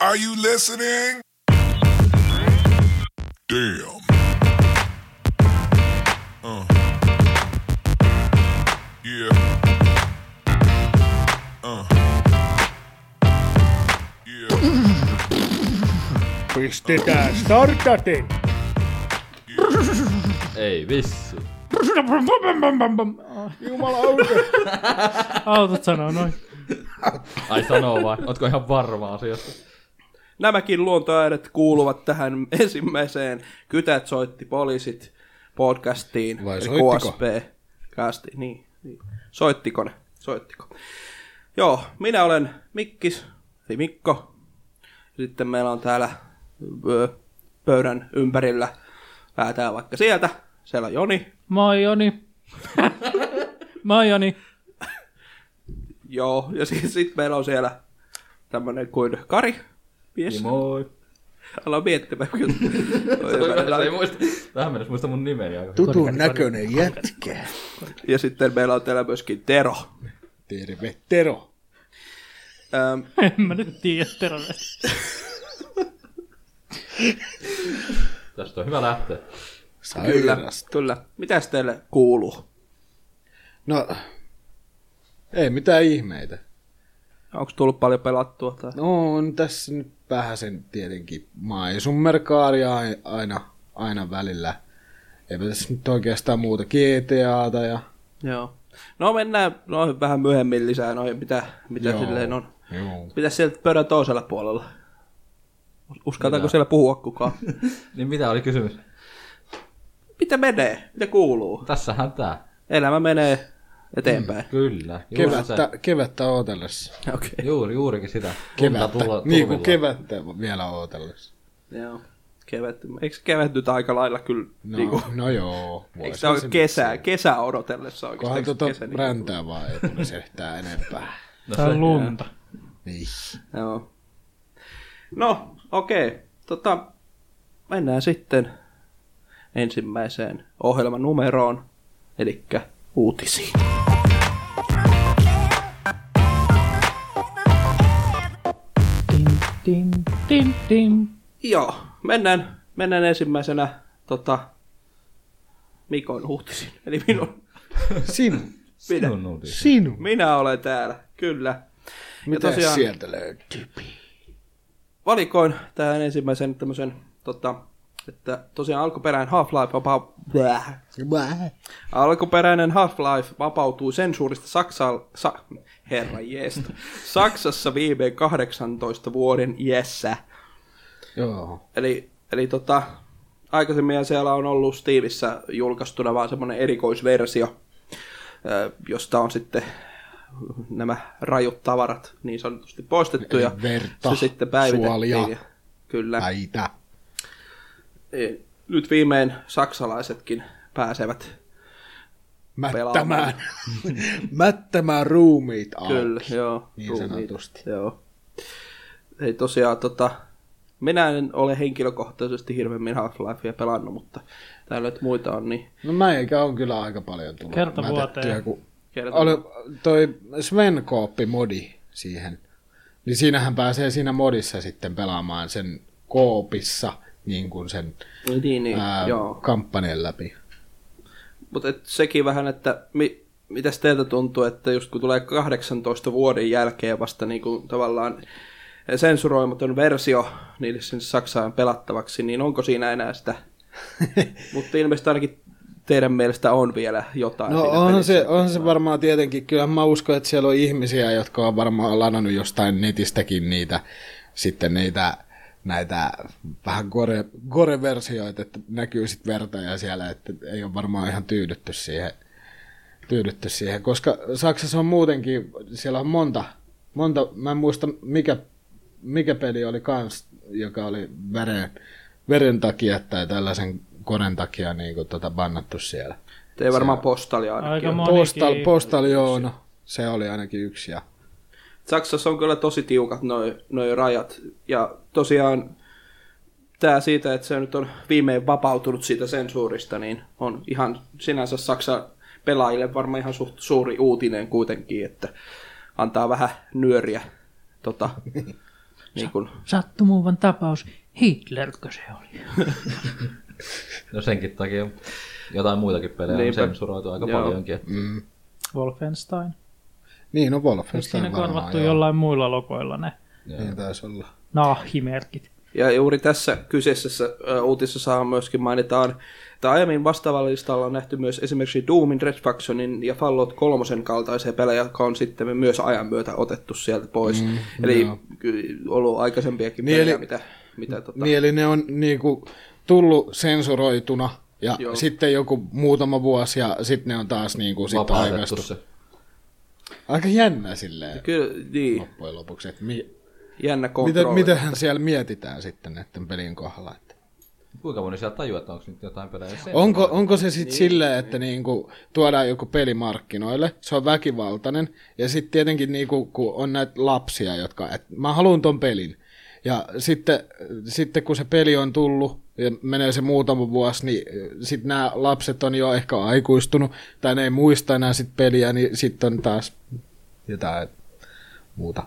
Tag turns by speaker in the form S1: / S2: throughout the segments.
S1: Are you listening? Damn. Uh. Yeah. Uh. Yeah.
S2: Pistetään startaten.
S3: Ei vissu.
S2: Jumala auto.
S4: Autot sanoo noin.
S3: Ai sanoo vai? Ootko ihan varma asiasta?
S5: Nämäkin luontoäänet kuuluvat tähän ensimmäiseen Kytät soitti poliisit podcastiin.
S6: Vai
S5: eli
S6: soittiko?
S5: KSP. Kasti, niin, niin. Soittiko ne? Soittiko. Joo, minä olen Mikkis, eli Mikko. Sitten meillä on täällä ö, pöydän ympärillä. Lähetään vaikka sieltä. Siellä on Joni.
S4: Moi Joni. Moi Joni.
S5: Joo, ja sitten sit meillä on siellä tämmönen kuin Kari. Mies.
S3: Moi.
S5: Älä miettimään.
S3: Se ei muista. Tähän mennessä muista mun nimeni aika hyvin.
S6: Tutun näköinen jätkä.
S5: Ja sitten meillä on täällä myöskin Tero.
S6: Terve Tero.
S5: Öm,
S4: En mä nyt tiedä, terve.
S3: Tästä on hyvä lähteä.
S5: kyllä,
S6: Sairas.
S5: kyllä. Mitäs teille kuuluu?
S6: No, ei mitään ihmeitä.
S5: Onko tullut paljon pelattua? Tai?
S6: No on tässä nyt vähän sen tietenkin maisummerkaaria ai- aina, aina välillä. Eipä tässä nyt oikeastaan muuta GTAta ja...
S5: Joo. No mennään noihin vähän myöhemmin lisää noihin, mitä, mitä
S6: Joo.
S5: silleen on.
S6: Joo.
S5: Mitäs sieltä pöydän toisella puolella? Uskaltaako siellä puhua kukaan?
S3: Niin mitä oli kysymys?
S5: Mitä menee? Mitä kuuluu?
S3: Tässähän tää.
S5: Elämä menee eteenpäin.
S3: Kyllä. Juuri
S6: Kevättä, kevättä ootellessa.
S5: Mm. Okei.
S3: Se, juuri, juurikin sitä.
S6: Kevättä.
S3: tulla-
S6: niin kuin
S3: tulvilla.
S6: kevättä vielä ootellessa.
S5: Joo. Kevät. Eikö kevät nyt aika lailla kyllä?
S6: No,
S5: niinku,
S6: no joo.
S5: eikö se ole kesää? Kesä odotellessa oikeastaan.
S6: Kohan
S5: eikö
S6: tota
S5: kesä niinku-
S6: räntää vaan, ei tule selittää enempää.
S3: No
S4: Tää
S3: se-
S4: on lunta.
S6: Niin.
S5: Joo. No, okei. Tota, mennään sitten ensimmäiseen ohjelman numeroon, eli uutisiin.
S4: Tin, tin, tin, tin.
S5: Joo, mennään, mennään ensimmäisenä tota, Mikon uutisiin, eli minun.
S6: Sinun.
S5: Minä,
S3: Sinun uutisi.
S6: Sinun.
S5: minä olen täällä, kyllä.
S6: Mitä
S5: tosiaan-
S6: sieltä löytyy?
S5: valikoin tähän ensimmäisen tämmöisen, tota, että tosiaan alkuperäinen Half-Life vapa- Bläh. Alkuperäinen Half-Life vapautui sensuurista Saksal... Sa- Herra jeesta. Saksassa viimein 18 vuoden iässä.
S6: Joo.
S5: Eli, eli tota, aikaisemmin siellä on ollut Steamissa julkaistuna vaan semmoinen erikoisversio, ö, josta on sitten nämä rajut tavarat niin sanotusti poistettu ja
S6: Eli verta,
S5: se sitten päivitettiin.
S6: suolia.
S5: ja- Kyllä.
S6: Päitä.
S5: Ei. Nyt viimein saksalaisetkin pääsevät.
S6: Mättämään. Mättämään ruumiit auki.
S5: Kyllä, joo.
S6: Niin
S5: ruumiit.
S6: sanotusti.
S5: Joo. Ei tosiaan tota... Minä en ole henkilökohtaisesti hirveämmin Half-Lifea pelannut, mutta täällä nyt muita on, niin
S6: No mä eikä on kyllä aika paljon tullut.
S4: Kerta
S6: mätettyä,
S4: vuoteen.
S6: kun
S5: kertoo.
S6: Oli toi Sven Kooppi modi siihen. Niin siinähän pääsee siinä modissa sitten pelaamaan sen koopissa niin kuin sen
S5: Niin, niin,
S6: ää,
S5: joo.
S6: kampanjan läpi.
S5: Mutta et sekin vähän, että mi, mitäs teiltä tuntuu, että just kun tulee 18 vuoden jälkeen vasta niin kuin tavallaan sensuroimaton versio niille sinne Saksaan pelattavaksi, niin onko siinä enää sitä? Mutta ilmeisesti ainakin teidän mielestä on vielä jotain.
S6: No
S5: siinä
S6: onhan
S5: pelissä.
S6: se, onhan se varmaan tietenkin. Kyllähän mä uskon, että siellä on ihmisiä, jotka on varmaan ladannut jostain netistäkin niitä, sitten niitä näitä vähän gore, gore-versioita, että näkyy sitten vertaja siellä, että ei ole varmaan ihan tyydytty siihen, tyydytty siihen. Koska Saksassa on muutenkin, siellä on monta, monta mä en muista mikä, mikä peli oli kans, joka oli veren, veren takia tai tällaisen koren takia niin kuin, tota, bannattu siellä.
S5: Ei varmaan postalia ainakin.
S4: Aika
S5: ole.
S4: monikin.
S6: Postal, postal joo, no, se oli ainakin yksi. Ja...
S5: Saksassa on kyllä tosi tiukat noi, noi rajat. Ja tosiaan tämä siitä, että se nyt on viimein vapautunut siitä sensuurista, niin on ihan sinänsä Saksan pelaajille varmaan ihan suht suuri uutinen kuitenkin, että antaa vähän nyöriä tota, Niin kuin,
S4: Sattumuvan tapaus. Hitlerkö se oli?
S3: No senkin takia jotain muitakin pelejä
S5: Niinpä.
S3: on sensuroitu aika
S5: Joo.
S3: paljonkin. että-
S4: Wolfenstein.
S6: Niin, no
S4: Eikö
S6: Wolfenstein
S4: siinä
S6: varmaan,
S4: korvattu
S6: joo.
S4: jollain muilla logoilla ne
S6: Niin taisi olla.
S4: nahhimerkit?
S5: ja juuri tässä kyseisessä ö, uutisessa myöskin mainitaan, että aiemmin vastaavalla listalla on nähty myös esimerkiksi Doomin, Red Factionin ja Fallout 3 kaltaisia pelejä, jotka on sitten myös ajan myötä otettu sieltä pois. Mm, eli
S6: joo.
S5: ky- ollut aikaisempiakin
S6: Niin,
S5: pelejä,
S6: eli-
S5: mitä, mitä tota,
S6: Niin, eli ne on niinku tullut sensuroituna ja
S5: Joo.
S6: Joo. sitten joku muutama vuosi ja sitten ne on taas niinku sit
S3: Vapautettu
S6: aikaistu.
S3: se.
S6: Aika jännä silleen
S5: Kyllä, niin.
S6: loppujen lopuksi, että mi-
S5: Jännä
S6: mitä,
S5: kontrolli.
S6: mitähän siellä mietitään sitten näiden pelin kohdalla. Että
S3: Kuinka moni sieltä tajuu, että onko nyt jotain pelejä sen?
S6: onko, onko se sitten niin, silleen, että niinku tuodaan joku peli markkinoille, se on väkivaltainen ja sitten tietenkin niinku, kun on näitä lapsia, jotka, että mä haluan ton pelin. Ja sitten, sitten kun se peli on tullut ja menee se muutama vuosi, niin sitten nämä lapset on jo ehkä aikuistunut tai ne ei muista enää sit peliä, niin sitten on taas jotain muuta.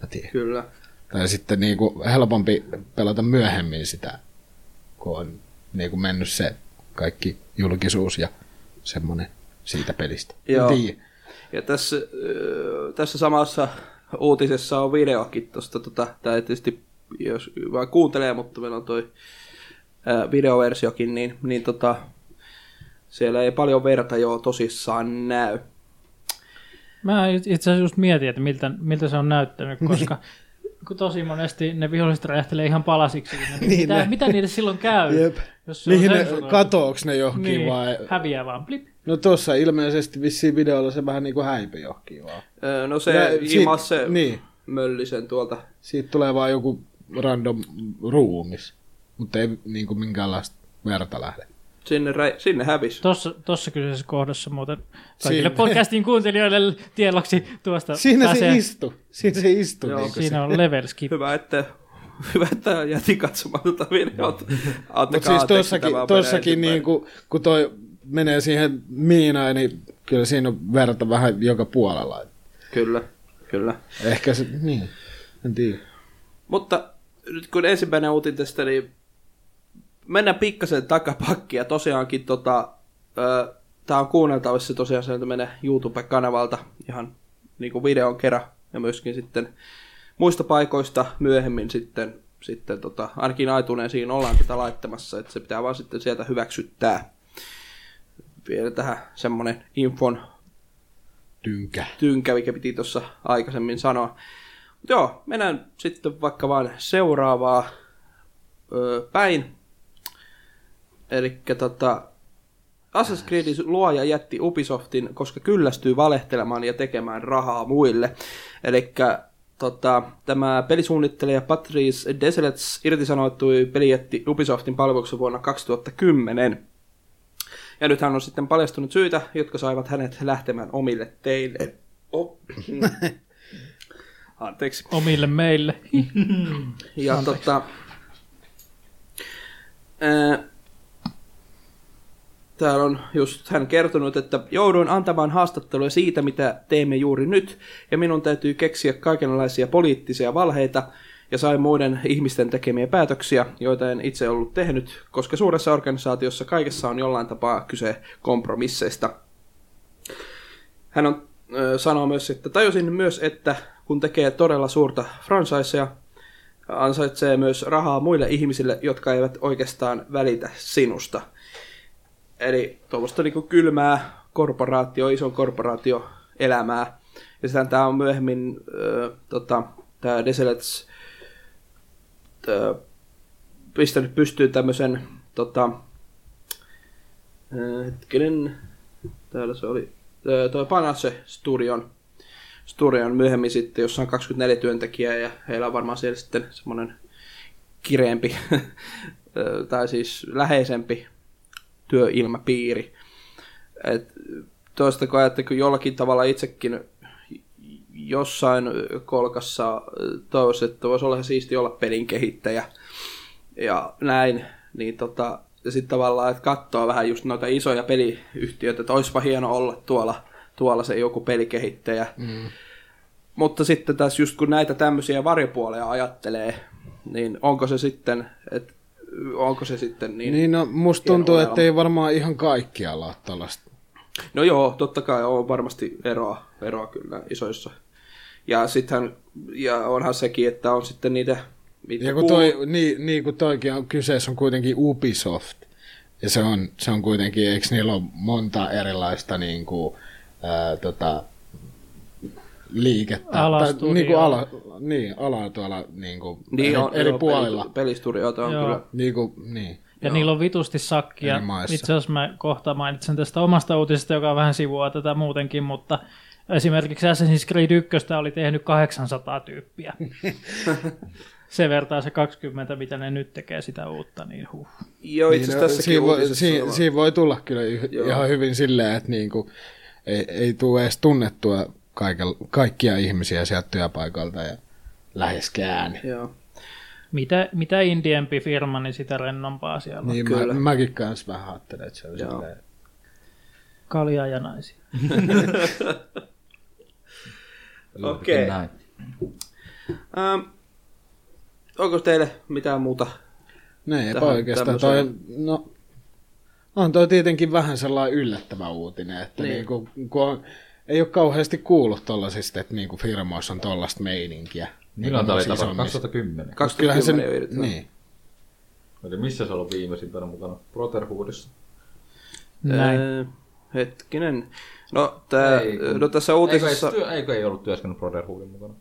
S6: Mä tiedän.
S5: Kyllä.
S6: Tai sitten niin kuin helpompi pelata myöhemmin sitä, kun on niin kuin mennyt se kaikki julkisuus ja semmoinen siitä pelistä. En
S5: Joo.
S6: tiedä.
S5: Ja tässä, öö, tässä samassa uutisessa on videokin tuosta, tota, tämä ei tietysti jos vaan kuuntelee, mutta meillä on toi öö, videoversiokin, niin, niin tota, siellä ei paljon verta jo tosissaan näy.
S4: Mä it- itse asiassa just mietin, että miltä, miltä se on näyttänyt, koska kun tosi monesti ne viholliset räjähtelee ihan palasiksi. Niin
S6: Niin
S4: mitä,
S6: ne.
S4: mitä niille silloin käy?
S6: Jep.
S4: Jos se on
S6: Mihin ne,
S4: sensuroitu?
S6: katooks ne johonkin niin.
S4: niin,
S6: vai?
S4: häviää vaan plip.
S6: No tuossa ilmeisesti vissiin videolla se vähän niin kuin häipi johonkin vaan.
S5: Öö, no se
S6: Ja sit-
S5: imas se niin.
S6: niin.
S5: möllisen tuolta.
S6: Siitä tulee vaan joku random ruumis, mutta ei niin kuin minkäänlaista verta lähde.
S5: Sinne, rä, sinne hävisi.
S4: Tossa, tossa kyseisessä kohdassa muuten kaikille
S6: Siinä.
S4: podcastin kuuntelijoille tiedoksi tuosta
S6: Siinä se
S4: pääsee-
S6: istu. Siinä se istu.
S5: Joo.
S6: Niin
S4: Siinä on level skip.
S5: Hyvä, että Hyvä, että jätin katsomaan tuota videota.
S6: Mutta siis tossakin, tossakin niin kuin, kun toi menee siihen miinaan, niin kyllä siinä on verta vähän joka puolella.
S5: Kyllä, kyllä.
S6: Ehkä se, niin, en tiedä.
S5: Mutta nyt kun ensimmäinen uutin tästä, niin mennään pikkasen takapakkia. Tosiaankin tota, tämä on kuunneltavissa tosiaan sieltä meidän YouTube-kanavalta ihan niin kuin videon kerran ja myöskin sitten muista paikoista myöhemmin sitten, sitten tota, ainakin aituneen siinä ollaan tätä laittamassa, että se pitää vaan sitten sieltä hyväksyttää. Vielä tähän semmonen infon
S6: Tynkä.
S5: tynkä, mikä piti tuossa aikaisemmin sanoa. Mut joo, mennään sitten vaikka vaan seuraavaa öö, päin. Eli tota, Assassin's Creedin luoja jätti Ubisoftin, koska kyllästyy valehtelemaan ja tekemään rahaa muille. Eli tota, tämä pelisuunnittelija Patrice Desilets irtisanoutui pelijätti Ubisoftin palveluksen vuonna 2010. Ja nyt hän on sitten paljastunut syitä, jotka saivat hänet lähtemään omille teille. Oh. Anteeksi.
S4: Omille meille.
S5: Ja
S4: Anteeksi.
S5: tota... Ää, täällä on just hän kertonut, että jouduin antamaan haastatteluja siitä, mitä teemme juuri nyt, ja minun täytyy keksiä kaikenlaisia poliittisia valheita, ja sain muiden ihmisten tekemiä päätöksiä, joita en itse ollut tehnyt, koska suuressa organisaatiossa kaikessa on jollain tapaa kyse kompromisseista. Hän on, ö, sanoo myös, että tajusin myös, että kun tekee todella suurta franchisea, ansaitsee myös rahaa muille ihmisille, jotka eivät oikeastaan välitä sinusta. Eli tuommoista niinku kylmää korporaatio, ison korporaatio elämää. Ja sitten tämä on myöhemmin, äh, tota, tämä Deselets äh, pistänyt pystyyn tämmöisen, tota, äh, hetkinen, täällä se oli, äh, toi Panache Studion Sturion myöhemmin sitten, jossa on 24 työntekijää ja heillä on varmaan siellä sitten semmoinen kireempi ö, tai siis läheisempi työilmapiiri. Et toista kun ajatte, kun jollakin tavalla itsekin jossain kolkassa toivoisi, että voisi olla ihan siisti olla pelin kehittäjä ja näin, niin tota, ja sitten tavallaan, että katsoo vähän just noita isoja peliyhtiöitä, että olisipa hieno olla tuolla, tuolla se joku pelikehittäjä. Mm. Mutta sitten taas just kun näitä tämmöisiä varjopuoleja ajattelee, niin onko se sitten, et, onko se sitten niin...
S6: Niin no, musta tuntuu,
S5: Hieno
S6: että ei varmaan ihan kaikkialla ole tällaista.
S5: No joo, totta kai on varmasti eroa, eroa kyllä isoissa. Ja sittenhän, ja onhan sekin, että on sitten niitä... mitkä
S6: Ja kun toi, niin, niin kun toikin on kyseessä on kuitenkin Ubisoft. Ja se on, se on kuitenkin, eikö niillä ole monta erilaista niin kuin, ää, tota, liikettä?
S4: Alastudioa.
S6: niin, kuin ala, niin, alaa tuolla niin kuin,
S5: Niin,
S6: eri,
S5: on,
S6: eri
S5: joo,
S6: puolilla.
S5: peli- Pelisturioita on
S4: Joo.
S5: kyllä.
S6: Niin kuin, niin.
S4: Ja Joo. niillä on vitusti sakkia.
S6: Eri maissa.
S4: Itse asiassa mä kohta mainitsen tästä omasta uutisesta, joka vähän sivuaa tätä muutenkin, mutta esimerkiksi Assassin's Creed 1 oli tehnyt 800 tyyppiä. se vertaa se 20, mitä ne nyt tekee sitä uutta, niin huh.
S5: Joo, itse asiassa
S6: Niin, no,
S5: tässäkin
S6: siinä voi,
S5: uutisessa
S6: siinä,
S5: on-
S6: siinä voi tulla kyllä yh,
S5: Joo.
S6: ihan hyvin silleen, että niinku, ei, ei tule edes tunnettua kaikel, kaikkia ihmisiä sieltä työpaikalta ja läheskään.
S5: Joo.
S4: Mitä, mitä indiempi firma, niin sitä rennompaa siellä on.
S6: Niin
S5: Kyllä.
S6: mä, mäkin kanssa vähän ajattelen, että se on
S5: Joo.
S6: silleen.
S4: Kaljaa ja naisia.
S3: Juurikin
S5: Okei.
S3: näin.
S5: Ähm, onko teille mitään muuta?
S6: Ne ei
S5: Tähän
S6: Niin, oikeastaan. Toi, no, on toi tietenkin vähän sellainen yllättävä uutinen, että
S5: Niin.
S6: niin. niinku, kun on, ei ole kauheasti kuullut tollasista, että niinku firmoissa on tollasta meininkiä.
S3: Milloin tämä oli
S6: Niinku
S3: tapahtunut?
S6: isommissa.
S3: 2010.
S6: Kyllähän
S5: 2010
S6: se,
S5: jo irti.
S6: niin.
S3: Eli missä se oli viimeisimpänä mukana? Brotherhoodissa.
S4: Näin.
S5: Öö, hetkinen. No, tää,
S3: Ei,
S5: no tässä uutisessa...
S3: Eikö, ei työ- eikö ei ollut työskennellyt Brotherhoodin mukana?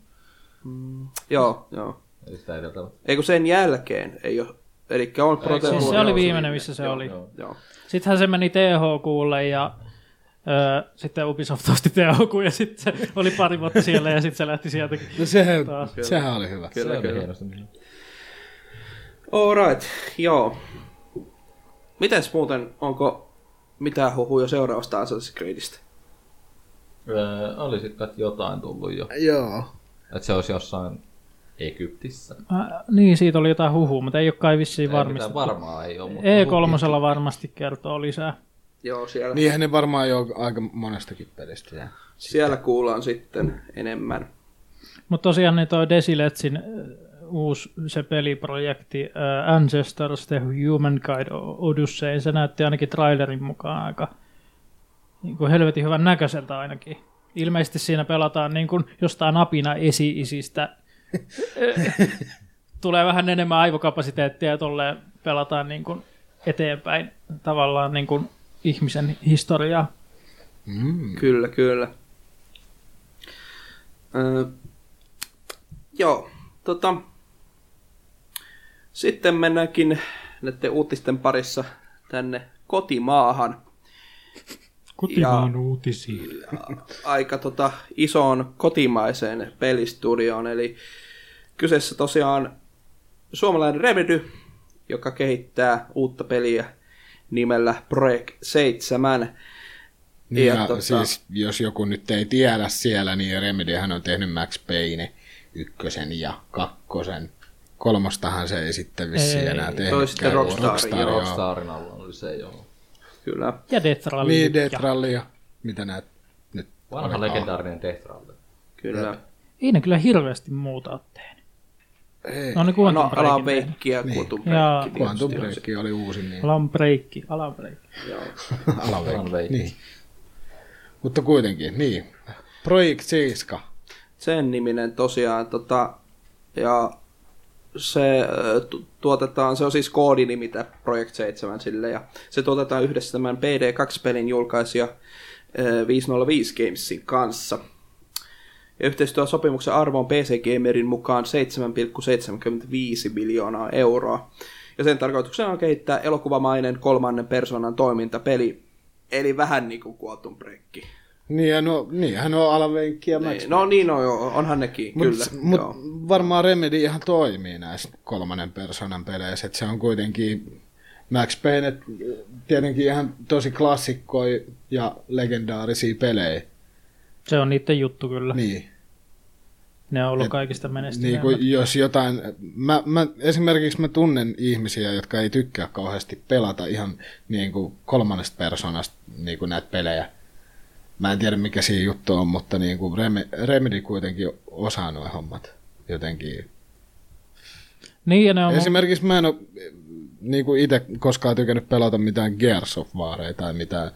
S5: Joo, joo.
S3: Eli sitä edeltävä.
S5: Eikö sen jälkeen ei ole... Eli on protein.
S4: Siis se oli viimeinen, missä se oli.
S3: Joo.
S5: Joo.
S4: Sittenhän se meni THQlle ja öö, sitten Ubisoft osti THQ ja sitten se oli pari vuotta siellä ja sitten se lähti sieltäkin.
S6: No sehän,
S4: Taas.
S6: sehän oli hyvä.
S3: Se
S5: Kyllä,
S3: oli
S5: kyllä.
S3: hienosti. niin.
S5: Alright, joo. Mites muuten, onko mitään huhuja seuraavasta Assassin's Creedistä?
S3: Öö, oli sitten kai jotain tullut jo.
S6: Joo.
S3: Että se olisi jossain Egyptissä.
S4: Äh, niin, siitä oli jotain huhua, mutta ei ole kai vissiin
S3: Ei mitään
S4: varmistettu.
S3: varmaa ei ole, mutta
S4: E3 varmasti kertoo lisää.
S5: Joo, siellä, niin.
S6: Niinhän ne varmaan jo aika monestakin pelistä. Ja.
S5: siellä kuullaan sitten enemmän.
S4: Mutta tosiaan niin toi Desiletsin äh, uusi se peliprojekti äh, Ancestors The Humankind Odyssey, se näytti ainakin trailerin mukaan aika niin kuin helvetin hyvän näköiseltä ainakin. Ilmeisesti siinä pelataan niin kuin jostain apina esi-isistä. Äh, Tulee vähän enemmän aivokapasiteettia ja tolleen pelataan niin kuin eteenpäin tavallaan niin kuin ihmisen historiaa.
S6: Mm.
S5: Kyllä, kyllä. Öö, joo, tota... Sitten mennäänkin näiden uutisten parissa tänne kotimaahan. Kotimaan
S4: uutisiin.
S5: aika tota, isoon kotimaiseen pelistudioon. Eli kyseessä tosiaan suomalainen Remedy, joka kehittää uutta peliä nimellä Project 7.
S6: Niin
S5: Ja
S6: ja
S5: tota-
S6: siis, jos joku nyt ei tiedä siellä, niin Remedyhän on tehnyt Max Payne ykkösen ja kakkosen. Kolmostahan se ei sitten vissiin
S4: Ei.
S6: ei, enää tehnyt.
S5: sitten Rockstar, joo.
S3: Rockstarin alla oli se joo.
S5: Kyllä.
S4: Ja Death Rally.
S6: Niin,
S4: ja-
S6: Death Rallya. Mitä näet nyt?
S3: Vanha
S6: olikaan?
S3: legendaarinen Death Rally.
S5: Kyllä.
S4: Ei ne kyllä hirveästi muuta ole tehnyt.
S6: Ei,
S4: No ne
S5: No,
S4: Quantum Breakin
S5: Alan
S4: tehnyt.
S5: Wake ja Quantum
S4: Niin. Jaa.
S5: Break.
S6: Quantum
S5: tietysti on
S6: Break oli uusi, niin
S4: Alan Break. Alan Break.
S5: se. Joo.
S3: Alan
S6: Alan
S3: Wake.
S6: Wake. Niin. Mutta kuitenkin, niin. Project 7.
S5: Sen niminen tosiaan. Tota, ja se ö, tu- tuotetaan, se on siis koodinimi tämä Project 7 sille, ja se tuotetaan yhdessä tämän PD2-pelin julkaisija ö, 505 Gamesin kanssa. Ja yhteistyösopimuksen arvo on PC Gamerin mukaan 7,75 miljoonaa euroa. Ja sen tarkoituksena on kehittää elokuvamainen kolmannen persoonan toimintapeli, eli vähän niin kuin Quantum Break.
S6: Niin, ja no, niinhän on Alan Wake ja Max
S5: Niin, No niin, no joo, onhan nekin,
S6: Mut,
S5: kyllä.
S6: mut
S5: joo.
S6: varmaan Remedy ihan toimii näissä kolmannen persoonan peleissä. Et se on kuitenkin Max Payne tietenkin ihan tosi klassikkoja ja legendaarisia pelejä.
S4: Se on niiden juttu kyllä. Niin.
S6: Niin,
S4: Ne on ollut
S6: Et-
S4: kaikista menestyneitä.
S6: niin kuin jos jotain... Mä, mä, esimerkiksi mä tunnen ihmisiä, jotka ei tykkää kauheasti pelata ihan niin kuin kolmannesta persoonasta niin kuin näitä pelejä. Mä en tiedä mikä siinä juttu on, mutta niin kuin Rem- Remedy kuitenkin osaa nuo hommat jotenkin.
S4: Niin, ja ne on mun
S6: Esimerkiksi mä en ole niin kuin itse koskaan tykännyt pelata mitään Gears of Waria tai mitään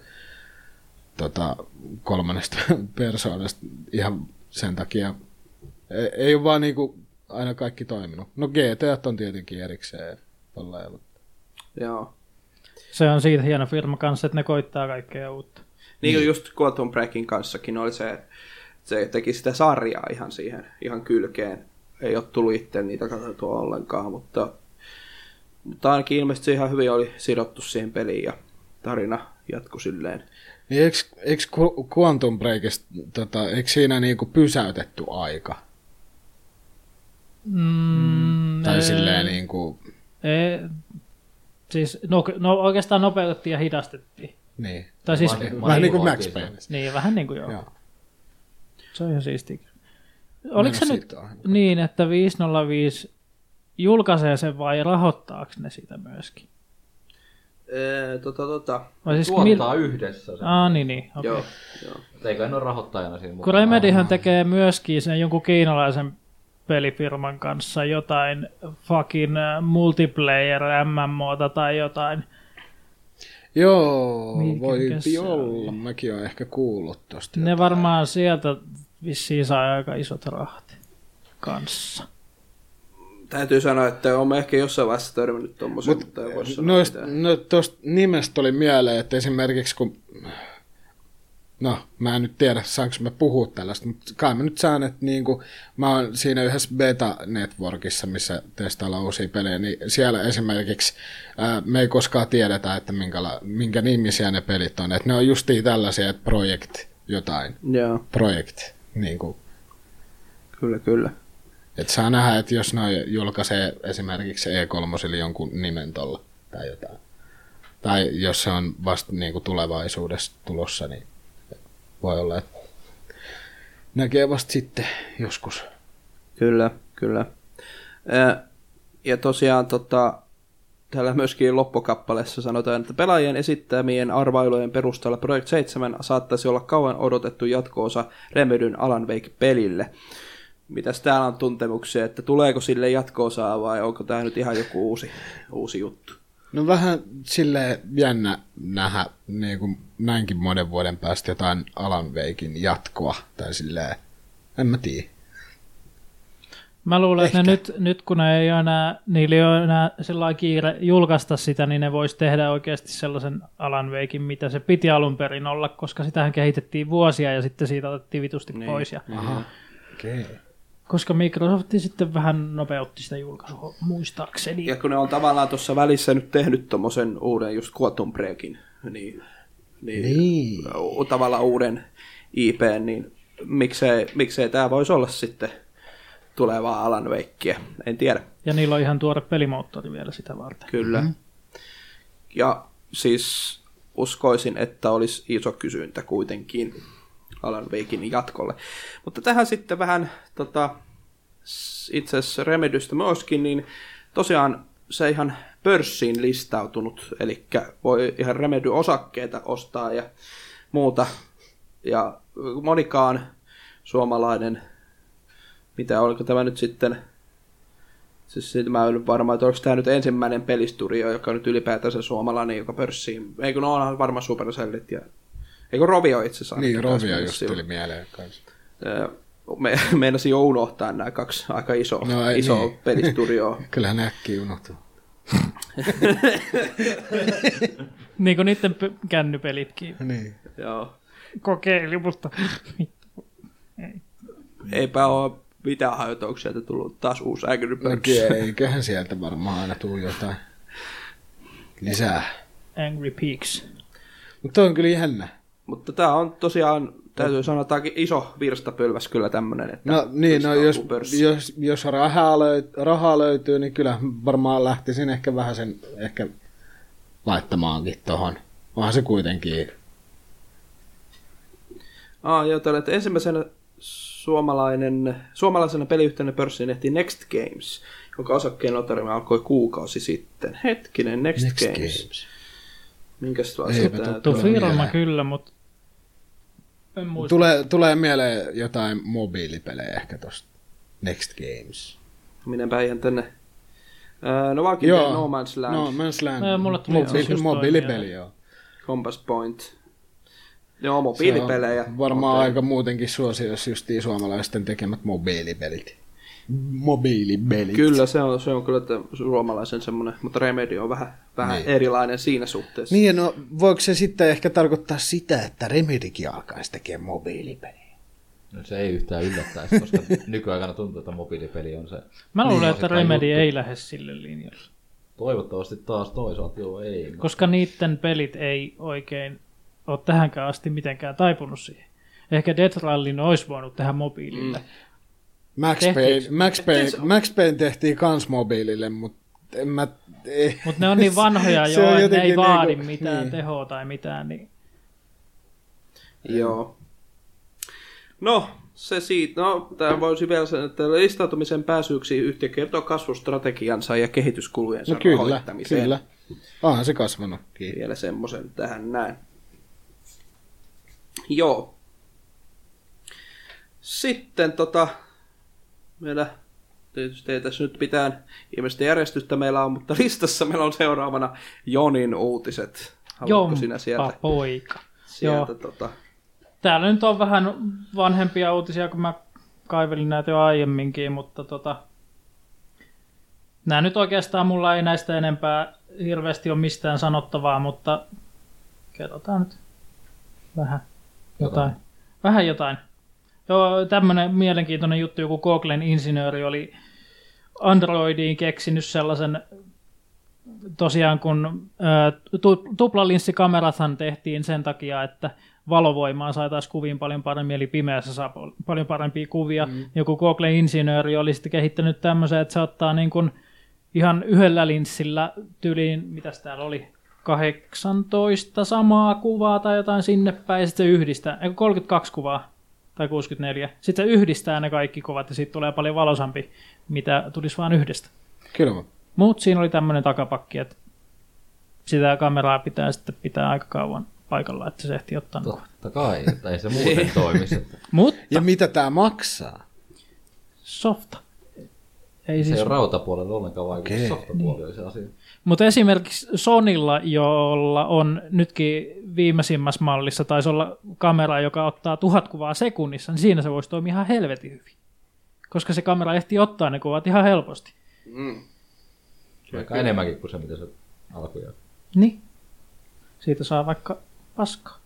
S6: tota, kolmannesta persoonasta ihan sen takia. Ei, ei ole vaan niin kuin aina kaikki toiminut. No GTA on tietenkin erikseen. ja Tolleen, mutta
S5: Joo.
S4: Se on siitä hieno firma kanssa, että ne koittaa kaikkea uutta.
S5: Niin kuin just Quantum Breakin kanssakin oli se, että se teki sitä sarjaa ihan siihen, ihan kylkeen. Ei ole tullut itse niitä katsotua ollenkaan, mutta, mutta ainakin ilmeisesti se ihan hyvin oli sidottu siihen peliin ja tarina jatkui silleen.
S6: Niin eikö, eikö Qu- Quantum Breakista, tota, eikö siinä niinku pysäytetty aika?
S4: Mm,
S6: Tai
S4: ei-
S6: silleen niinku,
S4: ei, siis, no, no, oikeastaan nopeutettiin ja hidastettiin.
S6: niin.
S4: Tai siis,
S3: Vai-
S6: Vähän niin kuin
S3: Vai-
S6: Max Payne.
S4: niin, vähän niin kuin joo.
S6: Joo.
S4: Se on ihan siistiä. Oliko se
S6: Mennään
S4: nyt
S6: siitä ohi.
S4: niin, että 505 julkaisee sen vai rahoittaako ne sitä myöskin?
S5: Ee, tota, tota.
S4: Vai siis
S3: Tuottaa yhdessä sen.
S4: Ah, niin, niin.
S5: Okay.
S4: Okay.
S5: Joo, joo.
S3: Eikö en ole rahoittajana siinä
S4: Kun
S3: mukana?
S4: Remedyhän tekee myöskin sen jonkun kiinalaisen pelifirman kanssa jotain fucking äh, multiplayer MMOta tai jotain.
S6: Joo,
S4: Mikä-
S6: voi
S4: mikä se
S6: olla. Mäkin olen ehkä kuullut tosta.
S4: Ne
S6: jotain.
S4: varmaan sieltä vissiin saa aika isot rahat kanssa.
S5: Täytyy sanoa, että olen ehkä jossain vaiheessa törmännyt tuommoisen,
S6: Mut,
S5: mutta en voi sanoa
S6: noist,
S5: mitään.
S6: no, tosta nimestä tuli mieleen, että esimerkiksi kun... No, mä en nyt tiedä, saanko mä puhua tällaista, mutta kai mä nyt saan, että niin kuin, mä oon siinä yhdessä beta-networkissa, missä testaillaan uusia pelejä, niin siellä esimerkiksi ää, me ei koskaan tiedetä, että minkä, minkä nimisiä ne pelit on. Että ne on justiin tällaisia, että projekt jotain,
S5: Joo,
S6: projekt, niin kuin,
S5: kyllä, kyllä.
S6: et saa nähdä, että jos ne julkaisee esimerkiksi E3 jonkun nimen tolla tai jotain. Tai jos se on vasta niin kuin tulevaisuudessa tulossa, niin voi olla, että näkee vasta sitten joskus.
S5: Kyllä, kyllä. Ö, Ja tosiaan tota, täällä myöskin loppukappaleessa sanotaan, että pelaajien esittämien arvailujen perusteella Project 7 saattaisi olla kauan odotettu jatkoosa Remedyn Alan Wake-pelille. Mitäs täällä on tuntemuksia, että tuleeko sille jatkoosaa vai onko tämä nyt ihan joku uusi, uusi juttu?
S6: No vähän sille jännä nähdä niin kuin näinkin monen vuoden päästä jotain Alan Veikin jatkoa. Tai silleen, en mä tiedä.
S4: Mä luulen, että ne nyt, nyt kun ne ei ole enää, niillä ei ole enää sellainen kiire julkaista sitä, niin ne voisi tehdä oikeasti sellaisen alan veikin, mitä se piti alun perin olla, koska sitähän kehitettiin vuosia ja sitten siitä otettiin vitusti niin. pois. Ja,
S6: Aha. Okei. Okay.
S4: koska Microsoft sitten vähän nopeutti sitä julkaisua muistaakseni.
S5: Ja kun ne on tavallaan tuossa välissä nyt tehnyt tommosen uuden just Quantum Breakin, niin, niin,
S6: Niin.
S5: u- tavallaan uuden IP, niin miksei, miksei tämä voisi olla sitten tulevaa Alan Wakea. En tiedä,
S4: ja niillä on ihan tuore pelimoottori vielä sitä varten.
S5: kyllä. Mm-hmm. Ja siis uskoisin, että olisi iso kysyntä kuitenkin Alan Wakein jatkolle. Mutta tähän sitten vähän tota, s- itse asiassa Remedystä myöskin, niin tosiaan se ihan pörssiin listautunut, eli voi ihan Remedy-osakkeita ostaa ja muuta. Ja monikaan suomalainen, mitä oliko tämä nyt sitten, siis siitä mä en ole varma, että onko tämä nyt ensimmäinen pelistudio, joka on nyt ylipäätänsä suomalainen, joka pörssiin, eikö no onhan varmaan Supercellit ja, eikö Rovio itse asiassa.
S6: Niin,
S5: ainakin kanssa
S6: Rovio just
S5: pörssiin.
S6: tuli mieleen kanssa.
S5: Öö, me, meinasin jo unohtaa nämä kaksi aika iso,
S6: No
S5: no,
S6: ei
S5: iso
S6: niin.
S5: niin. pelistudioa.
S6: Kyllähän ne äkkiä unohtuu.
S4: Niin kuin niiden p- kännypelitkin
S6: Niin.
S5: Joo.
S4: kokeili, mutta
S5: Eipä ole mitään hajotuksia, että tullut taas uusi
S6: Okei,
S5: äkkyrypöksy.
S6: No eiköhän sieltä varmaan aina tuu jotain lisää.
S4: Angry Peaks.
S6: Mutta on kyllä jännä.
S5: Mutta tämä on tosiaan, täytyy sanoa, tämä iso virstapylväs kyllä tämmöinen. Että
S6: No niin, no,
S5: pistää
S6: jos,
S5: pörssi.
S6: jos, jos rahaa, löyt, rahaa löytyy, niin kyllä varmaan lähtisin ehkä vähän sen ehkä laittamaankin tohon. Onhan se kuitenkin.
S5: Ah, joo, te olette ensimmäisenä suomalainen, suomalaisena peliyhtiönä pörssiin ehti Next Games, jonka osakkeen notarima alkoi kuukausi sitten. Hetkinen, Next, Next Games. Minkäs
S6: Eipä
S5: tämä
S4: Tuo
S6: Tulee
S4: firma
S6: mieleen.
S4: kyllä, mutta En muista.
S6: Tulee, tulee mieleen jotain mobiilipelejä ehkä tosta Next Games.
S5: Minäpä ihan tänne. Öö, No Walking Dead, No Man's Land,
S6: No Man's Land.
S4: No, mulle tuli
S6: Mobi-
S4: just toi
S6: mobiilipeli,
S4: mieleen.
S6: joo.
S5: Compass Point. Joo,
S6: Se on
S5: mobiilipelejä.
S6: Varmaan
S5: Okei.
S6: aika muutenkin suosiossa justiin suomalaisten tekemät mobiilipelit. Mobiilipelit.
S5: Kyllä, se on, se on kyllä että suomalaisen semmoinen, mutta Remedy on vähän, vähän
S6: Niin.
S5: erilainen siinä suhteessa.
S6: Niin, no voiko se sitten ehkä tarkoittaa sitä, että Remedikin alkaisi tekemään mobiilipeliä?
S3: No, se ei yhtään yllättäisi, koska nykyaikana tuntuu, että mobiilipeli on se.
S4: Mä luulen,
S3: Niin,
S4: että
S3: osittain
S4: Remedy
S3: juttu.
S4: ei lähde sille linjalle.
S3: Toivottavasti taas toisaalta, joo ei. Ko-
S4: Koska niiden pelit ei oikein ole tähänkään asti mitenkään taipunut siihen. Ehkä Death Rallyn olisi voinut tehdä mobiilille. Mm.
S6: Max Payne,
S4: Tehtiinkö?
S6: Max, Payne, Max Payne tehtiin kans mobiilille, mutta en mä... eh. Ei.
S4: Mutta ne on niin vanhoja
S6: Se on
S4: jo, että ne ei
S6: jotenkin
S4: vaadi
S6: niinku-
S4: mitään
S6: niin.
S4: tehoa tai mitään. Niin
S5: Joo. No, se siitä. No, tämä voisi vielä sanoa, että listautumisen pääsyyksi yhtiö kertoo kasvustrategiansa ja kehityskulujensa
S6: No kyllä,
S5: rahoittamiseen.
S6: kyllä. Onhan se kasvanut.
S5: Vielä semmoisen tähän näin. Joo. Sitten tota, meillä tietysti ei tässä nyt pitää ilmeisesti järjestystä meillä on, mutta listassa meillä on seuraavana Jonin uutiset. Haluatko
S4: Jompa
S5: sinä sieltä,
S4: poika.
S5: sieltä tota,
S4: Täällä nyt on vähän vanhempia uutisia, kun mä kaivelin näitä jo aiemminkin, mutta tota, nämä nyt oikeastaan mulla ei näistä enempää hirveästi ole mistään sanottavaa, mutta kerrotaan nyt vähän jotain. jotain. Vähän jotain. Joo, tämmöinen mielenkiintoinen juttu, joku Googlen insinööri oli Androidiin keksinyt sellaisen tosiaan kun ö, tu- tuplalinssikamerathan tehtiin sen takia, että valovoimaa saataisiin kuviin paljon paremmin, eli pimeässä saa pal- paljon parempia kuvia. Mm. Joku Google-insinööri oli sitten kehittänyt tämmöisen, että se ottaa niin kuin ihan yhdellä linssillä tyliin, mitäs täällä oli, 18 samaa kuvaa tai jotain sinne päin, ja sitten se yhdistää, eikö 32 kuvaa tai 64. Sitten se yhdistää ne kaikki kuvat, ja siitä tulee paljon valosampi, mitä tulisi vain yhdestä.
S6: Kyllä.
S4: Mutta siinä oli tämmöinen takapakki, että sitä kameraa pitää sitten pitää aika kauan paikalla, että se ehti ottaa. Toh.
S3: Totta kai, että ei se muuten toimisi. että
S4: Mut
S6: Ja mitä tämä maksaa?
S4: softa. Ei
S3: Se ei
S4: siis.
S3: ole rautapuolella ollenkaan vaikutus, okay. softapuoli oli se asia.
S4: Mutta esimerkiksi Sonilla, jolla on nytkin viimeisimmässä mallissa, taisi olla kamera, joka ottaa tuhat kuvaa sekunnissa, niin siinä se voisi toimia ihan helvetin hyvin. Koska se kamera ehtii ottaa ne kuvat ihan helposti.
S3: Vaikka enemmänkin kuin se, mitä se alkujaan.
S4: Niin. Siitä saa vaikka paskaa.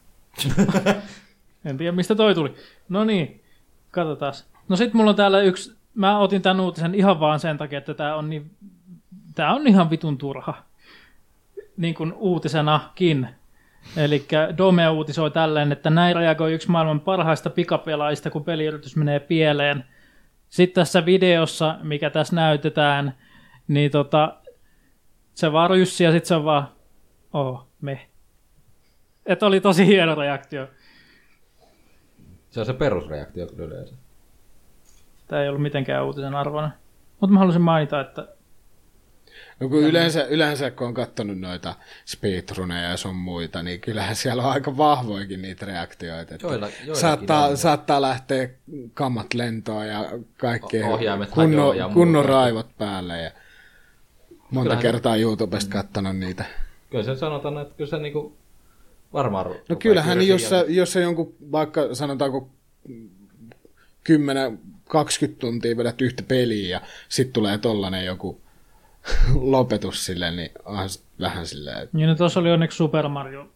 S4: en tiedä, mistä toi tuli. No niin, katsotaan. No sit mulla on täällä yksi, mä otin tämän uutisen ihan vaan sen takia, että tää on, niin, tää on ihan vitun turha. Niin kuin uutisenakin. Eli Dome uutisoi tälleen, että näin reagoi yksi maailman parhaista pikapelaajista, kun peliyritys menee pieleen. Sitten tässä videossa, mikä tässä näytetään, niin tota, se vaan ryssi ja sitten se on vaan, oo, Oh, me. Että oli tosi hieno reaktio.
S3: Se on se perusreaktio kyllä yleensä.
S4: Tämä ei ollut mitenkään uutisen arvoinen. Mutta mä halusin mainita, että
S6: No kun yleensä, yleensä kun on katsonut noita speedruneja ja sun muita, niin kyllähän siellä on aika vahvoikin niitä reaktioita. Että
S3: Joilla- joillakin
S6: saattaa,
S3: on.
S6: saattaa lähteä kamat lentoon ja kaikki
S3: O- ohjaimet hajoaa ja
S6: kunnon,
S3: muuta.
S6: kunnon raivot päälle. Ja monta
S3: Kyllähän- Mm.
S6: kertaa YouTubesta katsonut niitä.
S3: Kyllä se sanotaan, että kyllä se niinku varmaan... ru-
S6: No
S3: rupeaa
S6: kyllähän,
S3: kyllä
S6: jos sä,
S3: siihen-
S6: jos sä jonkun vaikka sanotaanko 10-20 tuntia vedät yhtä peliä ja sitten tulee tollanen joku lopetus sille, niin onhan se vähän silleen, että
S4: niin no, tuossa oli onneksi Super Mario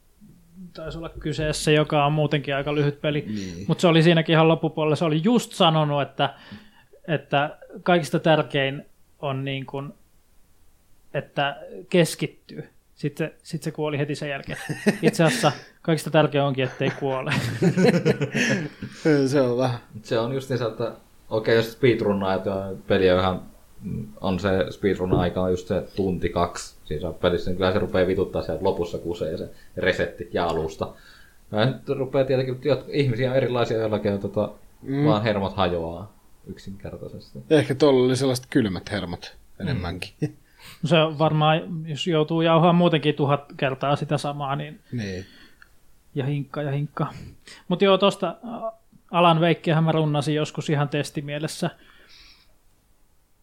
S4: taisi olla kyseessä, joka on muutenkin aika lyhyt peli. Niin. Mutta se oli siinäkin ihan loppupuolella, se oli just sanonut, että, että kaikista tärkein on niin kuin, että keskittyy. Sitten, sitten se kuoli heti sen jälkeen. Itse asiassa kaikista tärkein onkin, ettei kuole.
S6: Niin, se on vähän
S3: Mut Se on just niin, että okei, okay, jos speedrunnaa, että peli on ihan on se speedrun-aika on just se tunti kaksi siinä pelissä, niin kyllä se rupeaa vituttaa sieltä lopussa kusee se resetti ja alusta. Ja nyt rupeaa tietenkin, että jot- ihmisiä on erilaisia, joillakin on tota, mm. vaan hermot hajoaa yksinkertaisesti.
S6: Ehkä tuolla oli sellaiset kylmät hermot enemmänkin. Mm.
S4: No Se on varmaan, jos joutuu jauhaa muutenkin tuhat kertaa sitä samaa, niin
S6: niin.
S4: ja hinkkaa ja hinkkaa. Mutta joo, tuosta äh, Alan Veikkiähän mä runnasin joskus ihan testimielessä.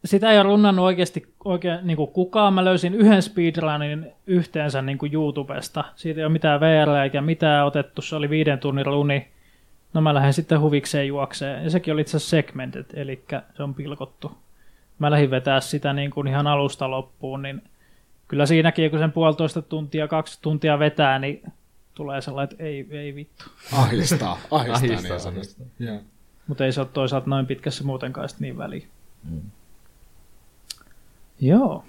S4: Sitä ei ole runnannut oikeasti oikein, niin kuin kukaan. Mä löysin yhden speedrunin yhteensä niin kuin YouTubesta. Siitä ei ole mitään VR eikä mitään otettu. Se oli viiden tunnin runi. No mä lähden sitten huvikseen juokseen. Ja sekin oli itse asiassa segmented, eli se on pilkottu. Mä lähdin vetää sitä niin kuin ihan alusta loppuun, niin kyllä siinäkin, kun sen puolitoista tuntia, kaksi tuntia vetää, niin tulee sellainen, että ei, ei vittu.
S6: Ahdistaa, ahdistaa,
S3: Ahdistaa,
S6: niin sanotusti.
S3: ahdistaa.
S6: Joo.
S4: Mutta ei se ole toisaalta noin pitkässä muutenkaan sit niin väliä. Mm. Joo.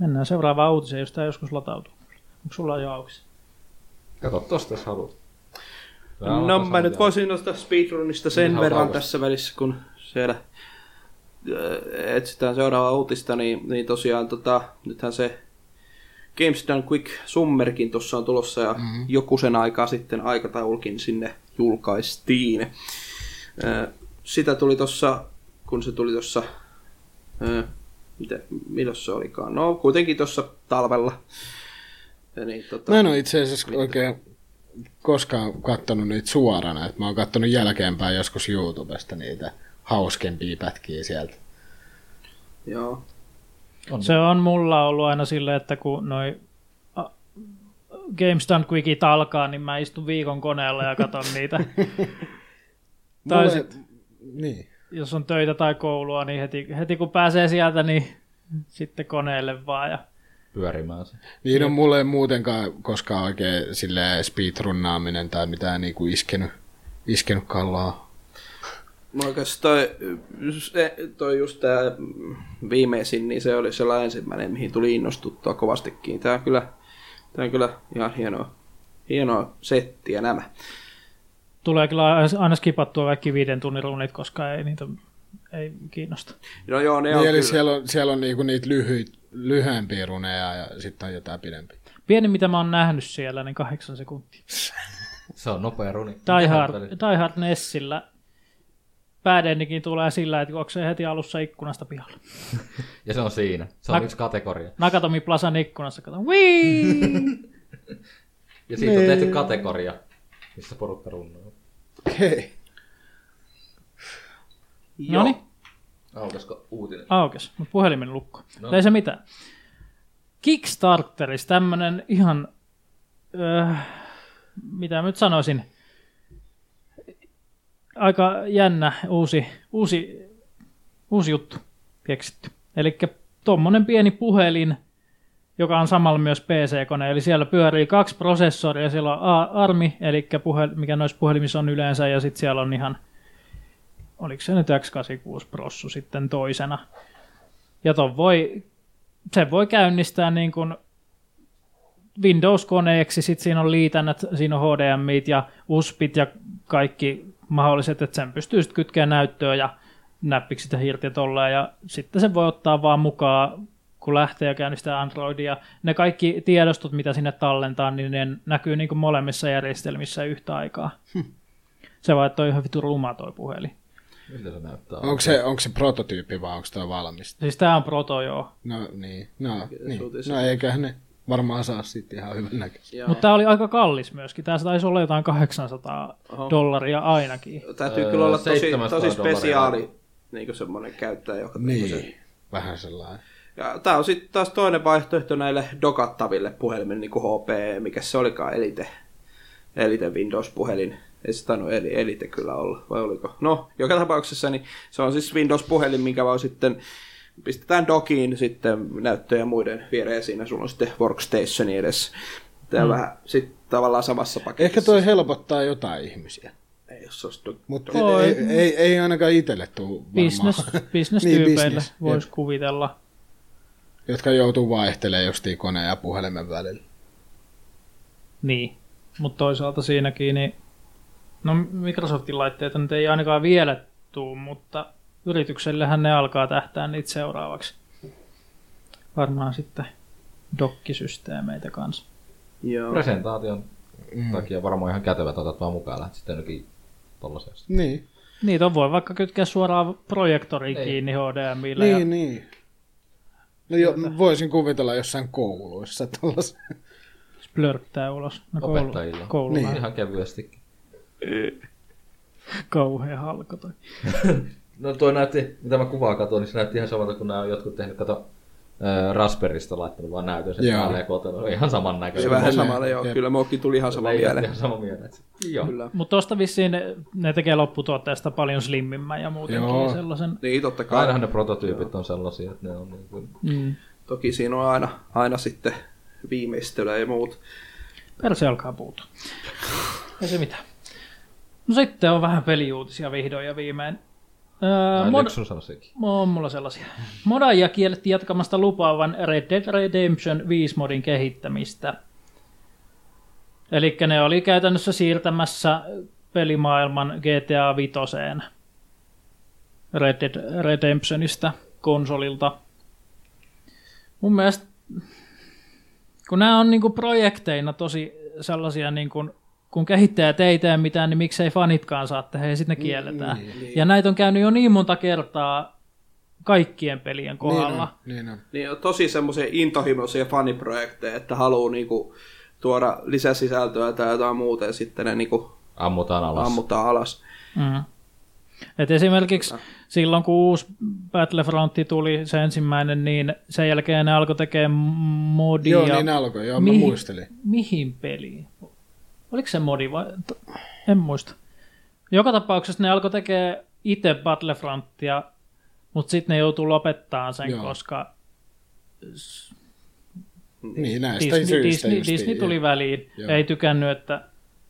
S4: Mennään seuraavaan uutiseen, jos tämä joskus latautuu. Onko sulla jo auki? se?
S3: Kato tosta, jos haluat. Tää on
S5: No
S3: tässä
S5: mä nyt
S3: mitään.
S5: voisin nostaa speedrunista
S3: Niin,
S5: sen verran
S3: hautaus.
S5: tässä välissä, kun siellä ö, etsitään seuraavaa uutista, niin, niin tosiaan tota, nythän se Games Done Quick Summerkin tuossa on tulossa ja
S6: Mhm.
S5: mm-hmm. joku sen aikaa sitten aikataulukin sinne julkaistiin. Ö, Sitä tuli tuossa, kun se tuli tuossa, ö, mitä, milloin se olikaan, no kuitenkin tuossa talvella. Ja Niin, tota,
S6: Mä en ole itse asiassa oikein koskaan kattonut niitä suorana. Et mä oon kattonut jälkeenpäin joskus YouTubesta niitä hauskempia pätkiä sieltä.
S5: joo.
S4: Se on mulla ollut aina silleen, että kun noi a- Games Done Quickit alkaa, niin mä istun viikon koneella ja katon niitä. tai sit,
S6: Niin.
S4: jos on töitä tai koulua, niin heti, heti kun pääsee sieltä, niin sitten koneelle vaan. Ja
S3: Pyörimään se.
S6: Niin on mulle muutenkaan koskaan oikein sille speedrunnaaminen tai mitään niinku iskenyt, iskenyt kallaa.
S5: Mä oikeastaan toi, se, toi just tää viimeisin, niin se oli sellainen ensimmäinen, mihin tuli innostuttua kovastikin. Tää on kyllä, tää on kyllä ihan hienoa, hienoa settiä nämä.
S4: tulee kyllä aina skipattua kaikki viiden tunnin runit, koska ei niitä ei kiinnosta.
S5: No joo, ne on
S6: Niin, eli
S5: kyllä.
S6: siellä on, siellä on niinku niitä lyhyt, lyhyempiä runeja ja sitten on jotain pidempiä.
S4: Pieni, mitä mä oon nähnyt siellä, niin kahdeksan sekuntia.
S3: Se on nopea runi.
S4: Die
S3: Mitä
S4: Hard,
S3: väliä?
S4: Die Hard Nessillä päädennikin tulee sillä, että juoksee heti alussa ikkunasta pihalle.
S3: Ja se on siinä. Se on
S4: Mä-
S3: yksi kategoria.
S4: Nakatomi Plasan ikkunassa, kato, Wii!
S3: Ja siitä on
S5: Niin.
S3: tehty kategoria, missä porukka runnoo.
S6: Hei.
S5: Joo.
S4: Noniin,
S3: Aukasko uutinen?
S4: aukes, mutta puhelimen lukko.
S3: No.
S4: No. Ei se mitään. Kickstarterissa tämmönen ihan, öö, mitä mä nyt sanoisin, aika jännä uusi, uusi, uusi juttu keksitty. Eli tuommoinen pieni puhelin, joka on samalla myös PC-kone, eli siellä pyörii kaksi prosessoria, siellä on A- ARMI, eli puhel, mikä noissa puhelimissa on yleensä, ja sitten siellä on ihan, oliko se nyt X86 prossu sitten toisena. Ja ton voi, sen voi käynnistää niin kuin Windows-koneeksi, sitten siinä on liitännät, siinä on HDMI ja USBit ja kaikki mahdolliset, että sen pystyy sitten kytkeä näyttöön ja näppikset ja irti tolleen, ja sitten sen voi ottaa vaan mukaan, kun lähtee ja käynnistää Androidia. Ne kaikki tiedostot, mitä sinne tallentaa, niin ne näkyy niin kuin molemmissa järjestelmissä yhtä aikaa. Se vaan, että on ihan vitu ruma toi puhelin.
S3: Miltä se näyttää?
S6: Onko se, onko se prototyyppi vai onko tuo valmis?
S4: Siis tää on proto, joo.
S6: No niin, no, niin.
S5: uutisia.
S6: no eiköhän ne varmaan saa sitten ihan hyvän näköistä.
S5: Joo.
S4: Mutta tämä oli aika kallis myöskin. Tämä taisi olla jotain 800
S5: Oho.
S4: dollaria ainakin.
S5: Täytyy
S3: Öö,
S5: kyllä olla tosi,
S3: 700
S5: tosi
S3: dollaria.
S5: spesiaali niin kuin semmoinen käyttäjä. Joka
S6: Niin, vähän sellainen.
S5: Ja tää on sitten taas toinen vaihtoehto näille dokattaville puhelimille, niin kuin HP, mikä se olikaan, Elite, Elite Windows-puhelin. Ei se tainnut eli, Elite kyllä olla, vai oliko? No, joka tapauksessa niin se on siis Windows-puhelin, minkä vaan sitten pistetään dokiin sitten näyttöjä ja muiden viereen siinä. Sulla on sitten workstationi edes. Tää mm. vähän sitten tavallaan samassa paketissa.
S6: Ehkä toi helpottaa jotain ihmisiä.
S5: Ei, jos se olisi do-
S6: Mutta
S4: Toi.
S6: ei, ei, ei, ainakaan itselle tule
S4: Niin, Business,
S6: varmaan,
S4: business-tyypeille
S6: business,
S4: voisi kuvitella.
S6: jotka joutuu vaihtelemaan justiin koneen ja puhelimen välillä.
S4: Niin. Mutta toisaalta siinäkin, niin... No Microsoftin laitteita nyt ei ainakaan vielä tuu, mutta yrityksellähän ne alkaa tähtää niitä seuraavaksi. Varmaan sitten dokkisysteemeitä kanssa.
S5: Joo.
S3: Presentaation takia varmaan ihan kätevät otat vaan mukaan lähdet sitten jonnekin tollasesta.
S6: Niin,
S4: Niitä on voi vaikka kytkeä suoraan projektoriin
S3: Ei.
S4: kiinni HDMillä.
S6: niin,
S4: ja...
S6: niin. No jo, voisin kuvitella jossain kouluissa tuollaisen.
S4: splörttää ulos. No koulu,
S3: Opettajilla.
S4: koulu
S3: Niin.
S4: niin.
S3: Ihan kevyesti.
S4: kauhean halko toi.
S3: No toi näytti, mitä mä kuvaa katsoin, niin se näytti ihan samalta kuin nämä on jotkut tehnyt, kato, ää, Rasperista laittanut vaan näytön sen
S6: Joo.
S3: päälle kotona. Ihan saman
S5: Se
S3: näköinen.
S5: vähän
S6: Silleen,
S5: samalla, joo.
S6: jep.
S5: Kyllä muokin tuli ihan sama mieleen.
S3: Ihan sama mieleen. että- Joo.
S5: Kyllä.
S4: Mutta tuosta vissiin ne, ne tekee lopputuotteesta paljon slimmimmän ja muutenkin
S6: Joo.
S4: Joo. sellaisen.
S5: Niin, totta kai.
S3: Ainahan ne prototyypit on sellaisia, että ne on niin kuin...
S4: Mm.
S5: Toki siinä on aina, aina sitten viimeistelyä ja muut.
S4: Perse alkaa puutua. Ei se mitään. No sitten on vähän peliuutisia vihdoin ja viimein. Öö,
S3: Ai,
S4: mod-
S3: Lexus on sekin.
S4: On mulla sellaisia. Modaja kielletti jatkamasta lupaavan Red Dead Redemption 5 modin kehittämistä. Eli ne oli käytännössä siirtämässä pelimaailman GTA 5 Red Dead Redemptionista konsolilta. Mun mielestä, kun nämä on niinku projekteina tosi sellaisia, niinku, kun kehittäjät ei tee mitään, niin miksei fanitkaan saa tehdä ja sitten ne kielletään. Niin. Ja näitä on käynyt jo niin monta kertaa kaikkien pelien kohdalla.
S6: Niin on.
S5: Niin on tosi semmoisia intohimoisia faniprojekteja, että haluaa niinku tuoda lisäsisältöä tai jotain muuta ja sitten ne niinku
S3: Ammutaan alas.
S5: ammutaan alas.
S4: Mm. Et esimerkiksi silloin, kun uusi Battlefront tuli, se ensimmäinen, niin sen jälkeen ne alkoi tekemään modia.
S6: Joo, niin alkoi. Joo, mä
S4: Mihin-
S6: muistelin.
S4: Mihin peliin? Oliko se modi vai? t- En muista. Joka tapauksessa ne alkoi tekemään itse Battlefrontia, mutta sitten ne joutuu lopettaa sen,
S6: Joo.
S4: Joo. koska
S6: Niin, näistä
S4: Disney,
S6: syistä
S4: Disney,
S6: justiin,
S4: Disney tuli
S6: joo.
S4: väliin.
S6: Joo.
S4: Joo. Ei tykännyt, että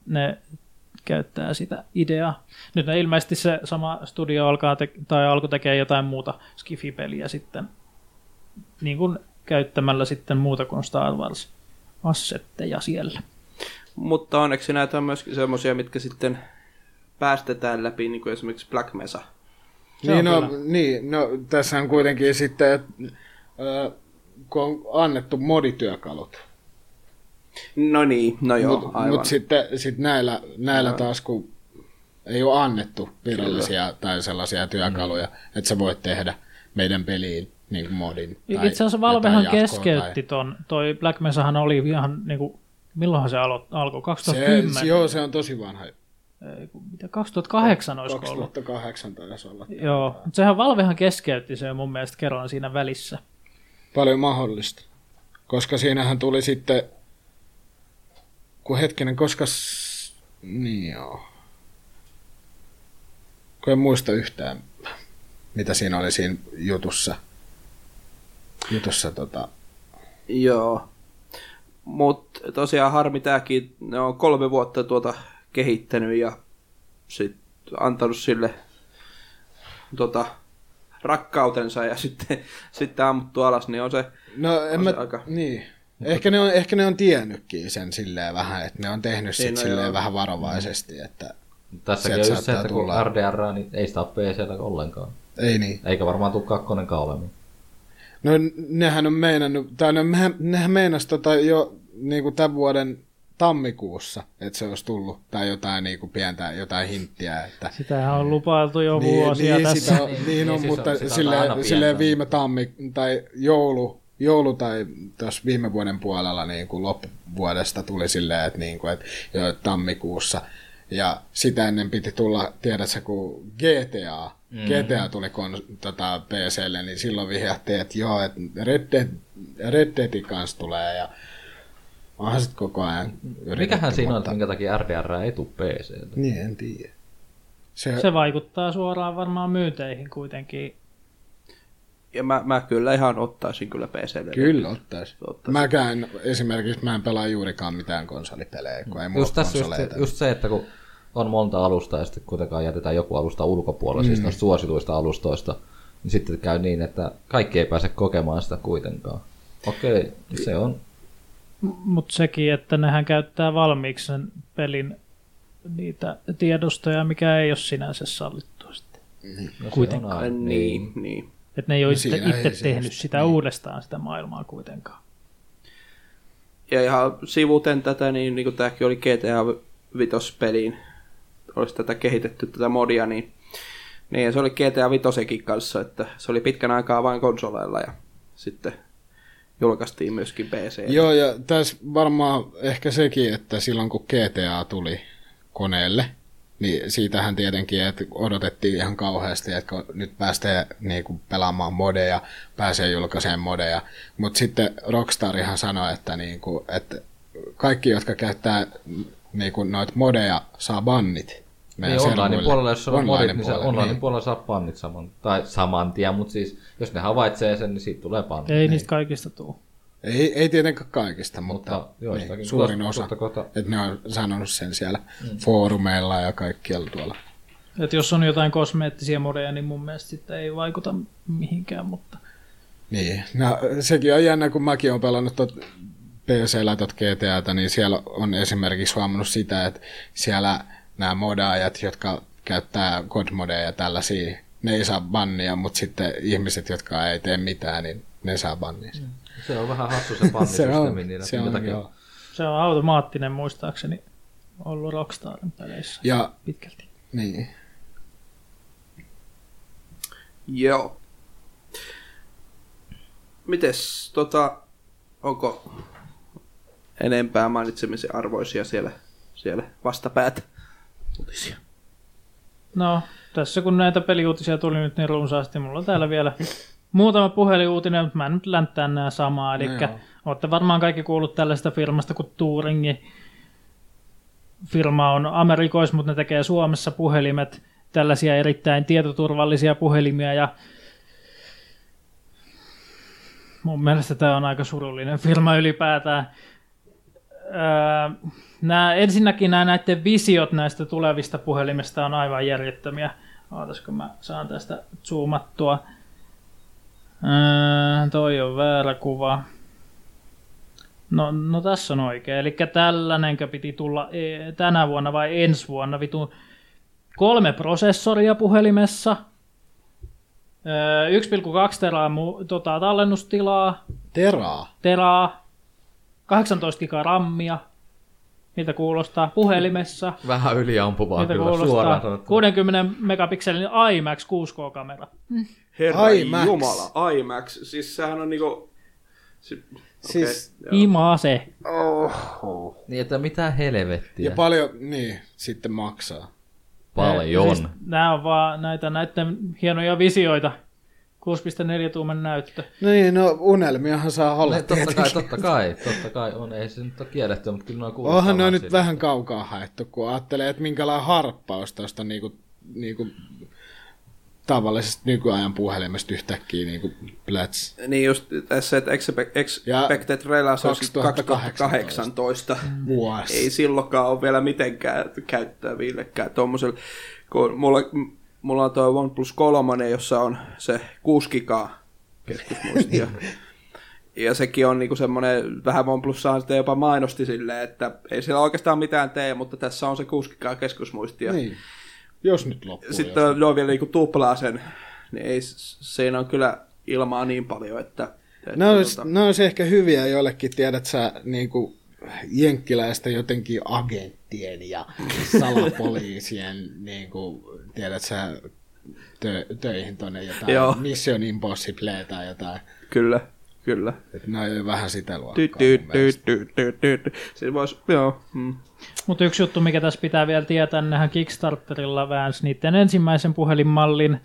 S4: ne käyttää sitä ideaa. Nyt ne ilmeisesti se sama studio alkaa te- tai alkoi tekemään jotain muuta Skifi-peliä sitten. Niin kuin käyttämällä sitten muuta kuin Star Wars assetteja siellä.
S5: Mutta onneksi näitä on myöskin semmoisia, mitkä sitten päästetään läpi, niin kuin esimerkiksi Black Mesa.
S4: Se
S6: Niin,
S4: on
S6: no, niin, no, tässä on kuitenkin sitten, että, äh, kun on annettu modityökalut,
S5: No niin, no joo,
S6: Mut-
S5: aivan.
S6: Mut sitten sit näillä, näillä taas, kun ei ole annettu virallisia Kyllä. tai sellaisia työkaluja, mm. että sä voit tehdä meidän peliin niin kuin modin. tai
S4: Itse asiassa
S6: jotain
S4: Valvehan
S6: jatkoa
S4: keskeytti
S6: tai-
S4: ton. Toi Black Mesahan oli ihan niin kuin, milloinhan se alo- alkoi?
S6: Se,
S4: 2010?
S6: se- joo, se on tosi vanha.
S4: Ei, kun mitä, 2008 olisiko ollut?
S6: 2008 taisi olla.
S4: Joo, mutta sehän Valvehan keskeytti sen mun mielestä kerran siinä välissä.
S6: Paljon mahdollista. Koska siinähän tuli sitten, kun hetkinen, koska... s- Niin joo. Kun en muista yhtään, mitä siinä oli siinä jutussa. Jutussa tota...
S5: Joo. Mutta tosiaan harmi tääkin, ne on kolme vuotta tuota kehittänyt ja sit antanut sille tota, rakkautensa ja sitten, sitten ammuttu alas, niin on se,
S6: No en
S5: On
S6: mä...
S5: se aika-
S6: Niin. Ehkä ne, on, ehkä ne on tiennytkin sen silleen vähän, että ne on tehnyt sit
S5: no
S6: silleen
S5: joo.
S6: vähän varovaisesti, että
S3: Tässäkin
S6: Sieltä
S3: on just se,
S6: saattaa
S3: että kun
S6: tulla.
S3: RDR, niin ei sitä ole PCllä ollenkaan.
S6: ei niin.
S3: Eikä varmaan tule kakkonenkaan olemaan.
S6: No n- nehän on meinannut, tai ne, mehän- nehän meinas tota jo niin kuin tämän vuoden tammikuussa, että se olisi tullut, tai jotain niin kuin pientä, jotain hinttiä, että
S4: Sitähän on lupailtu jo niin, vuosia
S6: niin,
S4: niin, tässä.
S6: Sitä, on-
S4: Sitä...
S6: niin, niin
S3: Niin,
S6: on,
S3: siis
S6: mutta
S3: on- sitä on aina
S6: silleen,
S3: pientä.
S6: silleen viime tammi, tai joulu, joulu tai tuossa viime vuoden puolella niin kuin loppuvuodesta tuli silleen, että, niin kuin, että jo tammikuussa. Ja sitä ennen piti tulla, tiedätkö, kun GTA, mm.
S3: Mm-hmm.
S6: GTA tuli kon, tota, PClle, niin silloin vihjattiin, että joo, että Red, Dead, Red Deadin kanssa tulee ja onhan sitten koko ajan yritetty.
S3: Mikähän siinä on,
S6: mutta-
S3: että minkä takia RDR ei tule PClle?
S6: Niin, en tiedä. Se,
S4: Se vaikuttaa suoraan varmaan myynteihin kuitenkin.
S5: ja mä, mä kyllä ihan ottaisin kyllä PClle.
S6: Kyllä ottaisi.
S5: Ottaisi.
S6: Mäkään esimerkiksi mä en pelaa juurikaan mitään konsolipelejä, kun ei mulla
S3: Just
S6: ole
S3: tässä just, se-
S6: konsoleita.
S3: just se, että kun on monta alusta ja sitten kuitenkaan jätetään joku alusta ulkopuolelle, mm. siis noista suosituista alustoista, niin sitten käy niin, että kaikki ei pääse kokemaan sitä kuitenkaan. Okei, okay, se on.
S4: Mutta sekin, että nehän käyttää valmiiksi sen pelin niitä tiedostoja, mikä ei ole sinänsä sallittua sitten.
S3: No
S4: Kuitenkaan.
S3: Se on
S5: Ai,
S3: aina.
S5: Niin, niin.
S4: Että ne ei ole
S6: No siinä niin.
S4: itse,
S6: ei
S4: itse
S6: se
S4: tehnyt
S6: just-
S4: sitä uudestaan sitä maailmaa kuitenkaan.
S5: Ja ihan sivuten tätä, niin, niin kuin tämäkin oli GTA 5 peliin, olisi tätä kehitetty, tätä modia, niin, niin se oli GTA 5 kanssa, että se oli pitkän aikaa vain konsoleilla ja sitten julkaistiin myöskin PC.
S6: Joo, ja tässä varmaan ehkä sekin, että silloin kun GTA tuli koneelle, niin siitähän tietenkin että odotettiin ihan kauheasti, että kun nyt pääsee niin kuin, pelaamaan modeja, pääsee julkaiseen modeja. Mutta sitten Rockstarihan sanoi, että, niin kuin, että kaikki, jotka käyttää niin kuin, noita modeja, saa bannit. meidän
S3: Niin online
S6: servuille.
S3: puolella, jos on modit, niin se
S6: Online-puolella,
S3: online
S6: niin.
S3: puolella saa pannit saman, tai saman tien, mutta siis jos ne havaitsee sen, niin siitä tulee
S6: No
S3: pannit.
S4: Ei niistä kaikista tule.
S6: Ei, ei tietenkään kaikista, mutta,
S3: Mutta joistakin.
S6: niin, suurin
S3: Tuosta-
S6: osa.
S3: tuosta kohta-
S6: Että ne on sanonut sen siellä mm. foorumeilla ja kaikkialla tuolla.
S4: Et jos on jotain kosmeettisia modeja, niin mun mielestä sitten ei vaikuta mihinkään, mutta
S6: Niin, no sekin on jännä, kun mäkin olen pelannut tot PC-llä tot GTAta, niin siellä on esimerkiksi huomannut sitä, että siellä nämä modaajat, jotka käyttää godmodeja ja tällaisia, ne ei saa bannia, mutta sitten ihmiset, jotka ei tee mitään, niin ne saa bannia.
S3: Mm. Se on vähän hassu se
S6: se on,
S3: pannisysteemi niillä.
S6: se
S3: niin minkä
S6: on
S3: takia-
S6: joo.
S4: se on automaattinen muistaakseni ollut Rockstarin peleissä
S6: Ja
S4: pitkälti.
S6: niin,
S5: Joo. Mites, tota, onko enempää mainitsemisen arvoisia siellä, siellä vastapäätä? Uutisia.
S4: No, tässä kun näitä peliuutisia tuli nyt niin runsaasti, mulla on täällä vielä muutama puhelinuutinen, mutta mä en nyt länttään nämä samaa. Eli
S6: joo.
S4: no olette varmaan kaikki kuullut tällaista firmasta kuin Turingi. Firma on Amerikois, mutta ne tekee Suomessa puhelimet, tällaisia erittäin tietoturvallisia puhelimia ja mun mielestä tämä on aika surullinen firma ylipäätään. Öö, nää, ensinnäkin nämä näiden visiot näistä tulevista puhelimista on aivan järjettömiä. Ootas, kun mä saan tästä zoomattua. Öö, toi on väärä kuva. No, no tässä on oikein. Eli tällainenkö piti tulla eh, tänä vuonna vai ensi vuonna? Vitu kolme prosessoria puhelimessa. Öö, 1,2 teraa mu- tota, tallennustilaa
S6: teraa.
S4: teraa, 18 giga rammia, miltä kuulostaa puhelimessa,
S3: Vähän yliampuvaa
S4: miltä
S3: kyllä, suoraan
S4: kuulostaa
S3: sanottuna.
S4: 60 megapikselin IMAX 6K-kamera.
S5: Herra
S6: IMAX.
S5: Jumala, IMAX. Siis sehän on niinku... Si- okay.
S6: Siis-
S4: Imase.
S3: Niin, että mitä
S6: Ja
S3: helvettiä.
S6: paljon, niin, sitten maksaa.
S3: Paljon.
S4: Siis Nämä on vaan näitä näiden hienoja visioita. 6.4 tuuman näyttö.
S6: No niin, no unelmiahan saa olla
S3: Ne, No, totta kai,
S6: tietenkin.
S3: totta kai, totta kai on. Ei se nyt ole kielletty, mutta kyllä noin kuulostaa.
S6: Onhan ne on nyt
S3: siltä.
S6: vähän kaukaa haettu, kun ajattelee, että minkälainen harppaus tuosta niinku, niinku, tavallisesta nykyajan puhelimesta yhtäkkiä niinku, plats.
S5: Niin just tässä, että expe-
S6: Ja
S5: expected release on
S6: 2018.
S5: 2018.
S3: Mm.
S6: Vuosi.
S5: Ei silloinkaan ole vielä mitenkään käyttävillekään tuommoisella. Kun mulla, m- mulla on tuo OnePlus 3, jossa on se 6 gigaa keskusmuistia.
S6: Niin.
S5: ja sekin on niinku semmoinen, vähän OnePlussahan sitä jopa mainosti silleen, että ei siellä oikeastaan mitään tee, mutta tässä on se 6 gigaa keskusmuistia.
S6: Niin. Jos nyt loppuu.
S5: Sitten
S6: jos.
S5: on, joo, vielä niinku tuplaa sen, niin ei, s- siinä on kyllä ilmaa niin paljon, että... että
S6: Ne olisi,
S5: tota-
S6: ne olisi ehkä hyviä joillekin, tiedät sä, niinku, jenkkiläistä jotenkin agenttien ja salapoliisien, niinku, tiedät sä, tö- töihin tonne jotain
S5: Joo.
S6: Mission Impossible tai jotain.
S5: Kyllä, kyllä.
S6: Et ne on jo vähän sitä luokkaa.
S5: Tyt,
S6: mun
S5: tyt,
S6: mielestä.
S5: tyt, tyt, tyt, tyt. Siis vois, joo. Mm.
S4: Mutta yksi juttu, mikä tässä pitää vielä tietää, nehän Kickstarterilla väänsi niiden ensimmäisen puhelinmallin.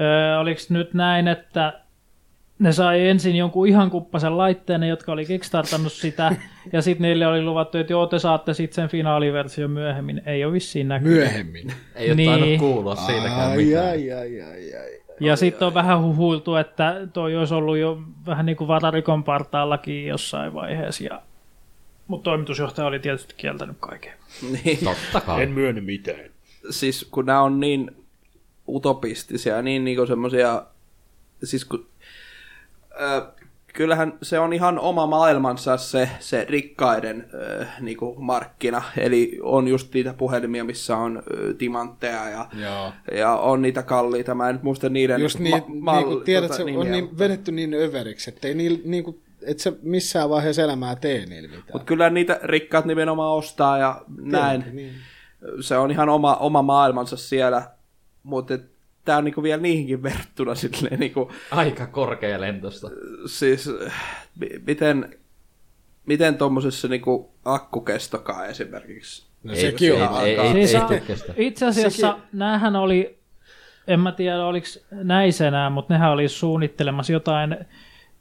S4: Öö, oliko nyt näin, että ne sai ensin jonkun ihan kuppasen laitteen, ne, jotka oli kickstartannut sitä, ja sitten niille oli luvattu, että joo, te saatte sitten sen finaaliversion myöhemmin. Ei ole vissiin näkynyt.
S6: Myöhemmin.
S3: Ei ole niin. tainnut
S4: Niin.
S3: kuulua siitäkään mitään.
S6: ai, ai, ai, ai.
S4: Ja sitten on vähän huhuiltu, että toi olisi ollut jo vähän niin kuin vararikon partaallakin jossain vaiheessa. Ja... Mutta toimitusjohtaja oli tietysti kieltänyt kaiken.
S5: Niin.
S3: Totta kai.
S2: En myönnä mitään.
S5: Siis kun nämä on niin utopistisia, niin niinku semmosia... Siis kun, ö, kyllähän se on ihan oma maailmansa se, se rikkaiden ö, niinku markkina. Eli on just niitä puhelimia, missä on ö, timantteja ja,
S6: Joo.
S5: ja on niitä kalliita. Mä en nyt muista niiden
S6: Just niin, ma-
S5: malli-
S6: niinku, tiedät, tota, se
S5: nimiä,
S6: on
S5: mutta-
S6: niin, vedetty niin överiksi, että ei niillä, niinku, et sä missään vaiheessa elämää tee niillä mitään.
S5: Mutta kyllä niitä rikkaat nimenomaan ostaa ja näin.
S6: Niin.
S5: Se on ihan oma, oma maailmansa siellä. Mutta tämä on niinku vielä niihinkin verrattuna silleen, niinku,
S3: Aika korkea lentosta.
S5: siis äh, mi- miten, miten tuommoisessa niinku akkukestokaa esimerkiksi.
S6: No sekin on
S3: ei,
S6: aika...
S3: ei, ei,
S4: Siis
S3: ei,
S4: a-
S3: ei kestä.
S4: Itse asiassa Sekin... näähän oli, en mä tiedä oliko näisenään, mutta nehän oli suunnittelemassa jotain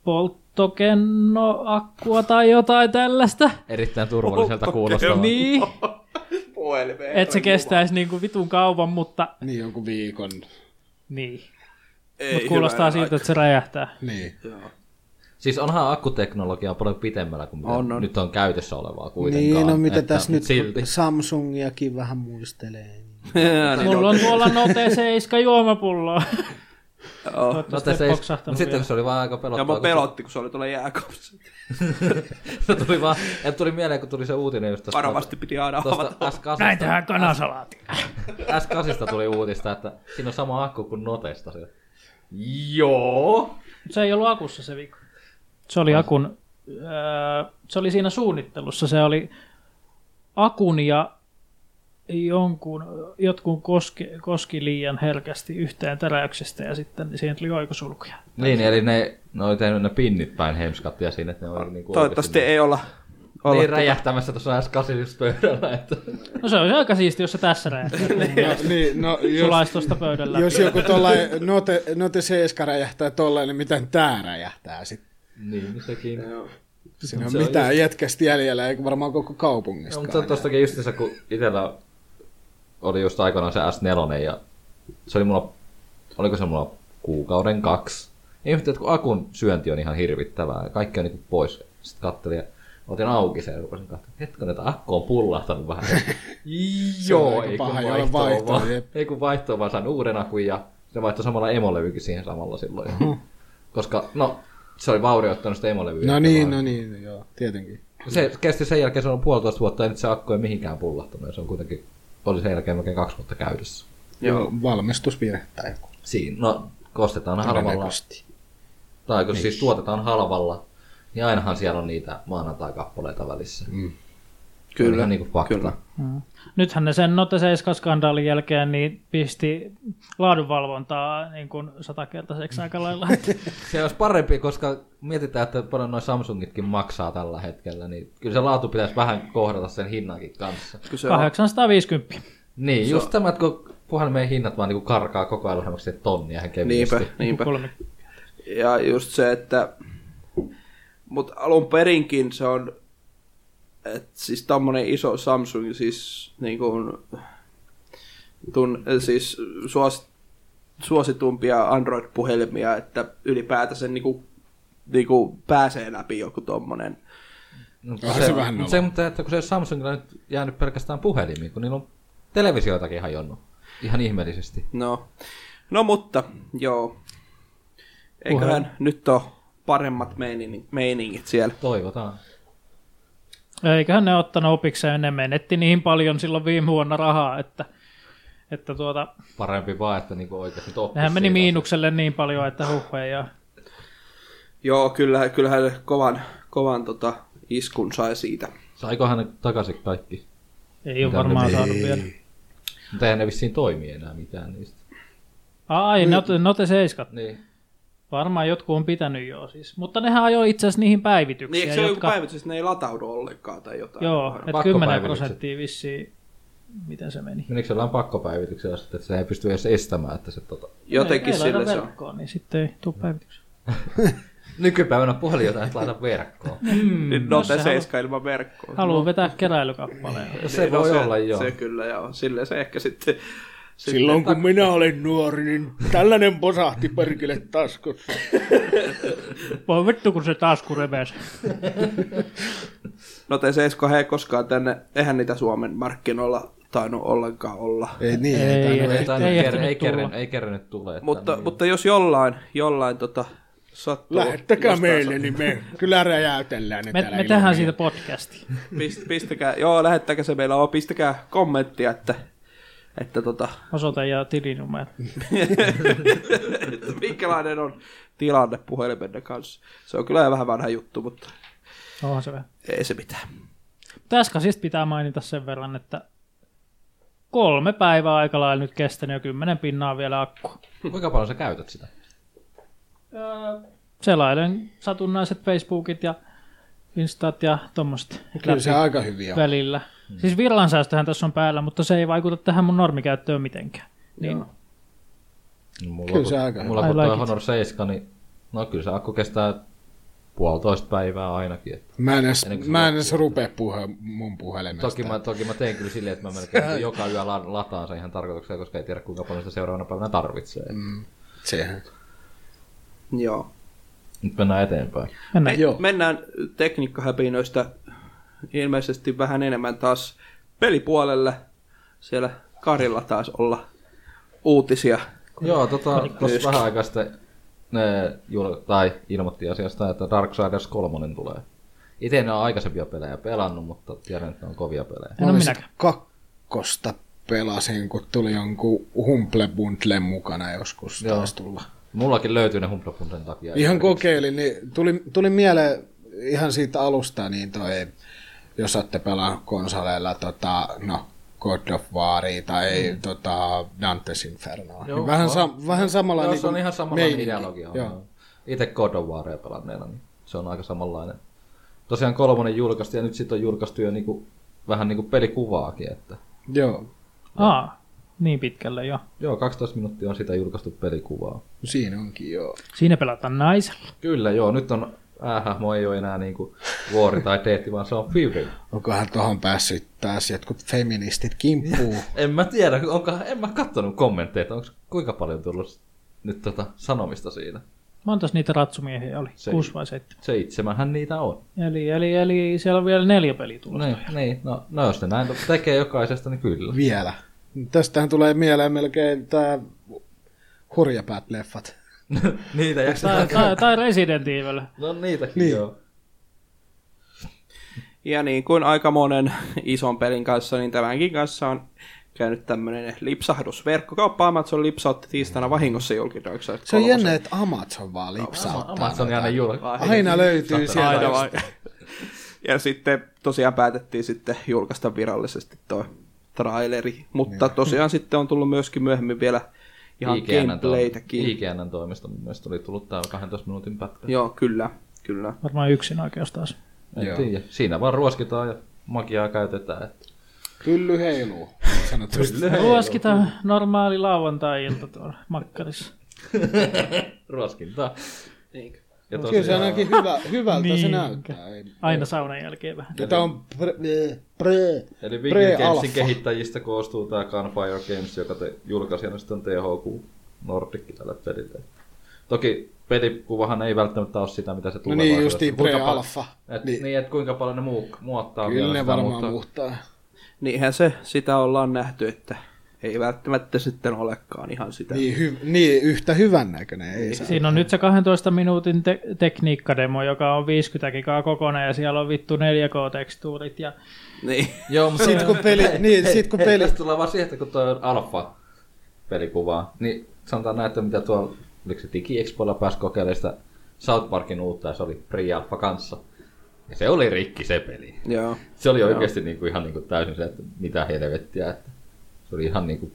S4: polttokennoakkua tai jotain tällaista.
S3: Erittäin turvalliselta kuulostava.
S4: Niin,
S5: Puhelimeen.
S4: että se kestäisi niinku vitun kauan, mutta
S6: Niin jonkun viikon.
S4: niin.
S5: Ei,
S4: Mut kuulostaa
S5: hyvä
S4: siltä,
S5: aika.
S4: että se räjähtää.
S6: Niin.
S3: Siis onhan akkuteknologia paljon pitemmällä kuin mitä
S5: On, on.
S3: nyt on käytössä olevaa kuitenkaan.
S7: Niin, no mitä
S3: Että
S7: tässä nyt
S3: Silti.
S7: Samsungiakin vähän muistelee.
S5: Jaa, niin
S4: Mulla
S5: on.
S4: on tuolla Note 7 juomapulloa.
S5: Joo.
S3: No,
S4: Toivottavasti
S3: tässä
S4: ei
S3: ei,
S4: poksahtanut
S3: mutta sitten kun se oli vaan aika
S5: Ja
S3: pelottavaa.
S5: mä
S3: kun
S5: pelotti, kun se oli tuolla jääkaupassa.
S3: Se, tuli, vaan, ja tuli mieleen, kun tuli se uutinen just tuosta.
S5: Varovasti piti aina
S3: Tuosta
S5: avata.
S3: S8,
S4: Näin tehdään kanasalaatti.
S3: S8 tuli uutista, että siinä on sama akku kuin Notesta. Siellä. Joo.
S4: Se ei ollut akussa se vika. Se oli akun, öö, se oli siinä suunnittelussa. Se oli akun ja jonkun, jotkun koski, koski liian herkästi yhteen täräyksestä ja sitten siihen tuli oikosulkuja.
S3: Niin, eli ne, ne oli tehnyt ne pinnit päin hemskattia siinä, että ne oli niinku
S5: Toivottavasti
S3: oikeasti-
S5: ei olla. olla
S3: niin räjähtämässä tuossa S8 just pöydällä. Että...
S4: No se olisi aika siisti, jos se tässä räjähtää.
S6: No, niin, no jos,
S4: Sulaisi tuosta pöydän läpi.
S6: jos joku tollain note, note 7 räjähtää tollain, niin miten tää räjähtää sitten?
S3: niin, sekin.
S6: Siinä on mitään jätkästä jäljellä, eikä varmaan koko kaupungista.
S3: No, mutta tuostakin justiinsa, kun itsellä oli just aikoinaan se S4, ja se oli mulla, oliko se mulla kuukauden kaksi. Niin yhtä, että kun akun syönti on ihan hirvittävää, ja kaikki on niinku pois. Sitten kattelin ja otin auki sen ja rupesin katsomaan, hetkinen, että akku on pullahtanut vähän.
S6: Se on
S3: Joo,
S6: aika
S3: ei kun
S6: paha, ei ole
S3: vaihtoa,
S6: vaihtoa,
S3: vaan,
S6: jep.
S3: ei kun vaihtoa, vaan sain uuden akun ja se vaihtoi samalla emolevykin siihen samalla silloin.
S6: Hmm.
S3: Koska, no, se oli vaurioittanut sitä emolevyä.
S6: No niin, no niin, joo, tietenkin.
S3: Se kesti sen jälkeen, se on puolitoista vuotta, ja nyt se akku ei mihinkään pullahtunut, ja se on kuitenkin, oli sen jälkeen melkein kaksi vuotta käytössä.
S6: Joo. Valmistusvirhe tai joku.
S3: Siinä, no, kostetaan halvalla,
S6: Todennäköisesti.
S3: tai kun
S5: Niin.
S3: siis tuotetaan halvalla, niin ainahan siellä on niitä maanantai-kappaleita välissä. Mm.
S5: Kyllä,
S3: Ihan niinku fakta.
S5: kyllä.
S4: Nythän ne sen Note 7-skandaalin jälkeen niin pisti laadunvalvontaa niin kuin satakertaiseksi aika lailla.
S3: Se olisi parempi, koska mietitään, että paljon noin Samsungitkin maksaa tällä hetkellä, niin kyllä se laatu pitäisi vähän kohdata sen hinnankin kanssa.
S5: Kun se on,
S4: 850.
S3: Niin, just tämä, että kun puhelimen hinnat vaan niin karkaa koko ajan lähemmäksi tonnia ihan kevyesti.
S5: niinpä, niinpä.
S4: Kolme.
S5: Ja just se, että... Mutta alun perinkin se on... Et siis tommonen iso Samsung, siis niin kuin, tun, siis suos, suositumpia Android-puhelimia, että ylipäätänsä niin kuin, niin kuin pääsee läpi joku tommonen.
S3: No,
S6: Onhan se vähän
S3: mutta
S6: nolo.
S3: se, mutta että kun se Samsungilla on nyt jäänyt pelkästään puhelimiin, kun niillä on televisioitakin hajonnut. Ihan ihmeellisesti.
S5: No, no mutta, joo. Eiköhän nyt ole paremmat meiningi- meiningit siellä.
S3: Toivotaan.
S4: Eiköhän ne ottanut opikseen, ne menetti niin paljon silloin viime vuonna rahaa, että, että tuota,
S3: Parempi vaan, että niinku oikeasti nyt oppisi
S4: nehän meni
S3: siitä
S4: miinukselle niin paljon, että huh ei ja
S5: Joo, kyllä, kyllähän kovan, kovan tota, iskun sai siitä.
S3: asiasta. Saikohan ne takaisin kaikki?
S4: ei ole
S3: Mitä
S4: varmaan
S3: ne-
S4: saanut vielä.
S3: Mutta eihän ne vissiin toimi enää mitään niistä.
S4: Ai, Note, Note 7.
S3: Niin.
S4: Varmaan jotkut on pitänyt jo siis. Mutta nehän ajoi itse asiassa niihin päivityksiin.
S5: Niin, eikö se
S4: jotka,
S5: ole joku päivitys, että ne ei lataudu ollenkaan tai jotain?
S4: Joo, että 10
S3: Pakkopäivitykset.
S4: prosenttia vissiin, miten se meni.
S3: Menikö jollain pakkopäivityksellä sitten, että se ei pysty edes estämään, että se tota...
S5: Jotenkin
S4: ei, ei
S5: sille
S4: laita
S5: se on.
S4: verkkoon, niin sitten ei tule päivityksiä.
S3: Nykypäivänä puhelin jotain, että laita verkkoon.
S4: Mm.
S5: Niin no, se 7 ilman verkkoa.
S4: Haluan vetää keräilykappaleen.
S3: se
S5: Niin, no,
S3: voi olla, joo.
S5: Se kyllä, joo. Sille se ehkä sitten... sitten
S2: Silloin kun minä olin nuori, niin tällainen posahti perkele taskussa.
S4: Voi vittu, kun se tasku repesi.
S5: No te Seisko, he ei koskaan tänne, eihän niitä Suomen markkinoilla tainnut ollenkaan olla.
S6: Ei niin, ei,
S4: Ei,
S6: ei,
S4: ei.
S3: ei, tainnut
S4: ehtinyt
S3: kerran- ei,
S4: tulla.
S3: kerran- ei kerran tule. niin.
S5: Mutta, mutta jos jollain, jollain tota, sattuu...
S2: Lähettäkää
S5: jostain
S2: meille, niin me
S6: Kyllä räjäytellään ne
S4: Me,
S6: täällä
S4: me
S6: ilman
S3: niin.
S4: tehdään siitä
S6: mitään.
S4: podcasti.
S5: sa- Pist, pistäkää, joo, lähettäkää se meillä on, pistäkää kommenttia, että, että tota,
S4: Osoite ja tilinumero.
S5: että minkälainen on tilanne puhelimenne kanssa. Se on kyllä jo vähän vanha juttu, mutta
S4: Onhan se vähän.
S5: ei se mitään.
S4: siis Tässä kasista pitää mainita sen verran, että kolme päivää aika lailla nyt kestänyt ja kymmenen pinnaa vielä akku.
S3: Kuinka paljon sä käytät sitä?
S4: Öö, Selailen satunnaiset Facebookit ja Instat ja tuommoista
S6: Kyllä se aika hyviä on.
S4: välillä. Siis virlansäästöhän tässä on päällä, mutta se ei vaikuta tähän mun normikäyttöön mitenkään. Niin,
S3: Niin Mulla,
S6: Kyllä
S3: kun-
S6: se aika
S3: Mulla
S4: hyvä.
S3: kun
S4: I
S3: toi
S4: like it.
S3: Honor 7, niin no kyllä se akku kestää puolitoista päivää ainakin. Että
S6: Mä en edes,
S3: Ennen kuin se
S6: mä en edes rupea puhe, mun puhelimesta.
S3: Toki mä, toki mä teen kyllä silleen, että mä melkein joka yö la- lataan sen ihan tarkoituksella, koska ei tiedä kuinka paljon sitä seuraavana päivänä tarvitsee. Mm.
S6: Sehän.
S5: Joo.
S3: Nyt mennään eteenpäin.
S4: mennään.
S5: Me, mennään tekniikkahäpinöistä ilmeisesti vähän enemmän taas pelipuolelle. Siellä Karilla taas olla uutisia.
S3: Joo, tota, tuossa vähän aikaa sitten ne jul- tai ilmoitti asiasta, että Darksiders 3 tulee. Itse en ole aikaisempia pelejä pelannut, mutta tiedän, että ne on kovia pelejä.
S4: En ole
S6: Mä
S4: minäkään.
S6: kakkosta pelasin, kun tuli jonkun Humble Bundlen mukana joskus Joo. taas tulla.
S3: Mullakin löytyy ne humplapunten takia.
S6: Ihan kokeilin, niin tuli, tuli mieleen ihan siitä alusta, niin toi, jos olette pelannut konsoleilla, tota, no, God of Waria tai mm. tota, Dante's Infernoa.
S3: Joo,
S6: Joo, niin vähän,
S3: on.
S6: sa- vähän samalla
S3: Joo, se on
S6: niinku
S3: ihan samanlainen
S6: meininki.
S3: ideologia. niinku
S6: Joo.
S3: Itse God of Waria pelanneena, niin se on aika samanlainen. Tosiaan kolmonen julkaistu ja nyt sitten on julkaistu jo niinku, vähän niinku pelikuvaakin. Että.
S6: Joo,
S4: Aa, niin pitkälle jo.
S3: Joo, 12 minuuttia on sitä julkaistu pelikuvaa.
S6: siinä onkin joo.
S4: Siinä pelataan naisella.
S3: Kyllä joo, nyt on äähahmo ei ole enää niinku vuori tai teetti, vaan se on Fury.
S6: Onkohan tuohon päässyt taas jotkut feministit kimppuun?
S3: En mä tiedä, onko, en mä kattonut kommentteja, että onko kuinka paljon tullut nyt tota sanomista siinä.
S4: Montas niitä ratsumiehiä oli?
S3: Se-
S4: Kuusi vai seitsemän.
S3: Seitsemänhän niitä on.
S4: Eli, eli, eli siellä on vielä neljä peliä tulossa.
S3: Niin, niin, no, no jos ne näin tekee jokaisesta, niin kyllä.
S6: Vielä. Tästähän tulee mieleen melkein tämä hurjapäät-leffat.
S3: Niitä jättää.
S4: Tai, tai, tai Resident Evil.
S3: No niitäkin niin. joo.
S5: Ja niin kuin aika monen ison pelin kanssa, niin tämänkin kanssa on käynyt tämmöinen lipsahdus. Verkkokauppa Amazon lipsautti tiistaina vahingossa julki Dark Souls
S6: Se on
S5: kolmosen.
S6: jännä, että Amazon vaan lipsauttaa.
S3: Amazon aina julkaisi.
S6: Aina löytyy
S5: Aina
S6: sieltä.
S5: vaan. Ja sitten tosiaan päätettiin sitten julkaista virallisesti toi traileri. Mutta tosiaan sitten on tullut myöskin myöhemmin vielä ihan gameplaytäkin.
S3: IGNn toimista mun mielestä oli tullut täällä 12 minuutin pätkä.
S5: Joo, kyllä, kyllä.
S4: Varmaan yksin oikeus taas.
S3: En
S6: Joo.
S3: tiedä. Siinä vaan ruoskitaan ja magiaa käytetään. että
S6: Pylly heiluu. Sanotusti.
S4: Ruoskitaan normaali lauantai-ilta tuolla makkarissa.
S3: Ruoskintaa. Ja
S6: Kyllä se
S3: tosiaan,
S6: ainakin hyvä, hyvältä se
S4: Niin.
S6: näyttää. Ei-
S4: Aina saunan jälkeen vähän.
S6: Tätä on pre, pre,
S3: eli
S6: pre
S3: Vigil Gamesin
S6: alfa.
S3: kehittäjistä koostuu tämä Gunfire Games, joka te, julkaisijana sitten on THQ Nordic tälle pelille. Toki pelikuvahan ei välttämättä ole sitä, mitä se
S6: No
S3: tulee.
S6: niin, justiin
S3: Kuinka
S6: pre
S3: pal-
S6: alfa.
S3: Et, niin.
S6: Niin,
S3: niin, että kuinka paljon ne muu, muottaa
S6: kyllä
S3: vielä
S6: ne
S3: sitä,
S6: varmaan
S3: mutta-
S6: muuttaa.
S5: Niinhän se sitä ollaan nähty, että ei välttämättä sitten olekaan ihan sitä.
S6: Niin, hy, niin, yhtä hyvän näköinen
S3: Niin.
S6: ei saa.
S4: Siinä on nyt se 12 minuutin te- tekniikkademo, joka on 50 gigaa kokonainen ja siellä on vittu 4K-tekstuurit ja
S5: Niin.
S3: Joo, mutta
S6: Sit kun peli, niin, sit kun
S3: Hei,
S6: peli,
S3: Tästä tulee vaan siihen, että kun tuo on alfa pelikuvaa, niin sanotaan näin, että mitä tuo, oliko se DigiExpoilla pääsi kokeilemaan sitä South Parkin uutta, ja se oli pre-alfa kanssa. Ja se oli rikki se peli.
S5: Joo.
S3: Se oli oikeasti niinku, ihan niinku täysin se, että mitä helvettiä. Että se oli ihan niinku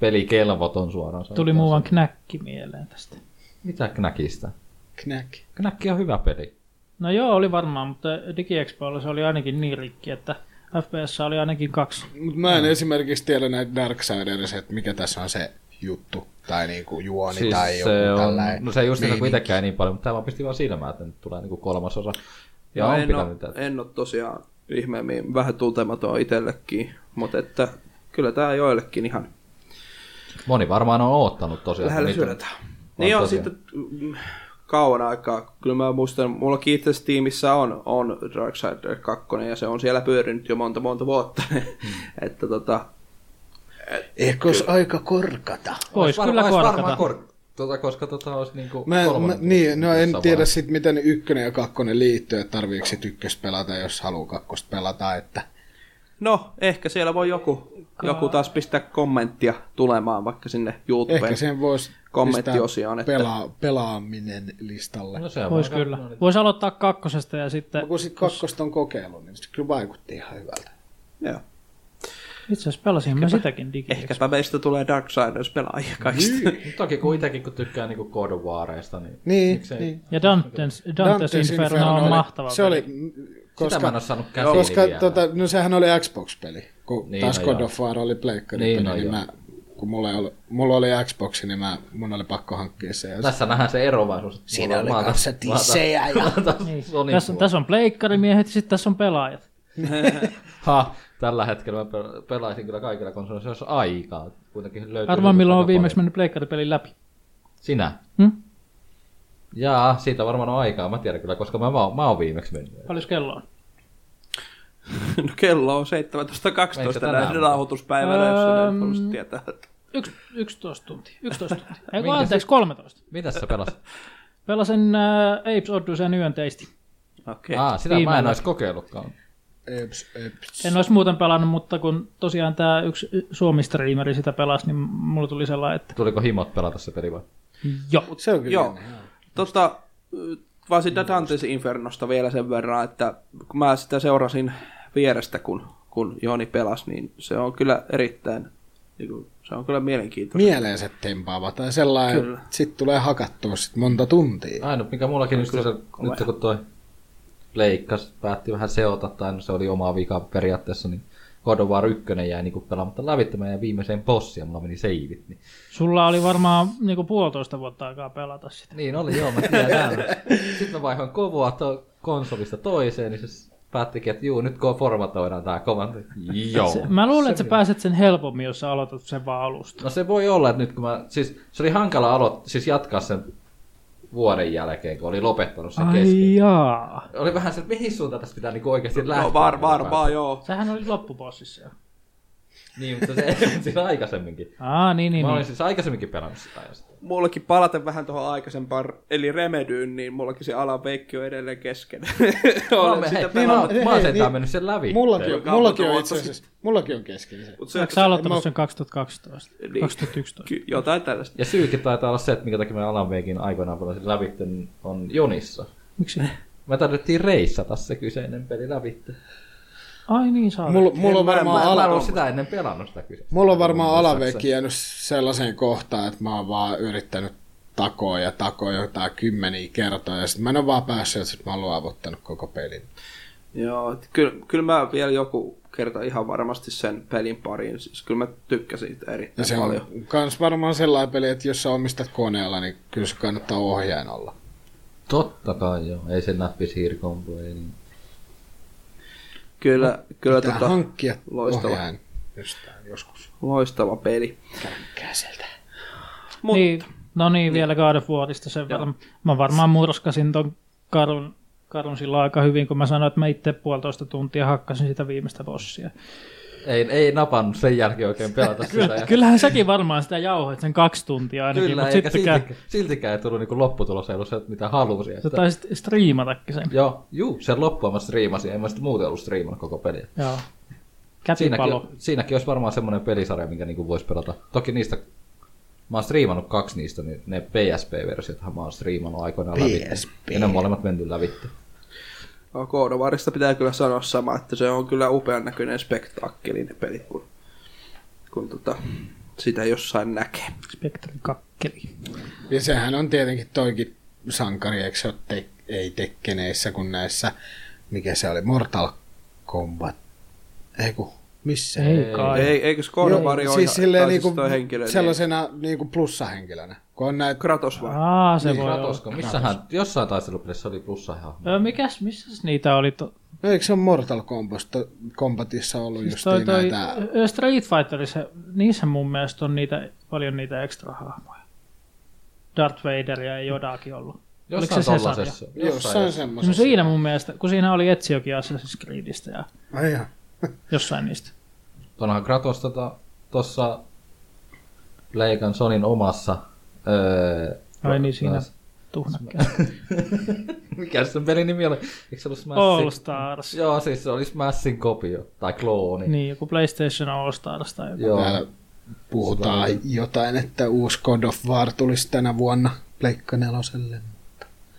S3: pelikelvoton suoraan.
S4: tuli
S3: sanotaan.
S4: muuan knäkki mieleen tästä.
S3: Mitä Knäkistä?
S6: knäk.
S3: Knäkki on hyvä peli.
S4: No joo, oli varmaan, mutta DigiExpoilla se oli ainakin niin rikki, että FPS oli ainakin kaksi.
S6: Mut mä en
S3: Mm.
S6: esimerkiksi tiedä näitä Darksiders, että mikä tässä on se juttu, tai niinku juoni, siis tai joku
S3: se on,
S6: tällainen.
S3: no se just niin kuin
S6: meininki.
S3: itsekään ei niin paljon, mutta tämä vaan pisti vaan silmään, että nyt tulee niinku kolmas osa. Ja
S5: No,
S3: on
S5: en, ole,
S3: pitänyt tätä.
S5: en ole tosiaan ihmeemmin vähän tuntematon itsellekin, mutta että kyllä tämä joillekin ihan
S3: Moni varmaan on oottanut tosiaan.
S5: lähellä
S3: niitä-
S5: sydäntä. Niin joo,
S3: tosiaan.
S5: sitten mm, kauan aikaa. Kyllä mä muistan, mulla itse asiassa tiimissä on, on Darksider 2 ja se on siellä pyörinyt jo monta monta vuotta. Mm. että tota,
S6: Eikö olisi aika korkata?
S4: Pois kyllä korkata.
S3: kor... tota, koska tota olisi niinku
S6: Mä, mä,
S3: kolmannen
S6: niin, no en
S3: jossain
S6: tiedä
S3: vaiheessa.
S6: sitten, miten ykkönen ja kakkonen liittyy, että tarviiko sit ykkös pelata, jos haluaa kakkosta pelata, että
S5: no, ehkä siellä voi joku, joku taas pistää kommenttia tulemaan vaikka sinne
S6: ehkä
S5: YouTubeen.
S6: sen voisi
S5: kommenttiosioon, että-
S6: pela, pelaaminen listalle.
S3: No se on
S4: Pois
S3: vaan-
S4: kyllä. Voisi aloittaa kakkosesta ja sitten
S6: No, kun sit kakkosta on kokeillut, niin se kyllä vaikutti ihan hyvältä.
S5: Joo.
S4: Itse asiassa pelasin mä sitäkin digiksi.
S5: Ehkäpä meistä tulee Darksiders-pelaajia kaikista.
S3: Toki kun itsekin kun tykkää niinku God of Wareista, niin,
S6: Niin,
S3: miksei-
S6: niin.
S4: Ja Dante's, Dante's, Dante's Inferno, on
S6: oli-
S4: mahtava
S6: Se oli,
S4: peli.
S3: Sitä mä en ole
S6: koska,
S3: saanut käsiin
S6: koska
S3: vielä.
S6: tota, no sehän oli Xbox-peli, kun
S3: Niin,
S6: niin, taas
S3: no
S6: God
S3: joo.
S6: of War oli pleikkari
S3: Niin,
S6: niin,
S3: no joo.
S6: niin mä, kun mulla oli, mulla oli Xbox, niin mä, mun oli pakko hankkia se. Ja
S3: Tässä nähdään se eroavaisuus. Siinä oli kanssa tissejä ja... Sony
S4: Niin. Tässä,
S3: puolella.
S4: tässä on pleikkarimiehet ja sitten tässä on pelaajat.
S3: Ha, tällä hetkellä mä pel- pelaisin kyllä kaikilla konsoleilla, jos aikaa. Kuitenkin löytyy
S4: Arvaa milloin on
S3: aika
S4: viimeksi
S3: paljon.
S4: mennyt pleikkaripelin läpi.
S3: Sinä.
S4: Hm?
S3: Jaa, siitä varmaan on aikaa, mä tiedän kyllä, koska mä, mä, oon, mä oon viimeksi mennyt.
S4: Paljon kello on?
S5: No kello on
S3: Meistä
S5: 17.12
S3: tänään
S5: näin
S3: on.
S5: rauhoituspäivänä, jos
S4: Öm.
S5: ne haluaisi tietää.
S4: Yks, 11 tuntia. 11 tuntia. Ei kun anteeksi, 13.
S3: Mitä sä pelasit?
S4: Pelasin äh, Apes Odysseyn yön teisti.
S5: Okei.
S3: Ah, sitä mä en
S4: Viimeinen.
S3: ois kokeillutkaan.
S6: eps, eps.
S4: En olisi muuten pelannut, mutta kun tosiaan tämä yksi suomi-striimeri sitä pelasi, niin mulla tuli sellainen, että
S3: Tuliko himot pelata se peli vai?
S4: joo.
S6: Se on kyllä. niin,
S5: Joo. Tota, vaan sitä Dantes Infernosta vielä sen verran, että kun mä sitä seurasin vierestä, kun, kun Joni pelasi, niin se on kyllä erittäin, niin kuin, se on kyllä mielenkiintoinen.
S6: Mieleensä tempaava tai sellainen,
S5: Kyllä.
S6: sit tulee hakattua sit monta tuntia.
S3: Ainut no mikä mullakin just se,
S5: kova.
S3: nyt kun toi leikkas, päätti vähän seota, tai no se oli omaa vikaa periaatteessa, niin God of War 1 jäi niinku pelaamatta lävittämään ja viimeiseen bossia mulla meni seivit. Niin,
S4: Sulla oli varmaan niinku puolitoista vuotta aikaa pelata sitä.
S3: niin oli joo, mä tiedän. Sitten mä vaihoin kovoa to- konsolista toiseen, niin se päättikin, että juu, nyt kun formatoidaan tää komando. Joo.
S4: Se, mä luulen, että sä pääset sen helpommin, jos sä aloitat sen vaan alusta.
S3: No se voi olla, että nyt kun mä, siis se oli hankala alo, siis jatkaa sen vuoden jälkeen, kun oli lopettanut sen kesken.
S4: Ai jaa.
S3: Oli vähän se, että mihin suuntaan tässä pitää niinku oikeasti lähteä.
S5: No, var, varmaan joo.
S4: Sähän oli loppubossissa jo.
S3: Niin, mutta se siis aikaisemminkin.
S4: Aa, niin, niin,
S3: Mä
S4: niin.
S3: olin siis aikaisemminkin pelannut sitä jo sitä.
S5: Mullakin palaten vähän tuohon aikaisempaan, eli Remedyyn, niin mullakin se alapeikki on edelleen kesken. Olen
S3: Mä-
S5: sitä
S3: hei, niin mä,
S5: pelannut.
S3: oon- mä oon
S6: hei,
S3: sentään
S6: niin-
S3: mennyt sen läpi.
S6: Mullakin, on-
S5: Joka
S6: mullakin on
S5: vuotta
S6: itse asiassa, mullakin on kesken se.
S5: Mut se-
S4: Eikö sä aloittanut
S6: mä-
S4: sen 2012?
S5: Niin.
S4: 2011?
S5: Ky- Jotain tällaista.
S3: Ja syykin taitaa olla se, että minkä takia mä Alan Wakein aikoinaan pelasin lävitte, niin on Jonissa.
S4: Miksi?
S3: Me tarvittiin reissata se kyseinen peli lävitte.
S4: Ai niin, saa.
S6: Mulla, mulla on
S5: mä-
S6: varmaan
S3: Mä en
S6: ala,
S3: ollut sitä ennen pelannut sitä kyseistä.
S6: mulla on varmaan
S3: Muistat
S6: alaveikki
S3: sen?
S6: jäänyt sellaiseen kohtaan, että mä oon vaan yrittänyt takoa ja takoa jotain kymmeniä kertoja, ja sit mä en ole vaan päässyt, että sit mä oon luovuttanut koko pelin.
S5: Joo, et kyllä, kyllä mä vielä joku kerta ihan varmasti sen pelin pariin. Siis kyllä mä tykkäsin siitä
S6: Ja
S5: erittäin
S6: se
S5: paljon.
S6: on kans varmaan sellainen peli, että jos sä omistat koneella, niin kyllä se kannattaa ohjain olla.
S3: Totta kai joo, ei se näppisiirkompo, ei niin.
S5: Kyllä, kyllä
S6: Pitää
S5: tota,
S6: hankkia
S5: loistava.
S6: ohjain jostain joskus.
S5: loistava peli. Mutta niin.
S4: Niin, no niin, vielä God of Warista sen verran. Mä varmaan murskasin ton karun, karun silloin aika hyvin, kun mä sanoin, että mä itse puolitoista tuntia hakkasin sitä viimeistä bossia.
S3: Ei, ei napannut sen jälkeen oikein pelata sitä. ja-
S4: Kyllähän säkin varmaan sitä jauhoit sen kaksi tuntia ainakin,
S3: Kyllä,
S4: mutta
S3: eikä
S4: sittenkään
S3: siltikään, siltikään ei tullut niinku lopputulos, ei ollut se, että mitä halusi.
S4: sä
S3: Että,
S4: taisit striimatakin sen.
S3: joo, juu, sen loppua mä striimasin, en mä sitten muuten ollut striimannut koko peliä.
S4: Joo.
S3: Siinäkin,
S4: Käpipalo.
S3: siinäkin olisi varmaan semmoinen pelisarja, minkä niinku voisi pelata. Toki niistä, mä oon striimannut kaksi niistä, niin ne PSP-versiothan mä oon striimannut aikoinaan läpi.
S7: PSP.
S3: Ja ne on molemmat menty lävitte.
S5: Koodovarista pitää kyllä sanoa sama, että se on kyllä upean näköinen spektaakkeli ne pelit, kun, kun tota, sitä jossain näkee.
S4: Spektri kakkeli.
S6: Ja sehän on tietenkin toikin sankari, eikö se ole te- ei tekkeneissä kuin näissä, mikä se oli, Mortal Kombat. Ei kun, missä?
S4: Ei kai.
S5: Ei, eikös Koodovari ole
S6: siis
S5: ihan,
S6: silleen
S5: tai siis
S6: niinku,
S5: toi henkilö, niin
S6: sellaisena niinku plussahenkilönä. Kun on näitä,
S5: Kratos vai?
S4: Aa,
S3: Niin.
S4: se voi olla.
S3: Kratosko, missähän, jossain taistelupelissä oli plussahahmo.
S4: Ö, Mikäs, missä niitä oli? To,
S6: no eikö se ole Mortal Kombasta- Kombatissa ollut
S4: siis
S6: just
S4: toi, toi,
S6: näitä,
S4: ö, Street Fighterissa, niissä mun mielestä on niitä, paljon niitä ekstra hahmoja. Darth Vader ja Jodakin ollut. Oliko se
S3: Jossain
S4: se sarja?
S3: tollasessa.
S6: jossain
S4: No
S6: semmoisessa.
S4: siinä mun mielestä, kun siinä oli Etsiokin Assassin's Creedistä ja
S6: Ai ihan.
S4: jossain niistä.
S3: Onhan Kratos tota, tuossa Leikan Sonin omassa... Öö,
S4: Ai niin, siinä
S3: taas-
S4: tuhnakkeen.
S3: Mikä sen pelin nimi oli? Eikö se ollut Smash?
S4: All Stars.
S3: Joo, siis se oli Smashin kopio. Tai klooni.
S4: Niin, joku PlayStation All Stars tai joku.
S3: Joo.
S6: Täällä puhutaan jotain, että uusi God of War tulisi tänä vuonna Pleikka neloselle.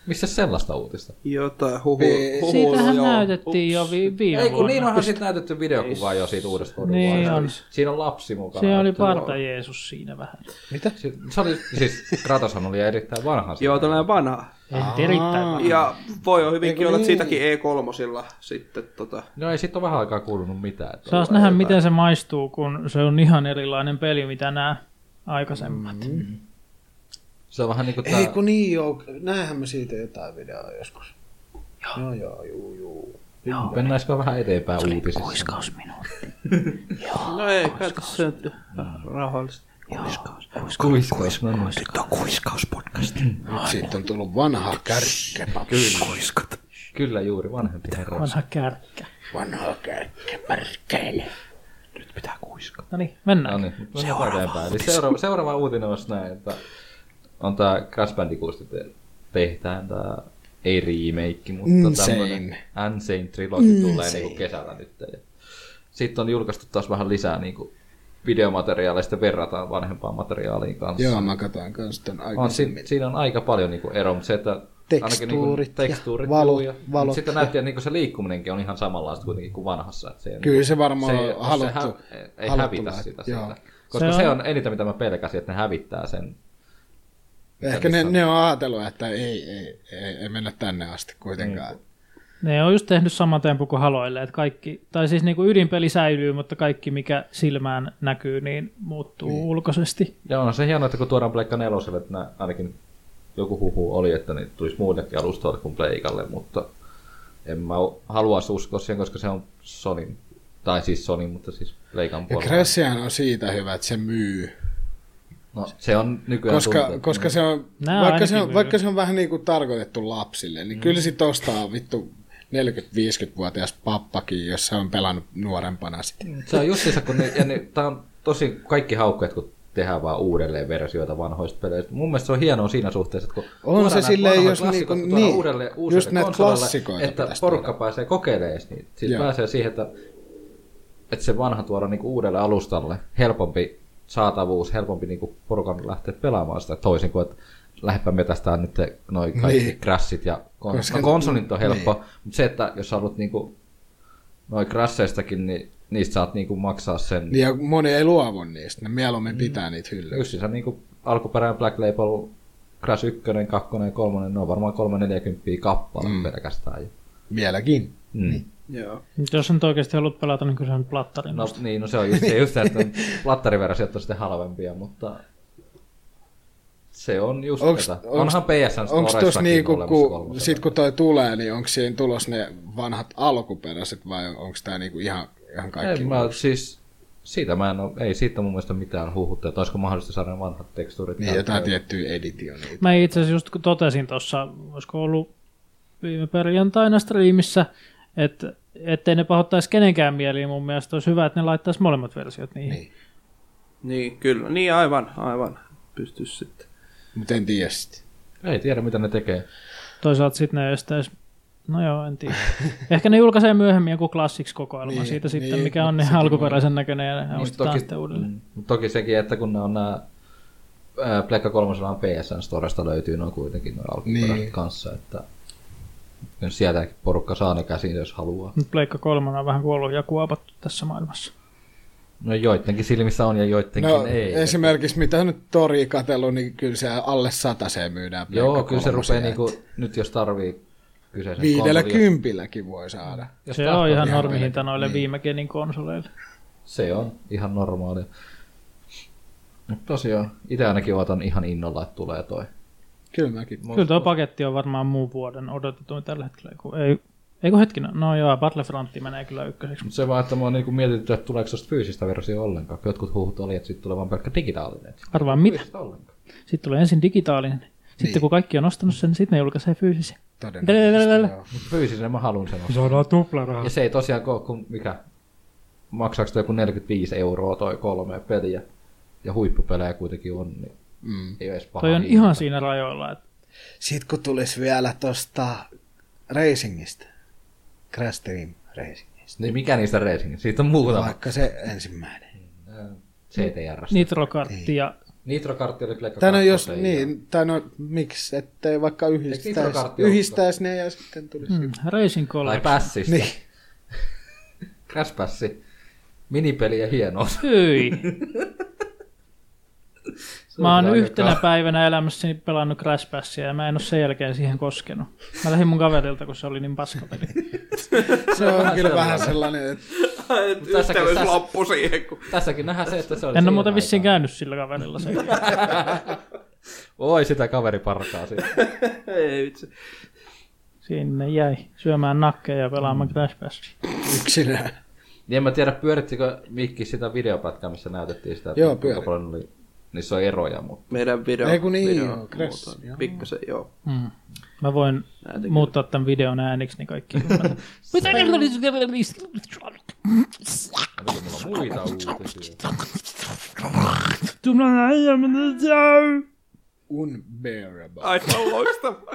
S3: Missä sellaista uutista?
S5: Jotain huhu,
S6: Ei,
S5: huhu
S4: Siitähän näytettiin jo vi- viime
S3: Ei kun
S4: vuonna.
S3: niin onhan siitä näytetty videokuvaa jo siitä uudesta Kodin
S4: Niin
S3: vuodesta.
S4: on.
S3: Siinä on lapsi mukana.
S4: Se oli parta Jeesus siinä vähän.
S3: Mitä? Se, se oli, siis Kratoshan oli erittäin vanha. siinä.
S5: Joo, tällainen vanha.
S4: En erittäin vähän.
S5: Ja voi jo hyvinkin olla, että
S6: niin.
S5: siitäkin E3 sitten tota.
S3: No ei siitä ole vähän aikaa kuulunut mitään. Että
S4: Saas nähdä, miten se maistuu, kun se on ihan erilainen peli, mitä nämä aikaisemmat.
S3: Se on vähän niin kuin
S7: Ei
S3: tämä...
S7: kun niin joo, näinhän me siitä jotain videoa joskus. Joo. Joo, joo, juu, juu.
S3: Mennäisikö vähän eteenpäin uutisissa?
S4: Kuiskaus minuutti.
S5: No ei, katso se nyt rauhallisesti.
S3: Kuiskaus. No, niin.
S6: Nyt siitä on tullut vanha kärkkepä.
S3: Kyllä juuri, vanhempi herra.
S4: Vanha kärkkä.
S6: Vanha kärkkepärkeily.
S4: No niin, mennään.
S3: No niin, seuraava, eteenpäin. Eli seuraava, seuraava uutinen olisi näin, että on tämä Crash Bandicoot te- tehdään tämä ei remake, mutta
S6: Insane.
S3: tämmöinen Insane Trilogy tulee niinku kesällä nyt. Ja sitten on julkaistu taas vähän lisää niinku videomateriaalia, sitten verrataan vanhempaan materiaaliin kanssa.
S6: Joo, mä katsoin kans tän
S3: On,
S6: aikaisemmin.
S3: siinä, siinä on aika paljon niinku eroa, mutta se, että ainakin niinku
S7: Tekstuurit ja
S3: tekstuurit
S7: valot-
S3: juu, ja,
S7: valot
S3: mutta sitten
S7: ja-
S3: näytti, että niinku se liikkuminenkin on ihan samanlaista kuitenkin kuin vanhassa. Että se ei niinku-
S6: Kyllä se varmaan
S3: se,
S6: on haluttu.
S3: Se hä- ei- ei
S6: haluttu
S3: hävitä
S6: lähteä,
S3: sitä
S6: joo.
S3: siitä. Koska
S4: Se
S3: se
S4: on-
S3: on eniten, mitä mä pelkäsin, että ne hävittää sen.
S6: Ehkä ne, ne on ajatellut, että ei, ei, ei, ei mennä tänne asti kuitenkaan.
S3: Niin,
S4: Ne on just tehnyt sama tempu kuin haloille, että kaikki, tai siis niin kuin ydinpeli säilyy, mutta kaikki mikä silmään näkyy, niin muuttuu niin. ulkoisesti.
S3: Ja on se hienoa, että kun tuodaan Pleikka neloselle, että nää, ainakin joku huhu oli, että ne tulisi muillekin alustoille kuin Pleikalle, mutta en mä o- haluaisi uskoa siihen, koska se on Sonin, tai siis Sonin, mutta siis Pleikan
S6: Ja
S3: puolella.
S6: Cressian on siitä hyvä, että se myy.
S3: No, se on nykyään
S6: Koska,
S3: tuntuu,
S6: koska se on,
S4: Nää
S6: vaikka se
S4: ainakin
S6: on,
S4: myy. Mm.
S6: vaikka se on vähän niin kuin tarkoitettu lapsille, niin kyllä sit ostaa vittu 40-50-vuotias pappakin, jos se on pelannut nuorempana sitä.
S3: Se on justiinsa, kun ne, ja ne, tää on tosi kaikki haukkeet, kun tehdään vaan uudelleen versioita vanhoista peleistä. Mun mielestä se on hienoa siinä suhteessa, että kun tuodaan
S6: se
S3: nämä
S6: silleen,
S3: vanhat
S6: jos
S3: klassikot,
S6: niinku-
S3: tuodaan
S6: niin,
S3: uudelleen uusille
S6: just näitä
S3: konsoleille,
S6: klassikoita
S3: että
S6: pitäisi
S3: porukka
S6: tuoda.
S3: pääsee kokeilemaan edes niitä. Siitä
S6: Joo.
S3: pääsee siihen, että, että se vanha tuodaan niinku uudelle alustalle. Helpompi saatavuus, helpompi niinku porukan lähteä pelaamaan sitä toisin kuin, että lähdepä metästään nyt noin kaikki
S6: Niin.
S3: niin. crashit ja kon-
S6: Koska- niin.
S3: no, konsolit on helppo, mutta se, että jos sä haluat niinku noin crasheistakin, niin niistä saat niinku maksaa sen
S4: Mm.
S6: Niin ja moni ei luovu niistä, ne mieluummin pitää niitä hyllyä.
S3: Yksissä niinku alkuperäinen Black Label, Crash 1, 2 ja 3, ne on varmaan 340 kappale mm. pelkästään. jo.
S6: Vieläkin.
S3: Mm.
S6: Niin.
S5: Joo.
S4: Nyt jos nyt oikeasti haluat pelata, niin kyllä se on plattarin.
S3: No
S4: No.
S3: niin, no se on just se, just se että plattariversiot on sitten halvempia, mutta se on just
S6: Onks-
S3: tätä.
S6: onks-
S3: Onhan PSN
S6: Onko tuossa
S3: Storessakin
S6: niinku,
S3: olemassa
S6: kun,
S3: kolmosella.
S6: sit kun toi tulee, niin onko siinä tulos ne vanhat alkuperäiset vai onko tämä niinku ihan, ihan kaikki?
S3: Ei, mä, siis, siitä mä en oo, ei siitä mun mielestä mitään huhuttaa, että olisiko mahdollista saada ne vanhat tekstuurit.
S6: Niin, jotain tiettyä editioa. Niitä.
S4: Mä itse asiassa just kun totesin tuossa, olisiko ollut viime perjantaina striimissä, että ettei ne pahoittaisi kenenkään mieliin, mun mielestä olisi hyvä, että ne laittaisi molemmat versiot niihin. Niin.
S5: Niin, kyllä. Niin, aivan, aivan. Pystyis sitten.
S6: Mutta en tiedä sitä.
S3: Ei tiedä, mitä ne tekee.
S4: Toisaalta sitten ne estäisi, no joo, en tiedä. Ehkä ne julkaisee myöhemmin joku Classics-kokoelma niin, siitä sitten,
S6: niin,
S4: mikä on ne alkuperäisen näköinen ja ne
S3: Niin,
S4: ostetaan sitten uudelleen.
S3: mm, mut toki sekin, että kun ne on nämä Pleikka 3 on PSN Storesta löytyy noin kuitenkin noin alkuperäiset
S6: Niin.
S3: niin. kanssa, että kyllä sieltäkin porukka saa ne käsiin, jos haluaa.
S4: Nyt Pleikka 3 on vähän kuollut ja kuopattu tässä maailmassa.
S3: No joidenkin silmissä on ja joidenkin
S6: No,
S3: ei.
S6: esimerkiksi mitä nyt tori katsellut, niin kyllä se alle sataseen myydään.
S3: Joo,
S6: Pleikka
S3: kyllä se
S6: kolmosia,
S3: rupeaa niinku,
S6: että
S3: nyt jos tarvii kyseisen
S6: Viidellä
S3: konsolin, jos-
S6: kympilläkin voi saada.
S3: jos
S4: Se
S3: tahtoo.
S4: on ihan
S6: ihan
S4: normihinta noille
S6: niin.
S4: viime genin konsoleille.
S3: niin Se on ihan normaalia. Mut Tosiaan, itse ainakin odotan ihan innolla, että tulee toi.
S6: Kyllä mäkin.
S4: Kyllä tuo paketti on varmaan muun vuoden odotetuin tällä hetkellä. Kun ei, eikö hetkinen, no joo, Battlefrontti menee kyllä ykköseksi.
S3: Mut se vaan, että mä oon niinku mietitty, että tuleeko tuosta fyysistä versiota ollenkaan. kun Jotkut huhut oli, että siitä tulee vaan pelkkä digitaalinen. Et
S4: Arvaa mitä?
S3: fyysistä ollenkaan.
S4: Sitten tulee ensin digitaalinen. Sitten
S6: Niin.
S4: kun kaikki on ostanut sen, sitten ne julkaisee fyysisen.
S6: Todennäköisesti, joo.
S3: Mut fyysinen mä haluan sen ostaa.
S4: Saadaan tuplaraha.
S3: Ja se ei tosiaan ole kun mikä, maksaako toi joku 45 euroa toi kolme peliä. Ja huippupelejä kuitenkin on, niin
S6: Mm.
S3: ei ole edes paha
S4: Toi on
S3: hinta.
S4: ihan siinä rajoilla. Että
S7: Sitten kun tulisi vielä tosta racingista, Crash Team Racingista,
S3: Niin mikä niistä racing? Siitä on muutama.
S7: vaikka se ensimmäinen.
S3: CTR.
S4: Nitrokartti ja
S3: Nitrokartti oli Pleikka
S6: Tai no jos,
S3: kakkoseen ja-
S6: niin, tai no miksi, ettei vaikka yhdistäisi,
S3: nitrokartti olekaan?
S6: yhdistäisi ne ja sitten tulisi.
S4: Mm, Racing
S3: Tai
S4: Collection.
S3: pässistä. Niin. Crash Passi. Minipeli ja hienous.
S4: Hyi.
S3: Se
S4: Mä
S3: on
S4: oon
S3: aika
S4: yhtenä
S3: ka-
S4: päivänä elämässäni pelannut Crash Passia ja mä en oo sen jälkeen siihen koskenut. Mä lähdin mun kaverilta, kun se oli niin paskapeli.
S6: Se on kyllä vähän sellainen, että
S3: tässäkin-
S5: Ystävyys
S3: tässä-
S5: loppu siihen, kun
S3: Tässäkin nähdään se, että se oli
S4: En
S3: siihen
S4: oo muuten
S3: aikaan.
S4: vissiin käynyt sillä kaverilla sen. jälkeen.
S3: Oi sitä kaveri parkaa siitä.
S5: ei vitsi.
S4: Sinne jäi syömään nakkeja ja
S3: Mm.
S4: pelaamaan Crash Passia.
S6: yksinään.
S3: Niin en mä tiedä, pyörittikö Mikki sitä videopätkää, missä näytettiin sitä, että
S6: Joo,
S3: kuinka
S6: pyöri.
S3: paljon oli, niissä on eroja, mutta
S5: Meidän video.
S6: Ei kun niin,
S5: video,
S6: joo, Crash,
S5: muuta.
S6: joo.
S5: Pikkasen, joo.
S4: Mm. Mä voin
S5: Näytin
S4: muuttaa tämän videon ääniksi, niin kaikki ymmärtää. Mitä ne oli-
S3: onko mulla muita uutisia?
S4: Tunnen äijä, mitä se on?
S6: Unbearable.
S5: Aivan loistavaa.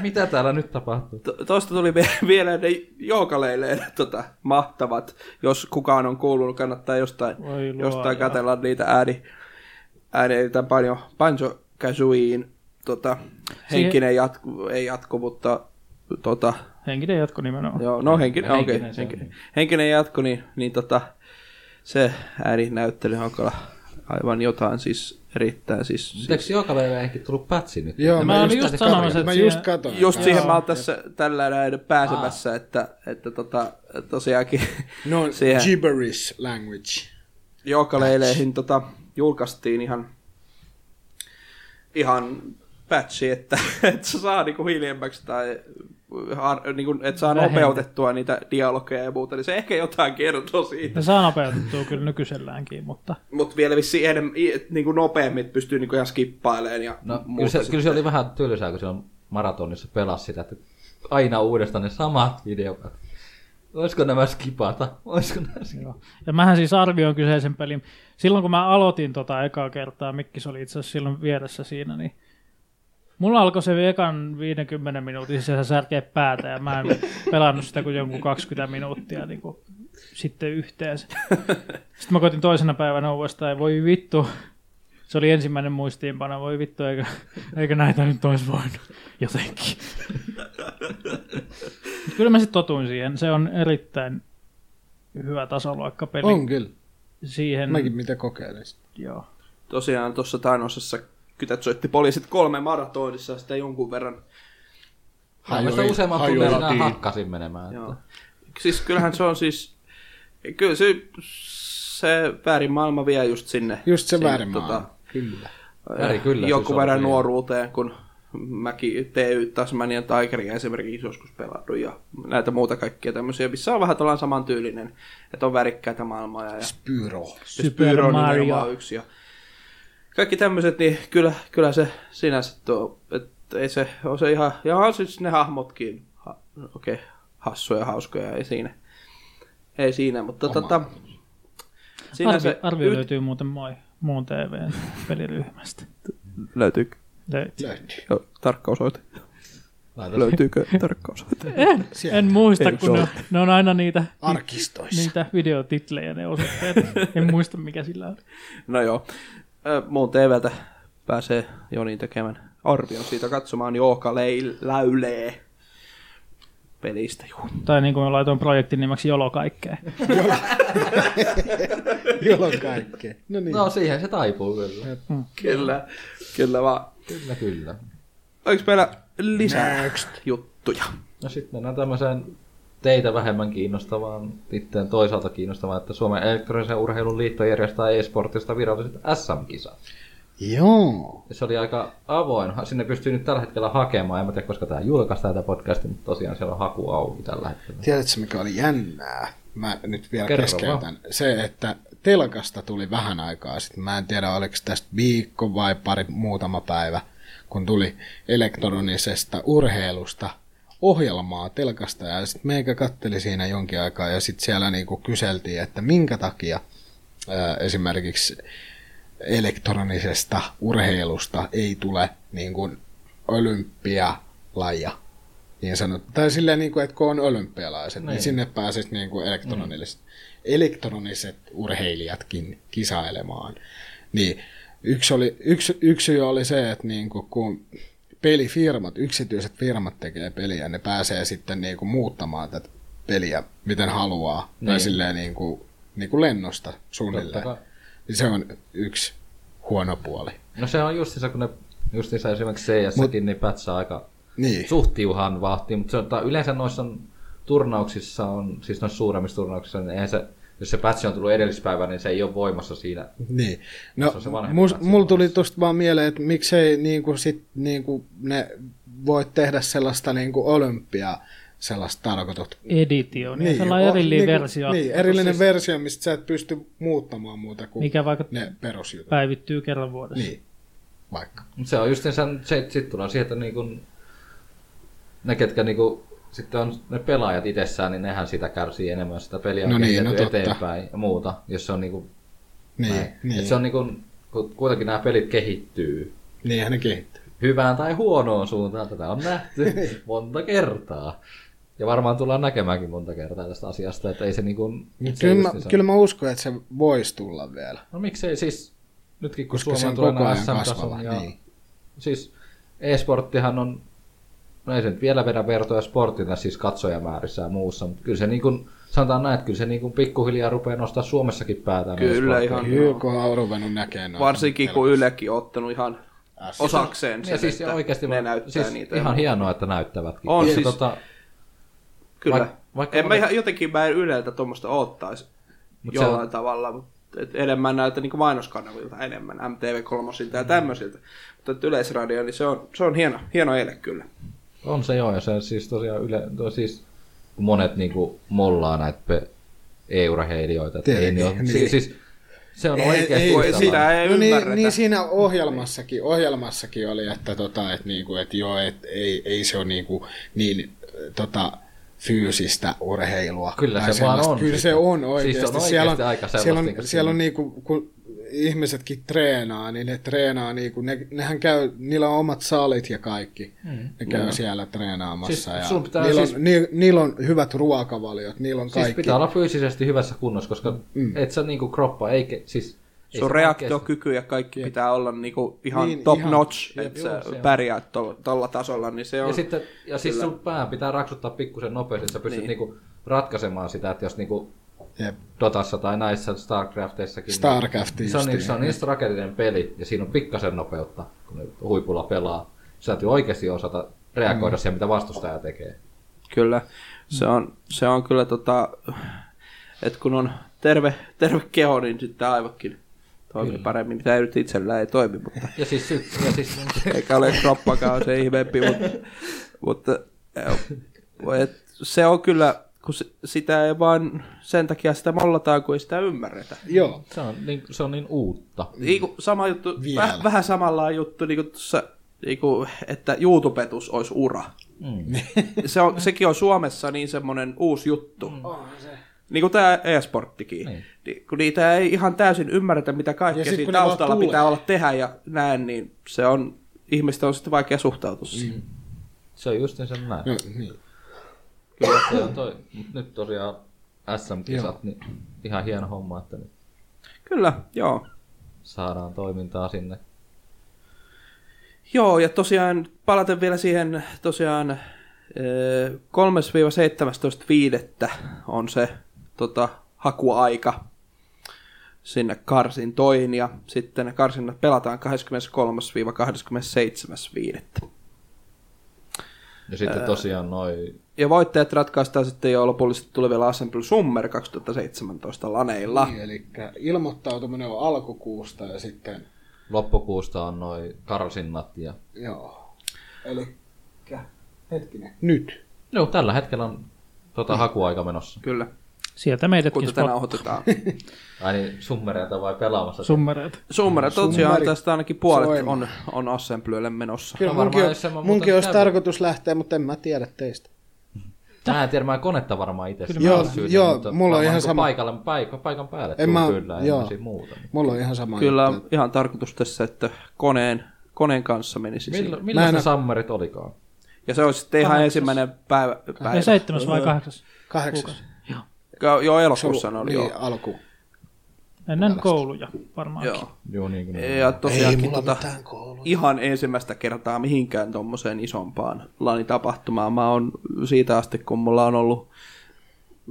S3: Mitä täällä nyt tapahtuu?
S5: To- Tuosta tuli vie- vielä ne joukaleille ne tota, mahtavat. Jos kukaan on kuullut, kannattaa jostain,
S4: Voi luoja.
S5: jostain katella niitä ääni, ääneitä Banjo, Banjo Kazooiin tota, henkinen jatku, ei jatku, mutta tota,
S4: Henkinen jatko nimenomaan.
S5: joo, no henkinen, henkinen,
S3: Henkinen
S5: okay,
S3: se on,
S5: henkinen, henkinen jatku, niin, niin tota, se ääninäyttely on kyllä aivan jotain siis erittäin siis, siis
S3: Eikö joka päivä ehkä tullut pätsi nyt?
S6: Joo,
S4: Mä
S6: mä,
S4: olin
S6: just,
S4: just sanomassa,
S6: mä
S4: että
S6: just
S4: siihen-
S6: katoin.
S5: Just Joo. siihen mä oon tässä tällä näin pääsemässä, että, että tota, tosiaankin
S6: No,
S5: siihen
S6: gibberish language.
S5: joukaleileihin tota, julkaistiin ihan, ihan patchi, että, että se saa niinku hiljemmäksi tai har, niinku, että saa
S4: Vähentää.
S5: nopeutettua niitä dialogeja ja muuta, niin se ehkä jotain kertoo siitä.
S4: Ne saa nopeutettua kyllä nykyiselläänkin, mutta
S5: Mutta vielä vissiin enemmän, niinku nopeammin että pystyy niinku ihan skippailemaan ja
S3: No, kyllä
S5: muuta.
S3: se, kyllä se oli vähän tylsää, kun silloin maratonissa pelasi sitä, että aina uudestaan ne samat videopätkät. Voisiko nämä skipata? Voisiko nämä skipata?
S4: Joo. Ja mähän siis arvioin kyseisen pelin. Silloin kun mä aloitin tota ekaa kertaa, Mikki se oli itse asiassa silloin vieressä siinä, niin mulla alkoi se ekan 50 minuutin sisällä särkeä päätä ja mä en pelannut sitä kuin jonkun 20 minuuttia niin kuin, sitten yhteensä. Sitten mä koitin toisena päivänä uudestaan ja voi vittu, se oli ensimmäinen muistiinpano, voi vittu, eikö, eikö näitä nyt olisi voinut jotenkin. Mut kyllä mä sitten totuin siihen, se on erittäin hyvä tasoloikka peli.
S6: On kyllä.
S4: Siihen,
S6: Mäkin mitä kokeilisin.
S4: joo.
S5: tosiaan tuossa Tainosessa kytät soitti poliisit kolme maratonissa sitä jonkun verran.
S3: Mä sitä
S6: Hajoi-
S3: useamman
S6: hajoi-
S3: tunnella nää hakkasin menemään.
S5: Joo.
S3: Että.
S5: Siis kyllähän se on siis, kyllä se, se väärin maailma vie just sinne.
S6: Just se
S5: sinne, tota,
S6: väärin maailma. tota- Kyllä.
S3: Väri kyllä,
S5: joku
S3: siis on
S5: verran
S3: vielä.
S5: nuoruuteen, kun mäkin TY Tasmanian Tigeria esimerkiksi joskus pelannut ja näitä muuta kaikkia tämmöisiä, missä on vähän tällainen samantyylinen, että on värikkäitä maailmaa ja
S6: Spyro.
S5: Spyro Siis on
S4: Mario.
S5: nimenomaan yksi. Ja kaikki tämmöiset, niin kyllä, kyllä se sinänsä tuo, että ei se, on se ihan, ja siis ne hahmotkin, ha, okei, okay, hassuja, hauskoja, ei siinä. Ei siinä, mutta tota,
S4: Arvi,
S5: sinänsä
S4: arvio löytyy muuten moi, muun TVn peliryhmästä.
S5: löytyy,
S4: Löytyy.
S5: jo, tarkka osoite.
S3: Laita
S5: Löytyykö tarkka osoite?
S4: En, en muista,
S5: Ei,
S4: kun ne, on- ne on aina niitä,
S6: Arkistoissa.
S4: niitä videotitlejä ne osoitteet. En muista, mikä sillä on.
S5: No joo, Ö, muun TVltä pääsee Joni tekemään arvion siitä katsomaan Jooka Leil- Läylee pelistä, juu.
S4: Tai niin kuin mä laitoin projektin nimeksi Jolo kaikkea.
S6: Jolloin kaikkea. No niin.
S3: No siihen se taipuu kyllä.
S5: Kyllä, kyllä vaan.
S3: Kyllä kyllä.
S5: Oliko meillä lisää Next. juttuja?
S3: No sitten mennään tämmöiseen teitä vähemmän kiinnostavaan, itteen toisaalta kiinnostavaan, että Suomen elektronisen urheilun liitto järjestää e-sportista viralliset SM-kisat.
S6: Joo.
S3: Ja Se oli aika avoin. Ha- Sinne pystyy nyt tällä hetkellä hakemaan. En mä tiedä, koska tämä julkaistaan tätä podcastia, mutta tosiaan siellä on haku auki tällä hetkellä.
S6: Tiedätkö, mikä oli jännää? Mä nyt vielä
S3: Kerro
S6: keskeytän. Se, että telkasta tuli vähän aikaa sitten. Mä en tiedä, oliko tästä viikko vai pari muutama päivä, kun tuli elektronisesta urheilusta ohjelmaa telkasta. Ja sitten meikä katteli siinä jonkin aikaa ja sitten siellä niinku kyseltiin, että minkä takia ää, esimerkiksi elektronisesta urheilusta ei tule niin kuin olympialaja niin sanottu. Tai silleen, niin kuin, että kun on olympialaiset, niin,
S3: Niin.
S6: niin sinne pääsisi niin kuin elektronilliset, elektroniset urheilijatkin kisailemaan. Niin yksi, oli, yksi, yksi jo oli se, että niin kuin, kun pelifirmat, yksityiset firmat tekee peliä, ne pääsee sitten niin kuin muuttamaan tätä peliä, miten haluaa. Niin. Tai
S3: Niin.
S6: silleen niin kuin, niin kuin lennosta suunnilleen.
S3: Totta kai.
S6: Niin se on yksi huono puoli.
S3: No se on justiinsa, kun ne justiinsa esimerkiksi CS-säkin, niin pätsää aika
S6: Niin.
S3: suht tiuhaan vahtiin, mutta se on, tai yleensä noissa on, turnauksissa on, siis noissa suuremmissa turnauksissa, niin eihän se, jos se patch on tullut edellispäivänä, niin se ei ole voimassa siinä.
S6: Niin.
S3: Se
S6: No,
S3: on se vanhempi
S6: mus,
S3: päässä
S6: mulla tuli
S3: voimassa.
S6: tuosta vaan mieleen, että miksei niinku sit, niinku ne voi tehdä sellaista niinku olympiaa sellaista tarkoitut.
S4: Edition, niin, sellainen
S6: o-
S4: erillinen versio,
S6: oh, Niin, erillinen siis... versio, mistä sä et pysty muuttamaan muuta kuin Mikä?
S4: mikä vaikka
S6: ne perusjutut.
S4: päivittyy kerran vuodessa.
S6: Niin, vaikka.
S3: Mut se on justiinsa, se, sitten tullaan siihen, että niin kun, ne ketkä niin kun, sitten on ne pelaajat itsessään, niin nehän sitä kärsii enemmän, jos sitä peliä on
S6: No
S3: no
S6: niin,
S3: niin,
S6: no totta.
S3: eteenpäin ja muuta, jos se on niin kuin,
S6: Niin, niin.
S3: Et se on niin kun, kun kuitenkin nämä pelit kehittyy
S6: Niinhän Niin, ne kehittyy.
S3: hyvään tai huonoon suuntaan. Tätä on nähty monta kertaa. Ja varmaan tullaan näkemäänkin monta kertaa tästä asiasta, että ei se niin kuin...
S6: Kyllä mä, kyllä mä uskon, että se voisi tulla vielä.
S3: No miksei siis, nytkin kun
S6: Koska se
S3: Suomeen
S6: on
S3: tulee
S6: koko
S3: nämä
S6: ajan
S3: SM-tason
S6: kasvava.
S3: ja...
S6: Niin.
S3: Niin. Siis e-sporttihan on, no ei se nyt vielä vedä vertoja sportilla siis katsojamäärissä ja muussa, mutta kyllä se niin kuin, sanotaan näin, että kyllä se niin kuin pikkuhiljaa rupeaa nostaa Suomessakin päätään.
S5: Kyllä
S3: e-sporttiin.
S5: ihan.
S6: Kyllä, kun on ruvennut näkemään. noita
S5: Varsinkin kun
S6: elokuvia.
S5: Ylekin on ottanut ihan osakseen sen,
S3: Ja siis
S5: että
S3: oikeasti
S5: ne
S3: vaan-
S5: näyttää
S3: siis
S5: niitä.
S3: Ihan hienoa, että näyttävätkin.
S5: On
S3: Koska
S5: siis-
S3: Tota,
S5: Kyllä.
S3: Vaik- vaikka
S5: en mä
S3: monet-
S5: ihan, jotenkin mä en yleltä tuommoista oottaisi
S3: Mut se
S5: jollain
S3: on-
S5: tavalla, mutta et enemmän näitä niin mainoskanavilta enemmän, MTV3
S3: Mm.
S5: ja tämmöisiltä. Mutta et yleisradio, niin se on, se on hieno, hieno ele kyllä.
S3: On se joo, ja se siis tosiaan yle, to, siis kun monet niinku mollaa näitä pe- e-urheilijoita, että ei
S6: Tietenkin,
S3: niin, niin.
S6: niin.
S3: Siis, siis, se on oikeasti
S5: ei,
S3: yhtä
S5: sitä
S3: lailla.
S5: ei
S6: no
S5: ymmärretä.
S6: niin, niin siinä ohjelmassakin, ohjelmassakin oli, että, tota, et niinku, et joo, et ei, ei se ole niinku, niin ö, tota, fyysistä urheilua.
S3: Kyllä
S6: tai
S3: se vaan
S6: sellaista.
S3: on
S6: Kyllä
S3: sitten.
S6: se on
S3: Siis
S6: oikeasti.
S3: se on oikeasti
S6: siellä on,
S3: aika sellaista,
S6: siellä on,
S3: niin kuin
S6: siellä on
S3: siinä.
S6: niinku, kun ihmisetkin treenaa, niin ne treenaa, niinku, ne, nehän käy, niillä on omat salit ja kaikki. Mm. Ne käy mm. siellä treenaamassa.
S3: Siis
S6: ja
S3: sun pitää
S6: niillä, on,
S3: siis-
S6: ni, niillä on hyvät ruokavaliot, niillä on
S3: Siis
S6: kaikki.
S3: pitää olla fyysisesti hyvässä kunnossa, koska mm. et sä niinku kroppa, ei, siis... ei
S5: Sun
S3: oikeasti-
S5: reaktiokyky ja kaikki pitää olla niinku ihan
S6: Niin,
S5: top
S6: ihan.
S5: notch,
S3: Jep,
S5: että
S3: joo,
S5: sä
S3: se on.
S5: pärjäät tol- tolla tasolla, niin se on...
S3: Ja, sitten, ja siis sun pään pitää raksuttaa pikkusen nopeasti, että sä pystyt
S5: Niin.
S3: niin. niinku ratkaisemaan sitä, että jos niinku
S6: Jep.
S3: Dotassa tai näissä Starcrafteissakin...
S6: Starcraft
S3: Se on, niin, se
S6: justiin.
S3: on niin strateginen peli, ja siinä on pikkasen nopeutta, kun ne huipulla pelaa. Sä täytyy oikeasti osata reagoida mm. siihen, mitä vastustaja tekee.
S5: Kyllä, se on, se on kyllä tota, että kun on terve, terve keho, niin sitten aivotkin toimii kyllä. paremmin, mitä ei nyt itsellään ei toimi, mutta
S3: Ja siis, sy- ja siis
S5: eikä ole kroppakaan se ihmeempi, mutta, mutta joo. et, se on kyllä, kun se, sitä ei vaan, sen takia sitä mollataan, kun ei sitä ymmärretä.
S6: Joo.
S3: se, on niin, se on niin uutta.
S5: Niin kuin sama juttu,
S6: Vielä.
S5: väh, vähän samalla juttu, niin kuin tuossa, niin kuin, että YouTubetus olisi ura. Mm. Se on, sekin on Suomessa niin semmoinen uusi juttu. Mm. Niin kuin tämä e-sporttikin. Niin. Ni, kun niitä ei ihan täysin ymmärretä, mitä
S6: Ja
S5: kaikkea
S6: sit
S5: siinä
S6: kun ne vaan
S5: taustalla
S6: tulee.
S5: pitää olla tehdä ja näin, niin se on, ihmisten on sitten vaikea suhtautua siihen. Mm.
S3: Se on just sen näin.
S6: No, niin.
S3: Kyllä se on toi. Mut nyt tosiaan SM-kisat, niin ihan hieno homma, että nyt
S5: Kyllä, joo.
S3: saadaan toimintaa sinne.
S5: Joo, ja tosiaan palaten vielä siihen tosiaan eh, 3-17.5. on se tota, hakuaika sinne karsintoihin ja sitten ne karsinnat pelataan 23-27.5.
S3: Ja sitten tosiaan noin
S5: Ja voittajat ratkaistaan sitten jo lopullisesti tulevilla Assemble Summer 2017 laneilla.
S6: Niin, eli ilmoittautuminen on alkukuusta ja sitten,
S3: loppukuusta on noin karsinnat ja...
S6: joo. Eli hetkinen. Nyt.
S3: Joo, tällä hetkellä on tota, hakuaika menossa.
S5: Kyllä,
S4: Sieltä
S5: kun
S4: meidätkin
S5: tätä
S4: spot-
S5: nauhoitetaan.
S3: Ai niin, summereita vai pelaamassa?
S4: summereita.
S5: Summer, tosiaan
S6: Summerit
S5: tästä ainakin puolet
S6: soimaan.
S5: on, on Assemblylle menossa.
S6: Kyllä no,
S3: No varmaan
S6: munkin,
S3: jos se mä
S6: munkin
S3: muuten
S6: olisi
S3: kävin.
S6: tarkoitus lähteä, mutta en mä tiedä teistä.
S3: Mä en tiedä, mä en konetta varmaan itse.
S4: Kyllä
S6: mä Joo, olen syytä, joo, mutta mulla on ihan sama.
S3: Paikalla, paik- niinku paikan päälle
S6: En
S3: en mä,
S6: mä-
S3: kyllä, en
S6: joo.
S3: mä siinä muuta.
S6: Mulla on ihan sama
S5: Kyllä
S6: juttu.
S5: ihan tarkoitus tässä, että koneen, koneen kanssa menisi
S3: Millo,
S5: Milloin?
S3: milloin
S6: en
S3: ne
S6: oo-
S3: sammerit olikaan?
S5: Ja se olisi sitten ihan ensimmäinen päivä. päivä.
S4: Ja seitsemäs vai kahdeksas?
S6: Kahdeksas.
S5: Ka- Joo, elokuussa ne oli.
S6: Niin,
S5: Joo.
S6: alku.
S4: Ennen kouluja varmaan.
S5: Joo.
S3: Joo, niin kuin
S5: Ja tosiaankin tota,
S7: koulua.
S5: ihan ensimmäistä kertaa mihinkään tuommoiseen isompaan lanitapahtumaan. Mä oon siitä asti, kun mulla on ollut,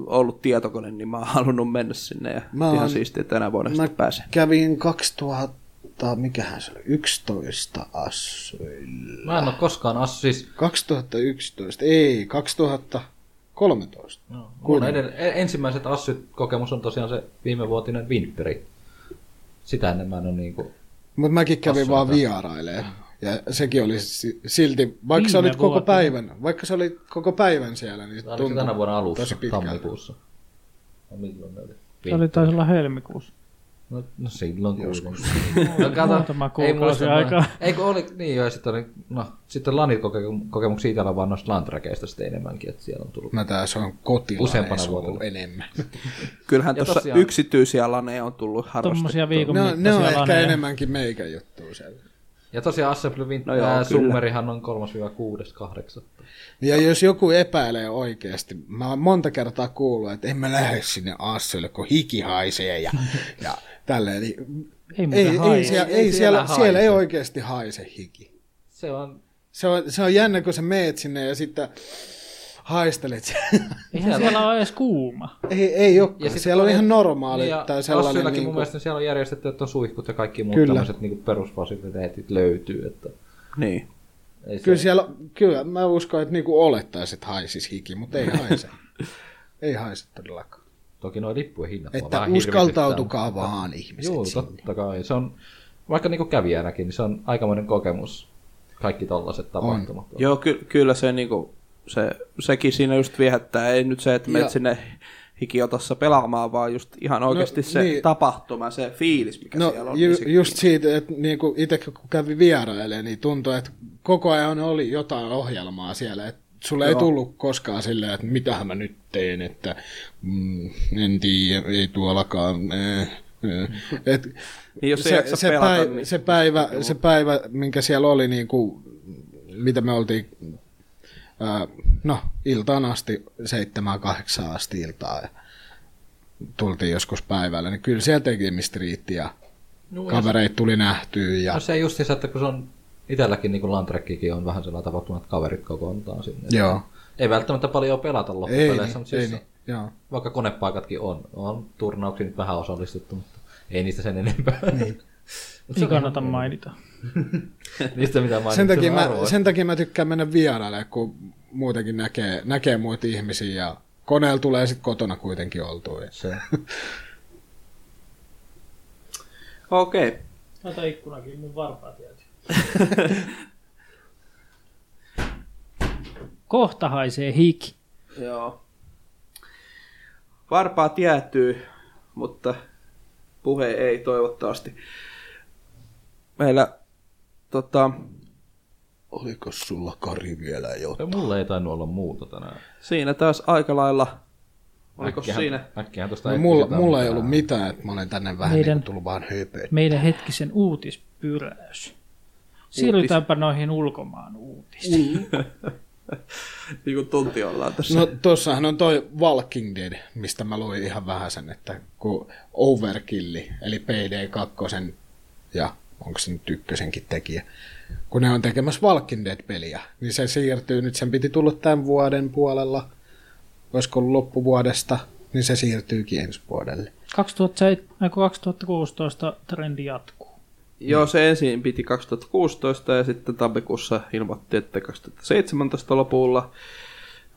S5: ollut tietokone, niin mä oon halunnut mennä sinne. Ja
S7: Mä
S5: mä ihan
S7: oon-
S5: siistiä, että tänä vuonna
S7: Mä
S5: sitten pääsen.
S7: kävin 2000, mikähän se oli, 11 assuilla.
S3: Mä en ole koskaan assu, siis
S6: 2011, ei, 2013.
S3: no, mun edellä, e- ensimmäiset assyt kokemus on tosiaan se viimevuotinen Winteri. Sitä ennen mä en ole niinku...
S6: Mutta mäkin kävin
S3: Hassulta.
S6: vaan vierailemaan. Ja sekin oli si- silti, vaikka sä
S4: Viime
S6: olit koko
S4: vuotena.
S6: päivän, vaikka sä olit koko päivän siellä, niin
S3: Tää oli
S6: tuntui
S3: tänä vuonna alussa,
S6: tosi pitkältä.
S3: tammikuussa. No milloin ne oli?
S4: Se oli
S3: Vin-
S4: taisi olla helmikuussa.
S3: No, no silloin kuitenkin. No,
S4: Muutama
S3: ei
S4: kuukausi
S3: muista,
S4: aikaa.
S3: Ei kun oli, niin joo, ja sitten oli, no, sitten lanit koke- kokemuksia itsellä on vaan noista lantrakeista sitten enemmänkin, että siellä on tullut.
S6: Mä tää se on kotilainen
S3: Useampana
S6: suku
S3: vuotena.
S6: enemmän.
S5: Kyllähän
S3: Ja
S5: tuossa
S3: tosiaan-
S5: yksityisiä laneja on tullut harrastettua.
S4: Tuommoisia viikon
S6: Ne on, No, ne on
S4: mittaisia
S6: ehkä
S4: laneja.
S6: enemmänkin meikä juttu siellä.
S3: Ja tosiaan Assembly Win-
S5: No
S3: no
S5: joo, kyllä.
S3: Summerihan on 3-6.8.
S6: Ja jos joku epäilee oikeasti, mä oon monta kertaa kuullut, että en mä lähde sinne assoille, kun hiki haisee ja, ja tälleen. Niin,
S4: Ei
S6: ei,
S4: muuten
S6: ei,
S4: haise.
S6: siellä, ei,
S3: Ei siellä
S6: siellä, siellä ei
S3: haise.
S6: oikeasti haise hiki.
S3: Se on,
S6: Se on, se on jännä, kun sä meet sinne ja sitten haistelet. sen.
S4: Eihän siellä ole edes kuuma.
S6: ei, ei ole.
S3: sitten
S6: Siellä on
S3: toi-
S6: ihan normaali
S3: ja
S6: tai sellainen.
S3: Assyilläkin
S6: Niin
S3: mun
S6: kuin,
S3: mielestä siellä on järjestetty, että on suihkut ja kaikki muut
S6: Kyllä.
S3: Kyllä. tämmöiset niin perusfasiliteetit löytyy. Että
S5: Niin.
S3: ei se,
S6: kyllä, siellä, kyllä mä uskon, että niin kuin olettaisiin, että haisis hiki, mutta ei haise. ei haise todellakaan.
S3: Toki nuo lippujen hinnat vaan
S6: Että
S3: vähän
S6: uskaltautukaa
S3: hirvityttää,
S6: vaan
S3: mutta-
S6: ihmiset
S3: Joo,
S6: sinne.
S3: totta kai. Se on, vaikka niinku kävijänäkin, niin se on aikamoinen kokemus. Kaikki tollaset tapahtumat.
S5: Joo, ky- kyllä se, niinku, se, sekin siinä just viehättää. Ei nyt se, että menet
S6: Ja-
S5: sinne hikiotassa pelaamaan, vaan just ihan oikeasti no, se
S6: niin.
S5: niin. tapahtuma, se fiilis, mikä
S6: No
S5: siellä on.
S6: ju,
S5: niin se-
S6: just siitä, että niinku itse kun kävi vierailemaan, niin tuntui, että koko ajan oli jotain ohjelmaa siellä. Että sulle Joo. ei tullut koskaan silleen, että mitähän mä nyt teen, että mm, en tiedä, ei tuollakaan. Äh, äh. Et,
S5: Niin, jos ei jaksa pelata,
S6: päivä,
S5: niin-
S6: se, päivä, se päivä, minkä siellä oli, niin kuin, mitä me oltiin, ää, no iltaan asti, seitsemään, kahdeksaan asti iltaa ja tultiin joskus päivällä, niin kyllä siellä tekemistä riitti ja kavereita tuli nähtyä ja,
S3: No se justiinsa, että kun se on itselläkin niin Lantrekkikin on vähän sellainen tapahtuma, että kaverit kokoontaa sinne.
S6: joo.
S3: Ei välttämättä paljon pelata
S6: Ei,
S3: loppupeleissä,
S6: niin,
S3: mutta
S6: ei,
S3: siis
S6: niin, joo.
S3: vaikka konepaikatkin on, on turnauksiin nyt vähän osallistuttu, mutta ei niistä sen enempää. Niin.
S4: Ei kannata mainita.
S3: niistä mitä mainitsin
S6: Sen takia, mä,
S3: arvoin.
S6: sen takia mä tykkään mennä vieraille, kun muutenkin näkee, näkee muita ihmisiä ja koneella tulee sitten kotona kuitenkin oltua.
S3: se.
S5: Okei. Okay.
S4: Ota ikkunakin, mun varpaat jäätyy. Kohta haisee hiki.
S5: Joo. Varpaat jäätyy, mutta puhe ei toivottavasti. Meillä tota,
S7: Oliko sulla Kari vielä jo?
S3: Mulla ei tainnut olla muuta tänään.
S5: siinä taas aika lailla, oliko
S3: Äkkihän-
S5: siinä?
S3: Äkkihän tosta
S6: No,
S3: ei
S6: mulla,
S3: kysytä
S6: mulla ei
S3: mitään.
S6: ollut mitään, että mä olen tänne vähän
S4: Meidän-
S6: niin tullut vaan höpöön.
S4: Meidän hetkisen uutispyräys. Siirrytäänpä noihin ulkomaan uutisiin.
S5: Niin kuin tunti ollaan tässä.
S6: No tossahan on toi Walking Dead, mistä mä luin ihan vähän sen, että kun Overkilli, eli PD2 ja onko se nyt ykkösenkin tekijä, kun ne on tekemässä Walking Dead-peliä, niin se siirtyy nyt, sen piti tulla tämän vuoden puolella, olisiko ollut loppuvuodesta, niin se siirtyykin ensi vuodelle.
S4: 2007, ei, kun 2016 trendi jatkuu.
S5: Joo, se ensin piti 2016 ja sitten tammikuussa ilmoitti, että 2017 lopulla.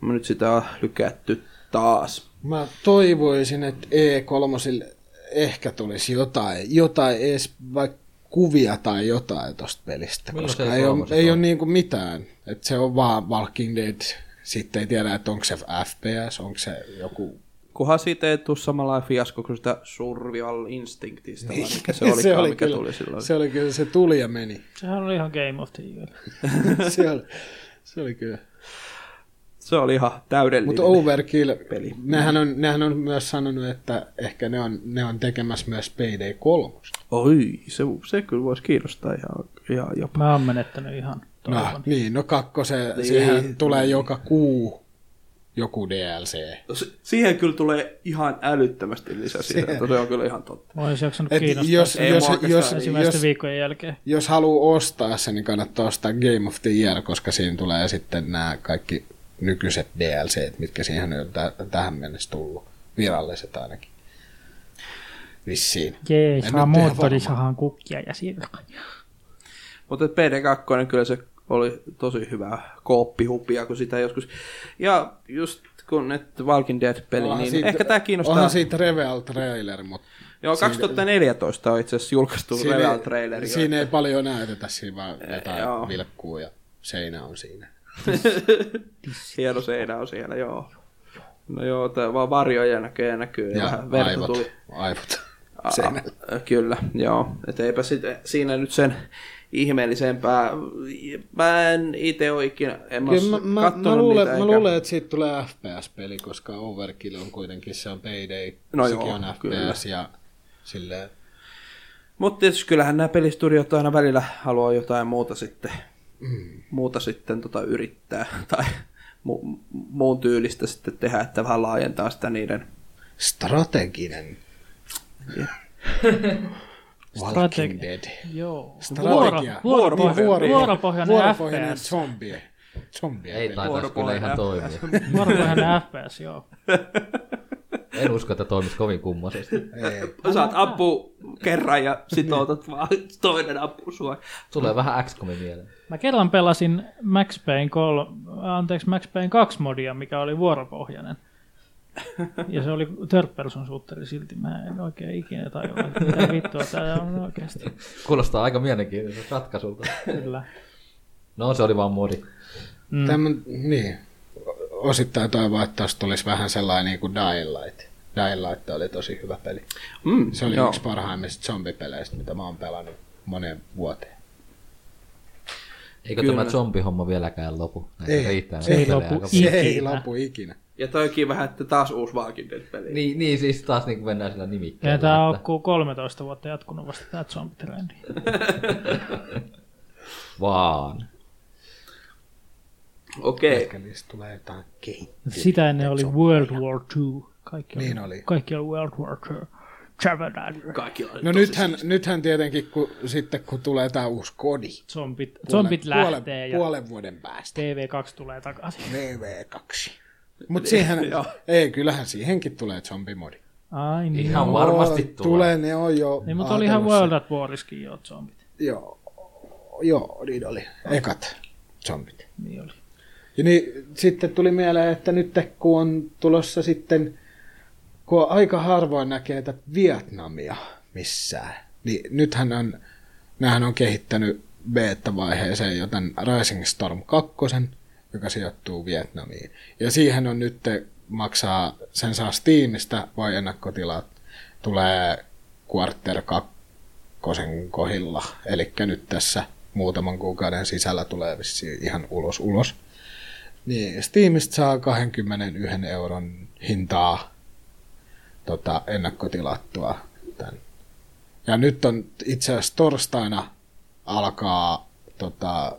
S5: Nyt sitä on lykätty taas.
S6: Mä toivoisin, että E3 ehkä tulisi jotain, jotain edes vaikka kuvia tai jotain tosta pelistä,
S3: Milloin
S6: koska
S3: se
S6: ei ole,
S3: E3
S6: ei
S3: on?
S6: ole niinku mitään. Et se on vaan Walking Dead, sitten ei tiedä, että onko se FPS, onko se joku...
S5: Kunhan siitä ei tule samanlainen fiasko kuin sitä Survival Instinctista, vai mikä se oli, mikä
S6: kyllä,
S5: tuli silloin.
S6: Se oli kyllä, se tuli ja meni.
S4: Sehän oli ihan Game of the Year.
S6: se, oli, se oli kyllä.
S5: Se oli ihan täydellinen.
S6: Mutta Overkill,
S5: peli.
S6: nehän on, nehän on myös sanonut, että ehkä ne on, ne on tekemässä myös PD3.
S5: Oi, se, se kyllä voisi kiinnostaa ihan, ihan jopa.
S4: Mä oon menettänyt ihan
S6: No,
S4: toivon.
S6: niin, no kakkosen, niin.
S5: Niin.
S6: siihen tulee joka kuu joku DLC.
S5: Si- Siihen kyllä tulee ihan älyttömästi lisää sitä, että se on kyllä ihan totta.
S4: Mä olisin jaksanut
S6: Et
S4: kiinnostaa
S6: jos,
S4: jos,
S5: Ei
S6: jos,
S5: mua
S6: jos,
S5: oikeastaan
S4: ensimmäisten
S6: jos,
S4: viikkojen jälkeen.
S6: jos haluaa ostaa se, niin kannattaa ostaa Game of the Year, koska siinä tulee sitten nämä kaikki nykyiset DLC, mitkä siihen on tä- tähän mennessä tullut. Viralliset ainakin. Vissiin.
S4: Jee,
S6: nyt
S4: saa
S6: ihan
S4: moottorisahan kukkia ja sirkkoja.
S5: Mutta PD2 kyllä se oli tosi hyvää kooppihupia, kun sitä joskus... Ja just kun nyt Walking Dead-peli,
S6: Onhan
S5: niin
S6: siitä-
S5: ehkä tämä kiinnostaa.
S6: Onhan siitä Revel trailer, mutta
S5: Joo, 2014 on itse asiassa julkaistu Revel traileri.
S6: siinä ei paljon näytetä, siinä vaan jotain
S5: joo.
S6: vilkkuu ja seinä on siinä.
S5: Hieno seinä on siellä, joo. No joo, tää vaan varjoja näköjään näkyy ja,
S6: Ja
S5: vähän verta
S6: aivot,
S5: tuli.
S6: aivot.
S5: Aa,
S6: seinällä.
S5: Kyllä, joo. Et eipä sit, siinä nyt sen ihmeellisempää. Mä en itse ole ikinä, en mä,
S6: Kyllä
S5: mä,
S6: mä, mä, mä, luulen, mä luulen, että siitä tulee FPS-peli, koska Overkill on kuitenkin, se on Payday,
S5: No
S6: sekin
S5: joo,
S6: on FPS
S5: kyllä.
S6: ja silleen.
S5: Mutta tietysti kyllähän nämä pelistudiot aina välillä haluaa jotain muuta sitten, mm. muuta sitten tota yrittää tai mu- muun tyylistä sitten tehdä, että vähän laajentaa sitä niiden
S6: Strateginen Walking
S4: Strategi-
S6: Dead.
S4: Joo.
S6: Strategia.
S4: Vuoro-
S6: Vuoropohjainen,
S4: vuoropohjainen- vuoropohjainen
S6: vuoropohjainen
S4: FPS.
S6: zombie. zombie
S3: Ei taitaisi kyllä ihan toimia.
S4: Vuoropohjainen FPS, joo.
S3: En usko, että toimisi kovin kummoisesti.
S5: Saat ampua kerran ja sit otat vaan toinen ampuu sua.
S3: Tulee vähän XCOMin mieleen.
S4: Mä kerran pelasin Max Payne, kol, anteeksi, Max Payne 2 modia, mikä oli vuoropohjainen. Ja se oli third person shooter silti. Mä en oikein ikinä tajua, että mitä vittua tää on oikeasti.
S3: Kuulostaa aika mielenkiintoiselta ratkaisulta.
S4: Kyllä.
S3: No se oli vaan modi.
S6: Mm. Tämän, niin. Osittain toivoa, että tuosta tulisi vähän sellainen niin kuin Dying Light. Dying Light oli tosi hyvä peli.
S5: Mm,
S6: Se oli
S5: joo.
S6: Joo. yksi parhaimmista zombipeleistä, mitä mä oon pelannut moneen vuoteen.
S3: Eikö
S5: Kyllä.
S3: tämä zombihomma vieläkään lopu? Näitä
S6: Ei.
S3: riittää.
S6: Se ei
S3: näitä
S4: lopu.
S3: pelejä.
S6: Se
S4: No, Ikinä.
S6: ei lopu ikinä.
S5: Ja toikin vähän, että taas uusi Walking Dead-peli.
S3: Niin, niin, siis taas niin mennään sillä nimikkeellä.
S4: Ja tää on
S3: että
S4: ku- 13 vuotta jatkunut vasta tää zombitrendi.
S3: Vaan.
S5: Okei.
S6: Ehkä niistä tulee jotain kehittää.
S4: Sitä ennen oli World War II. Kaikki oli,
S6: Niin oli.
S4: Kaikki oli World War II. Jabba-dabba.
S5: Kaikki on
S6: No nythän, nythän tietenkin, kun, sitten kun tulee tämä uusi kodi.
S4: Zombit, zombit lähtee
S6: puolen,
S4: ja
S6: puolen vuoden päästä.
S4: TV2 tulee takaisin.
S6: VV2. Mutta siihen, ei, kyllähän siihenkin tulee zombimodi.
S4: Ai niin.
S3: Ihan varmasti
S6: Joo,
S3: tulee.
S6: Tulee, ne on jo
S4: Niin, mutta oli ihan
S6: ajatellut
S4: World at Wariskin jo zombit.
S6: sen. Joo, joo, niin oli. Ekat zombit.
S4: Niin oli.
S6: Ja niin, sitten tuli mieleen, että nyt kun on tulossa sitten, kun aika harvoin näkee tätä Vietnamia missään, niin nythän on, näähän on kehittänyt beta-vaiheeseen joten Rising Storm 2, joka sijoittuu Vietnamiin. Ja siihen on nyt maksaa, sen saa Steamista, voi ennakkotilaa, tulee Quarter 2 kakkosen kohilla. Eli nyt tässä muutaman kuukauden sisällä tulee vissiin ihan ulos ulos. Niin, Steamista saa 21 euron hintaa tota, ennakkotilattua. Tän. Ja nyt on itse asiassa torstaina alkaa tota,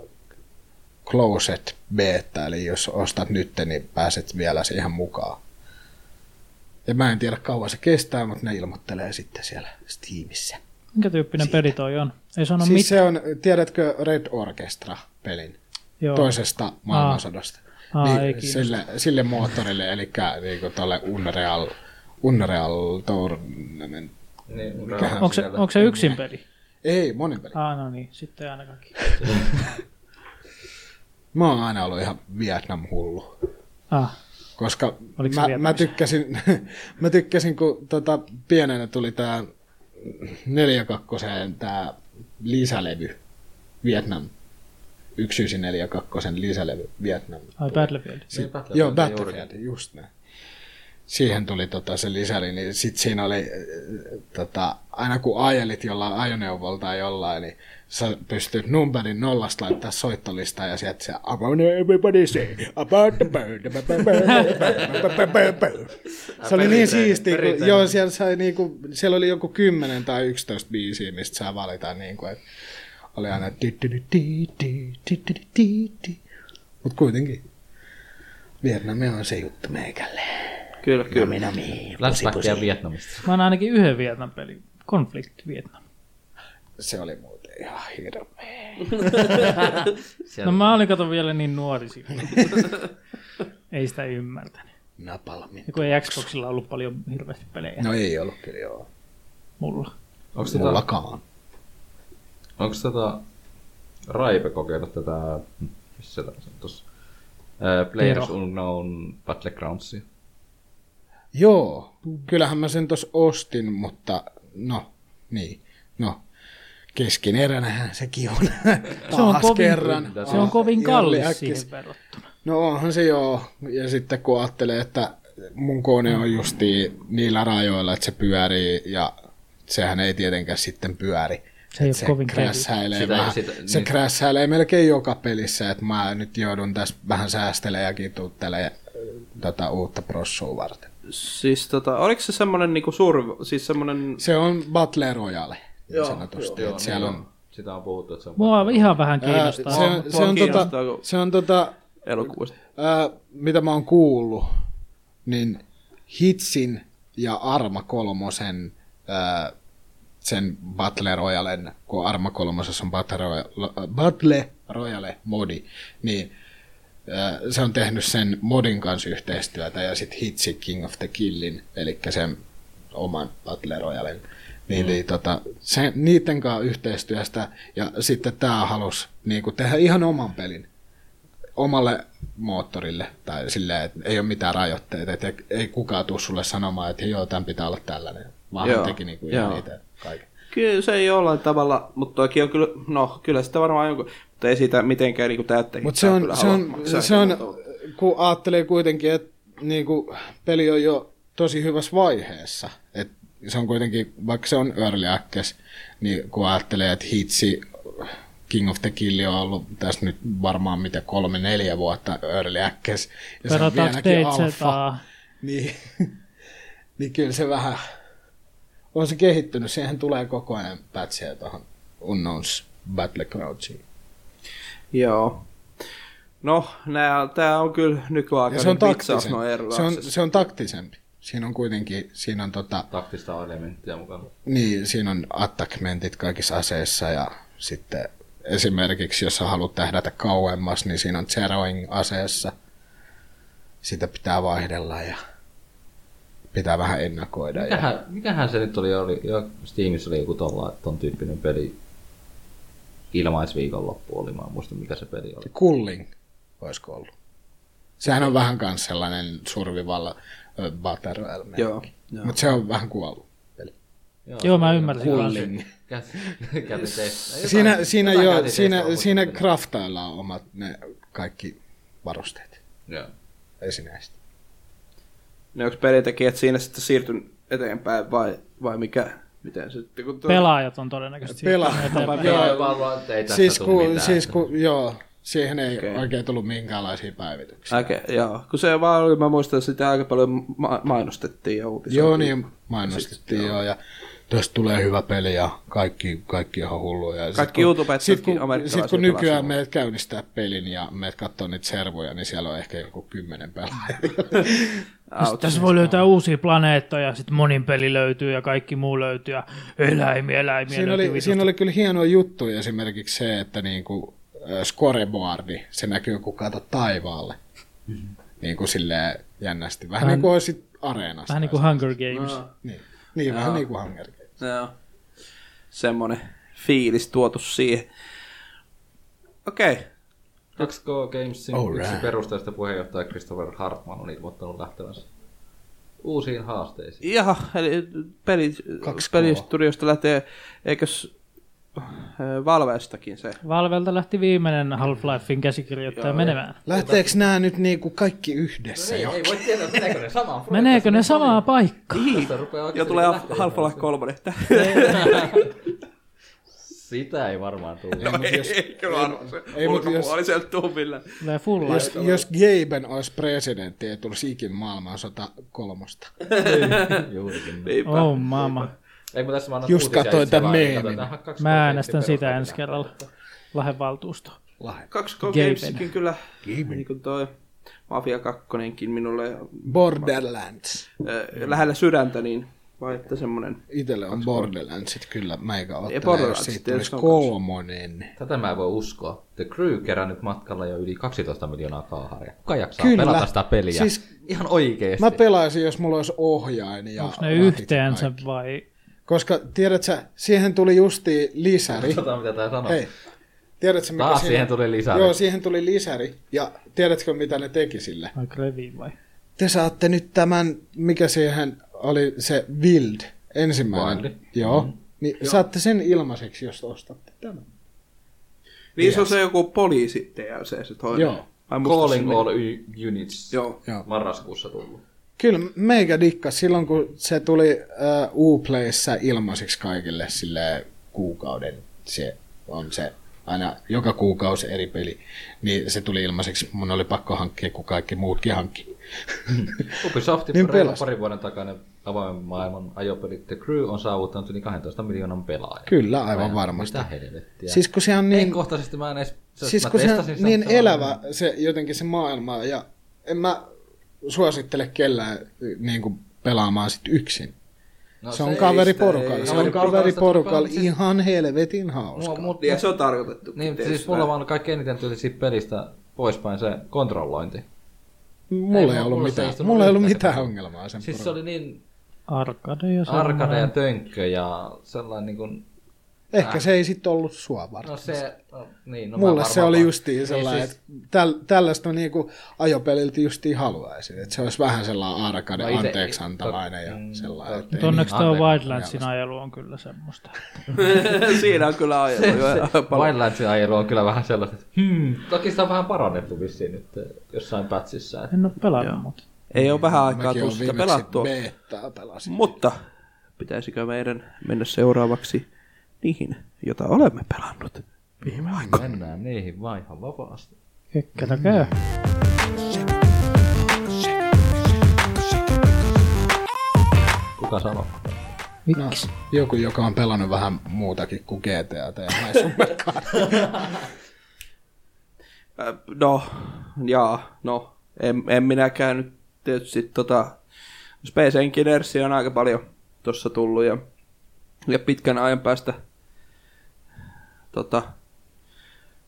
S6: Closed Beta, eli jos ostat nyt, niin pääset vielä siihen mukaan. Ja mä en tiedä kauan se kestää, mutta ne ilmoittelee sitten siellä Steamissa.
S4: Minkä tyyppinen peli toi on? Ei sano
S6: No,
S4: siis
S6: siis
S4: mit...
S6: se on, tiedätkö Red Orchestra-pelin
S4: Joo.
S6: Joo. toisesta maailmansodasta?
S4: Aa, ei kiinnosta.
S6: Niin, sille, sille moottorille, eli niin tuolle Unreal, Unreal Tournament.
S3: Niin,
S4: Onko se, onko se yksin peli?
S6: Ei, monin peli.
S4: Ah, no niin, sitten aina kaikki.
S6: Mä oon aina ollut ihan Vietnam-hullu.
S4: Ah,
S6: Koska
S4: Oliko
S6: mä,
S4: se
S6: mä,
S4: Vietnamissa?
S6: tykkäsin, mä tykkäsin, kun tota, pienenä tuli tää 42 tää lisälevy Vietnam. 1142 lisälevy Vietnam.
S4: ai Battlefield.
S6: Si- joo, Battlefield, just näin. Siihen tuli tota, se lisäri, niin sit siinä oli, äh, tota, aina kun ajelit jollain ajoneuvolla tai jollain, niin sä pystyt numberin nollasta laittaa soittolistaan ja sieltä se about everybody say about the bird. ba- ba- ba- ba- ba- ba- ba- ba." Se oli niin siistiä, kun, joo, siellä, sai niinku, siellä oli joku 10 tai 11 biisiä, mistä saa valita, niinku, että Oli aina ti- ti- ti- ti- ti- ti- ti- ti- ti. Mut kuitenkin.
S7: Vietnami on se juttu meikälle.
S5: Kyllä, kyllä.
S7: Minä mihin.
S3: Flashbackia Vietnamista.
S4: Mä oon ainakin yhden Vietnam pelin. Konflikti Vietnam.
S6: Se oli muuten ihan hirveä.
S4: No mä olin kato vielä niin nuori silloin. ei sitä ymmärtänyt.
S7: Napalmi.
S4: Ja kun ei Xboxilla ollut paljon hirveästi pelejä no.
S6: No ei ollut kyllä joo.
S4: mulla.
S3: Onko tota,
S6: Mullakaan.
S3: onko tota Raipe kokenut tätä, missä se on tossa? Ää, Players
S4: Tero.
S3: Unknown Battlegroundsia.
S6: Joo, kyllähän mä sen tos ostin, mutta no, niin, no, keskineränähän sekin on. Taas
S4: Se on kovin-
S6: kerran.
S4: Se on kovin kallis
S6: Jolli äkkis.
S4: siihen verrattuna.
S6: No onhan se joo, ja sitten kun ajattelee, että mun kone on justi niillä rajoilla, että se pyörii, ja sehän ei tietenkään sitten pyöri.
S4: Se ei
S6: Et
S4: ole
S6: se
S4: kovin kallis.
S6: krässäilee,
S3: Sitä-
S6: vähän,
S3: sitä-
S6: se
S3: niin.
S6: krässäilee melkein joka pelissä, että mä nyt joudun tässä vähän säästelemään ja kituuttelemaan tätä uutta prossua varten.
S5: Siis tota, oliko se semmonen niinku suur, siis semmonen...
S6: Se on Battle Royale, joo, sanotusti. Joo,
S3: Joo,
S6: joo, siellä
S3: niin
S6: on,
S3: Sitä on puhuttu, että se on...
S4: Mua ihan vähän
S6: ää,
S4: kiinnostaa.
S6: se, on, se, on tota,
S5: kiinnostaa, kun-
S6: se on tota,
S5: elokuvasta.
S6: ää, mitä mä oon kuullut, niin Hitsin ja Arma kolmosen ää, sen Battle Royalen, kun Arma kolmosessa on Battle Royale, Battle Royale modi, niin ää, se on tehnyt sen modin kanssa yhteistyötä ja sitten Hitsi King of the Killin, eli sen oman Battle Royalen,
S5: Mm.
S6: niin, niin tota, se, niiden kanssa yhteistyöstä ja sitten tämä halusi niin tehdä ihan oman pelin omalle moottorille tai silleen, että ei ole mitään rajoitteita, että ei kukaan tule sulle sanomaan, että joo, tämän pitää olla tällainen, vaan
S5: Joo,
S6: hän teki niin kuin ihan
S5: joo.
S6: itse kaiken.
S5: Kyllä se ei jollain tavalla, mutta toikin on kyllä, no kyllä sitä varmaan jonkun, mutta ei sitä mitenkään niinku täyttäkin.
S6: Mutta se on, se on, se on kun ajattelee kuitenkin, että niinku, peli on jo tosi hyvässä vaiheessa. Et se on kuitenkin, vaikka se on early access, niin kun ajattelee, että hitsi King of the Kill on ollut tässä nyt varmaan mitä kolme, neljä vuotta early access. Ja se on
S4: Verrataanko
S6: vieläkin alfa.
S4: DZ:ää?
S6: Niin, niin kyllä se vähän on se kehittynyt. Siihen tulee koko ajan pätsiä tuohon Unknowns Battlegroundsiin.
S5: Joo. No, nää, tää on kyllä
S6: Ja
S5: nykyaikainen
S6: se on
S5: vitsaus,
S6: taktisen.
S5: no
S6: se, on, se on taktisempi. Siinä on kuitenkin, siinä on, tota,
S3: Taktista elementtiä mukana.
S6: niin, siinä on attackmentit kaikissa aseissa ja sitten esimerkiksi jos sä haluat tähdätä kauemmas, niin siinä on zeroing aseessa. Sitä pitää vaihdella ja pitää vähän ennakoida. Ja,
S3: Mikähän, mikähän se nyt oli, oli jo Steamissa oli joku tolla, että ton tyyppinen peli ilmaisviikonloppu oli, mä en muista mikä se peli oli.
S6: kulling, olisiko ollut. Sehän on vähän kans sellainen survival ö, battle
S5: Joo, joo.
S6: Mutta se on vähän kuollut.
S4: Joo, mä ymmärsin.
S6: Kulling.
S3: Kävi testillä.
S6: Siinä, siinä,
S3: jotain
S6: joo,
S3: käytiin
S6: siinä,
S3: testillä,
S6: siinä
S3: mutta-
S6: craftaillaan omat ne kaikki varusteet
S3: Joo.
S6: esineistä.
S5: Ne onko pelintekijät siinä sitten siirtynyt eteenpäin vai, vai mikä? Miten se sitten? Kun tuo-
S4: Pelaajat on todennäköisesti.
S6: Pelaa.
S3: Joo,
S6: Joo.
S3: ei varmaan, että ei tästä
S6: Siis
S3: tuu
S6: kun,
S3: mitään.
S6: siis kun, joo, siihen ei
S5: Okei.
S6: okay. oikein tullut minkäänlaisia päivityksiä.
S5: Okei, okay, joo. Kun se vaan oli, mä muistan, että sitä aika paljon ma- mainostettiin ja uutisoitiin.
S6: Joo, niin mainostettiin joo, ja tästä tulee hyvä peli ja kaikki, kaikki ihan hulluja. Ja
S5: Kaikki
S6: kun-
S5: YouTubet
S6: sit
S5: tutki
S6: kun,
S5: amerikkalaisia
S6: sit kun
S5: pelaajia.
S6: nykyään meet käynnistää pelin ja meet katsoo niitä servoja, niin siellä on ehkä joku kymmenen pelaajaa.
S4: Sitten tässä voi löytää uusia planeettoja, sitten monin peli löytyy ja kaikki muu löytyy ja eläimiä, eläimiä
S6: siinä
S4: löytyy
S6: oli,
S4: vitusti.
S6: siinä oli kyllä hieno juttu esimerkiksi se, että niin kuin scoreboardi, se näkyy kun katsot taivaalle. Niin kuin silleen jännästi. Vähän niin kuin olisit areenassa.
S4: Vähän niin kuin Hunger Games.
S6: Niin, niin vähän niin kuin Hunger Games.
S5: Joo. Semmoinen fiilis tuotu siihen. Okei. Okay.
S3: 2K Gamesin
S6: All
S3: yksi
S6: right.
S3: perustajista puheenjohtaja Christopher Hartman on ilmoittanut lähtevänsä uusiin haasteisiin.
S5: Jaha, eli peli,
S6: Kaksi
S5: pelistudiosta lähtee, eikös äh, Valveistakin se?
S4: Valvelta lähti viimeinen Half-Lifein käsikirjoittaja menemään.
S6: Lähteekö nämä nyt niin kuin kaikki
S5: No
S6: yhdessä
S5: niin.
S6: jo?
S3: Ei voi tietää, meneekö ne samaan
S4: Meneekö ne samaa paikkaa?
S6: Niin.
S3: Tästä rupeaa
S5: Ja
S3: oikeasti
S5: tulee
S3: niinku lähtemään.
S5: Half-Life 3.
S3: Sitä ei varmaan tule.
S5: ei, siis- kyllä arvaa.
S6: ei, mut jos-
S5: Ulkopuoliselta tuu millään.
S4: Tulee full
S6: Jos, jos Gaben olisi presidentti, ei tulisi ikin maailmansota kolmosta.
S3: Juurikin.
S5: Niinpä.
S4: Oh mama.
S3: Eikö mä tässä vaan niin
S6: Just katsoin tämän meemin.
S4: Mä äänestän sitä ensi kerralla. Lahden valtuusto.
S5: Kaksi Go
S4: Gaben.
S5: Gamesikin kyllä, niin kuin toi Mafia 2 minulle
S6: Borderlands.
S5: äh, lähellä sydäntä, niin vai että semmonen.
S6: Itelle on Borderlandsit kyllä, meikä ottelee, jos
S5: Borderlandsit
S6: siitä
S5: tietysti
S6: tulisi
S5: on kans.
S6: kolmonen.
S3: Tätä mä en voi uskoa. The Crew kerännyt matkalla jo yli 12 miljoonaa kaaharia. Kuka jaksaa
S6: Kyllä.
S3: pelata sitä peliä?
S6: Siis-
S3: Siis... Ihan oikeesti.
S6: Mä pelaisin, jos mulla olisi ohjain ja
S4: Onko ne
S6: ratit ja
S4: yhteensä
S6: kaikki.
S4: vai...
S6: Koska tiedät sä, siihen tuli justi lisäri.
S3: Katsotaan mitä tää sanoo.
S6: Hei, tiedätkö mikä
S3: Taas
S6: siinä-
S3: Ah, siihen tuli lisäri.
S6: Joo, siihen tuli lisäri. Ja tiedätkö mitä ne teki sille?
S4: Vai Grevi vai?
S6: Te saatte nyt tämän, mikä siihen oli se Wild, ensimmäinen.
S3: Wildi.
S6: Joo. Mm.
S3: Mm-hmm.
S6: Niin joo. saatte sen ilmaiseksi, jos ostatte tämän.
S5: Niin se on se joku poliisi DLC se toinen.
S6: Joo.
S5: Mä en muista
S3: Calling
S5: sen nimeä.
S3: all u- units.
S5: Joo.
S6: Joo.
S3: Marraskuussa tullut.
S6: Kyllä meikä dikkas silloin, kun se tuli uh, Uplayssä ilmaiseksi kaikille sille kuukauden. Se on se aina joka kuukausi eri peli. Niin se tuli ilmaiseksi. Mun oli pakko hankkia, kun kaikki muutkin hankki.
S3: Ubisoftin
S6: Niin
S3: niin
S6: pelas.
S3: parin vuoden takainen avoimen maailman ajopeli The Crew on saavuttanut yli 12 miljoonan pelaajan.
S6: Kyllä, aivan
S3: Mä en-
S6: varmasti.
S3: Mitä helvettiä.
S6: Siis kun se on
S3: niin...
S6: niin...
S3: En kohtaisesti mä en edes...
S6: Siis
S3: mä
S6: kun se on
S3: testasin sitä,
S6: niin
S3: mutta se on-
S6: elävä se, jotenkin se maailma, ja en mä suosittele kellään niin kuin pelaamaan sit yksin. No, se, se on
S3: ei
S6: kaveriporukalla.
S5: sitä- ei-
S6: se on kaveriporukalla
S3: Siis-
S6: ihan helvetin hauska.
S3: Mua,
S6: Mua,
S3: mua,
S5: Ja se on tarkoitettu.
S3: niin, siis mulla vaan kaikkein eniten tuli siitä pelistä poispäin se kontrollointi.
S6: mulla ei,
S3: ei,
S6: ollut
S3: mulla se
S6: mitään,
S3: ei istunut
S6: mulla ei ollut
S3: yhtään
S6: mitään
S3: mitään.
S6: ongelmaa sen
S3: Siis se
S6: porukan.
S3: oli niin
S4: Arkade ja semmoinen.
S3: arkade ja tönkkö ja sellainen niin kuin...
S6: Ehkä se ei sitten ollut sua varten.
S3: äh. No se... No, niin, no mä
S6: Mulle
S3: varmaan-
S6: se oli justiin sellainen,
S3: Niin,
S6: siis... että täl, tällaista mä niinku ajopeliltä justiin haluaisin. Että se olisi vähän sellainen arkade,
S3: No
S6: no
S3: ite-
S6: anteeksiantalainen ja
S3: Mm,
S6: sellainen.
S3: to-
S6: että
S4: Mutta onneksi tuo
S6: niin,
S3: Anteeksi,
S4: Wildlandsin ajelu on kyllä semmoista.
S5: Siinä on kyllä ajelu. jo aika paljon.
S3: Wildlandsin ajelu on kyllä vähän sellainen, että hmm, toki sitä on vähän parannettu vissiin nyt eh, jossain pätsissä. Että
S4: En ole pelannut, mutta
S5: Ei ole vähän
S6: Mäkin
S5: aikaa
S6: oon
S5: tullut sitä
S6: viimeksi
S5: pelattua.
S6: betaa pelasin.
S5: Mutta pitäisikö meidän mennä seuraavaksi niihin, jota olemme pelannut viime aikoina?
S3: mennään niihin vaan ihan vapaasti.
S4: kekkätä käy.
S3: Kuka sanoo? Mm.
S6: No, joku, joka on pelannut vähän muutakin kuin GTA ja mä en sun
S5: Äh, No, jaa, no, en, en minäkään nyt tietysti tota, Space Engineers on aika paljon tuossa tullut ja, ja pitkän ajan päästä tota,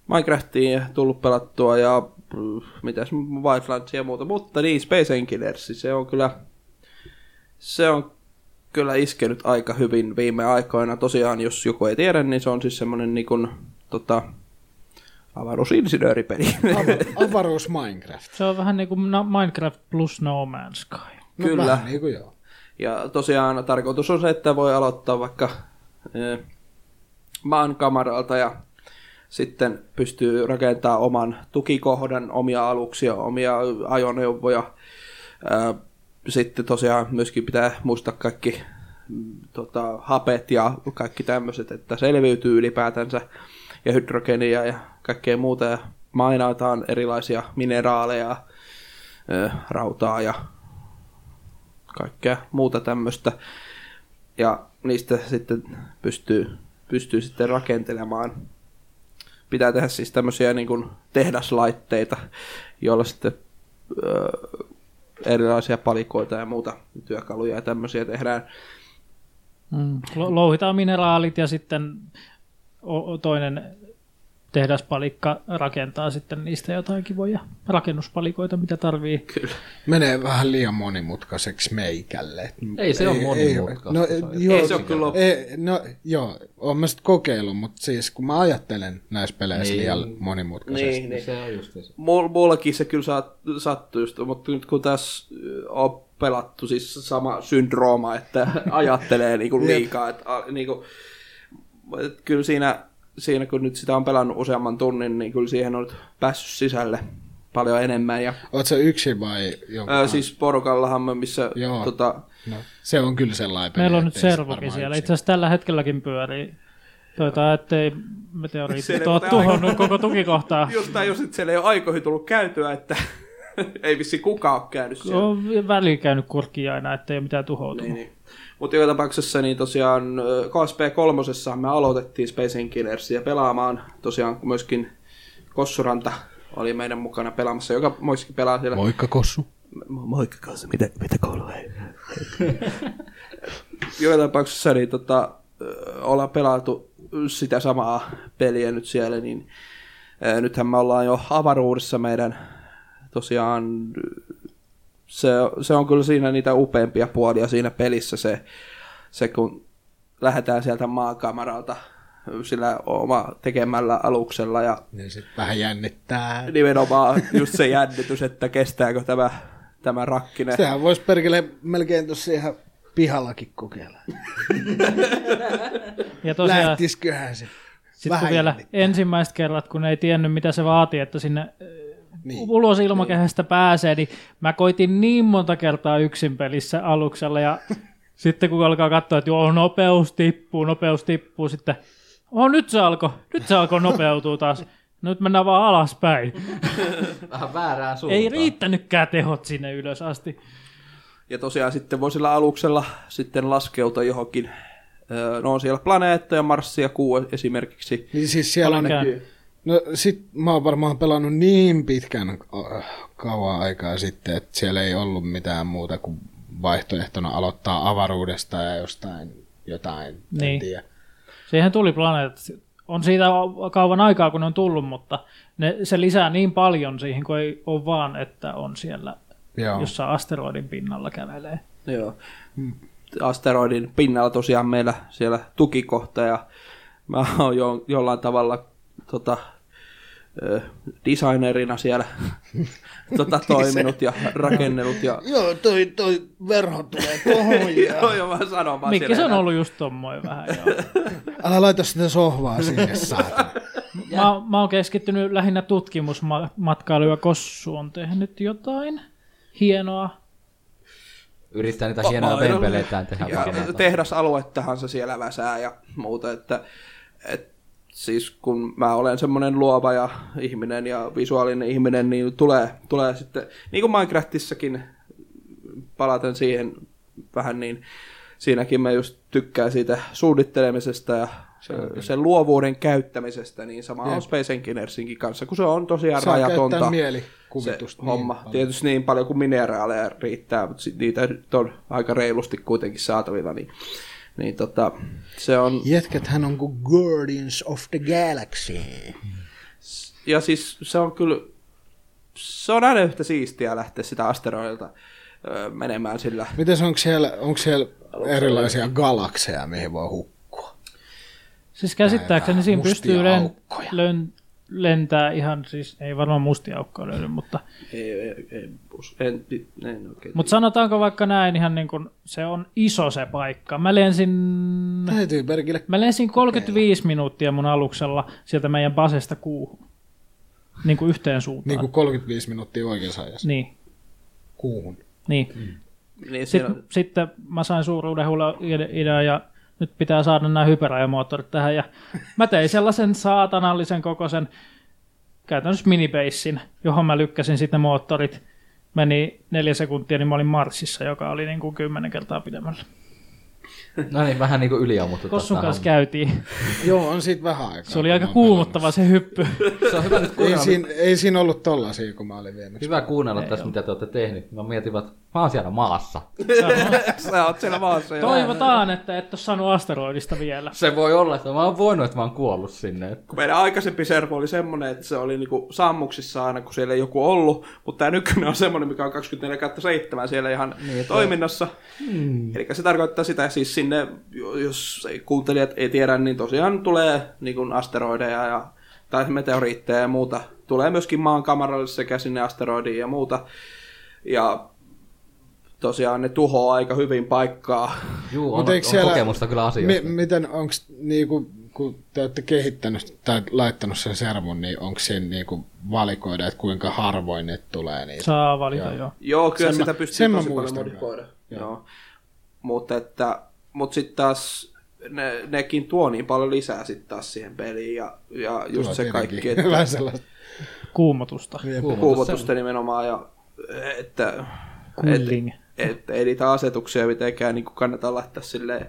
S5: Minecraftiin tullut pelattua ja mm, mitäs Wildlandsia ja muuta, mutta niin Space Engineers, se on kyllä se on kyllä iskenyt aika hyvin viime aikoina. Tosiaan, jos joku ei tiedä, niin se on siis semmonen niin kuin, tota, avaruusinsinööripeli.
S6: avaruus Minecraft.
S4: Se on vähän niin kuin na- Minecraft plus No Man's Sky.
S6: No,
S5: Kyllä.
S6: Vähän niin kuin joo.
S5: Ja tosiaan tarkoitus on se, että voi aloittaa vaikka eh, maan kamaralta ja sitten pystyy rakentamaan oman tukikohdan, omia aluksia, omia ajoneuvoja. Eh, Sitten tosiaan myöskin pitää muistaa kaikki mm, tota, hapet ja kaikki tämmöiset, että selviytyy ylipäätänsä ja hydrogenia ja kaikkea muuta ja mainataan erilaisia mineraaleja, eh, rautaa ja kaikkea muuta tämmöistä. Ja niistä sitten pystyy, pystyy sitten rakentelemaan. Pitää tehdä siis tämmöisiä niin kuin tehdaslaitteita, joilla sitten ö, erilaisia palikoita ja muuta työkaluja ja tämmöisiä tehdään.
S4: Mm. Lo- louhitaan mineraalit ja sitten o- o- toinen tehdaspalikka rakentaa sitten niistä jotain kivoja rakennuspalikoita, mitä tarvii. Kyllä.
S6: Menee vähän liian monimutkaiseksi meikälle.
S3: Ei se ole monimutkaista.
S6: No,
S3: se on-
S6: joo,
S5: Ei se ole kyllä loppu.
S6: ei, no joo, oon mä sit kokeillut, mutta siis kun mä ajattelen näissä peleissä niin.
S3: Niin.
S6: liian monimutkaisesti. Niin.
S3: Se on just se.
S5: Mul- Mullakin se kyllä saat, sattuu just, mutta nyt kun tässä ö, on pelattu siis sama syndrooma, että ajattelee niinku liikaa. Että, a- niinku, et kyllä siinä, siinä, kun nyt sitä on pelannut useamman tunnin, niin kyllä siihen on nyt päässyt sisälle paljon enemmän. Ja,
S6: Oot sä yksin vai joku?
S5: ää, siis porukallahan me, missä
S6: Joo.
S5: tota,
S6: no, se on kyllä sellainen peli.
S4: Meillä on nyt
S6: ettei se
S4: servokin
S6: varmaan
S4: siellä.
S6: yksin-
S4: Itse asiassa tällä hetkelläkin pyörii. Toivotaan, ettei meteoriitti
S5: Selvä,
S4: ole
S5: tää
S4: tuhonnut koko tukikohtaa.
S5: just tai jos et siellä ei ole aikoihin tullut käytyä, että Ei vissi kukaan ole käynyt siellä.
S4: On välillä käynyt kurkkiin aina, ettei ole mitään tuhoutunut.
S5: Niin, niin. Mutta joka tapauksessa niin tosiaan ö, KSP3 me aloitettiin Space Engineersia pelaamaan. Tosiaan myöskin Kossuranta oli meidän mukana pelaamassa, joka myöskin pelaa siellä.
S6: Moikka Kossu.
S5: Moikka kanssa, mitä, mitä koulu ei? Joka tapauksessa niin, tota, ö, ollaan pelattu sitä samaa peliä nyt siellä, niin ö, nythän me ollaan jo avaruudessa meidän tosiaan ö, se, se on kyllä siinä niitä upeampia puolia siinä pelissä se, se kun lähdetään sieltä maakameralta ö, sillä oma tekemällä aluksella ja
S6: Niin sit vähän jännittää.
S5: Niin. nimenomaan just se jännitys, että kestääkö tämä, tämä rakkinen.
S7: Sehän voisi perkele melkein tuossa ihan pihallakin kokeilla.
S4: Ja tosiaan,
S7: Lähtisiköhän se.
S4: sitten kun vielä
S7: jännittää.
S4: ensimmäiset kerrat, kun ei tiennyt, mitä se vaatii, että sinne
S6: Niin.
S4: niin. ulos ilmakehästä niin. pääsee, niin mä koitin niin monta kertaa yksin pelissä aluksella ja sitten kun alkaa katsoa, että joo, nopeus tippuu, nopeus tippuu, sitten oh, nyt se alkoi, nyt se alkoi nopeutua taas. Nyt mennään vaan alaspäin.
S3: Vähän väärään suuntaan.
S4: Ei riittänytkään tehot sinne ylös asti.
S5: Ja tosiaan sitten voi sillä aluksella sitten laskeutua johonkin. Öö, No on siellä planeettoja, Marssi ja Kuu esimerkiksi.
S6: Niin siis siellä on...
S4: Olenkään.
S6: No sit mä oon varmaan pelannut niin pitkän äh, kauan aikaa sitten, että siellä ei ollut mitään muuta kuin vaihtoehtona aloittaa avaruudesta ja jostain jotain, en
S4: Niin.
S6: tiedä.
S4: Siihen tuli planeetat. On siitä kauan aikaa, kun ne on tullut, mutta ne, se lisää niin paljon siihen, kun ei ole vaan, että on siellä
S6: Joo.
S4: jossain asteroidin pinnalla kävelee.
S5: Joo. Mm, Asteroidin pinnalla tosiaan meillä siellä tukikohta ja mä oon jo, jollain tavalla tota, ö, designerina siellä tota, toiminut ja rakennellut. Ja,
S7: Joo, toi, toi verho tulee tohon ja...
S5: joo, joo, mä sanon vaan
S4: Mikki,
S5: siellä
S4: se on
S5: enää.
S4: ollut just tommoin vähän. Joo.
S6: Älä laita sitä sohvaa sinne, saatana.
S4: Mä, mä oon keskittynyt lähinnä tutkimusmatkailuun ja Kossu on tehnyt jotain hienoa.
S3: Yrittää niitä
S5: Pa-
S3: hienoja
S5: painoilla.
S3: vempeleitään tehdä.
S5: Ja
S3: parhaillaan.
S5: tehdasaluettahan se siellä väsää ja muuta, että et, siis kun mä olen semmoinen luova ja ihminen ja visuaalinen ihminen, niin tulee, tulee sitten, niin kuin Minecraftissakin palaten siihen vähän, niin siinäkin mä just tykkään siitä suunnittelemisesta ja ö, sen luovuuden käyttämisestä, niin sama on Space Engineersinkin kanssa, kun se on tosiaan
S6: Saa
S5: rajatonta
S6: käyttää
S5: se
S6: mielikuvitusta. niin
S5: homma.
S6: paljon.
S5: Tietysti niin paljon kuin mineraaleja riittää, mutta sit niitä nyt on aika reilusti kuitenkin saatavilla. Niin, niin tota, se on,
S7: Jätkät hän on kuin Guardians of the Galaxy.
S5: ja siis se on kyllä, se on aina yhtä siistiä lähteä sitä asteroidilta ö, menemään sillä.
S6: Mites onko siellä, onko siellä erilaisia galakseja, mihin voi hukkua?
S4: Siis käsittääkseni siinä
S6: mustia
S4: pystyy len,
S6: aukkoja.
S4: lön, lentää ihan, siis ei varmaan mustia aukkoja löydy, mutta,
S5: Ei, ei, ei, en, en oikein.
S4: mutta sanotaanko vaikka näin ihan niin kuin, se on iso se paikka. Mä lensin
S6: Täytyy perkele.
S4: Mä lensin 35 minuuttia mun aluksella sieltä meidän basesta kuuhun. Niin kuin yhteen suuntaan.
S6: Niin kuin 35 minuuttia oikeassa ajassa.
S4: niin,
S6: Kuuhun.
S4: niin.
S5: niin siellä,
S4: Sitten, sitten mä sain suuruuden hula idea ja nyt pitää saada nämä hyperajamoottorit tähän. Ja mä tein sellaisen saatanallisen kokoisen käytännössä minibeissin, johon mä lykkäsin sitten moottorit. Meni neljä sekuntia, niin mä olin Marsissa, joka oli niin kuin kymmenen kertaa pidemmällä.
S3: No niin, vähän niinku yliammuttu.
S4: Kossun
S3: tätä
S4: kanssa käytiin.
S6: Joo, on siitä vähän aikaa.
S4: Se oli
S6: kun
S4: aika
S6: mä oon
S4: kuumottava se hyppy.
S3: hommaa. Se on hyvä nyt
S6: Ei
S3: kuunnella,
S6: siinä, ei siinä ollut tollasia, kun mä olin viimeksi.
S3: hyvä kuunnella tässä, mitä te olette tehnyt. Mä mietin, vaan, että mä oon siellä maassa.
S5: sä oot siellä maassa. ja-
S4: Toivotaan, että et ole saanut asteroidista vielä.
S3: Se voi olla, että mä oon voinut, että mä oon kuollut sinne.
S5: Kun meidän aikaisempi servo oli semmoinen, että se oli niinku sammuksissa aina, kun siellä ei joku ollut, mutta tämä nykyinen on semmoinen, mikä on 24-7 siellä ihan niin, toiminnassa. Mm. Eli se tarkoittaa sitä siis sinne, jo- jos ei- kuuntelijat ei tiedä, niin tosiaan tulee niinku asteroideja ja, tai meteoriitteja ja muuta. Tulee myöskin maan kamaralle sekä sinne asteroidiin ja muuta. Ja tosiaan ne tuhoaa aika hyvin paikkaa.
S3: Juu, on,
S6: Mut
S3: on
S6: eikö siellä-
S3: kokemusta kyllä asioista.
S6: Mi- miten onko, niinku, kun te olette kehittänyt tai laittanut sen servun, niin onko siinä niinku valikoida, että kuinka harvoin ne tulee niitä?
S4: Saa valita, joo.
S5: Joo, kyllä
S6: Sen mä-
S5: sitä pystyy
S6: sen mä
S5: tosi paljon
S6: muistan
S5: modifioida.
S6: Joo.
S5: Joo. Mutta että, mut sitten taas ne, nekin tuo niin paljon lisää sitten taas siihen peliin ja, ja just
S6: Tulee
S5: se
S6: tietenkin
S5: kaikki, että
S6: Vähän sellaista.
S4: Kuumotusta.
S3: Kuumotus.
S5: kuumotusta nimenomaan ja että
S4: Kulling.
S5: että ei niitä asetuksia mitenkään niin kannata laittaa sille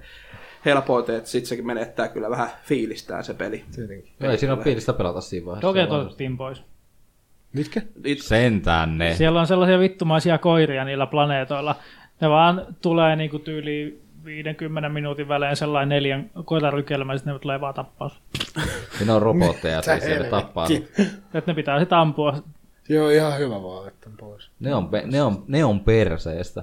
S5: helpoiten, että sitten sekin menettää kyllä vähän fiilistään se peli.
S6: Tietenkin.
S3: No, ei siinä ole piilistä pelata siinä vaiheessa.
S4: Doget otettiin pois.
S6: Mitkä?
S5: It,
S3: Sentään ne.
S4: Siellä on sellaisia vittumaisia koiria niillä planeetoilla. Ne vaan tulee niinku tyyli 50 minuutin välein sellainen neljän koirarykelmä, ja sitten ne tulee vaan tappaa. sut.
S3: Siinä on robotteja, siis siellä tappaa.
S4: Et ne pitää sitä ampua.
S6: Joo, ihan hyvä vaan, että pois.
S3: Ne on, pe- ne on, ne on perseestä.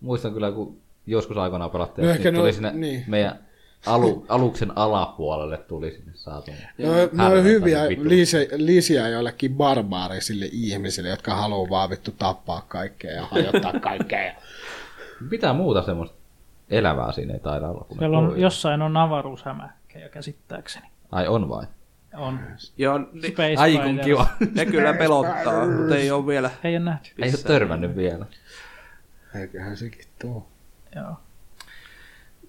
S3: Muistan kyllä, kun joskus aikoinaan pelattiin,
S6: No
S3: että
S6: ehkä
S3: niitä
S6: ne
S3: tuli
S6: on-
S3: sinne
S6: niin.
S3: meidän alu, aluksen alapuolelle tuli sinne saatun.
S6: No, ne
S3: Härvetä,
S6: on hyviä
S3: niin vitu.
S6: lise, lisiä joillekin barbaarisille ihmisille, jotka haluaa vaan vittu tappaa kaikkea ja hajottaa kaikkea. ja-
S3: Mitä muuta semmoista elävää siinä ei taida olla? Kun ne
S4: Siellä on,
S3: kuivuu.
S4: jossain on avaruushämäkkejä käsittääkseni.
S3: Ai on vai?
S4: On.
S5: joo, ne,
S4: Space
S3: Ai kun
S4: Spiders.
S3: kiva.
S5: ne kyllä pelottaa, mutta ei ole vielä.
S4: Ei ole nähty.
S3: Ei ole törmännyt vielä.
S6: Eiköhän sekin tuu.
S4: Joo.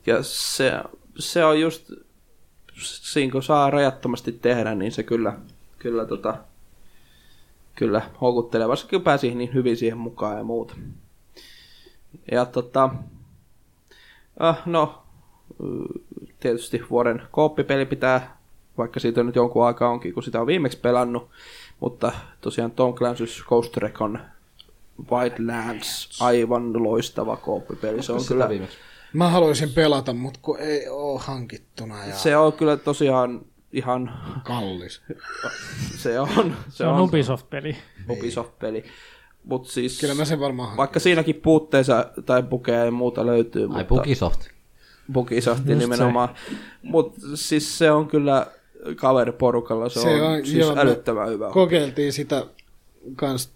S5: Ja se, se on just, siinä kun saa rajattomasti tehdä, niin se kyllä, kyllä, tota, kyllä houkuttelee, varsinkin kun pääsi niin hyvin siihen mukaan ja muuta. Ja tota, äh, no, mm, tietysti vuoden kooppipeli pitää, vaikka siitä on nyt jonkun aikaa onkin, kun sitä on viimeksi pelannut, mutta tosiaan Tom Clancy's Ghost Recon Wildlands, aivan loistava kooppipeli. Se on
S3: Sitä
S5: kyllä,
S3: viimeksi.
S6: Mä haluaisin pelata, mutta kun ei oo hankittuna ja se...
S5: se on kyllä tosiaan ihan,
S6: kallis.
S5: se on,
S4: Se on Ubisoft-peli.
S5: Ubisoft-peli. Mutta siis,
S6: Kyllä mä sen varmaan hankin.
S5: vaikka siinäkin puutteensa tai bukeja ja muuta löytyy,
S3: Ai
S5: mutta
S3: Bugisoft.
S5: Bugisoft nimenomaan. Mutta siis se on kyllä kaveriporukalla, se, se on, on siis
S6: me
S5: älyttömän hyvä.
S6: Kokeiltiin sitä kans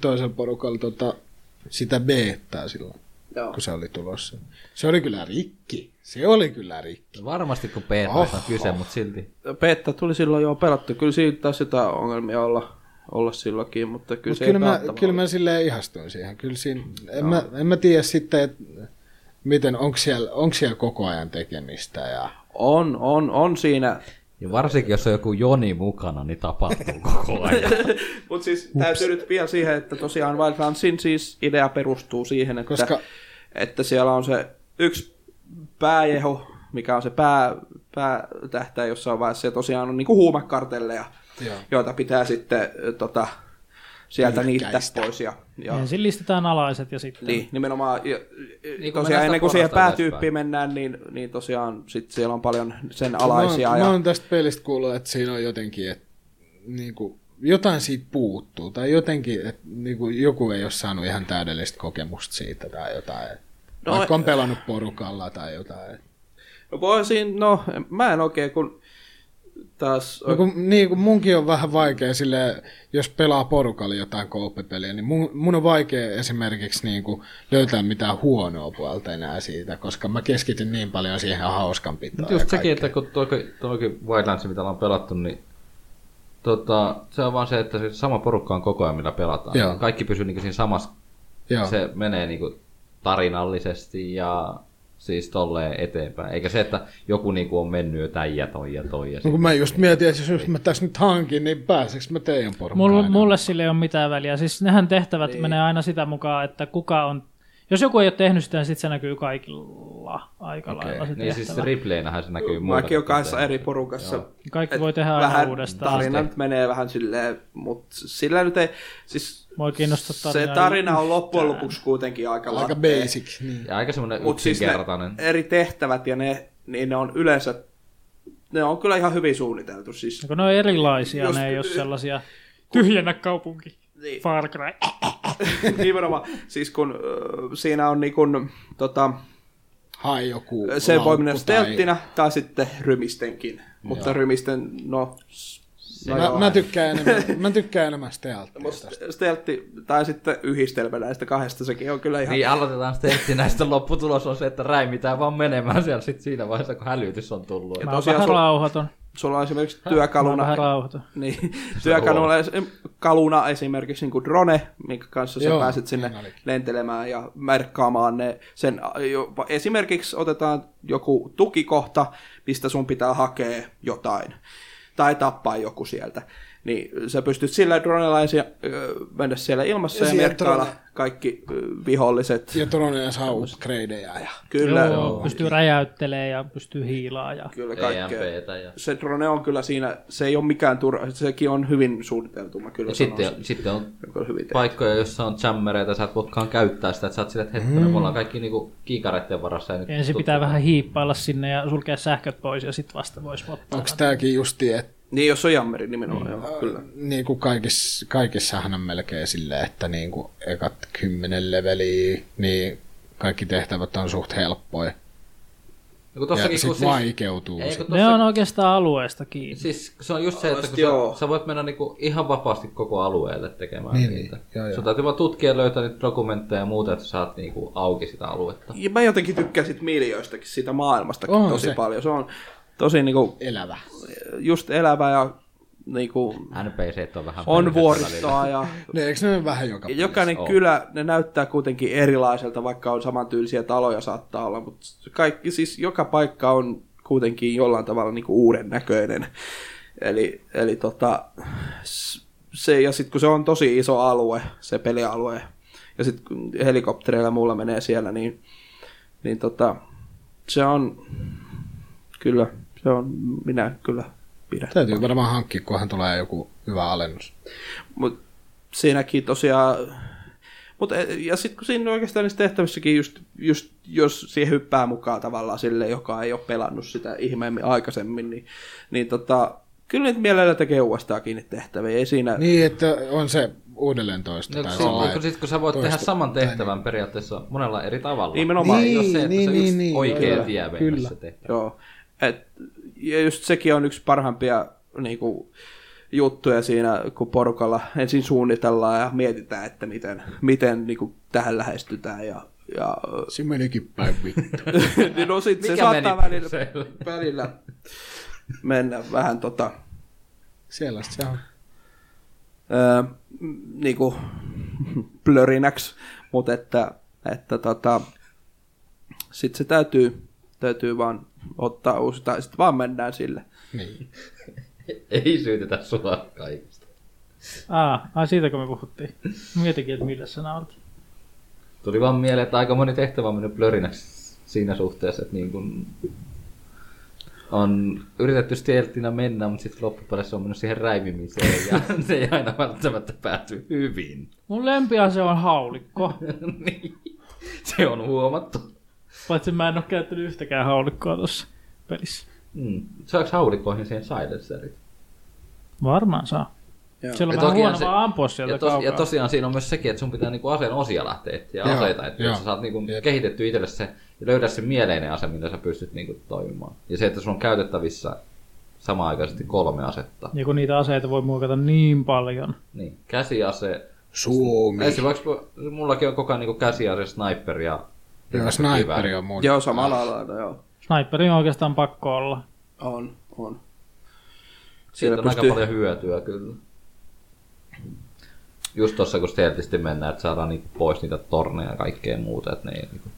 S6: toisen porukalla tota, sitä beettaa silloin,
S5: Joo.
S6: kun se oli tulossa. Se oli kyllä rikki. Se oli kyllä rikki.
S3: Varmasti kun Petroista on kyse, mutta silti.
S5: Beta tuli silloin jo pelattu, kyllä siitä taisi jotain ongelmia olla, olla silloinkin, mutta kyllä
S6: Mut
S5: se ei
S6: kyllä, mä,
S5: pelottava
S6: kyllä
S5: ollut.
S6: mä silleen ihastuin siihen. Kyllä siinä, en, mä, en mä tiedä sitten, että miten, onko siellä, onko siellä koko ajan tekemistä. Ja...
S5: On, on, on siinä.
S3: Ja varsinkin jos on joku Joni mukana, niin tapahtuu koko ajan.
S5: Mutta siis täytyy nyt vielä siihen, että tosiaan Wildlandsin siis idea perustuu siihen, että
S6: Koska
S5: että siellä on se yksi pääjeho, mikä on se pää, päätähtäjä jossain vaiheessa, ja tosiaan on niinku huumekartelleja,
S6: Joo.
S5: joita pitää sitten ö, tota, sieltä niittää
S6: Pyyhkäistä.
S5: pois. Ja, ja,
S4: Ensin listetään alaiset ja sitten...
S5: niin, nimenomaan, ja,
S3: Niin
S5: niin
S3: kun
S5: tosiaan
S3: mennään
S5: ennen kuin
S3: sitä
S5: siihen
S3: porrasta
S5: päätyyppiin
S3: ylöspäin.
S5: mennään, niin, niin tosiaan sit siellä on paljon sen
S6: mä,
S5: alaisia.
S6: oon-
S5: ja,
S6: mä oon tästä pelistä kuullut, että siinä on jotenkin, että niinku, jotain siitä puuttuu. Tai jotenkin, että niinku, joku ei ole saanut ihan täydellistä kokemusta siitä tai jotain. No,
S5: No,
S6: vaikka on pelannut porukalla tai jotain.
S5: no, voisin, no mä en oikein, kun taas...
S6: No kun, niin kun munkin on vähän vaikea sille, jos pelaa porukalla jotain kooppipeliä, niin mun, mun on vaikea esimerkiksi niin kuin löytää mitään huonoa puolta enää siitä, koska mä keskityn niin paljon siihen hauskanpitoon.
S3: Mutta just
S6: ja
S3: sekin,
S6: kaikkeen.
S3: että kun toki, toki Wildlands, mitä ollaan pelattu, niin tota, se on vaan se, että se sama porukka on koko ajan, millä pelataan.
S6: Joo.
S3: Kaikki pysyy niin siinä samassa.
S6: Joo.
S3: Se menee niin tarinallisesti ja siis tolleen eteenpäin. Eikä se, että joku niin on mennyt jo tän ja toi ja toi. Ja
S6: No kun
S5: Niinku
S3: sit-
S6: mä just mietin, että jos mä tässä nyt hankin, niin pääseks mä teidän porukkaan?
S4: Mulle,
S6: enää?
S4: mulle sille ei ole mitään väliä. Siis nehän tehtävät niin. menee aina sitä mukaan, että kuka on... Jos joku ei ole tehnyt sitä, niin sit se näkyy kaikilla aika okay. lailla se
S3: niin siis se
S4: tehtävä.
S3: replaynähän se näkyy muuta.
S5: Mäkin on kanssa eri porukassa.
S4: Niin Kaikki
S5: Et
S4: voi tehdä aina
S5: vähän
S4: uudestaan.
S5: Tarina nyt menee vähän silleen, mutta sillä nyt ei... Siis
S4: Mua ei kiinnosta
S5: se
S4: tarinaa
S5: tarina on loppujen
S4: yhtään.
S5: lopuksi kuitenkin aika
S6: Aika
S5: lattea.
S6: basic. Niin.
S3: Ja aika semmoinen
S5: Mut siis ne
S3: yksinkertainen.
S5: eri tehtävät ja ne, niin ne on yleensä... Ne on kyllä ihan hyvin suunniteltu. Siis,
S4: No kun ne on erilaisia,
S5: Just-
S4: ne ei ole sellaisia tyhjennä kaupunki.
S5: Niin.
S4: Far Cry.
S5: nimenomaan, siis kun ö, siinä on niin kun, tota,
S6: Hai joku
S5: se voi
S6: laukku
S5: mennä
S6: tai-
S5: stelttinä tai... tai sitten rymistenkin. Mutta rymisten, no... no
S6: Mä,
S5: joo.
S6: mä, tykkään enemmän, mä tykkään enemmän stealthista.
S5: Steltti tai sitten yhdistelmä näistä kahdesta, sekin on kyllä ihan...
S3: Niin aloitetaan stepsi näistä. Lopputulos on se, että räimitään vaan menemään siellä sit siinä vaiheessa, kun hälytys on tullut.
S4: Mä oon
S5: tosiaan
S4: vähän
S5: sul-
S4: rauhaton.
S5: Sulla on esimerkiksi
S4: Mä oon
S5: työkaluna,
S4: vähän rauhaton.
S5: Niin, työkaluna kaluna esimerkiksi niin kuin drone, minkä kanssa sä
S6: Joo,
S5: pääset sinne
S6: niin olikin.
S5: lentelemään ja merkkaamaan ne. Sen, jopa- esimerkiksi otetaan joku tukikohta, mistä sun pitää hakea jotain tai tappaa joku sieltä. niin sä pystyt sillä dronella ensin ö, mennä siellä ilmassa
S7: Ja
S5: ja, ja
S7: siihen
S5: merkkailla
S7: drone-
S5: kaikki ö, viholliset.
S6: Ja Tronille saa upgradeja ja
S5: Kyllä,
S4: joo, pystyy räjäyttelemään ja pystyy hiilaa ja
S3: E
S5: kyllä kaikkea.
S3: EMPtä. Ja...
S5: Se drone on kyllä siinä, se ei ole mikään turha, sekin on hyvin suunniteltu, mä kyllä
S3: Ja
S5: sanoisin.
S3: sitten, sitten on
S5: Joka on hyvin tehty.
S3: paikkoja, jossa on jammereita, sä et voikaan käyttää sitä, että sä oot sillä, että hetkinen,
S6: Mm.
S3: me ollaan kaikki niinku kiikareiden varassa. Ja nyt
S4: ensin
S3: tut-
S4: pitää vähän hiippailla sinne ja sulkea sähköt pois ja sitten vasta voisi ottaa.
S6: onko tämäkin justi, että
S5: Niin, jos on jammeri
S3: Mm.
S5: nimenomaan, joo, kyllä.
S6: niin kuin kaikissa, kaikissahan on melkein silleen, että niin kuin ekat kymmenen leveliä, niin kaikki tehtävät on suht helppoja.
S3: Ja kun
S6: Ja
S3: tossakin, kun
S6: sit
S3: siis-
S6: vaikeutuu.
S3: Ei, kun
S4: Ne
S3: tossa-
S4: on oikeastaan alueesta kiinni.
S3: Siis se on just se, että kun
S5: Joo.
S3: sä, sä voit mennä niinku ihan vapaasti koko alueelle tekemään
S6: Niin,
S3: niin, niitä.
S6: niin. Joo, joo.
S3: Sun täytyy vaan tutkia ja löytää niitä dokumentteja ja muuta, että saat niinku auki sitä aluetta.
S5: Ja mä jotenkin tykkään sit miljöistäkin, siitä maailmasta
S6: On
S5: tosi
S6: se.
S5: paljon. Se on tosi niinku,
S6: Elävä.
S5: just elävä ja niinku,
S3: NPC on vähän... pelkästään
S5: on
S3: välillä.
S5: vuoristoa ja
S6: Ne, eikö ne ole vähän joka
S5: Ja jokainen
S3: on.
S5: kylä, ne näyttää kuitenkin erilaiselta, vaikka on samantyylisiä taloja saattaa olla, mutta kaikki, siis joka paikka on kuitenkin jollain tavalla niinku uuden näköinen. Eli, eli tota, s- se, ja sitten kun se on tosi iso alue, se pelialue, ja sitten kun helikoptereilla mulla menee siellä, niin, niin tota, se on, kyllä, se on, minä kyllä pidän.
S6: Täytyy varmaan hankkia, kunhan tulee joku hyvä alennus.
S5: Mut siinäkin tosiaan... Mut, e- ja sitten kun siinä oikeastaan niissä tehtävissäkin, just, just, jos siihen hyppää mukaan tavallaan sille, joka ei ole pelannut sitä ihmeemmin aikaisemmin, niin, niin tota, kyllä nyt mielellä tekee uudestaankin niitä tehtäviä. Ei siinä, niin.
S6: Niin, että on se uudelleen toista.
S3: No, kun,
S6: tai
S3: sit,
S6: sellainen.
S3: kun, sit, kun sä voit
S6: toista-
S3: tehdä saman tehtävän periaatteessa monella eri tavalla.
S5: Nimenomaan.
S3: Ei ole
S6: Niin,
S3: se, että
S6: niin,
S3: se on just
S6: niin, niin,
S3: oikea
S6: kyllä,
S3: tie mennä
S6: kyllä.
S3: se tehtävä.
S5: Joo. Et, ja just sekin on yksi parhaimpia niinku, juttuja siinä, kun porukalla ensin suunnitellaan ja mietitään, että miten, miten niinku, tähän lähestytään ja, ja
S6: Se menikin päin vittu.
S5: niin no sit se
S3: Mikä
S5: saattaa
S3: meni
S5: välillä, välillä mennä vähän tota,
S6: Sellaista se on.
S5: öö, m- niinku plörinäksi, mutta että, että tota, sit se täytyy, täytyy vaan ottaa uusi, tai sit vaan mennään sille.
S6: Niin.
S3: Ei syytetä sua kaikista.
S4: Aa, Ah, ai siitäkö me puhuttiin? Mietinkin, että millä sä naurat.
S3: Tuli vaan mieleen, että aika moni tehtävä on mennyt plörinäksi siinä suhteessa, että niin kun on yritetty stieltinä mennä, mutta sitten loppupeleissä on mennyt siihen räimimiseen ja se ei aina välttämättä pääty hyvin.
S4: Mun lempiase on haulikko.
S3: niin. Se on huomattu.
S4: Paitsi mä en ole käyttänyt yhtäkään haulikkoa tuossa pelissä.
S3: Mm. Saako haulikoihin siihen silencerit?
S4: Varmaan saa.
S5: Joo.
S4: Siellä on
S3: Ja
S4: vähän
S3: tokihan
S4: huono
S3: se-
S4: vaan ampua sieltä
S3: Ja, tos, ja
S4: kaukaa.
S3: tosiaan siinä on myös sekin, että sun pitää niinku aseen osia lähteä ja
S6: Joo,
S3: aseita, että
S6: joo.
S3: jos sä saat niinku
S6: Jep.
S3: kehitetty itselle se ja löydä se mieleinen ase, millä sä pystyt niinku toimimaan. Ja se, että sulla on käytettävissä samaan aikaisesti kolme asetta.
S4: Ja kun Niinku niitä aseita voi muokata niin paljon.
S3: Niin, käsiase.
S6: Suomi.
S3: Esimerkiksi mullakin on koko ajan niinku käsiase, sniper ja...
S6: Joo, sniperi on mun.
S5: Joo, samalla lailla, joo.
S4: Sniperi on oikeastaan pakko olla.
S5: On, on.
S3: Siitä
S5: Siellä
S3: on aika
S5: pystyy-
S3: paljon hyötyä kyllä. Just tossa kun steeltisti mennään, että saadaan niinku pois niitä torneja ja kaikkea muuta, että ne ei niinku...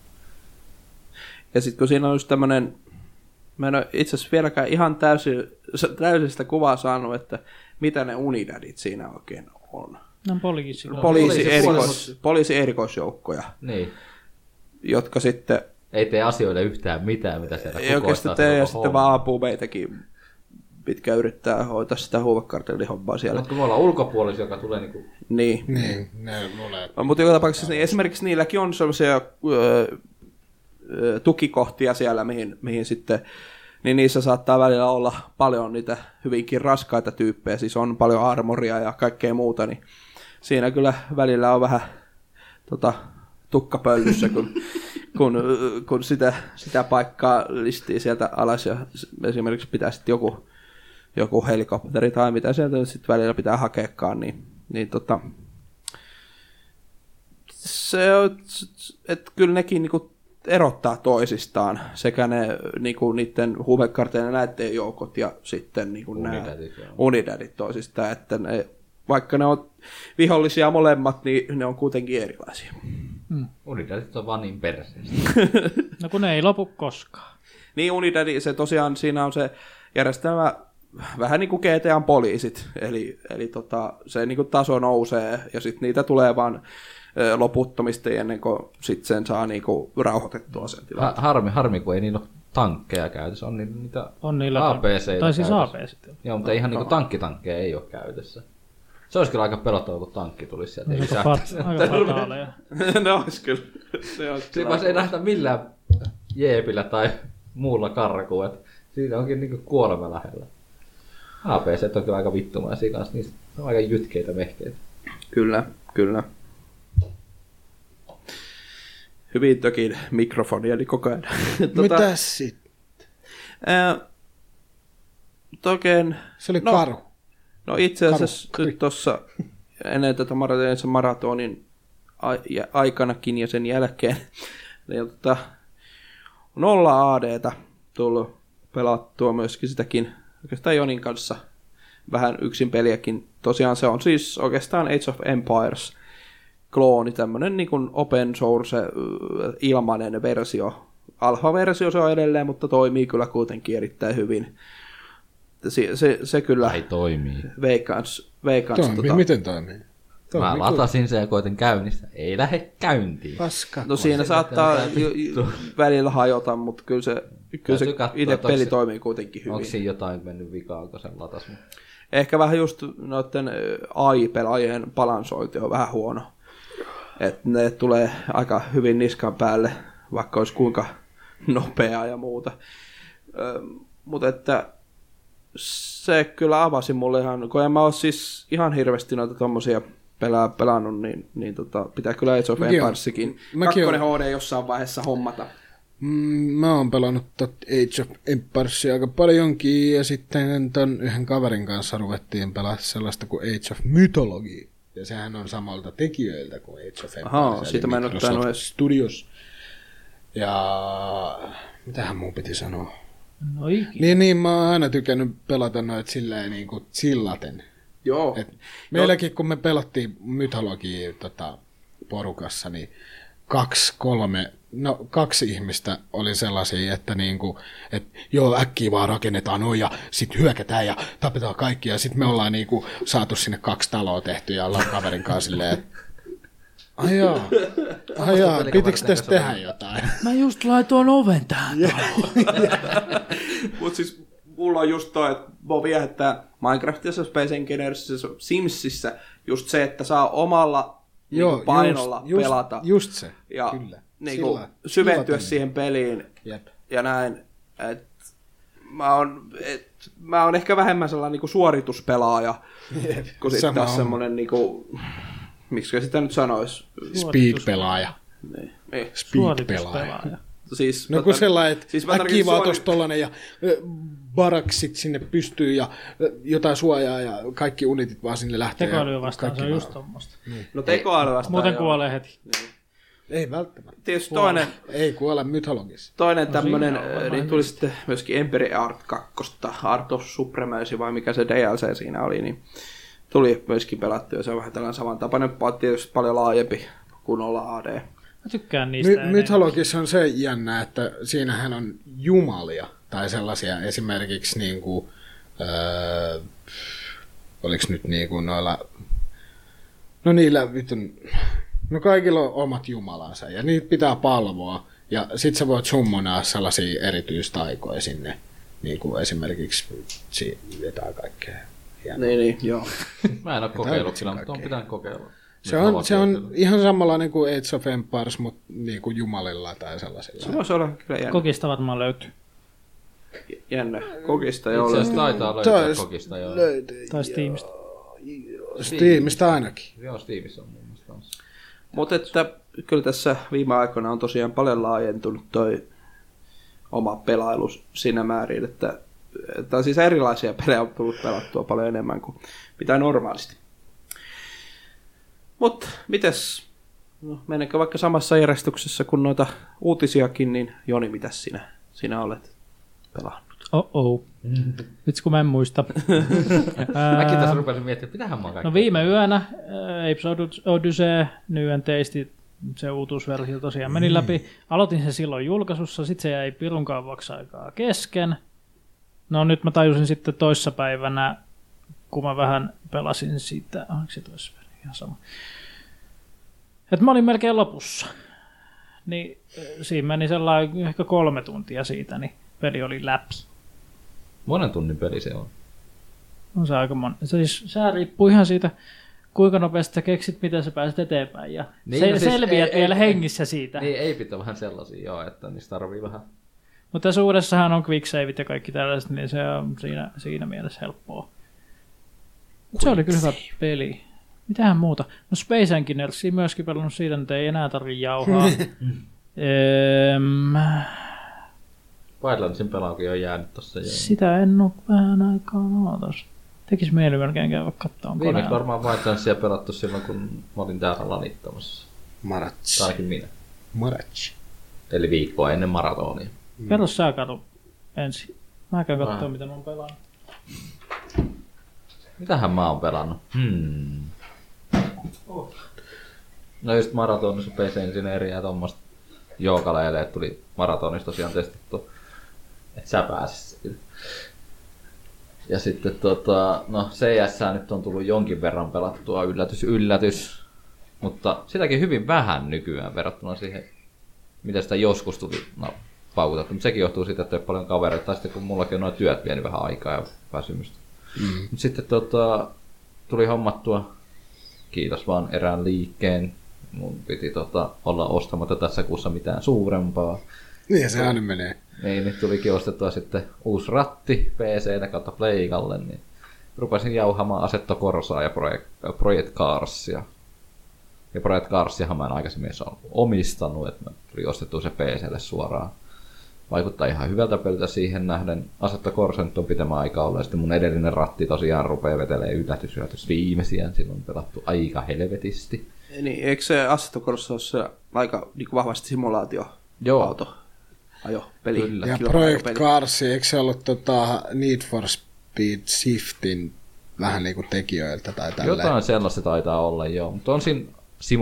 S5: Ja sitten kun siinä on just tämmönen, mä en ole itse asiassa vieläkään ihan täysin, täysin sitä kuvaa saanut, että mitä ne unidadit siinä oikein on.
S4: Ne on poliisi.
S5: No, Poliisi,
S3: poliisi-
S5: erikois, poliisi erikoisjoukkoja,
S3: Niin.
S5: jotka sitten
S3: Ei tee asioille yhtään mitään, mitä sieltä
S5: ei oikeastaan tee ja sitten vaan apuu meitäkin pitkä yrittää hoitaa sitä huumekartellihommaa siellä.
S3: Mutta kun me ollaan ulkopuolisia, joka tulee niinku...
S5: Niin.
S6: Niin, ne luulee.
S5: Mutta joka tapauksessa niin esimerkiksi niilläkin on sellaisia öö, öö, tukikohtia siellä, mihin, mihin sitten, niin niissä saattaa välillä olla paljon niitä hyvinkin raskaita tyyppejä, siis on paljon armoria ja kaikkea muuta, niin siinä kyllä välillä on vähän tota, tukkapöllyssä, kun, kun, öö, kun sitä, sitä paikkaa listii sieltä alas ja s- esimerkiksi pitää sitten joku, joku helikopteri tai mitä sieltä nyt sitten välillä pitää hakeakaan, niin, niin tota, se on, että kyllä nekin niinku erottaa toisistaan sekä ne niinku niiden huumekarteiden näiden joukot ja sitten niinku nämä
S3: Unidadit, joo.
S5: unidadit toisistaan, että ne, vaikka ne on vihollisia molemmat, niin ne on kuitenkin erilaisia.
S3: Unidadit on vaan niin perseestä.
S4: No kun ne ei lopu koskaan.
S5: Niin Unidad, se tosiaan siinä on se järjestelmä vähän niin kuin GTAn poliisit, eli, eli tota, se niin kuin taso nousee ja sitten niitä tulee vaan ö, loputtomasti ennen kuin sit sen saa niin kuin rauhoitettua sen tilanteen.
S3: Ha- harmi, harmi, kun ei niillä ole tankkeja käytössä. On niillä niitä
S4: On niillä
S3: APC.
S4: Tai siis APC.
S3: Joo, mutta ihan niinku tankkitankkeja ei ole käytössä. Se olisi kyllä aika pelottava, kun tankki tulisi sieltä
S4: Aika,
S3: lisää.
S4: fat, aika fataaleja.
S5: ne No, olisi kyllä. Ne olisi
S3: Siinä vaiheessa ei lähdetä millään jeepillä tai muulla karkuun. Et siinä onkin niinku kuolema lähellä. APC on kyllä aika vittumaisia kanssa. Niissä on aika jytkeitä mehkeitä.
S5: Kyllä, kyllä. Hyvin toki mikrofoni, eli koko ajan.
S6: Tota... Mitäs sit?
S5: Ää, token,
S6: Se oli
S5: No.
S6: no. karu.
S5: no itse asiassa
S6: Karu-
S5: nyt tuossa ennen tätä maratonin, maratonin a- ja aikanakin ja sen jälkeen, niin tota, nolla ADtä tullut pelattua myöskin sitäkin oikeastaan Jonin kanssa vähän yksin peliäkin. Tosiaan se on siis oikeastaan Age of Empires klooni, tämmönen niin kuin open source ö, ilmainen versio. Alfa-versio se on edelleen, mutta toimii kyllä kuitenkin erittäin hyvin. Se, se, se kyllä
S3: toimii.
S5: veikans, veikans
S6: Toimii,
S5: tota,
S6: miten toimii?
S3: Mä latasin sen ja koitin käynnistä. Ei lähde käyntiin.
S7: Paska.
S5: No siinä saattaa
S3: mitään
S5: jo- jo- välillä hajota, mutta kyllä se, kyllä se
S3: Täytyy katsoa,
S5: itse
S3: että
S5: peli
S3: onko se-
S5: toimii kuitenkin hyvin.
S3: Onko siinä jotain mennyt vikaan, kun sen latas?
S5: Ehkä vähän just noiden AI-pelaajien balansointi on vähän huono. Et ne tulee aika hyvin niskan päälle, vaikka olisi kuinka nopeaa ja muuta. Mutta että se kyllä avasi mulle ihan, kun en mä ole siis ihan hirveästi noita tommosia pelaa, pelannut, niin, niin tota, pitää kyllä Age of
S6: Mäkin oon-
S5: Empiresikin.
S6: mäkin
S5: Kakkonen HD jossain vaiheessa hommata.
S6: Mm, mä oon pelannut tot Age of Empiresia aika paljonkin ja sitten ton yhden kaverin kanssa ruvettiin pelaa sellaista kuin Age of Mythology. Ja sehän on samalta tekijöiltä kuin Age of Empires.
S5: Ahaa,
S6: eli
S5: siitä mä en oo
S6: Microsoft
S5: tainnut edes-
S6: Studios. Ja mitähän mun piti sanoa?
S4: No ikinä.
S6: Niin, niin mä oon aina tykännyt pelata noit silleen niin kuin chillaten.
S5: Joo.
S6: Et meilläkin kun me pelattiin mytologiaa tota, porukassa, niin kaksi, kolme, no kaksi ihmistä oli sellaisia, että niinku, et, joo äkkiä vaan rakennetaan noin ja sit hyökätään ja tapetaan kaikki ja sit me ollaan niinku saatu sinne kaksi taloa tehty ja ollaan kaverin kanssa silleen, et, ai joo, ai joo, pitikö tässä tehdä jotain?
S4: Mä just laitoin oven tähän.
S5: Mutta siis mulla on just toi, että mua viehättää Minecraftissa, Space Engineersissa, Simsissä just se, että saa omalla Joo, niinku painolla
S6: just,
S5: pelata.
S6: Just, just se,
S5: ja
S6: kyllä.
S5: Niinku,
S6: Sillä-
S5: syventyä
S6: sillä tavalla.
S5: siihen peliin
S6: Jep.
S5: ja näin. Et, mä, oon, et, mä oon ehkä vähemmän sellainen niinku suorituspelaaja, kun sitten
S6: Sama
S5: taas
S6: homma.
S5: semmonen, niinku, miksi sitä nyt sanois?
S6: Speed-pelaaja.
S5: Niin. Niin.
S6: Speed-pelaaja.
S5: Siis,
S6: No
S5: mä
S6: kun
S5: tar-
S6: sellainen, että siis
S5: mä tarkoitan
S6: äkkiä vaan
S5: suori-
S6: tuossa tollanen ja ö, baraksit sinne pystyy ja ö, jotain suojaa ja kaikki unitit vaan sinne lähtee.
S4: Tekoäly
S6: ja
S4: vastaan, se on
S6: kaikki
S4: just
S6: vaan-
S4: tommoista.
S5: No tekoäly vastaan.
S4: Muuten
S5: joo.
S4: kuolee heti.
S6: Ei välttämättä.
S5: Tietysti toinen,
S6: Ei kuole mytologissa.
S5: Toinen no, tämmönen,
S4: siinä on
S5: äh,
S4: varmaan
S5: niin tuli sitten myöskin Empire Art 2, Art of Supremacy vai mikä se DLC siinä oli, niin tuli myöskin pelattua. Se on vähän tällainen samantapainen, pa- tietysti paljon laajempi kuin olla AD.
S4: Mä tykkään niistä.
S6: My-
S4: enemmän.
S6: mytologissa on se jännä, että siinähän on jumalia tai sellaisia esimerkiksi niin kuin, öö, oliko nyt niin kuin noilla, no niillä vitun, no kaikilla on omat jumalansa ja niitä pitää palvoa ja sit sä voit summonaa sellaisia erityistaikoja sinne, niin kuin esimerkiksi si- jotain kaikkea. Ja
S5: Niin, niin, joo.
S3: Mä en ole
S6: Jotain
S3: kokeillut
S6: vitsin
S3: kyllä, mutta on
S6: kaikkea.
S3: pitänyt kokeilla.
S6: Se
S3: Nyt
S6: on,
S3: ovat
S6: se on
S3: kokeillut.
S6: ihan samanlainen kuin Age of Empires, mutta niin kuin jumalilla tai sellaisilla.
S5: Se voisi olla kyllä jännä.
S4: Kokista varmaan löytyy.
S5: jännä. Kokista ei
S3: Itse
S5: ole.
S3: asiassa taitaa
S6: Taisi
S3: löytyä kokista joo.
S6: löytyy.
S4: Tai Steamista.
S3: Niin.
S6: Steamista ainakin.
S3: Joo, Steamissa on muun muassa kanssa.
S5: Mutta että kyllä tässä viime aikoina on tosiaan paljon laajentunut toi oma pelailu siinä määrin, että tai siis erilaisia pelejä on tullut pelattua paljon enemmän kuin mitä normaalisti. Mutta mites, no, menekö vaikka samassa järjestyksessä kuin noita uutisiakin, niin Joni, mitäs sinä, sinä olet pelannut?
S4: Oh oh. Vitsi kun mä en muista.
S3: Mäkin
S4: Ää,
S3: tässä rupesin miettimään, että mitähän mä oon kaikkea.
S4: No viime yönä äh, Apes Odys- Odyssey, Nyen Tasty, se uutuusversio tosiaan meni läpi. Aloitin sen silloin julkaisussa, sit se jäi pirun kauaksi aikaa kesken. No nyt mä tajusin sitten toissapäivänä, kun mä vähän pelasin sitä, onko se toissapäivänä ihan sama. Et mä olin melkein lopussa. Niin äh, siinä meni sellainen ehkä kolme tuntia siitä, niin peli oli läpi.
S3: Monen tunnin peli se on.
S4: On se aika mon... se, siis, sehän riippuu ihan siitä, kuinka nopeasti sä keksit, miten sä pääset eteenpäin. Ja
S3: Niin,
S4: niin, se,
S3: no
S4: no
S3: siis
S4: selviät
S3: ei-
S4: ei, vielä
S3: ei-
S4: ei, hengissä siitä.
S3: Niin ei pitää vähän sellaisia, joo, että niistä tarvii vähän.
S4: Mutta tässä uudessahan on quicksaveit ja kaikki tällaiset, niin se on siinä, siinä mielessä helppoa. Mut se oli kyllä hyvä peli. Mitähän muuta? No Space Engineersia myöskin pelannut siitä, että ei enää tarvi jauhaa. Ehm,
S3: Wildlandsin pelaakin on jäänyt tossa jo.
S4: sitä en oo vähän aikaa ootas. Tekis mieli melkein käydä kattoon
S3: Viimeksi
S4: koneella.
S3: varmaan Wildlandsia pelattu silloin, kun mä olin täällä lanittamassa.
S7: Marats.
S3: Tai ainakin minä.
S7: Marats.
S3: Eli viikkoa ennen maratonia.
S4: Kerro sä Katu ensin. Mä käyn kattoo,
S3: Mm. Vähän.
S4: mitä mä oon pelannut.
S3: Mitähän mä oon pelannut? Hmm. No just maratonissa Space Engineeria ja tommoista jookaleille tuli maratonista tosiaan testattu. Et sä pääsis siitä. Ja sitten tota, no CS nyt on tullut jonkin verran pelattua, yllätys, yllätys. Mutta sitäkin hyvin vähän nykyään verrattuna siihen, mitä sitä joskus tuli no, paukutettu. Mutta sekin johtuu siitä, että ei ole paljon kavereita. Tai sitten kun mullakin on nuo työt vienyt vähän aikaa ja väsymystä. Mut sitten tota, tuli hommattua, kiitos vaan erään liikkeen. Mun piti tota, olla ostamatta tässä kuussa mitään suurempaa.
S6: Niin se aina menee.
S3: Niin, nyt tulikin ostettua sitten uusi ratti pc kautta Pleikalle, niin rupesin jauhamaan Asetto Corsaa ja Project, äh, Project Carsia. Ja Project Carsiahan mä en aikaisemmin edes ollut omistanut, että mä tuli ostettua se PClle suoraan. Vaikuttaa ihan hyvältä peliltä siihen nähden. Asetta Corsa nyt on pitemmän aikaa olla, ja sitten mun edellinen ratti tosiaan rupeaa vetelee yllätys, yllätys viimeisiä, silloin on pelattu aika helvetisti.
S5: Niin, eikö se Assetto Corsa ole se aika niin kuin vahvasti simulaatio?
S3: Joo.
S5: Auto. Ajo, peli.
S3: Kyllä.
S6: Ja
S5: kilpailu-
S6: Project
S5: peli.
S6: Cars, eikö se ollut tota Need for Speed Shiftin vähän niinku tekijöiltä tai tälleen? No
S3: Jotain sellaista taitaa olla, joo. Mutta on siinä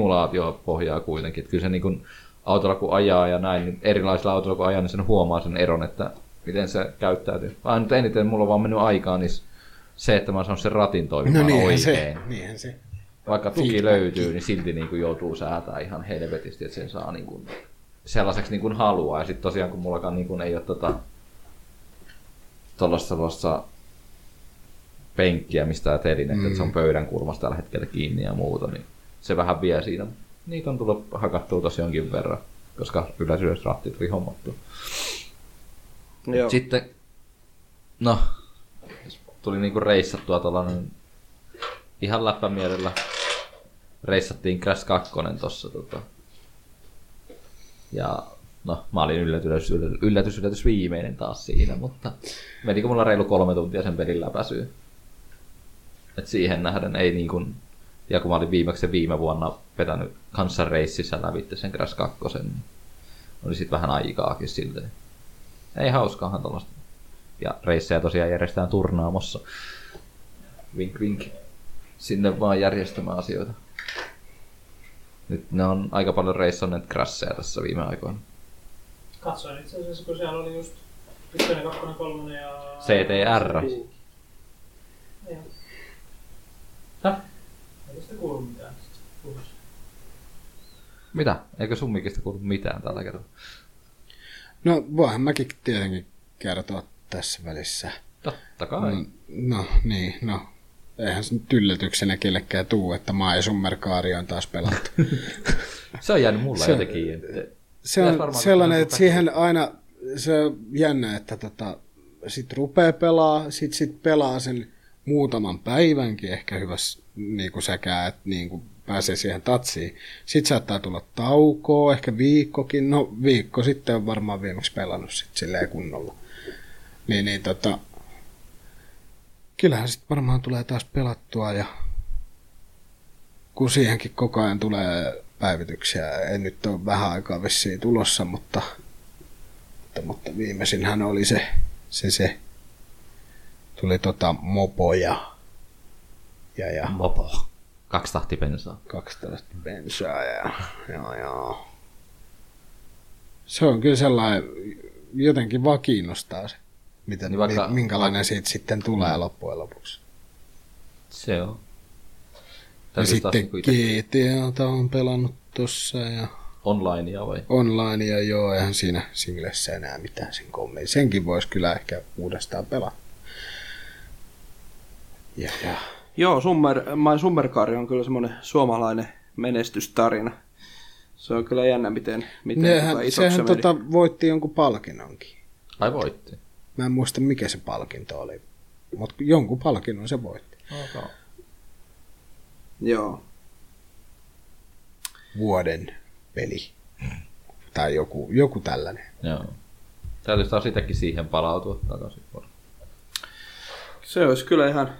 S3: simulaatiopohjaa kuitenkin. Että kyllä se niin kun autolla kun ajaa ja näin, niin erilaisilla autoilla kun ajaa, niin sen huomaa sen eron, että miten se käyttäytyy. Vaan nyt eniten mulla on vaan mennyt aikaa, niin se, että mä saan sen ratin
S6: No
S3: toimimaan
S6: niinhän
S3: oikein.
S6: se, niinhän se.
S3: Vaikka tuki löytyy, niin silti niin kuin joutuu säätää ihan helvetisti, että sen saa niin kuin sellaiseksi niin kuin haluaa. Ja sitten tosiaan, kun mullakaan niin kuin ei ole tota, tuollaista penkkiä, mistä telin, mm. että se on pöydän kulmasta tällä hetkellä kiinni ja muuta, niin se vähän vie siinä. Niitä on tullut hakattua tosi jonkin verran, koska yleisyysratti tuli hommattua.
S5: Joo.
S3: Sitten, no, tuli niinku reissattua tuollainen ihan läppämielellä. Reissattiin Crash 2 tossa tota. Ja no, mä olin yllätys, yllätys, yllätys, yllätys viimeinen taas siinä, mutta menikö mulla reilu kolme tuntia sen pelin läpäisyyn. Et siihen nähden ei niin kuin, ja kun mä olin viimeksi viime vuonna vetänyt kanssa reississä lävitte sen Crash 2, niin oli sit vähän aikaakin silleen. Ei hauskaahan tuollaista. Ja reissejä tosiaan järjestetään turnaamossa. Vink vink. Sinne vaan järjestämään asioita. Nyt ne on aika paljon reissanneet crasheja tässä viime aikoina.
S4: Katsoin itse asiassa, kun siellä oli just 1, 2, 3 ja...
S3: CTR. Häh?
S4: Ei sitä kuulu mitään.
S3: Mitä? Eikö summikista kuulu mitään tällä kertaa?
S6: No voihan mäkin tietenkin kertoa tässä välissä.
S3: Totta kai.
S6: No,
S3: Mm.
S6: no niin, no. Eihän se nyt yllätyksenä kellekään tuu, että Maa ja Summerkaari on taas pelattu.
S3: Se on jäänyt mulla
S6: Se-
S3: jotenkin. Että...
S6: Se
S3: Pitäis
S6: on
S3: varmaan
S6: sellainen,
S3: vähän
S6: että siihen aina se on jännä, että tota, sit rupeaa pelaa, sit, sit pelaa sen muutaman päivänkin ehkä hyvässä niin kuin säkää, että niin kuin pääsee siihen tatsiin. Sitten saattaa tulla taukoa, ehkä viikkokin. No viikko sitten on varmaan viimeksi pelannut sit silleen kunnolla. Niin, niin tota, kyllähän sitten varmaan tulee taas pelattua ja kun siihenkin koko ajan tulee päivityksiä. En nyt ole vähän aikaa vissiin tulossa, mutta, mutta, mutta viimeisinhän oli se, se, se tuli tota mopoja ja, ja
S3: Mopo. Kaksi tahti pensaa.
S6: 12 bensaa ja joo, joo. Se on kyllä sellainen, jotenkin vakiinnustaa se miten,
S3: Niin
S6: niin
S3: vaikka-
S6: vaikka, minkälainen siitä sitten tulee loppujen lopuksi.
S3: Se on.
S6: Ja
S3: Täytyy taas
S6: sitten
S3: niinku itse-
S6: GTAta on pelannut tossa ja
S3: onlinea vai?
S6: online ja joo, eihän siinä singlessä enää mitään sen kommin. Senkin voisi kyllä ehkä uudestaan pelata. Ja, ja.
S5: Joo, Summer, My Summerkaari on kyllä semmoinen suomalainen menestystarina. Se on kyllä jännä, miten, miten
S6: Nehän,
S5: tota isoksi se
S6: sehän
S5: meni.
S6: tota, voitti jonkun palkinnonkin.
S3: Ai voitti.
S6: Mä en muista mikä se palkinto oli, mutta jonkun palkinnon se voitti.
S3: Okay.
S5: Joo.
S6: Vuoden peli. Tai joku, joku tällainen.
S3: Joo. Täytyy taas sitäkin siihen palautua takaisin. varmaan.
S5: Se olisi kyllä ihan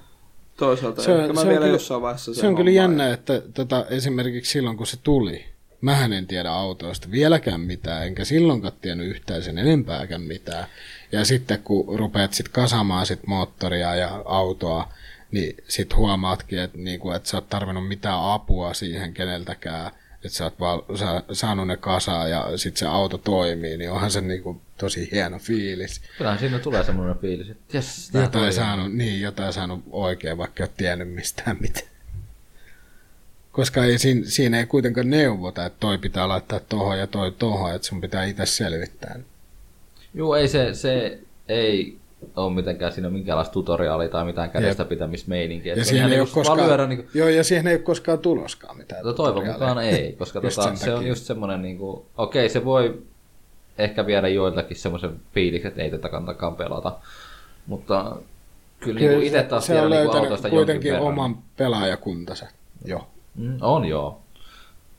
S5: toisaalta.
S6: Se on-
S5: Tota, Ehkä mä
S6: se on
S5: vielä
S6: kyllä-
S5: jossain vaiheessa
S6: Se on kyllä
S5: hommaan.
S6: jännä, että tota, esimerkiksi silloin kun se tuli, mähän en tiedä autoista vieläkään mitään, enkä silloinkaan tiennyt yhtään sen enempääkään mitään. Ja sitten kun rupeat sit kasaamaan sit moottoria ja autoa, niin sit huomaatkin, että niinku, et sä oot tarvinnut mitään apua siihen keneltäkään, että sä oot vaan sa- saanut ne kasaan ja sit se auto toimii, niin onhan se niinku tosi hieno fiilis.
S3: Kyllähän siinä tulee semmoinen fiilis, että jes, tää
S6: Jotain
S3: toimii.
S6: saanut, niin, jotain saanut oikein, vaikka ei ole tiennyt mistään mitään. Koska ei, siinä, siinä ei kuitenkaan neuvota, että toi pitää laittaa tohon ja toi tohon, että sun pitää itse selvittää.
S3: Joo, ei se, se ei ole mitenkään siinä minkäänlaista tutoriaalia tai mitään kädestä pitämismeininkiä.
S6: Ja
S3: Se on ihan
S6: siihen ei ole
S3: niinku Vaan
S6: koskaan,
S3: lyödä, niin kuin,
S6: joo, ja siihen ei ole koskaan tuloskaan mitään.
S3: no toivon
S6: tutoriaalia.
S3: mukaan ei, koska
S6: Just
S3: tota,
S6: sen
S3: se on
S6: takia.
S3: just semmoinen, niin kuin, okei se voi ehkä viedä joiltakin semmoisen fiiliksen, että ei tätä kantakaan pelata. Mutta kyllä, kyllä itse taas
S6: se
S3: tiedän
S6: on
S3: niin
S6: löytänyt
S3: autosta jonkin
S6: kuitenkin
S3: verran.
S6: oman pelaajakuntansa. Joo.
S3: Mm, on joo.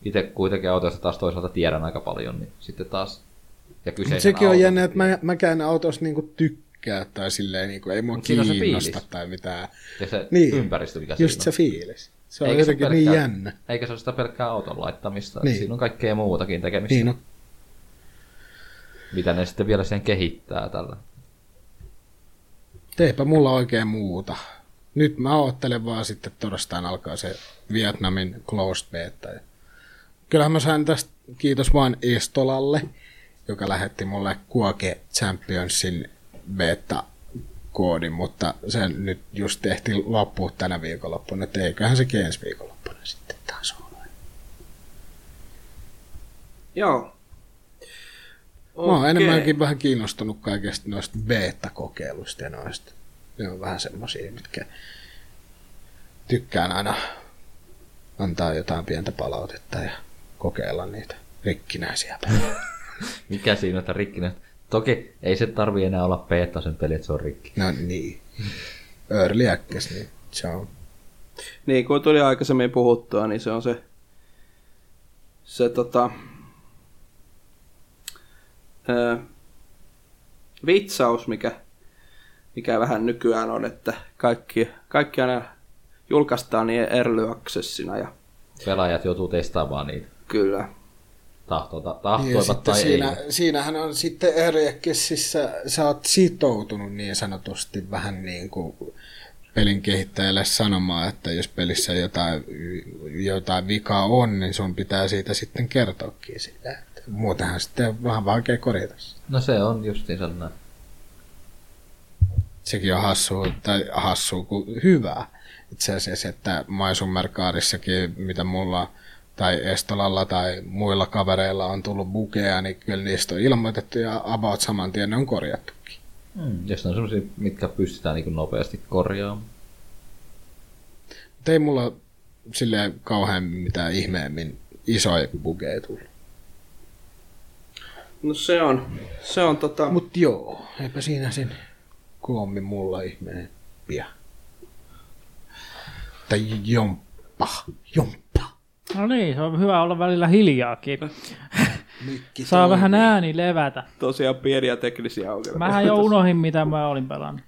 S3: Itse kuitenkin autoista taas toisaalta tiedän aika paljon, niin sitten taas... Ja
S6: Mut
S3: kyseisen
S6: sekin on
S3: auton
S6: jännä, että
S3: tiedän.
S6: mä, mäkään autosta niinku tykkää tai silleen, niinku, ei mua
S3: Mut siinä on se
S6: kiinnosta
S3: fiilis.
S6: tai mitään.
S3: Ja se
S6: Niin.
S3: niin. ympäristö, mikä
S6: Just
S3: siinä
S6: se
S3: on.
S6: fiilis. Se on
S3: Eikä se
S6: jotenkin niin
S3: pelkkää-
S6: jännä.
S3: Eikä se ole sitä pelkkää auton laittamista. Niin.
S6: Niin.
S3: Siinä on kaikkea muutakin tekemistä, niin.
S6: Niin on.
S3: mitä ne sitten vielä sen kehittää tällä.
S6: Teipä mulla oikein muuta. Nyt mä oottelen vaan sitten torstaina alkaa se Vietnamin closed beta. Ja Kyllähän mä sain tästä kiitos vaan Estolalle, joka lähetti mulle Kuoke Championsin beta koodin, mutta se nyt just tehtiin loppu tänä viikonloppuna, että eiköhän sekin ensi viikonloppuna sitten taas ole.
S5: Joo.
S6: Mä oon enemmänkin vähän kiinnostunut kaikista noista beta-kokeiluista ja noista. Ne on vähän semmosia, mitkä tykkään aina antaa jotain pientä palautetta ja kokeilla niitä rikkinäisiä pelejä.
S3: Mikä siinä on, että rikkinä... Toki ei se tarvi enää olla beta sen peli, että se on rikki.
S6: No niin. Early access, niin se on.
S5: Niin kuin tuli aikaisemmin puhuttua, niin se on se, se tota, ö, vitsaus, mikä, mikä vähän nykyään on, että kaikki, kaikki aina julkaistaan niin early accessina ja
S3: Pelaajat joutuu testaamaan niitä.
S5: kyllä.
S3: Tahto, ta,
S6: Niin, Ja
S3: tahtoivat
S6: sitten
S3: tai
S6: siinä,
S3: ei.
S6: siinähän on sitten Early accessissa, sä oot sitoutunut niin sanotusti vähän niin kuin pelin kehittäjälle sanomaan, että jos pelissä jotain, jotain vikaa on, niin sun pitää siitä sitten kertoakin sitä. Että Muutenhan sitten on vähän vaikea korjata. sitä.
S3: No se on justiinsa näin.
S6: Sekin on hassu, tai hassu kuin hyvää. Itse asiassa, että Maisummerkaarissakin, mitä mulla tai Estolalla tai muilla kavereilla on tullut bukeja, niin kyllä niistä on ilmoitettu ja about saman tien ne on korjattukin.
S3: Mm. Jos ne on sellaisia, mitkä pystytään niin nopeasti korjaamaan.
S6: Mutta ei mulla sille kauhean mitään ihmeemmin isoja bugeja tullut.
S5: No se on, se on tota, Mut.
S6: Mut joo, eipä siinä sen koommin mulla ihmeempiä. Tai jomppa, jomppa.
S4: No niin, se on hyvä olla välillä hiljaakin. Saa vähän ääni levätä.
S5: tosiaan pieniä teknisiä ongelmia.
S4: Mähän jo unohdin, mitä mä olin pelannut.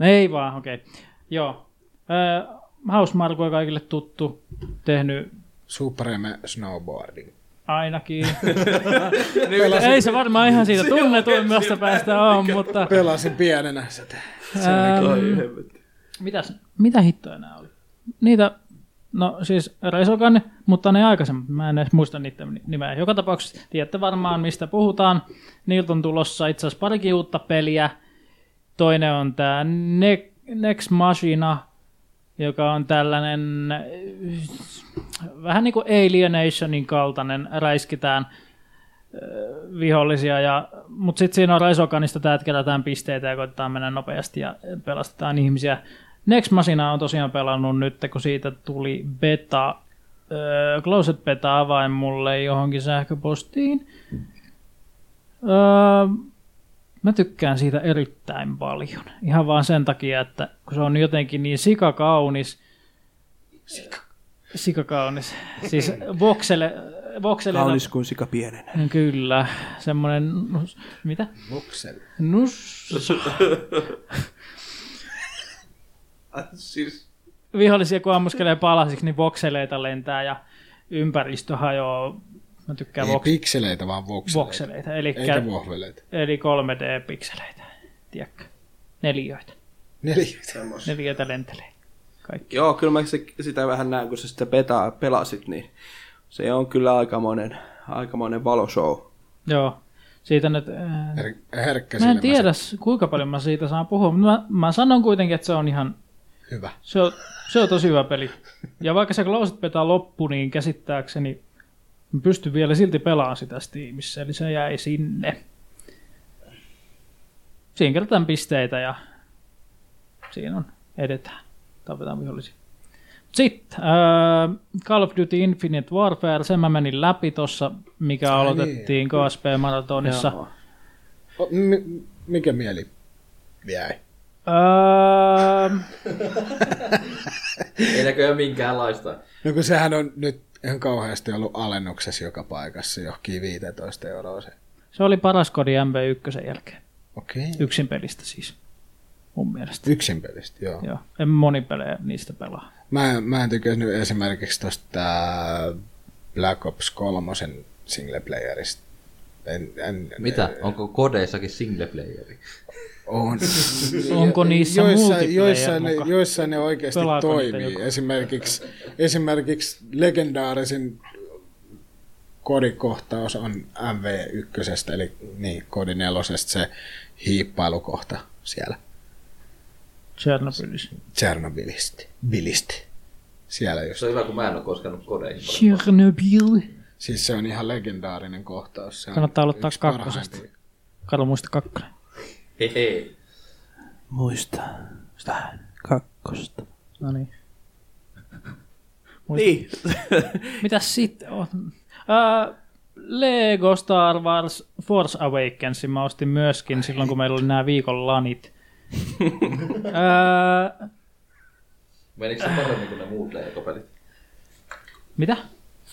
S4: Ei vaan, okei. Okay. Joo. Äh, Hausmarku on kaikille tuttu. Tehnyt
S6: Supreme Snowboarding.
S4: ainakin. Ei se varmaan ihan siitä tunnetuimmasta päästä on, mutta...
S6: Pelasin pienenä sitä.
S4: Ähm, mitäs, mitä hittoja nämä oli? Niitä, no siis Resokan, mutta ne aikaisemmat, mä en edes muista niiden nimeä. Joka tapauksessa tiedätte varmaan, mistä puhutaan. Niiltä on tulossa itse asiassa parikin uutta peliä. Toinen on tämä ne- Next Machina, joka on tällainen äh, vähän niin kuin Alienationin kaltainen, räiskitään äh, vihollisia, ja, mutta sitten siinä on Raisokanista tämä, että kerätään pisteitä ja koitetaan mennä nopeasti ja pelastetaan ihmisiä. Next Machina on tosiaan pelannut nyt, kun siitä tuli beta, äh, Closed Beta-avain mulle johonkin sähköpostiin. Öö, mä tykkään siitä erittäin paljon. Ihan vaan sen takia, että kun se on jotenkin niin sikakaunis. Sika. Sikakaunis. Siis voksele, voksele
S5: Kaunis kuin sika pienenä.
S4: Kyllä, semmoinen, nus- mitä?
S7: Voksel.
S6: No
S4: Nus,
S5: Siis...
S4: vihollisia kun ammuskelee palasiksi, niin vokseleita lentää ja ympäristö hajoaa. Mä tykkään
S6: Ei
S4: voks-
S6: pikseleitä, vaan vokseleita.
S4: vokseleita, eli,
S6: Eikä vohveleita.
S4: eli 3D-pikseleitä, tiedätkö? Neliöitä,
S6: Neli.
S4: neliöitä lentelee.
S5: Joo, kyllä mä se, sitä vähän näen, kun sä sitä petaa, pelasit, niin se on kyllä aikamoinen, aikamoinen valoshow.
S4: Joo, siitä nyt... Äh,
S6: Her- herkkä
S4: mä
S6: silmäiset.
S4: en tiedä, kuinka paljon mä siitä saan puhua, mutta mä, mä sanon kuitenkin, että se on ihan...
S6: Hyvä.
S4: Se on, se on tosi hyvä peli. Ja vaikka se Closed Beta loppui, niin käsittääkseni mä pystyn vielä silti pelaamaan sitä Steamissa, eli se jäi sinne. Siinä kerätään pisteitä ja siinä on, edetään. Tapetaan vihollisia. Sitten äh, Call of Duty Infinite Warfare, sen mä menin läpi tuossa, mikä aloitettiin KSP-maratonissa.
S5: Joo.
S6: O, mi- mikä mieli? Jäi.
S4: Öö,
S3: Ei näköjään minkäänlaista.
S6: No kun sehän on nyt ihan kauheasti ollut alennuksessa joka paikassa, johonkin 15 euroa se.
S4: se oli paras kodi MB1 jälkeen.
S6: Okei. Okay.
S4: Yksin pelistä siis, mun mielestä.
S6: Yksin pelistä, joo.
S4: Joo. En moni pelejä niistä pelaa.
S6: Mä, mä en tykännyt esimerkiksi tosta Black Ops 3 singleplayerista. En, en,
S3: Mitä? Onko kodeissakin single playeri?
S6: On.
S4: Onko niissä
S6: joissain,
S4: multiplayer
S6: joissain, ne,
S4: muka?
S6: joissain ne oikeasti
S4: Pelaako niitä
S6: toimii.
S4: joku?
S6: Esimerkiksi, esimerkiksi legendaarisin kodikohtaus on MV1, eli niin, kodin nelosesta se hiippailukohta siellä
S4: Chernobylissä.
S6: Tsernobylisti. Bilisti. Siellä just.
S3: Se on hyvä, kun mä en ole koskenut kodeihin.
S4: Chernobyl.
S6: Siis se on ihan legendaarinen kohtaus. Se on
S4: Kannattaa aloittaa
S6: yksi parhaimpia.
S4: kakkosesta. Kato muista kakkonen.
S3: Hei, hei.
S5: Muista sitä kakkosta.
S4: No niin.
S5: Niin,
S4: Mitäs sitten on? Öö, Lego Star Wars Force Awakens mä ostin myöskin silloin, kun meillä oli nämä viikon lanit. öö,
S3: Menikö se paremmin kuin ne muut Lego-pelit?
S4: mitä?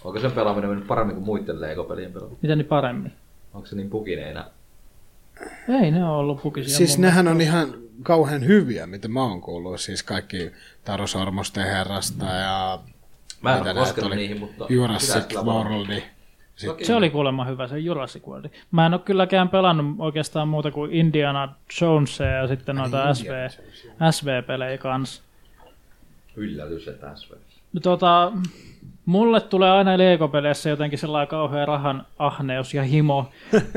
S3: Onko sen pelaaminen mennyt paremmin kuin muiden Lego-pelien pelaaminen?
S4: Mitä niin paremmin?
S3: Onko se niin pukineena?
S4: Ei ne ole ollut pukisia.
S6: Siis
S4: mun
S6: nehän on ihan kauhean hyviä, mitä mä oon kuullut. Siis kaikki Taru Sormusten herrasta ja
S3: Mä en
S6: Mitä
S3: ole
S6: näitä
S3: koskenut
S6: oli?
S3: niihin, mutta... pitäisi
S6: Jurassic
S3: kyllä varmaan.
S6: Worldi.
S3: Toki.
S4: Se oli kuulemma hyvä, se Jurassic World. Mä en ole kylläkään pelannut oikeastaan muuta kuin Indiana Jonesia ja sitten noita SV, SV-pelejä kanssa.
S3: Yllätys, että SV.
S4: Tota, mulle tulee aina Lego-peleissä jotenkin sellainen kauhea rahan ahneus ja himo.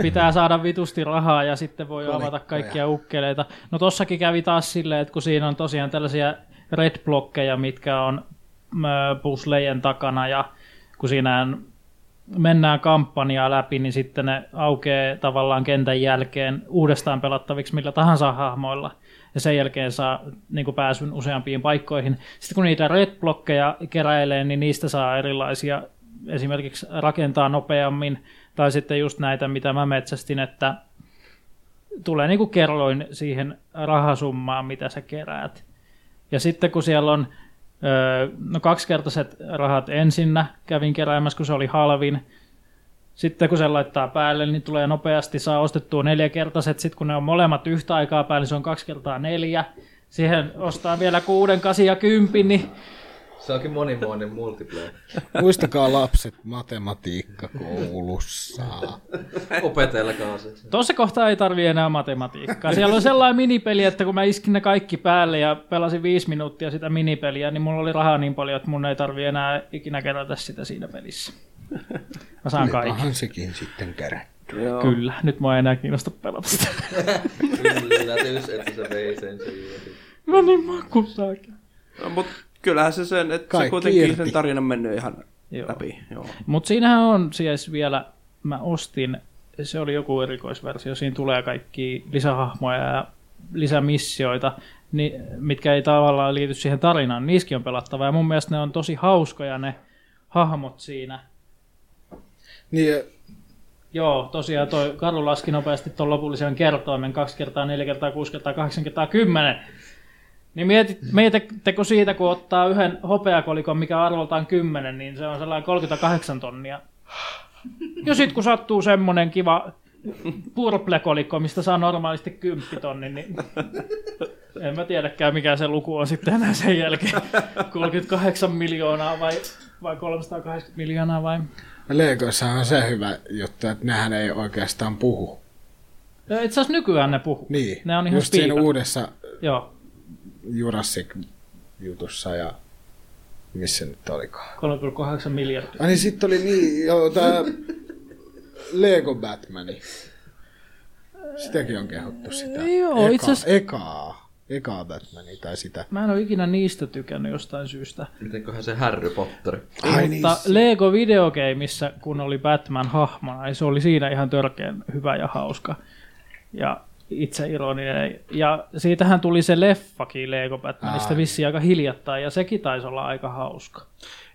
S4: Pitää saada vitusti rahaa ja sitten voi avata kaikkia ukkeleita. No tossakin kävi taas silleen, että kun siinä on tosiaan tällaisia red blokkeja, mitkä on ö, puslejen takana ja kun siinä mennään kampanjaa läpi, niin sitten ne aukeaa tavallaan kentän jälkeen uudestaan pelattaviksi millä tahansa hahmoilla. Ja sen jälkeen saa niin kuin pääsyn useampiin paikkoihin. Sitten kun niitä red-blokkeja keräilee, niin niistä saa erilaisia, esimerkiksi rakentaa nopeammin, tai sitten just näitä, mitä mä metsästin, että tulee niin kuin kerroin siihen rahasummaan, mitä sä keräät. Ja sitten kun siellä on öö, no kaksikertaiset rahat ensinnä kävin keräämässä, kun se oli halvin. Sitten kun sen laittaa päälle, niin tulee nopeasti, saa ostettua neljäkertaiset. Sitten kun ne on molemmat yhtä aikaa päällä, niin se on kaksi kertaa neljä. Siihen ostaa vielä kuuden, kasi ja kympin, niin
S3: Se onkin monimuoinen multiplayer.
S6: Muistakaa lapset matematiikka koulussa.
S3: Opetelkaa se.
S4: Tuossa kohtaa ei tarvi enää matematiikkaa. Siellä on sellainen minipeli, että kun mä iskin ne kaikki päälle ja pelasin viisi minuuttia sitä minipeliä, niin mulla oli rahaa niin paljon, että mun ei tarvi enää ikinä kerätä sitä siinä pelissä. Mä saan kaikki.
S6: Pahan sekin sitten kärätty.
S5: Joo.
S4: Kyllä, nyt mua ei enää kiinnosta pelata sitä.
S3: Yllätys, että se vei sen siihen.
S4: Mä niin makusaakin.
S5: No, mut kyllähän se sen, että se
S6: Kaikki
S5: kuitenkin
S6: irti.
S5: sen tarinan mennyt ihan
S4: Joo.
S5: läpi. Joo.
S4: Mutta siinähän on siis vielä, mä ostin, se oli joku erikoisversio, siinä tulee kaikki lisähahmoja ja lisämissioita, ni, mitkä ei tavallaan liity siihen tarinaan. Niissäkin on pelattava ja mun mielestä ne on tosi hauskoja ne hahmot siinä.
S6: Niin,
S4: Joo, tosiaan toi Karu laski nopeasti tuon lopullisen kertoimen 2 kertaa 4 kertaa 6 kertaa 8 kertaa 10. Niin mietit, mietittekö siitä, kun ottaa yhden hopeakolikon, mikä arvoltaan 10, niin se on sellainen 38 tonnia. Ja sit kun sattuu semmonen kiva purplekolikko, mistä saa normaalisti 10 tonnin, niin en mä tiedäkään mikä se luku on sitten enää sen jälkeen. 38 miljoonaa vai, vai 380 miljoonaa vai...
S6: Legoissa on se hyvä juttu, että nehän ei oikeastaan puhu.
S4: Itse asiassa nykyään ne puhuu.
S6: Niin,
S4: Ne on ihan
S6: just siinä
S4: spiikattu.
S6: uudessa
S4: Joo,
S6: Jurassic-jutussa ja missä nyt olikaan.
S4: 3,8 miljardia.
S6: Ai niin, sitten oli niin, joo, tää Lego Batmani. Sitäkin on kehuttu sitä.
S4: Joo,
S6: Eka-
S4: itse asiassa-
S6: Ekaa, ekaa Batmania tai sitä.
S4: Mä en ole ikinä niistä tykännyt jostain syystä.
S3: Mitenköhän se Harry Potter?
S6: Ai niin,
S4: Mutta Lego videogameissa, kun oli Batman hahmona, niin se oli siinä ihan törkeän hyvä ja hauska. Ja itse ironinen. Ja siitähän tuli se leffakin Lego Batmanista vissiin aika hiljattain, ja sekin taisi olla aika hauska.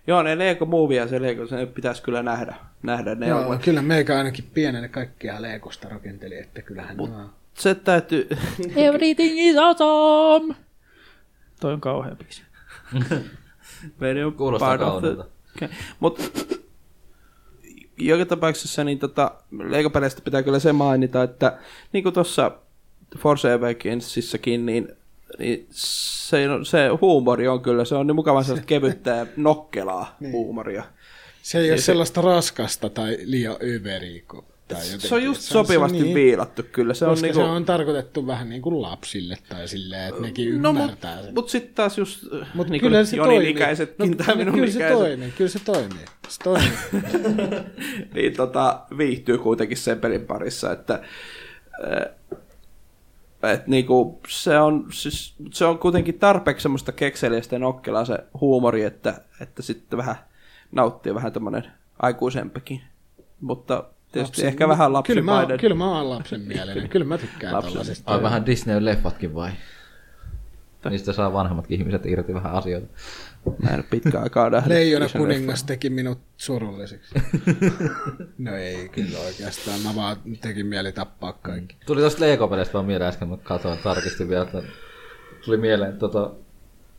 S5: Joo, ne Lego Movie ja se Lego, se pitäisi kyllä nähdä. nähdä ne
S6: Joo,
S5: elokuvat.
S6: kyllä meikä ainakin pienenä kaikkia Legosta rakenteli, että kyllähän Mut. nämä...
S5: Se täytyy,
S4: Everything is awesome! Toi on kauhea biisi.
S5: Very
S3: Kuulostaa
S5: part of the-
S3: kauniilta.
S5: Okay. Mut joka tapauksessa niin tota, leikapeleistä pitää kyllä se mainita, että niin kuin tuossa Force Awakensissakin, niin, niin se, se huumori on kyllä, se on niin mukava sellaista kevyttä ja nokkelaa
S6: Niin.
S5: huumoria.
S6: Se ei ole sellaista raskasta tai liian överiä. kun- tai
S5: Se on
S6: jotenkin,
S5: just
S6: että
S5: sopivasti
S6: niin-
S5: viilattu kyllä, se
S6: Se on,
S5: on
S6: koska
S5: niinku...
S6: se on tarkoitettu vähän niin kuin lapsille tai silleen, että nekin
S5: No, mut,
S6: ymmärtää sen.
S5: mut sitten taas just
S6: Mut
S5: niin
S6: kyllä se
S5: Jonin
S6: toimii. No,
S5: ikäisetkin tai minun
S6: kyllä se
S5: ikäiset,
S6: toimii, kyllä se toimii. Se toimii.
S5: niin tota, viihtyy kuitenkin sen pelin parissa, että eh, et niinku, se, on, siis, se on kuitenkin tarpeeksi semmoista kekseliästä ja nokkelaa se huumori, että, että sitten vähän nauttii vähän tämmöinen aikuisempikin. Mutta tietysti
S6: Lapsen-
S5: ehkä vähän
S6: kyllä mä,
S5: lapsimainen.
S6: kyllä mä oon lapsen mielinen, kyllä mä tykkään
S5: Lapsen-
S6: tällaisesta.
S3: Ai vähän Disney-leffatkin vai? Niistä saa vanhemmatkin ihmiset irti vähän asioita.
S5: Mä en pitkään aikaa nähnyt.
S6: Leijona
S5: ison
S6: kuningas teki minut surulliseksi. no ei kyllä oikeastaan, mä vaan tekin mieli tappaa kaikki.
S3: Tuli tosta Lego-pelistä vaan mieleen äsken, mä katsoin tarkistin vielä, että tuli mieleen tota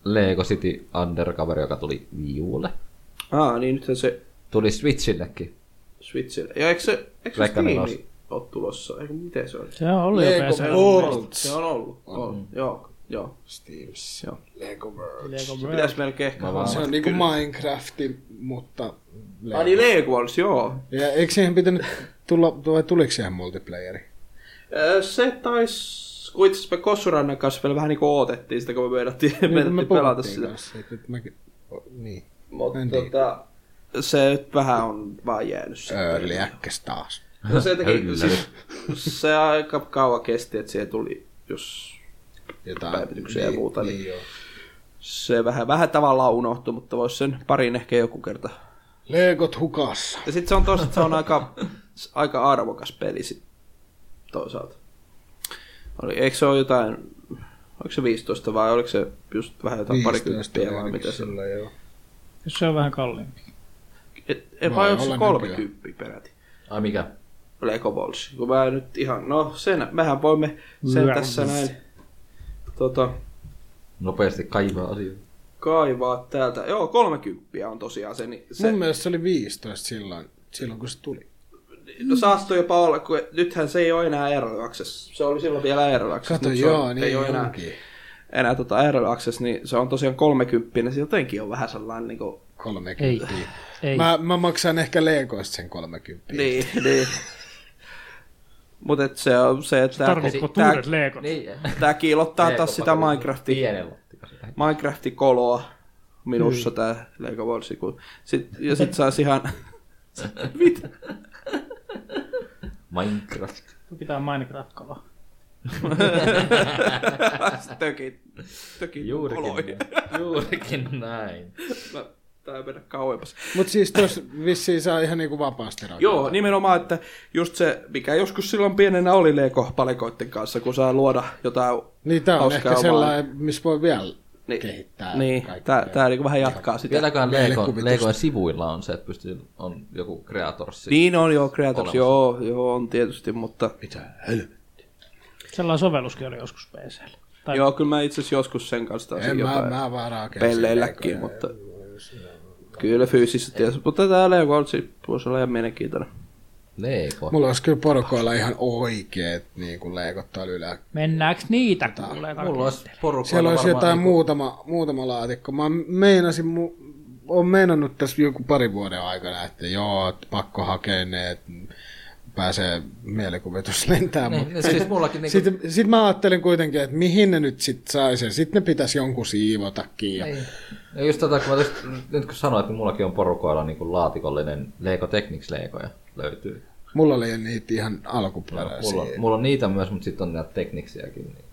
S3: Lego City Undercover, joka tuli Wii Ulle.
S5: leffan. Aa, niin nythän se
S3: Tuli Switchillekin.
S5: Switchille. Ja eikö se, eikö se
S3: Veikkaan ne
S5: Steam
S3: nosti.
S5: ole tulossa? Eikö, miten se on?
S4: Se on ollut jo
S6: Lego
S4: PC.
S6: Worlds.
S5: Se on ollut. On. Joo, joo.
S6: Steve's
S5: Joo.
S6: Lego World.
S4: Lego
S5: Pitäisi melkein ehkä
S3: Mä
S5: olla.
S3: vaan
S6: Se on niinku Minecrafti, mutta...
S5: Ah, niin Lego Wars, joo.
S6: Ja eikö siihen pitänyt tulla, vai tuliko siihen multiplayeri?
S5: Ö, Se taisi, kun itse asiassa me Kossurannan kanssa vielä vähän niin kuin ootettiin sitä, kun me meinattiin,
S6: Niin, kun
S5: meinattiin
S6: me
S5: pelata
S6: puhuttiin
S5: sitä.
S6: kanssa, että nyt mä- o, Niin.
S5: Mutta
S6: En tiedä.
S5: tota, se nyt vähän on vaan jäänyt. se
S6: Early
S5: peli.
S6: access taas.
S5: No se, teki,
S3: Kyllä.
S5: siis, se aika kauan kesti, että siihen tuli, jos
S6: Jotain.
S5: päivityksiä ja muuta, niin-
S6: joo.
S5: se vähän, vähän tavallaan unohtui, mutta voisi sen parin ehkä joku kerta.
S6: Legot hukassa.
S5: Ja sitten se on tosiaan, se on aika, aika arvokas peli sit toisaalta. Oli, eikö se ole jotain, oliko se 15 vai oliko se just vähän jotain
S6: 15
S5: parikymppiä vai
S6: ainakin
S5: mitä se
S6: sillä, joo.
S4: Jos se on vähän kalliimpi.
S5: Et, et
S6: Voi
S5: vai onko se
S6: olla
S5: kolmekymppi peräti?
S3: Ai mikä?
S5: Lego Balls. Kun mä nyt ihan, no sen, mehän voimme sen
S4: Läs.
S5: tässä näin tota,
S3: Nopeasti kaivaa asioita.
S5: kaivaa täältä. Joo, kolmekymppiä on tosiaan se. Niin se
S6: Mun mielestä se oli 15 silloin, silloin kun se tuli.
S5: no, saattoi jopa olla, kun nythän se ei ole enää Early Access. Se oli silloin vielä Early Access.
S6: Kato,
S5: mut se
S6: joo,
S5: on,
S6: niin
S5: ei ole enää,
S6: onkin.
S5: enää tota Early Access, niin se on tosiaan kolmekymppinen. Se jotenkin on vähän sellainen niin kuin,
S6: 30. Ei.
S4: Ei.
S6: Mä, mä maksan ehkä Legoista sen 30.
S5: niin, niin. Mutta se on se, että tämä,
S4: Tarvitsetko
S5: tämä,
S4: tuudet leekot?
S3: Niin.
S5: tämä kiillottaa taas sitä Minecraftia.
S3: Pienellä.
S5: Minecraftin koloa
S6: Niin.
S5: minussa tää Lego Wars. Kun sit, ja sit saisi ihan... Mitä?
S3: Minecraft.
S4: Pitää Minecraft-kola.
S5: Tökit. Tökit
S3: Juurikin
S5: koloi.
S3: näin. Juurikin näin.
S5: Mä tää mennä kauemmas.
S6: Mutta siis tuossa vissiin saa ihan niinku vapaasti rakentaa.
S5: Joo, nimenomaan, että just se, mikä joskus silloin pienenä oli Lego-palikoiden kanssa, kun saa luoda jotain
S6: Niin tää on
S5: hauskaa
S6: ehkä
S5: omaa-
S6: sellainen, missä voi vielä
S5: Niin,
S6: kehittää
S5: Niin,
S6: kaikkea.
S5: tää, tää niinku vähän jatkaa sitä.
S3: Vieläkään Leikon,
S6: mielikuvitusta.
S3: Leikon sivuilla on se, että pystyy, on joku Creators.
S5: Niin on, joo, Creators,
S3: Olemassa.
S5: joo, joo, on tietysti, mutta...
S4: Sellainen sovelluskin oli joskus PCllä. Tai
S5: Joo, kyllä mä itse asiassa joskus sen kanssa taisin
S6: En mä,
S5: jotain
S6: mä vaan rakensin
S5: pelleilläkin,
S6: leikoja.
S5: mutta... Kyllä fyysisesti tietysti, mutta tää Lego on siis, voisi olla ihan mielenkiintoinen.
S3: Leiko.
S6: Mulla olisi kyllä porukoilla ihan oikeet niin kuin leikot tuolla ylä.
S4: Mennäänkö niitä kuulee
S3: Mulla
S4: takia?
S3: olisi porukalla
S6: Siellä olisi
S3: varmaan
S6: jotain
S3: niinku-
S6: muutama, muutama laatikko. Mä meinasin, mu- on meinannut tässä joku pari vuoden aikana, että joo, että pakko hakea ne, että pääsee mielikuvitus lentää.
S3: Niin,
S6: Niin,
S3: niin, siis mullakin niinku...
S6: sitten sit mä ajattelin kuitenkin, että mihin ne nyt sitten saisi, ja sitten ne pitäisi jonkun siivotakin. Ja...
S3: Ja just tätä, kun mä tästä, nyt kun sanoit, että mullakin on porukoilla niinku laatikollinen Lego Technics-leikoja löytyy.
S6: Mulla oli niitä ihan
S3: Joo,
S6: alkuperäisiä.
S5: No,
S3: mulla, on, mulla on niitä myös, mutta sitten on näitä tekniksiäkin. niin.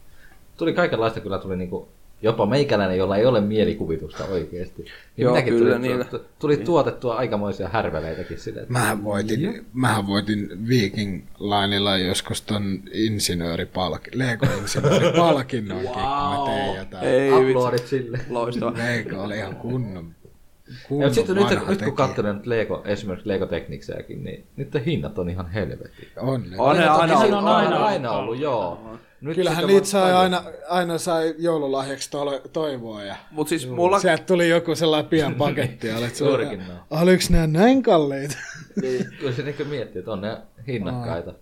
S3: Tuli kaikenlaista, kyllä tuli niinku, jopa meikäläinen, jolla ei ole mielikuvitusta oikeasti. Niin
S5: Joo,
S3: minäkin
S5: kyllä
S3: tuli,
S5: niillä.
S3: tu- tuli tuotettua aikamoisia härveleitäkin sille.
S6: Mähän voitin, mähän voitin Viking Linella joskus ton insinööripalki, Lego-insinööripalkinnonkin, wow. kun mä tein jotain.
S5: Ei vitsi,
S3: Uploadit sille.
S5: loistava.
S6: Lego oli ihan kunnon,
S3: Ja, mutta
S6: kunnon
S3: sitten
S6: vanha
S3: nyt, nyt kun
S6: tekijä.
S3: katselen nyt Lego, esimerkiksi Lego Technicsiäkin, niin niiden hinnat on ihan helvetin.
S6: On, ne.
S5: On ne
S3: Toki
S5: aina
S3: se
S5: ollut.
S3: on aina, aina ollut, joo. Nyt
S6: Kyllähän
S3: sitten
S6: niitä sai
S3: vaan-
S6: aina, aina sai joululahjaksi tole, toivoa ja
S5: Mut siis mulla...
S6: sieltä tuli joku sellainen pian paketti ja olet
S3: Juurikin näin.
S6: oliko nämä näin kalliita? Niin.
S3: Kyllä se niinku miettii, että on ne hinnakkaita.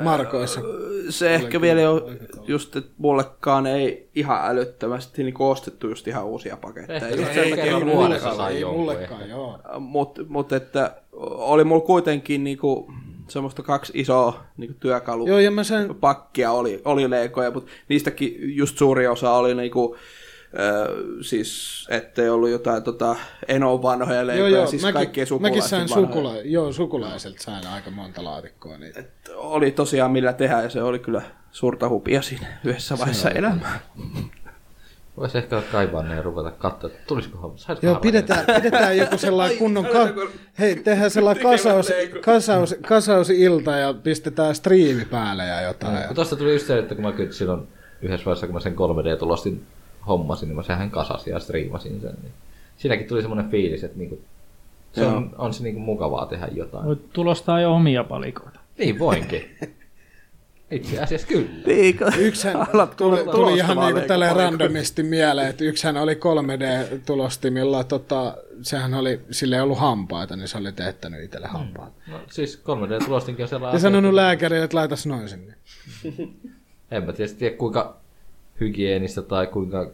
S6: Markoissa.
S5: se ehkä vielä ei ole just, että mullekaan ei ihan älyttömästi niin ostettu just ihan uusia paketteja.
S3: Ehkä
S5: Just
S3: se
S5: sen
S3: ei
S5: takia
S3: kerran
S5: mulla-
S3: vuodessa
S6: mullekaan,
S3: sai
S6: ei
S3: jonkun
S6: mullekaan,
S3: ehkä.
S6: joo.
S5: Mutta mut, että oli mulla kuitenkin niinku, semmoista kaksi isoa niinku, työkalu
S6: Joo, ja mä sain
S5: pakkia oli, oli leikoja, mutta niistäkin just suuri osa oli niinku, ö, siis ettei ollut jotain tota, enon vanhoja leikoja, joo, joo, siis kaikkien
S6: mäkin
S5: sukulaisten
S6: sain
S5: vanhoja.
S6: sukula, joo, sukulaiselta sain aika monta laatikkoa. niin- Niitä.
S5: Oli tosiaan millä tehdä ja se oli kyllä suurta hupia siinä yhdessä vaiheessa elämää.
S3: Voisi ehkä kaivaa ne ja ruveta katsoa, että tulisikohan, saisiko
S6: Joo,
S3: harvoin
S6: pidetään, pidetään joku sellainen kunnon... Ka- hei, tehdään sellainen kasaus, kasaus, kasausilta ja pistetään striimi päälle ja jotain.
S3: Mm. Kun tosta tuli just se, että kun mä kyllä silloin yhdessä vaiheessa, kun mä sen 3D-tulostin hommasin, niin mä sehän kasasin ja striimasin sen. Niin siinäkin tuli semmoinen fiilis, että niinku, se on, on se niinku mukavaa tehdä jotain. No.
S4: Voit tulostaa jo omia palikoita.
S3: Niin voinkin. Itse asiassa kyllä.
S5: Niin, kun-
S6: Yksihän
S5: alat
S6: tuli,
S5: tulla-
S6: tuli ihan
S5: tulostamaan
S6: niinku tälle
S5: leikkopalikkoja.
S6: randomisti mieleen, että yksihän oli 3D-tulostimilla, tota, sehän oli, sille ei ollut hampaita, niin se oli teettänyt itselle hampaat.
S3: No, siis 3D-tulostinkin on sellainen
S6: Ja
S3: asia,
S6: sanonut
S3: että-
S6: lääkärille, että laitas noin sinne.
S3: En mä tietysti tiedä kuinka hygienistä tai kuinka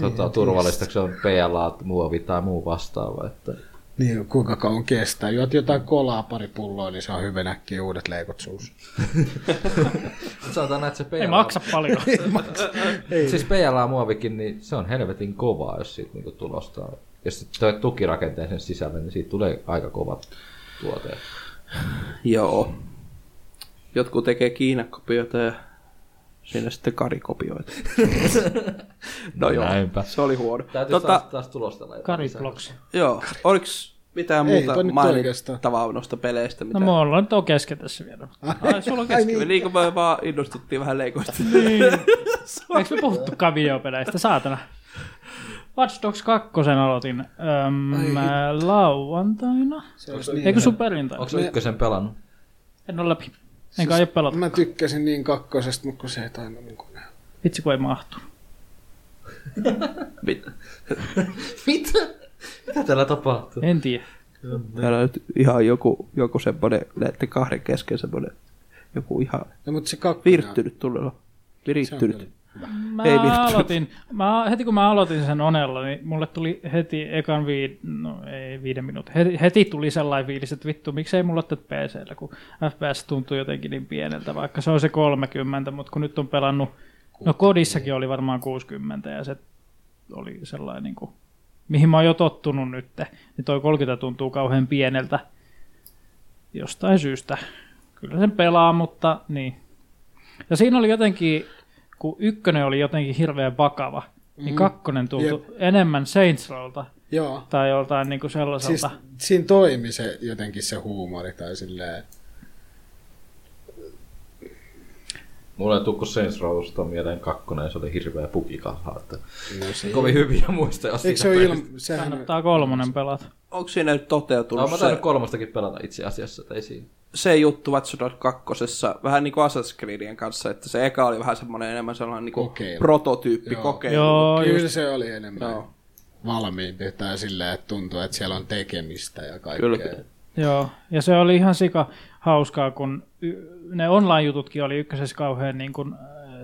S3: tota, turvallista se on PLA, muovi tai muu vastaava. Että...
S6: Niin, kuinka kauan kestää. Juot jotain kolaa pari pulloa, niin se on hyvin äkkiä uudet leikot suus.
S3: Sanotaan näin, että se PLA...
S4: Ei maksa paljon.
S3: Siis PLA-muovikin, niin se on helvetin kovaa, jos siitä niinku tulostaa. Jos se tukirakenteen sen sisälle, niin siitä tulee aika kovat tuoteet.
S5: Joo. Jotkut tekee Kiinakopioita ja siinä sitten karikopioita. no joo,
S3: Näinpä.
S5: se oli huono.
S3: Täytyy tota,
S5: Tota,
S3: taas, taas tulostella jotain.
S4: Kariploksi.
S5: joo, oliks mitään muuta
S6: Eipä nyt
S5: mainittavaa noista peleistä? Mitä?
S4: No me ollaan nyt on kesken tässä vielä. Ai, sulla on kesken.
S5: niin. niin kuin me vaan innostuttiin vähän leikoista.
S3: Niin.
S4: Eikö me puhuttukaan videopeleistä? Saatana. Watch Dogs 2 aloitin öm, ää, lauantaina. Eikö sun perjantaina?
S3: Onko se ykkösen pelannut?
S4: En ole läpi. Enkä aio pelata.
S6: Mä tykkäsin niin kakkosesta, mutta kun se ei tainnut niinku mun koneen.
S4: Vitsi kun ei mahtunut.
S5: Mit-
S3: Mitä? Mitä täällä tapahtuu?
S4: En tiedä.
S5: Täällä on nyt ihan joku, joku semmoinen, näiden kahden kesken semmoinen, joku ihan
S6: No, mutta se kakkonen...
S5: virttynyt tulella. Virittynyt.
S4: Mä
S5: Ei virtaa.
S4: aloitin, mä, heti kun mä aloitin sen Onella, niin mulle tuli heti ekan viid, no ei viiden minuutin, heti, heti tuli sellainen fiilis, että vittu, miksei mulla ole pc kun FPS tuntuu jotenkin niin pieneltä, vaikka se on se 30, mutta kun nyt on pelannut, no kodissakin oli varmaan 60 ja se oli sellainen, niin kuin, mihin mä oon jo tottunut nyt, niin toi 30 tuntuu kauhean pieneltä jostain syystä. kyllä sen pelaa, mutta niin. Ja siinä oli jotenkin, kun ykkönen oli jotenkin hirveän vakava, niin kakkonen tuntui enemmän Saints Rowlta
S6: Joo.
S4: tai joltain niin kuin sellaiselta.
S6: Siis
S4: Siis...
S6: siinä toimi se jotenkin se huumori tai silleen.
S3: Mulle ei tukku Saints Rowsta mieleen kakkonen, se oli hirveä pukikaha. Että... Kovin hyviä muistoja
S6: Eikö
S3: siitä
S6: se ole
S3: pelistä.
S6: ilma... Sehän...
S4: Kannattaa kolmonen pelata.
S5: Onko siinä nyt
S3: No,
S5: toteutunut
S3: mä
S5: no,
S3: tainnut
S5: se,
S3: kolmastakin pelata itse asiassa, että ei siinä.
S5: se juttu Watch Dogs 2. Vähän niin kuin Assassin's Creedien kanssa, että se eka oli vähän semmoinen enemmän sellainen niin kuin
S6: Kokeilu.
S5: prototyyppi
S6: Joo.
S5: kokeilu.
S4: Joo, just,
S6: Kyllä se oli enemmän
S5: Joo.
S6: valmiimpi tai silleen, että tuntuu, että siellä on tekemistä ja
S5: Kyllä,
S6: kaikkea.
S5: kyllä.
S4: joo. Ja se oli ihan sika hauskaa, kun y- ne online-jututkin oli ykkösessä kauhean niin kuin, äh,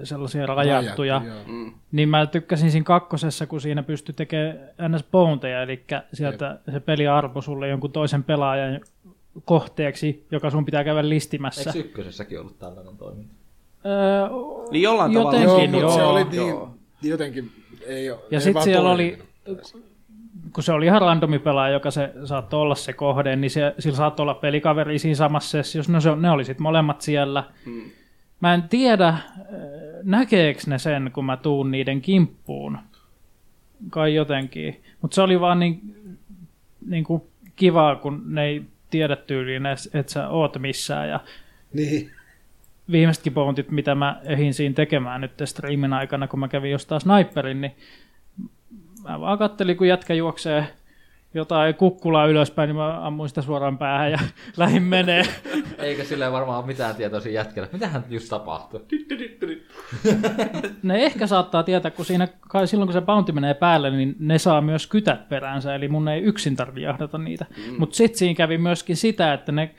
S4: sellaisia rajattuja.
S6: Rajattu, joo.
S4: Niin mä tykkäsin siinä kakkosessa, kun siinä pystyi tekemään ns. bounteja, eli sieltä se peli arpo sulle jonkun toisen pelaajan kohteeksi, joka sun pitää käydä listimässä.
S3: Eikö ykkösessäkin ollut tällainen toiminta?
S4: Öö,
S5: Niin jollain
S4: jotenkin,
S5: tavalla. niinku-
S6: Joo,
S4: Joo,
S6: mutta se oli niin,
S5: joo.
S6: jotenkin ei oo-
S4: Ja
S6: ei
S4: sitten
S6: vaan
S4: siellä oli,
S6: toiminut.
S4: kun se oli ihan randomi pelaaja, joka se saattoi olla se kohde, niin se, sillä saattoi olla pelikaveri siinä samassa sessiossa. No se, ne oli sitten molemmat siellä.
S6: Mm.
S4: Hmm. Mä en tiedä, äh, näkeekö ne sen, kun mä tuun niiden kimppuun. Kai jotenkin. Mutta se oli vaan niin, niin kuin kivaa, kun ne ei tiedä tyyliin edes, että sä oot missään. Ja
S7: Niin.
S4: viimeisetkin pointit, mitä mä ehdin siinä tekemään nyt tässä streamin aikana, kun mä kävin jostain sniperin, niin mä vaan kattelin, kun jätkä juoksee jotain kukkulaa ylöspäin, niin mä ammuin sitä suoraan päähän ja lähin menee.
S3: Eikä sillä varmaan ole mitään tietoa siinä jätkellä. Mitähän just tapahtui?
S4: Ne ehkä saattaa tietää, kun siinä, kai silloin kun se bounty menee päälle, niin ne saa myös kytät peräänsä, eli mun ei yksin tarvi jahdata niitä. Mm. Mutta sitten siinä kävi myöskin sitä, että ne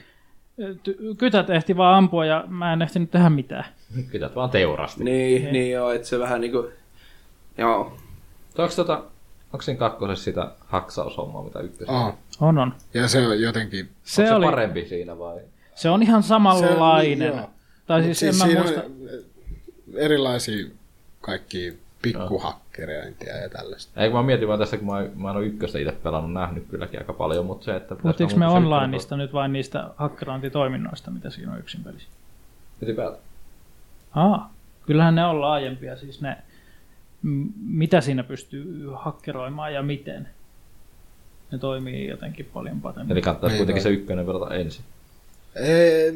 S4: ty- kytät ehti vaan ampua ja mä en ehtinyt tehdä mitään.
S3: Pitää vaan teurasti.
S5: Niin, niin joo, että se vähän niinku... Joo.
S6: Niin.
S3: Onko tota, onko siinä kakkosessa sitä haksaushommaa, mitä ykkösessä?
S6: Aa,
S4: On, on.
S6: ja se on jotenkin...
S3: Se, onko se oli... parempi siinä vai?
S4: Se on ihan samanlainen.
S6: Se- joo.
S4: tai
S6: Mut
S4: siis, siis en mä
S6: siinä
S4: muista.
S6: on eh, erilaisia kaikki pikkuhakkereja ja tällaista.
S3: Ei, kun mä mietin vaan tässä, kun mä, mä en ole ykköstä itse pelannut, nähnyt kylläkin aika paljon, mutta se, että... pitäisikö
S4: Puhuttiinko
S3: mun
S4: me
S3: se ykkönen
S4: onlineista nyt vai niistä hakkerointitoiminnoista, mitä siinä on yksin pelissä?
S3: pelata? Piti päätä.
S4: Aa, kyllähän ne on laajempia, siis ne, m- mitä siinä pystyy hakkeroimaan ja miten. Ne toimii jotenkin paljon paremmin.
S3: Eli kannattaa
S6: Niin
S3: kuitenkin se ykkönen pelata ensin.
S6: Ei,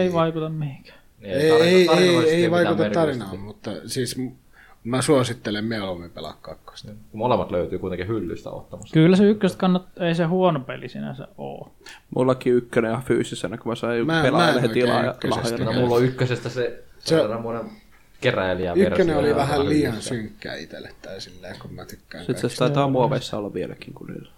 S4: Ei vaikuta mihinkään.
S6: ei, ei,
S3: tarina-
S6: ei,
S3: tarinallisesti
S6: ei
S3: mitään
S6: vaikuta
S3: merkitystä.
S6: tarinaan, mutta siis m- mä suosittelen mieluummin pelaa kakkosta.
S3: Kun molemmat löytyy kuitenkin hyllystä ottamassa.
S4: Kyllä se ykköstä kannattaa, ei se huono peli sinänsä ole.
S5: Mullakin ykkönen ihan fyysisenä, kun mä sain
S6: Mä- mä en
S5: pelaajalle heti
S6: oikein
S5: la-
S6: ykkösestä
S5: lahjana.
S3: No, mulla on ykkösestä se, se...
S6: Se-
S3: keräilijä
S6: Ykkönen oli vähän liian synkkä itselle tai silleen, kun mä tykkään
S5: Sitten se taitaa muoveissa olla vieläkin kuin nyt.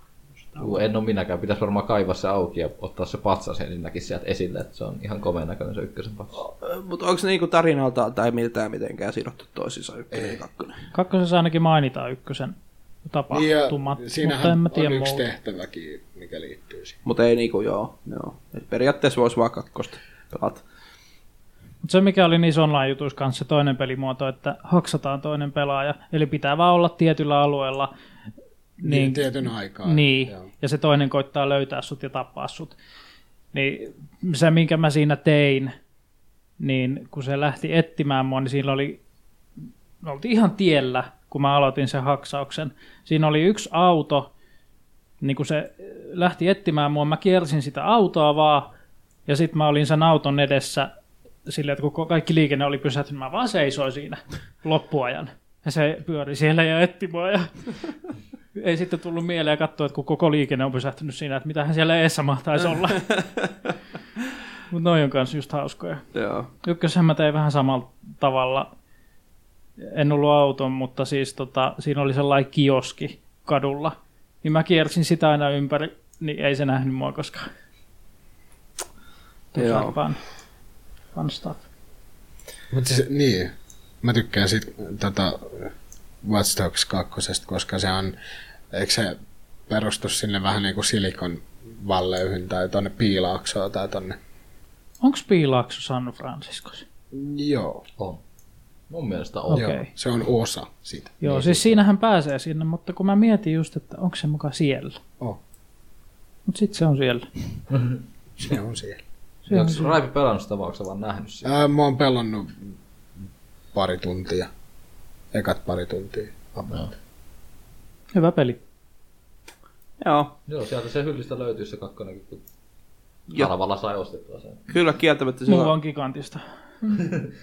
S3: Juu, en ole minäkään. Pitäisi varmaan kaivaa se auki ja ottaa se patsas ja niin näkisi sieltä esille, että se on ihan komeen näköinen se ykkösen patsas.
S5: Mutta onko se niinku tarinaltaan tai miltään mitenkään sidottu toisiinsa ykkönen ja kakkonen?
S4: Kakkosessa ainakin mainitaan ykkösen
S6: Niin ja
S4: tapahtumat, mutta en
S6: siinähän
S4: mä
S6: on
S4: tiedä
S6: yksi
S4: muuta.
S6: tehtäväkin, mikä liittyy siihen.
S5: Mutta ei niinku joo. joo. Et periaatteessa voisi vaan kakkosta pelata.
S4: Mutta se mikä oli niissä online-jutuissa kanssa se toinen pelimuoto, että haksataan toinen pelaaja, eli pitää vaan olla tietyllä alueella.
S6: Niin, tietyn aikaa.
S4: niin
S6: Joo.
S4: ja se toinen koittaa löytää sut ja tappaa sut. Niin se, minkä mä siinä tein, niin kun se lähti etsimään mua, niin siinä oli, me oltiin ihan tiellä, kun mä aloitin sen haksauksen. Siinä oli yksi auto, niin kun se lähti etsimään mua, mä kiersin sitä autoa vaan, ja sitten mä olin sen auton edessä silleen, että kun kaikki liikenne oli pysähtynyt, mä vaan seisoin siinä loppuajan. Ja se pyöri siellä ja etti mua, ja ei sitten tullut mieleen katsoa, että kun koko liikenne on pysähtynyt siinä, että mitähän siellä eessä mahtaisi olla. Mutta noi on kanssa just hauskoja.
S5: Joo.
S4: Ykköshän mä tein vähän samalla tavalla. En ollut auton, mutta siis tota, siinä oli sellainen kioski kadulla. Niin mä kiersin sitä aina ympäri, niin ei se nähnyt mua koskaan. Tuli
S5: Joo.
S4: like Fun. fun stuff.
S6: Mutta siis, niin, mä tykkään sit tota Watch Dogs 2, koska se on, eikö se perustu sinne vähän niin kuin Silikon valleyhyn tai tonne piilaaksoon tai tonne.
S4: Onko piilaakso San Franciscos?
S6: Joo,
S3: On. Mun mielestä on.
S4: Joo.
S6: joo,
S4: Okei.
S6: se on osa sitä.
S4: Joo, niin. siis siinähän pääsee sinne, mutta kun mä mietin just, että onko se muka siellä.
S6: Oh,
S4: Mutta sitten se on siellä.
S6: se on siellä.
S4: on
S3: Onko
S4: siinä.
S3: Raipi pelannut sitä vai onko sä vaan nähnyt sitä?
S6: Ää, mä oon pelannut pari tuntia. Ekat pari tuntia.
S4: Hyvä peli.
S5: Joo,
S3: Joo, sieltä se hyllistä löytyy se kakkonenkin, kun
S5: Joo.
S3: harvalla sai ostettua sen
S5: kyllä kieltämättä se
S4: Mulla
S5: on,
S4: on gigantista.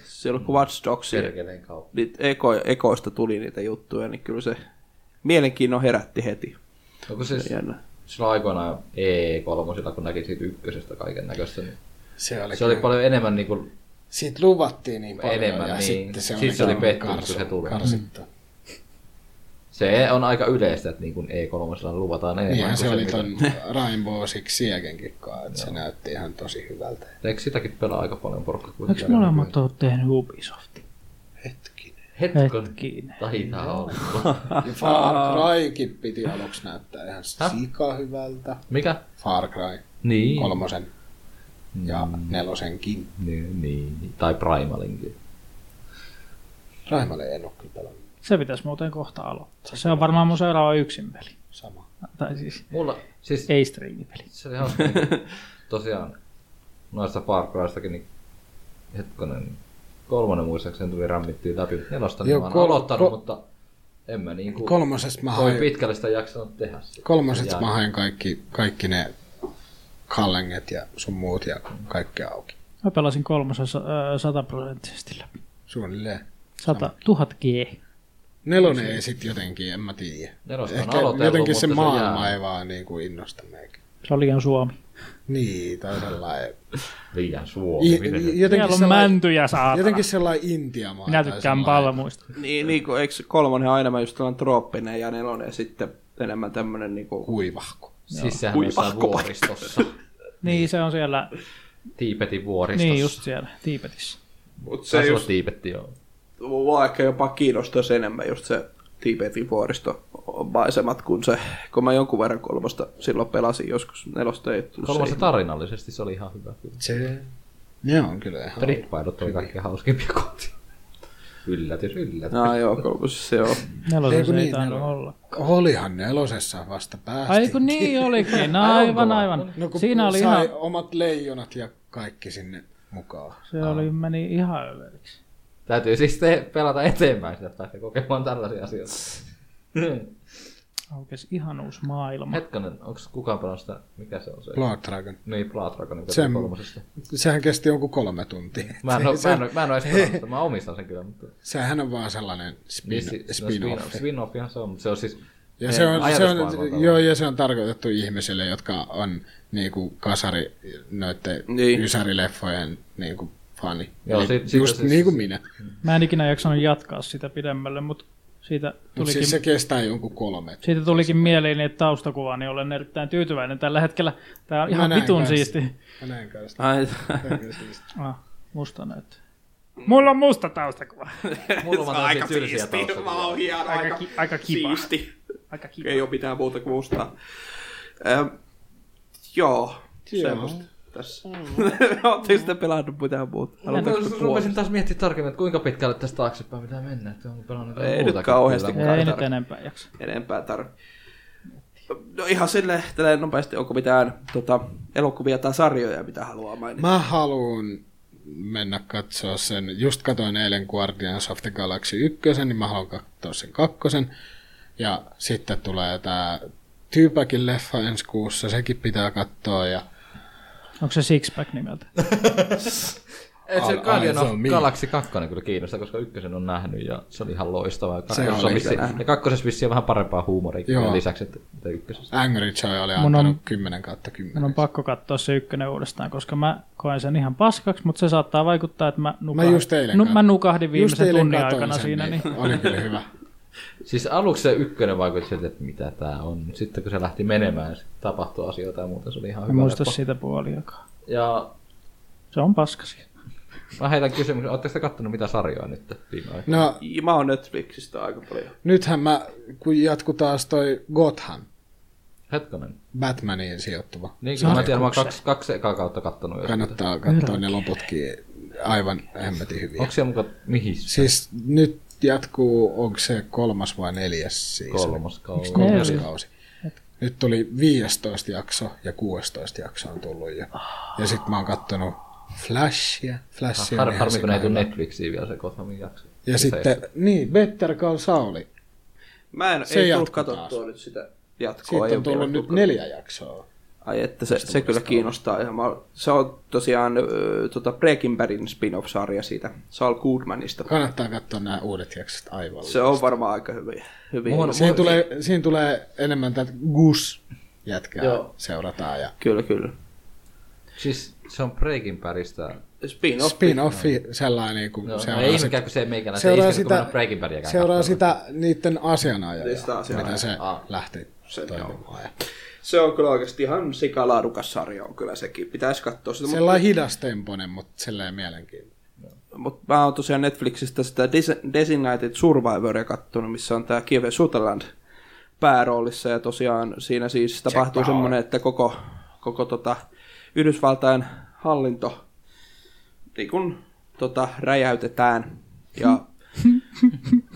S5: silloin kun Watch Dogsia
S3: perkeleen kauppa.
S5: niitä eko, ekoista tuli niitä juttuja, niin kyllä se mielenkiinnon herätti heti.
S3: Onko siis
S5: Jännä.
S3: silloin aikoinaan E3, kun näki siitä ykkösestä kaiken näköistä, niin
S6: Se oli,
S3: se oli paljon enemmän niin kuin,
S6: Siitä luvattiin niin paljon
S3: Enemmän,
S6: ja
S3: niin.
S6: sitten se,
S3: Sitten se oli
S6: niin
S3: pettymys, kun se tuli.
S6: karsittu. Mm.
S3: se on aika yleistä, että niin kuin E3 luvataan enemmän.
S6: Niinhän
S3: kuin
S6: Niin, se oli
S3: mitä-
S6: ton Rainbow Six Siegenkin kanssa, että se näytti ihan tosi hyvältä.
S3: Eikö sitäkin pelaa aika paljon porukka?
S4: Eikö molemmat ole tehnyt Ubisoftin?
S3: Hetkon.
S4: Hetkinen.
S3: Taitaa olla.
S6: Ja Far Crykin piti aluksi näyttää ihan sika hyvältä.
S3: Mikä?
S6: Far Cry
S3: Niin. Mm.
S6: kolmosen ja nelosenkin.
S3: Niin, niin. Tai Primalinkin.
S6: Raimalle en ole kyllä pelannut
S4: Se pitäisi muuten kohta aloittaa. Se on varmaan mun seuraava yksin peli.
S6: sama.
S4: Tai siis
S3: Mulla, siis
S4: ei striimipeli.
S3: se oli hauska. niin, tosiaan, noista Far Crystkin, niin hetkonen, kolmonen muistaakseni tuli rämmittyä läpi. Nelosta niin
S6: Joo,
S3: mä oon
S6: kol-
S3: aloittanut,
S6: kol-
S3: mutta en mä niin kuin
S6: Kolmosesta mä
S3: kovin
S6: hain,
S3: pitkälle sitä jaksanut tehdä. sitä.
S6: kolmosesta
S3: Ja-
S6: mä hain kaikki, kaikki ne kallenget ja sun muut ja kaikki auki.
S4: Mä pelasin kolmosen sa- ö, sataprosenttisesti läpi.
S6: Suunnilleen.
S4: Sata, tuhat G.
S6: Nelonen ei sit jotenkin, en mä tiedä.
S3: Nelosta on
S6: Ehkä
S3: aloitellut,
S6: jotenkin
S3: mutta
S6: se maailma
S3: jää
S6: ei vaan niin kuin innosta meikä.
S4: Se on liian suomi.
S6: Niin, tai sellainen.
S3: liian suomi.
S6: I,
S3: miten se-
S6: i- jotenkin
S4: Siellä on
S6: sellainen-
S4: mäntyjä saatana.
S6: Jotenkin sellainen intiamaa.
S4: Minä
S6: tai
S4: tykkään
S6: sellainen-
S4: palmuista.
S5: Niin, niin kuin, eikö se kolmonen aina mä just tällainen trooppinen ja nelonen sitten enemmän tämmöinen niin kuin,
S6: Huivahko.
S3: Siis sehän on
S5: Ui,
S3: jossain
S5: pakko paikka.
S3: vuoristossa.
S4: Niin, se on siellä.
S3: Tiipetin vuoristossa.
S4: Niin, just siellä, Tiipetissä.
S5: mutta se
S3: Se
S5: just
S3: Tiipetti, joo.
S5: mua ehkä jopa kiinnostaisi enemmän just se Tibetin vuoristo maisemat, kun se, kun mä jonkun verran kolmosta silloin pelasin joskus, nelosta ei tullut
S3: Kolmasta
S5: Kolmosta
S3: tarinallisesti se oli ihan hyvä. kyllä.
S6: Se... Ne on kyllä ihan...
S3: Trippailut oli kaikkein hauskimpia kohti. Yllätys, yllätys.
S5: No joo, kolmosessa se on.
S6: Ei, kun
S4: Nelosessa ei
S6: niin,
S4: tainnut
S6: nelonen.
S4: olla.
S6: Olihan nelosessa vasta päästiin.
S4: Ai kun niin olikin, no, aivan aivan.
S6: No kun
S4: Siinä oli
S6: sai
S4: ihan,
S6: ihan... omat leijonat ja kaikki sinne mukaan.
S4: se oli, meni ihan överiksi.
S3: Täytyy siis te- pelata eteenpäin sitä, että pääsee kokemaan tällaisia asioita.
S4: Aukesi ihan uusi maailma.
S3: Hetkonen, onko kukaan pelannut sitä, mikä se on se?
S6: Blood Dragon.
S3: Niin, Platrakonin
S6: Sen-
S3: kolmosesta.
S6: Sehän kesti jonkun kolme tuntia.
S3: Mä en, oo,
S6: se,
S3: mä en, oo- mä en ole edes pelannut sitä, mä omistan sen kyllä, mutta...
S6: Sehän on vaan sellainen spin,
S3: Niin, si- no,
S6: spin-off.
S3: Spin-offihan se on, mutta se on siis...
S6: ja se on, se
S3: ajatusmaailmalta
S6: on, joo, ja se on tarkoitettu ihmisille, jotka on niinku kasari noiden
S5: Niin.
S6: niin. ysärileffojen niinku fani.
S3: Joo,
S6: Eli
S3: sit- sit-
S6: just
S3: siis-
S6: niin kuin minä.
S4: Mä en ikinä jaksanut jatkaa sitä pidemmälle, mutta siitä
S6: Mutta
S4: tulikin,
S6: siis se kestää jonkun kolme.
S4: siitä tulikin mieleeni, että taustakuvaa, niin olen erittäin tyytyväinen tällä hetkellä. Tää on
S6: Mä
S4: ihan
S6: näin
S4: vitun
S6: kans.
S4: siisti.
S6: Mä näin kanssa.
S5: Ai,
S4: Ah, musta näyttää. Mm. Mulla on musta taustakuva.
S3: Mulla on tällaisia tylsiä
S5: mä
S3: taustalla.
S5: oon hieno,
S4: Aika
S5: aika,
S4: ki- aika kiva.
S5: siisti.
S4: Aika kiva.
S5: Ei ole mitään muuta kuin mustaa. Ähm, joo, joo, semmoista tässä.
S6: Mm.
S5: Ootteko sitä pelannut mitään muuta? Haluatteko te puolustaa?
S3: Rupesin taas miettimään tarkemmin, että kuinka pitkälle tästä taaksepäin pitää mennä, että onko pelannut jotain
S5: Ei nyt
S3: muutakin
S5: kauheasti.
S3: kyllä,
S4: Ei
S5: Ei
S4: nyt
S5: tarvi.
S4: enempää jaksa.
S5: enempää tarvitse. No ihan sille tälleen nopeasti, onko mitään tota, elokuvia tai sarjoja, mitä haluaa mainita?
S6: Mä haluan mennä katsoa sen. Just katoin eilen Guardians of the Galaxy 1, niin mä haluan katsoa sen kakkosen. Ja sitten tulee tää Tyypäkin leffa ensi kuussa, sekin pitää katsoa. Ja
S4: Onko se Sixpack nimeltä?
S3: Ei se
S6: Al-
S3: Guardian
S6: ai, se
S3: of
S6: on mi-
S3: Galaxy 2 kyllä kiinnostaa, koska ykkösen on nähnyt ja se oli ihan loistava. Ja,
S6: Se
S3: kakkosessa
S6: oli
S3: vissiin-
S5: kyllä.
S3: ja kakkosessa vissiin on vähän parempaa huumoria
S6: Joo.
S3: Joo. lisäksi, että, että ykkösestä.
S6: Angry Joy oli
S4: Mun on-
S6: antanut 10 kautta
S4: Mun
S6: 10.
S4: on pakko katsoa se ykkönen uudestaan, koska mä koen sen ihan paskaksi, mutta se saattaa vaikuttaa, että mä nukahdin,
S6: just eilen
S4: nu,
S6: kat-
S4: No, mä nukahdin viimeisen
S6: eilen
S4: tunnin
S6: katoin
S4: aikana
S6: sen,
S4: siinä. Niin.
S6: Oli kyllä hyvä.
S3: Siis aluksi se ykkönen vaikutti siltä, että mitä tää on. Mut Sitten kun se lähti menemään, ja sit tapahtui asioita ja muuta, se oli ihan
S4: En
S3: hyvä.
S4: muista
S3: leffa.
S4: siitä puoliakaan.
S3: Ja
S4: Se on paskasi.
S3: mä heitän kysymyksen, ootteko te kattonut mitä sarjoja nyt viime aikoina?
S6: No,
S5: Mä oon Netflixistä aika paljon.
S6: nythän mä, kun jatku taas toi Gotham,
S3: Hetkonen.
S6: Batmaniin sijoittuva.
S3: Niin kyllä mä tiedän, mä oon kaksi, kaksi ekaa kautta kattonut. jo sitä.
S6: Kannattaa katsoa ne loputkin aivan hemmetin hyviä.
S3: Onko siellä muka mihin?
S6: Siis nyt jatkuu, onko se kolmas vai neljäs siis?
S3: Kolmas kausi.
S6: Kolmas
S4: Neljäs.
S6: kausi. Nyt tuli 15 jakso ja 16 jakso on tullut jo. Ja sitten mä oon kattonut Flashia. Flashia on
S3: Ah, Har,
S6: ihan
S3: harmi, kun ei tule
S6: sikana.
S3: Netflixiin vielä se Gothamin jakso.
S6: Ja sitten, niin, Better Call Sauli.
S5: Mä en
S6: Se
S5: ei tullut
S6: jatkuu taas.
S5: katsottua nyt sitä jatkoa.
S6: Siitä
S5: ei
S6: on
S5: ole
S6: tullut
S5: vielä
S6: nyt
S5: tullut.
S6: neljä jaksoa.
S5: Ai että se, se kyllä kiinnostaa ihan. Mä, se on tosiaan ö, tota Breaking Badin spin-off-sarja siitä Saul Goodmanista.
S6: Kannattaa katsoa nämä uudet jaksot aivan.
S5: Se on varmaan aika hyviä. hyviä.
S3: Mun-
S6: Siinä tulee, siinä tulee enemmän tätä Gus-jätkää
S5: Joo.
S6: seurataan. Ja
S5: Kyllä, kyllä.
S3: Siis se on Breaking Badista.
S5: Spin-off.
S6: spin-offi sellainen, kun
S3: Joo, no,
S6: seuraa,
S3: ei
S6: sit-
S3: mikään kuin se meikäläinen. Se ei
S6: seuraa
S3: iskenyt, kun mä en
S6: sitä,
S3: ole Breaking Badiakään
S6: seuraa
S3: katsonut.
S6: sitä niiden asianajoja,
S5: Niistä asianajoja.
S6: mitä se
S3: Aa.
S6: lähti toimimaan. Ja
S5: No, Se on kyllä oikeasti ihan sikalaadukas sarja on kyllä sekin. Pitäisi katsoa sitä. Mutta
S6: Sellainen hidastempoinen, mutta silleen mielenkiintoinen.
S5: mut mä oon tosiaan Netflixistä sitä Des- Designated Survivoria kattonut, missä on tämä Kieve Sutherland pääroolissa. Ja tosiaan siinä siis tapahtuu semmoinen, että koko, koko tota Yhdysvaltain hallinto niin kun, tota, räjäytetään. Ja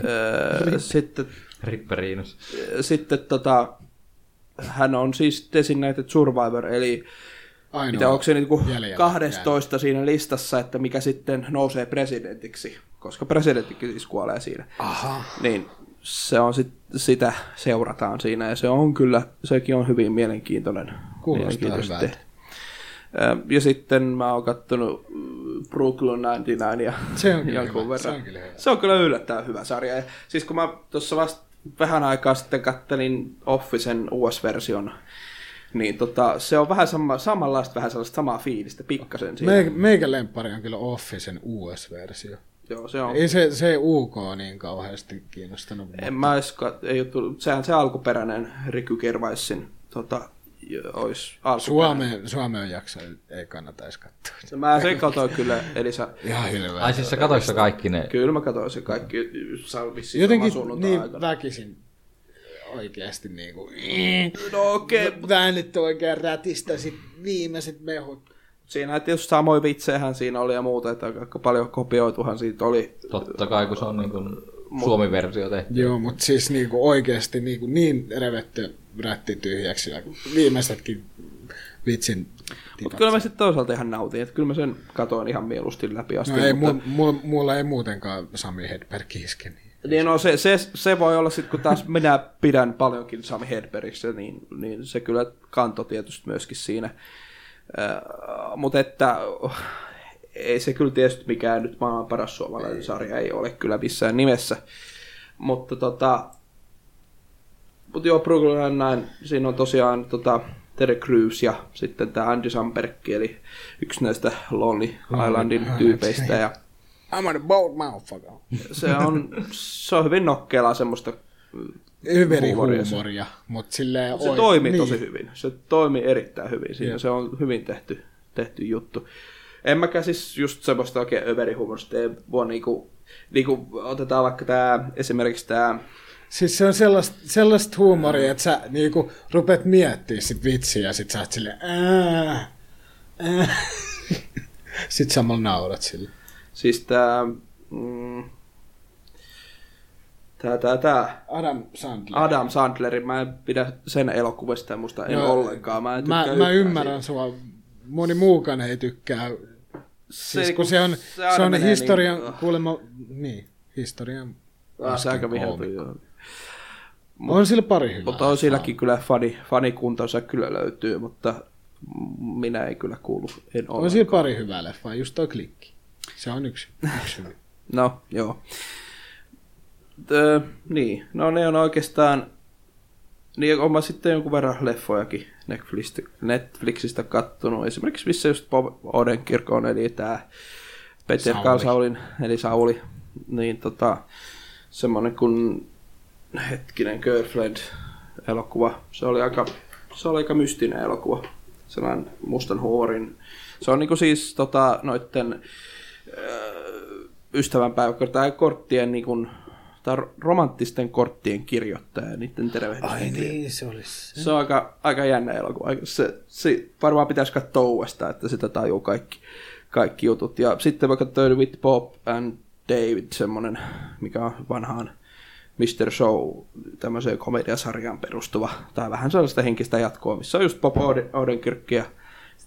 S5: öö, sitten
S3: Ripperiinus.
S5: sitten tota, hän on siis Designated Survivor, eli
S6: Ainoa
S5: mitä onko se niinku
S6: jäljellä
S5: 12 siinä listassa, että mikä sitten nousee presidentiksi, koska presidenttikin siis kuolee siinä. Aha. Niin se on sit, sitä seurataan siinä ja se on kyllä, sekin on hyvin mielenkiintoinen.
S6: Kuulostaa
S5: mielenkiintoisesti
S6: hyvältä.
S5: tehty. Ö, Ja sitten mä oon kattonut mm, Brooklyn 99 ja
S6: Se on kyllä
S5: jonkun
S6: hyvä,
S5: verran.
S6: se on kyllä hyvä.
S5: Se on kyllä yllättävän hyvä sarja. Ja siis kun mä tuossa vasta vähän aikaa sitten kattelin Officen US-version, niin tota, se on vähän sama, samanlaista, vähän sellaista samaa fiilistä, pikkasen siinä.
S6: Me, meikä lemppari on kyllä Officen US-versio.
S5: Joo, se on.
S6: Ei se, se UK niin kauheasti kiinnostanut.
S5: No. En mä edes, kat- ei oo tullut, sehän se alkuperäinen Ricky Gervaisin tota, j- ois alkuperäinen.
S6: Suomeen, Suomeen jakso ei kannata edes katsoa.
S5: Mä sen katoin kyllä, eli sä,
S6: Ihan hirveä.
S3: Ai siis sä katoit sä kaikki ne.
S5: kyllä mä katoin sen kaikki, sä olit vissiin
S6: Jotenkin
S5: sama
S6: niin
S5: niin, aikana.
S6: väkisin oikeasti niin kuin,
S5: No okei, okay,
S6: väännetty oikein rätistä sit viimeiset mehut.
S5: siinä tietysti samoin vitsejähän siinä oli ja muuta, että aika paljon kopioituhan siitä oli.
S3: Totta kai, kun se on niin kuin Suomi-versio tehty.
S6: Joo, mutta siis niin kuin oikeasti niin, kuin niin revetty rätti tyhjäksi ja viimeisetkin vitsin
S5: Mutta
S6: tikat.
S5: kyllä mä sitten toisaalta ihan nautin, että kyllä mä sen katoin ihan mieluusti läpi asti.
S6: No ei,
S5: mutta...
S6: mu- mu- mulla ei muutenkaan Sami Hedberg iske. Niin.
S5: Niin no se, se, se voi olla sitten, kun taas minä pidän paljonkin Sami Hedbergistä, niin, niin se kyllä kanto tietysti myöskin siinä. Äh, Mutta että oh, ei se kyllä tietysti mikään nyt maailman paras suomalainen sarja ei ole kyllä missään nimessä. Mutta tota, mut joo, Brooklyn näin, siinä on tosiaan tota, Tere Crews ja sitten tämä Andy Samberg, eli yksi näistä Lonely niin. Islandin tyypeistä. Ja,
S6: I'm on a bold motherfucker.
S5: se on, se on hyvin nokkelaa semmoista.
S6: Överi
S5: Huumoria se.
S6: huumoria, mutta silleen...
S5: Se
S6: oi-
S5: toimii
S6: niin.
S5: tosi hyvin. Se toimii erittäin hyvin siinä.
S6: Jep.
S5: Se on hyvin tehty, tehty juttu. En mäkään siis just semmoista oikein överihumorista. Ei voi niinku, niinku, otetaan vaikka tää, esimerkiksi tää,
S6: Siis se on sellaista, sellaista huumoria, että sä niinku rupeat miettimään sit vitsiä ja sit sä oot silleen ää, ää. Sit samalla naurat sille.
S5: siis tää, mm, tää, tää, tää,
S6: Adam Sandler.
S5: Adam Sandlerin, mä en pidä sen elokuvista ja musta en
S6: Joo,
S5: ollenkaan. Mä, en
S6: mä,
S5: tykkää
S6: mä
S5: yhtään
S6: ymmärrän sua. Moni muukaan ei tykkää.
S5: siitä.
S6: Siis kun se on, se
S5: niinku aina
S6: on
S5: menee
S6: historian
S5: niin-
S6: niin, kuulemma... Niin, historian...
S5: Ah, se aika viheltyy,
S6: koomikko.
S5: joo.
S6: On sillä pari hyvää.
S5: Mutta on silläkin kyllä fani, fanikuntansa kyllä löytyy, mutta minä ei kyllä kuulu. En ole.
S6: On sillä pari hyvää leffaa, just toi klikki. Se on yksi. yksi hyvä.
S5: No, joo. Ö, niin, no ne on oikeastaan... Niin on mä sitten jonkun verran leffojakin Netflixistä, Netflixistä kattonut. Esimerkiksi missä just Bob Odenkirk on, eli tämä Peter
S6: Sauli.
S5: Kalsaulin, eli Sauli. Niin tota, semmonen kuin hetkinen Girlfriend-elokuva. Se oli aika, se oli aika mystinen elokuva. Sellainen mustan huorin. Se on niinku siis tota, noitten ystävänpäivä, tai korttien niin kuin, tai romanttisten korttien kirjoittaja, niiden
S7: Ai
S5: tervehdys.
S7: niin, se olisi.
S5: Se on aika, aika jännä elokuva. Se, se, varmaan pitäisi katsoa uudestaan, että sitä tajuu kaikki, kaikki jutut. Ja sitten mä katsoin With Bob and David, semmonen, mikä on vanhaan Mr. Show tämmöiseen komediasarjaan perustuva, tai vähän sellaista henkistä jatkoa, missä on just Bob Oden- Odenkirk ja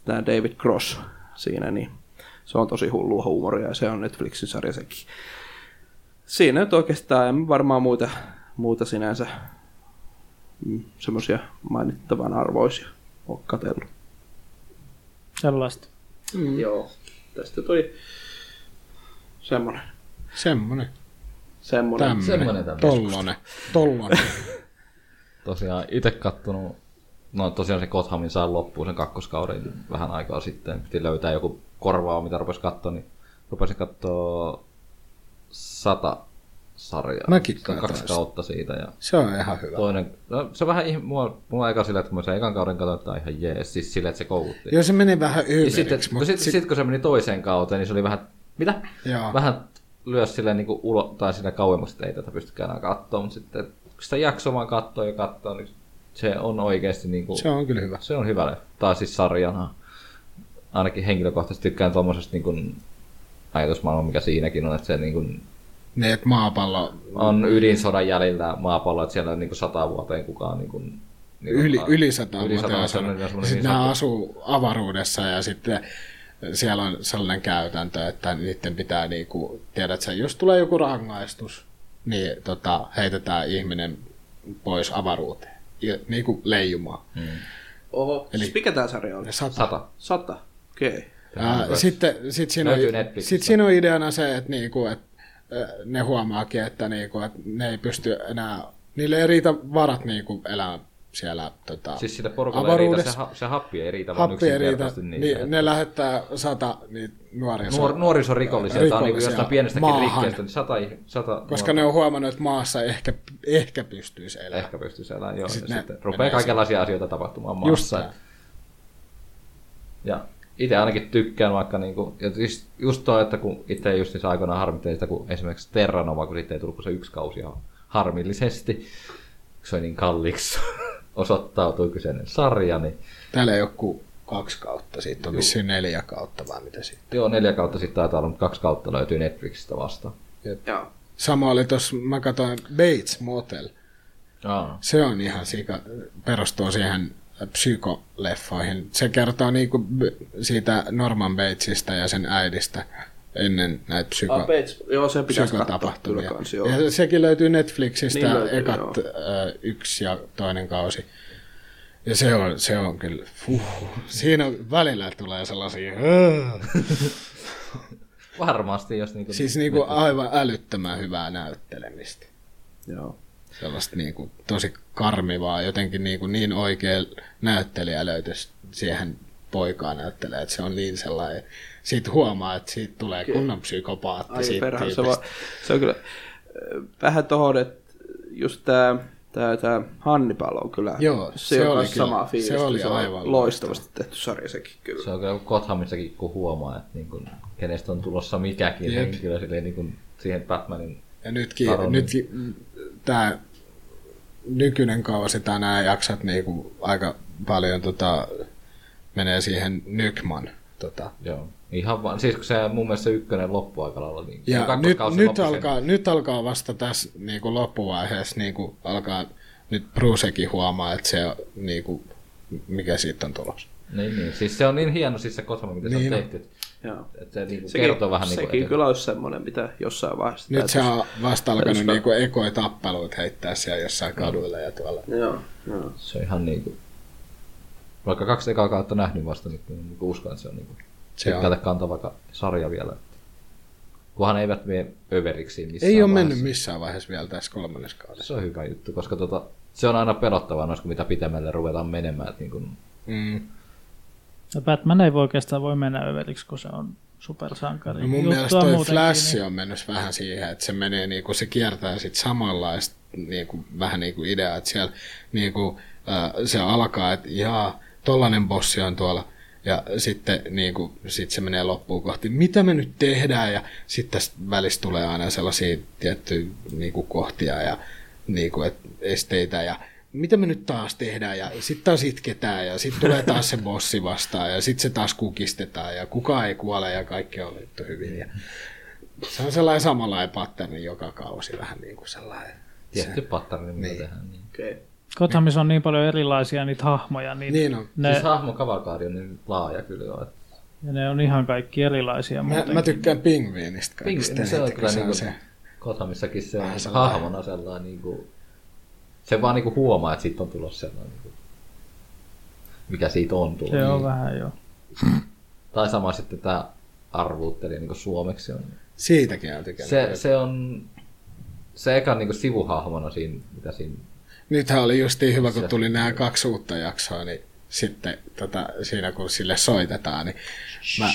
S5: tämä David Cross siinä, niin se on tosi hullua huumoria ja se on Netflixin sarja sekin. Siinä nyt oikeastaan en varmaan muuta, muuta sinänsä mm, semmoisia mainittavan arvoisia ole katsellut.
S4: Sellaista.
S5: Mm. Joo, tästä tuli semmoinen.
S6: Semmonen.
S5: semmoinen.
S3: Semmoinen tämä.
S6: Tollonen. Tollonen.
S3: Tosiaan itse kattonut, no tosiaan se Gothamin saa loppuun sen kakkoskauden vähän aikaa sitten. Piti löytää joku korvaa, mitä rupesi katsoa, niin rupesin katsoa sata sarjaa.
S6: Mäkin
S3: Sitten
S6: katsoin
S3: Kaksi
S6: sitä.
S3: kautta siitä ja
S6: Se on ihan hyvä.
S3: toinen, no, se vähän ihm- mua, mulla eka sillä, että kun mä sen ekan kauden katsoin, että tää on ihan jees, siis sillä, että se koukutti.
S6: Joo, se meni vähän
S3: Ja sitten,
S6: yhdeksi,
S3: kun
S6: mutta
S3: sit, sit, sit, kun se meni toiseen kauteen, niin se oli vähän, mitä?
S6: Joo.
S3: Vähän lyö sille niin ulo, tai sillä kauemmaksi, että ei tätä pystykään enää katsoa, mutta sitten kun sitä jaksoa vaan katsoo ja katsoo, niin se on oikeasti niin kuin,
S6: se on kyllä hyvä.
S3: se on hyvä leffa. Tai siis sarjana. Ainakin henkilökohtaisesti tykkään tuommoisesta niin kuin ajatusmaailma, mikä siinäkin on, että se niin kuin
S6: Ne, että maapallo
S3: on ydinsodan jäljellä maapallo, että siellä on niin kuin sata vuoteen kukaan niin kuin, niin kuin-
S6: yli, yli sata
S3: yli
S6: vuotta. Siis
S3: sata
S6: on
S3: semmoinen-
S6: sanonut.
S3: semmoinen
S6: Sitten
S3: niin
S6: nämä asuu
S3: sanottu-
S6: avaruudessa ja sitten siellä on sellainen käytäntö, että niiden pitää, niinku, tiedät sä, jos tulee joku rangaistus, niin tota, heitetään ihminen pois avaruuteen. Ja, niin kuin leijumaan.
S5: Oho, Eli... siis mikä tämä sarja on?
S6: Sata.
S3: Mm. sata.
S5: Sata. Okei. Okay.
S6: Ja sitten sit siinä, on,
S3: Löytyy Netflixistä.
S6: sit siinä on ideana se, että niinku, et, ö, ne huomaakin, että niinku, et ne ei pysty enää, niille ei riitä varat niinku, elää siellä tota,
S3: Siis sillä porukalla ei riitä, se, ha- se happi ei riitä, vaan
S6: happi ei riitä,
S3: yksinkertaisesti
S6: niin,
S3: niitä. että-
S6: niin, ne lähettää sata niitä nuorisoa.
S3: Nuor, nuorisorikollisia, tämä on niin
S6: Rikollisia
S3: jostain pienestäkin
S6: maahan.
S3: rikkeestä, niin sata, ih- sata
S6: koska ne on huomannut, että maassa ehkä, ehkä pystyisi elämään.
S3: ehkä pystyisi elämään, joo.
S6: Sitten
S3: Sitten,
S6: Siis ne
S3: ja
S6: menee
S3: sitten rupeaa kaikenlaisia asioita tapahtumaan maassa.
S6: Just näin.
S3: Ja itse ainakin tykkään vaikka, niin kuin, ja siis just toi, että kun itse just niissä aikoinaan harmittelin sitä, kun esimerkiksi Terranova, kun siitä ei tullut kuin se yksi kausi ihan harmillisesti, kun se oli niin kalliiksi osoittautui kyseinen sarja, niin
S6: Täällä ei ole kuin kaksi kautta, siitä on vissiin neljä kautta vai mitä siitä.
S3: joo, neljä kautta sitten taitaa olla, mutta kaksi kautta löytyy Netflixistä vasta.
S5: Joo.
S6: Sama oli tuossa, mä katsoin Bates Motel.
S3: Aa.
S6: Se on ihan sika, perustuu siihen psykoleffoihin. Se kertoo niinku b- siitä Norman Batesista ja sen äidistä ennen näitä psyko,
S5: Ah, Bates. Joo, se pitäisi katsoa kyllä
S6: psykotapahtumia.
S5: kans, joo.
S6: Ja sekin löytyy Netflixistä
S5: Niin
S6: niin
S5: löytyy,
S6: löytyy, ekat
S5: joo.
S6: ö, yksi ja toinen kausi. Ja se on, se on kyllä, huh, siinä on, välillä tulee sellaisia, "Ugh."
S3: Varmasti, jos niinku...
S6: siis niinku aivan älyttömän hyvää näyttelemistä.
S5: joo.
S6: sellaista niin kuin, tosi karmivaa, jotenkin niin, kuin niin oikea näyttelijä löytyisi siihen poikaa näyttelee, että se on niin sellainen, siitä huomaa, että siitä tulee kunnon psykopaatti
S5: Ai
S6: siitä
S5: perhän, se,
S6: tiipistä.
S5: va, se on kyllä äh, vähän tohon, että just tää, tää, tää Hannibal on kyllä,
S6: Joo, se
S5: on
S6: oli
S5: kans
S6: kyllä-
S5: samaa fiilistä,
S6: se oli
S5: on
S6: aivan
S5: loistavasti tehty sarja sekin kyllä.
S3: Se on kyllä Gothamissakin, kun huomaa, että niin kuin, kenestä on tulossa mikäkin
S6: Jep.
S3: Jep. henkilö silleen, niin kuin, siihen Batmanin.
S6: Ja nytkin,
S3: Taronin.
S6: nytkin tämä nykyinen kausi tai nämä jaksat niin kuin, aika paljon tota, menee siihen Nykman. Tota.
S3: Joo. Ihan vaan, siis kun se mun mielestä se ykkönen loppu aika lailla. Niin, se
S6: Ja nyt,
S3: kakkoskausi
S6: nyt,
S3: loppui sen-
S6: alkaa, nyt alkaa vasta tässä niin kuin loppuvaiheessa, niin kuin alkaa nyt Brucekin huomaa, että se on, niin kuin, mikä siitä on tulossa.
S3: Niin, niin. Siis se on niin hieno siis se Gotham, mitä
S6: Niin
S3: se
S6: on.
S3: on tehty. Että,
S5: Joo.
S3: että se niin kuin
S5: Sekin,
S3: kertoo vähän
S5: sekin
S3: niin kuin,
S5: kyllä olisi semmoinen, mitä jossain vaiheessa
S6: Nyt se on vasta alkanut
S5: täytyisi-
S6: niinku ekoja tappeluita heittää siellä jossain kaduilla ja tuolla.
S5: Joo, joo.
S3: se on ihan niin kuin, vaikka kaksi ekaa kautta nähnyt vasta, niin, niin, niin kuin uskon, että se on niin kuin,
S6: Se on.
S3: pitkältä kantava ka- sarja vielä. Kunhan eivät mene överiksi missään
S6: Ei ole
S3: vaiheessa.
S6: mennyt missään vaiheessa vielä tässä kolmannessa kaudessa.
S3: Se on hyvä juttu, koska tota, se on aina pelottavaa, noissa, kun mitä pitemmälle ruvetaan menemään. Että niin kuin,
S6: Mm.
S4: Ja Batman ei voi oikeastaan voi mennä överiksi, kun se on supersankari.
S6: No mun
S4: Juttua
S6: mielestä toi
S4: muutenkin,
S6: Flash
S4: niin-
S6: on mennyt vähän siihen, että se menee niinku, se kiertää sit samanlaista niinku, vähän niinku ideaa, että siellä niinku, äh, se alkaa, että jaa, tollanen bossi on tuolla ja sitten niinku, sit se menee loppuun kohti, mitä me nyt tehdään ja sitten tästä välistä tulee aina sellaisia tiettyjä niinku, kohtia ja niinku, et, esteitä ja mitä me nyt taas tehdään, ja sitten taas itketään, ja sitten tulee taas se bossi vastaan, ja sitten se taas kukistetaan, ja kukaan ei kuole, ja kaikki on vittu hyvin. Ja se on sellainen samanlainen patterni joka kausi, vähän niin kuin sellainen.
S3: Tietty patterni, mitä niin. tehdään. Niin.
S5: Okei. Okay.
S4: Gothamissa on niin paljon erilaisia niitä hahmoja, niin,
S6: Niin on.
S4: ne,
S3: Siis hahmo kavalkaadi on niin laaja kyllä. on, Että
S4: ja ne on ihan kaikki erilaisia
S6: Mä,
S4: muutenkin.
S6: mä tykkään pingviinistä kaikista.
S3: Pingviini, se on
S6: eniten, kun
S3: kyllä
S6: se
S3: niinku,
S6: on se.
S3: Kothamissakin se
S6: Vähän
S3: on
S6: sellainen.
S3: hahmona sellainen niinku, se vaan niinku huomaa, että siitä on tulossa sellainen niinku, mikä siitä on tullut.
S4: Se on vähän joo.
S3: Tai sama sitten tämä arvuuttelija niinku suomeksi on.
S6: Siitäkin on tykännyt.
S3: Se, se on se eka niinku sivuhahmona siinä, mitä siinä
S6: Nythän oli justiin hyvä, kun
S3: Se-
S6: tuli nämä kaksi uutta jaksoa, niin sitten tota, siinä kun sille soitetaan, niin mä...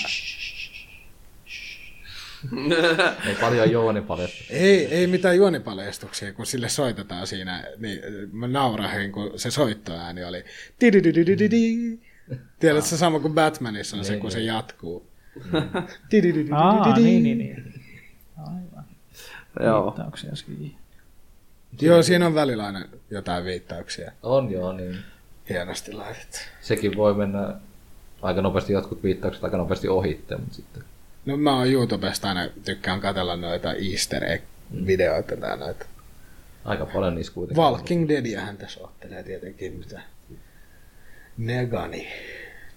S3: ei paljon jooni paljon.
S6: Ei, ei mitään juonipaljastuksia, kun sille soitetaan siinä, niin mä naurahin, kun se soittoääni oli. Tidididididi. Tiedätkö se sama kuin Batmanissa on
S3: Niin,
S6: se, kun se jatkuu.
S3: Mm.
S6: Tidididididi.
S4: Aa, niin, niin, niin. Aivan.
S5: Joo.
S4: Viittauksia siihen.
S6: Joo, siinä on välillä aina jotain viittauksia.
S3: On joo, niin
S6: Hienosti laitettu.
S3: sekin voi mennä aika nopeasti jotkut viittaukset aika nopeasti ohitte, mutta sitten
S6: No mä oon YouTubesta aina tykkään katella noita easter egg-videoita tai noita.
S3: aika paljon niissä kuitenkin.
S6: Walking Deadiähän tässä ottelee tietenkin, mitä Negani.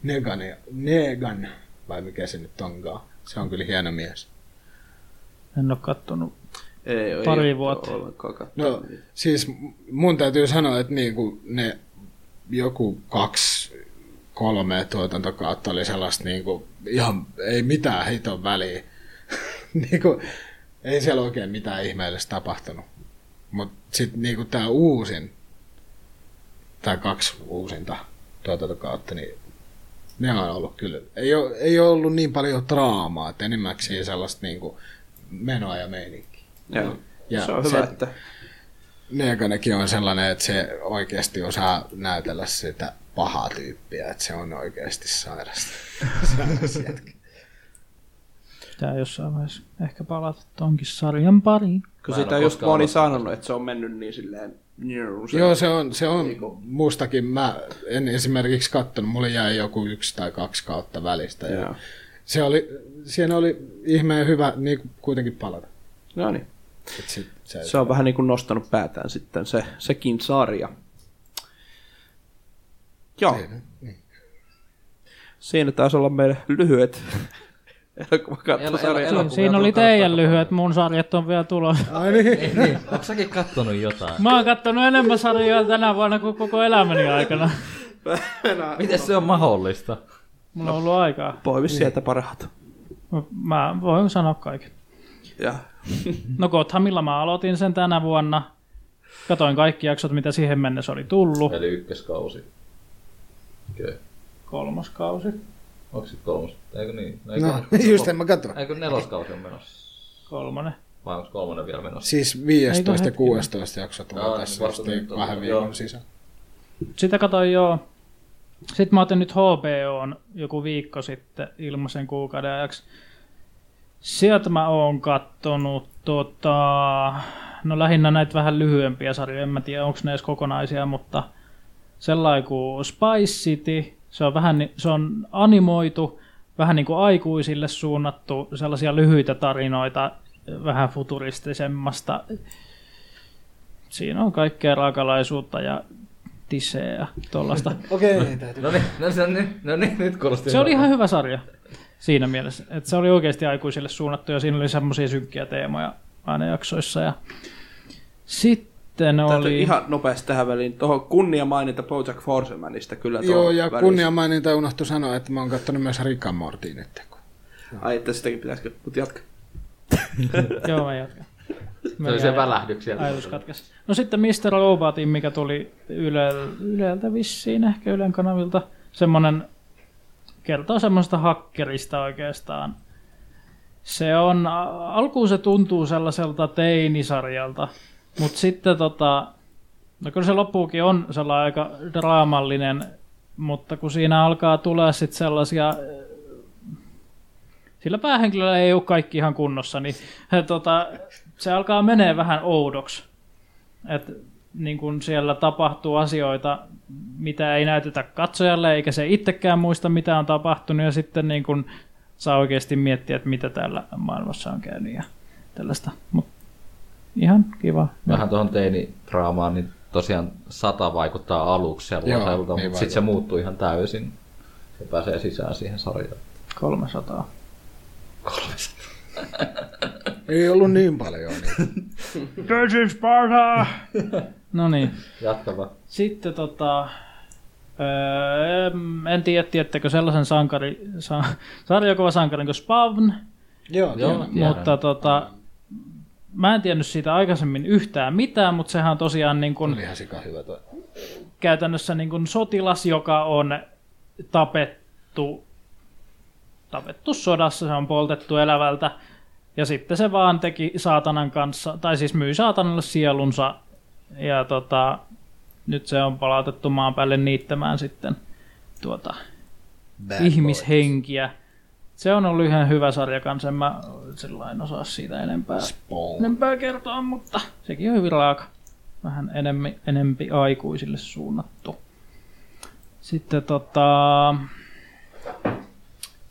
S6: Negani. Negan. Vai mikä se nyt onkaan. Se on kyllä hieno mies.
S4: En ole kattonut.
S5: Ei, ei
S4: Pari
S5: oo
S4: vuotta.
S5: ollenkaan kattonut.
S6: No siis mun täytyy sanoa, että niin kuin ne joku kaksi, kolme tuotantokautta oli sellaista niin kuin, ihan ei mitään hiton väliä. niin kuin, ei siellä oikein mitään ihmeellistä tapahtunut. Mutta sitten niin tämä uusin, tai kaksi uusinta tuotantokautta, niin ne on ollut kyllä. Ei ole, ei ole ollut niin paljon draamaa, että enimmäkseen sellaista niin kuin menoa ja meininkiä.
S5: Joo.
S6: Ja
S5: se on
S6: se-
S5: hyvä, että...
S6: Neekonekin on sellainen, että se oikeasti osaa näytellä sitä pahaa tyyppiä, että se on oikeasti sairasta.
S4: Pitää jossain vaiheessa ehkä palata tonkin sarjan pariin.
S5: Kun
S3: Mä en
S5: sitä
S3: oo
S5: just
S3: koskaan
S5: moni
S3: aloittanut
S5: sanonut, että se on mennyt niin silleen... Njuu, se-
S6: Joo, se on, se on
S3: Niinku-
S6: mustakin. Mä en esimerkiksi katsonut, mulle jäi joku yksi tai kaksi kautta välistä. Ja
S5: Joo.
S6: se oli, siinä oli ihmeen hyvä niin kuitenkin palata.
S5: No niin.
S6: Et sit, se,
S5: Se on vähän niin kuin nostanut päätään sitten se, sekin sarja. Joo. Siinä taisi olla meidän lyhyet elokuvakattosarjat.
S3: Elo-
S4: Siinä,
S3: elokuvia
S4: siinä oli
S3: tuli
S4: teidän
S3: katsoa.
S4: lyhyet, mun sarjat on vielä tulossa.
S6: Ai niin.
S3: Ei niin, onko säkin kattonut jotain?
S4: Mä oon kattonut enemmän sarjoja tänä vuonna kuin koko elämäni aikana.
S3: Miten se on mahdollista?
S4: Mulla on ollut aikaa.
S5: Poimi sieltä parhaat.
S4: Mä voin sanoa kaiken.
S5: Ja
S4: No Gothamilla mä aloitin sen tänä vuonna. Katoin kaikki jaksot, mitä siihen mennessä oli tullut.
S3: Eli ykköskausi. Kyllä.
S4: Kolmas kausi.
S3: Onko se kolmas? Eikö niin? No, eikö,
S6: No, just en mä katso.
S3: eikö neloskausi on menossa?
S4: Kolmonen.
S3: Vai onko kolmonen vielä menossa?
S6: Siis 15 ja
S4: Eikö
S6: 16 jakso tulee
S3: Joo,
S6: tässä
S3: vasta
S6: just
S3: nyt on-
S6: kahden
S3: joo.
S6: viikon sisään.
S4: Sitä katoin joo. Sitten mä otin nyt HBOn joku viikko sitten ilmaisen kuukauden ajaksi. Sieltä mä oon kattonut tota, no lähinnä näitä vähän lyhyempiä sarjoja, en mä tiedä onko ne edes kokonaisia, mutta sellainen kuin Spice City, se on, vähän, ni- se on animoitu, vähän niin kuin aikuisille suunnattu, sellaisia lyhyitä tarinoita vähän futuristisemmasta. Siinä on kaikkea raakalaisuutta ja tissejä ja tuollaista.
S6: Okei.
S3: No niin, no, se on niin, no niin, nyt kuulosti.
S4: Se oli
S3: hyvältä.
S4: ihan hyvä sarja siinä mielessä, että se oli oikeasti aikuisille suunnattu ja siinä oli semmoisia synkkiä teemoja aina jaksoissa. Ja... Sitten
S5: Täytyy
S4: oli...
S5: ihan nopeasti tähän väliin. Tuohon kunnia mainita Bojack Forsemanista kyllä. tuohon
S6: Joo, ja
S5: välissä.
S6: kunniamaininta unohtui sanoa, että mä oon kattonut myös Rikan Mortin nyt. kun-
S5: Ai, että sitäkin pitäisikö, mutta jatka.
S4: Joo, mä jatkan. Mä
S3: Se oli
S4: jäin-
S3: se välähdyksiä.
S4: Ajatus katkesi. No sitten Mr. Robotin, mikä tuli Yle, Yleltä vissiin, ehkä Ylen kanavilta. Semmoinen, kertoo semmoista hakkerista oikeastaan. Se on, a- alkuun se tuntuu sellaiselta teinisarjalta, mutta sitten tota, no kyllä se loppuukin on sellainen aika draamallinen, mutta kun siinä alkaa tulla sitten sellaisia sillä päähenkilöllä ei ole kaikki ihan kunnossa, niin tota, se alkaa menee vähän oudoksi. Et, niin kun siellä tapahtuu asioita, mitä ei näytetä katsojalle, eikä se itsekään muista, mitä on tapahtunut, ja sitten niin kun saa oikeasti miettiä, että mitä täällä maailmassa on käynyt ja tällaista. Mut Ihan kiva.
S3: Vähän tuohon teinidraamaan, niin tosiaan sata vaikuttaa aluksi sellaiselta,
S6: Joo,
S3: mutta
S6: niin
S3: sitten se muuttuu ihan täysin. Se pääsee sisään siihen sarjaan.
S4: 300.
S6: Ei ollut niin paljon. Niin.
S4: This is Sparta! no niin.
S3: Jatkava.
S4: Sitten tota... Öö, em, en tiedä, tiettäkö sellaisen sankari, sa, sarjakuvasankarin kuin Spawn,
S6: Joo,
S3: Joo, tiedän.
S4: mutta tota, mä en tiennyt siitä aikaisemmin yhtään mitään, mutta sehän on tosiaan niin kuin,
S6: ihan sika hyvä toi.
S4: käytännössä niin kuin sotilas, joka on tapettu, tapettu sodassa, se on poltettu elävältä. Ja sitten se vaan teki saatanan kanssa, tai siis myi saatanalle sielunsa. Ja tota, nyt se on palautettu maan päälle niittämään sitten tuota,
S7: Bad
S4: ihmishenkiä. Se on ollut ihan hyvä sarja kanssa, en mä sillä en osaa siitä enempää, enempää kertoa, mutta sekin on hyvin raaka. Vähän enempi, enempi aikuisille suunnattu. Sitten tota...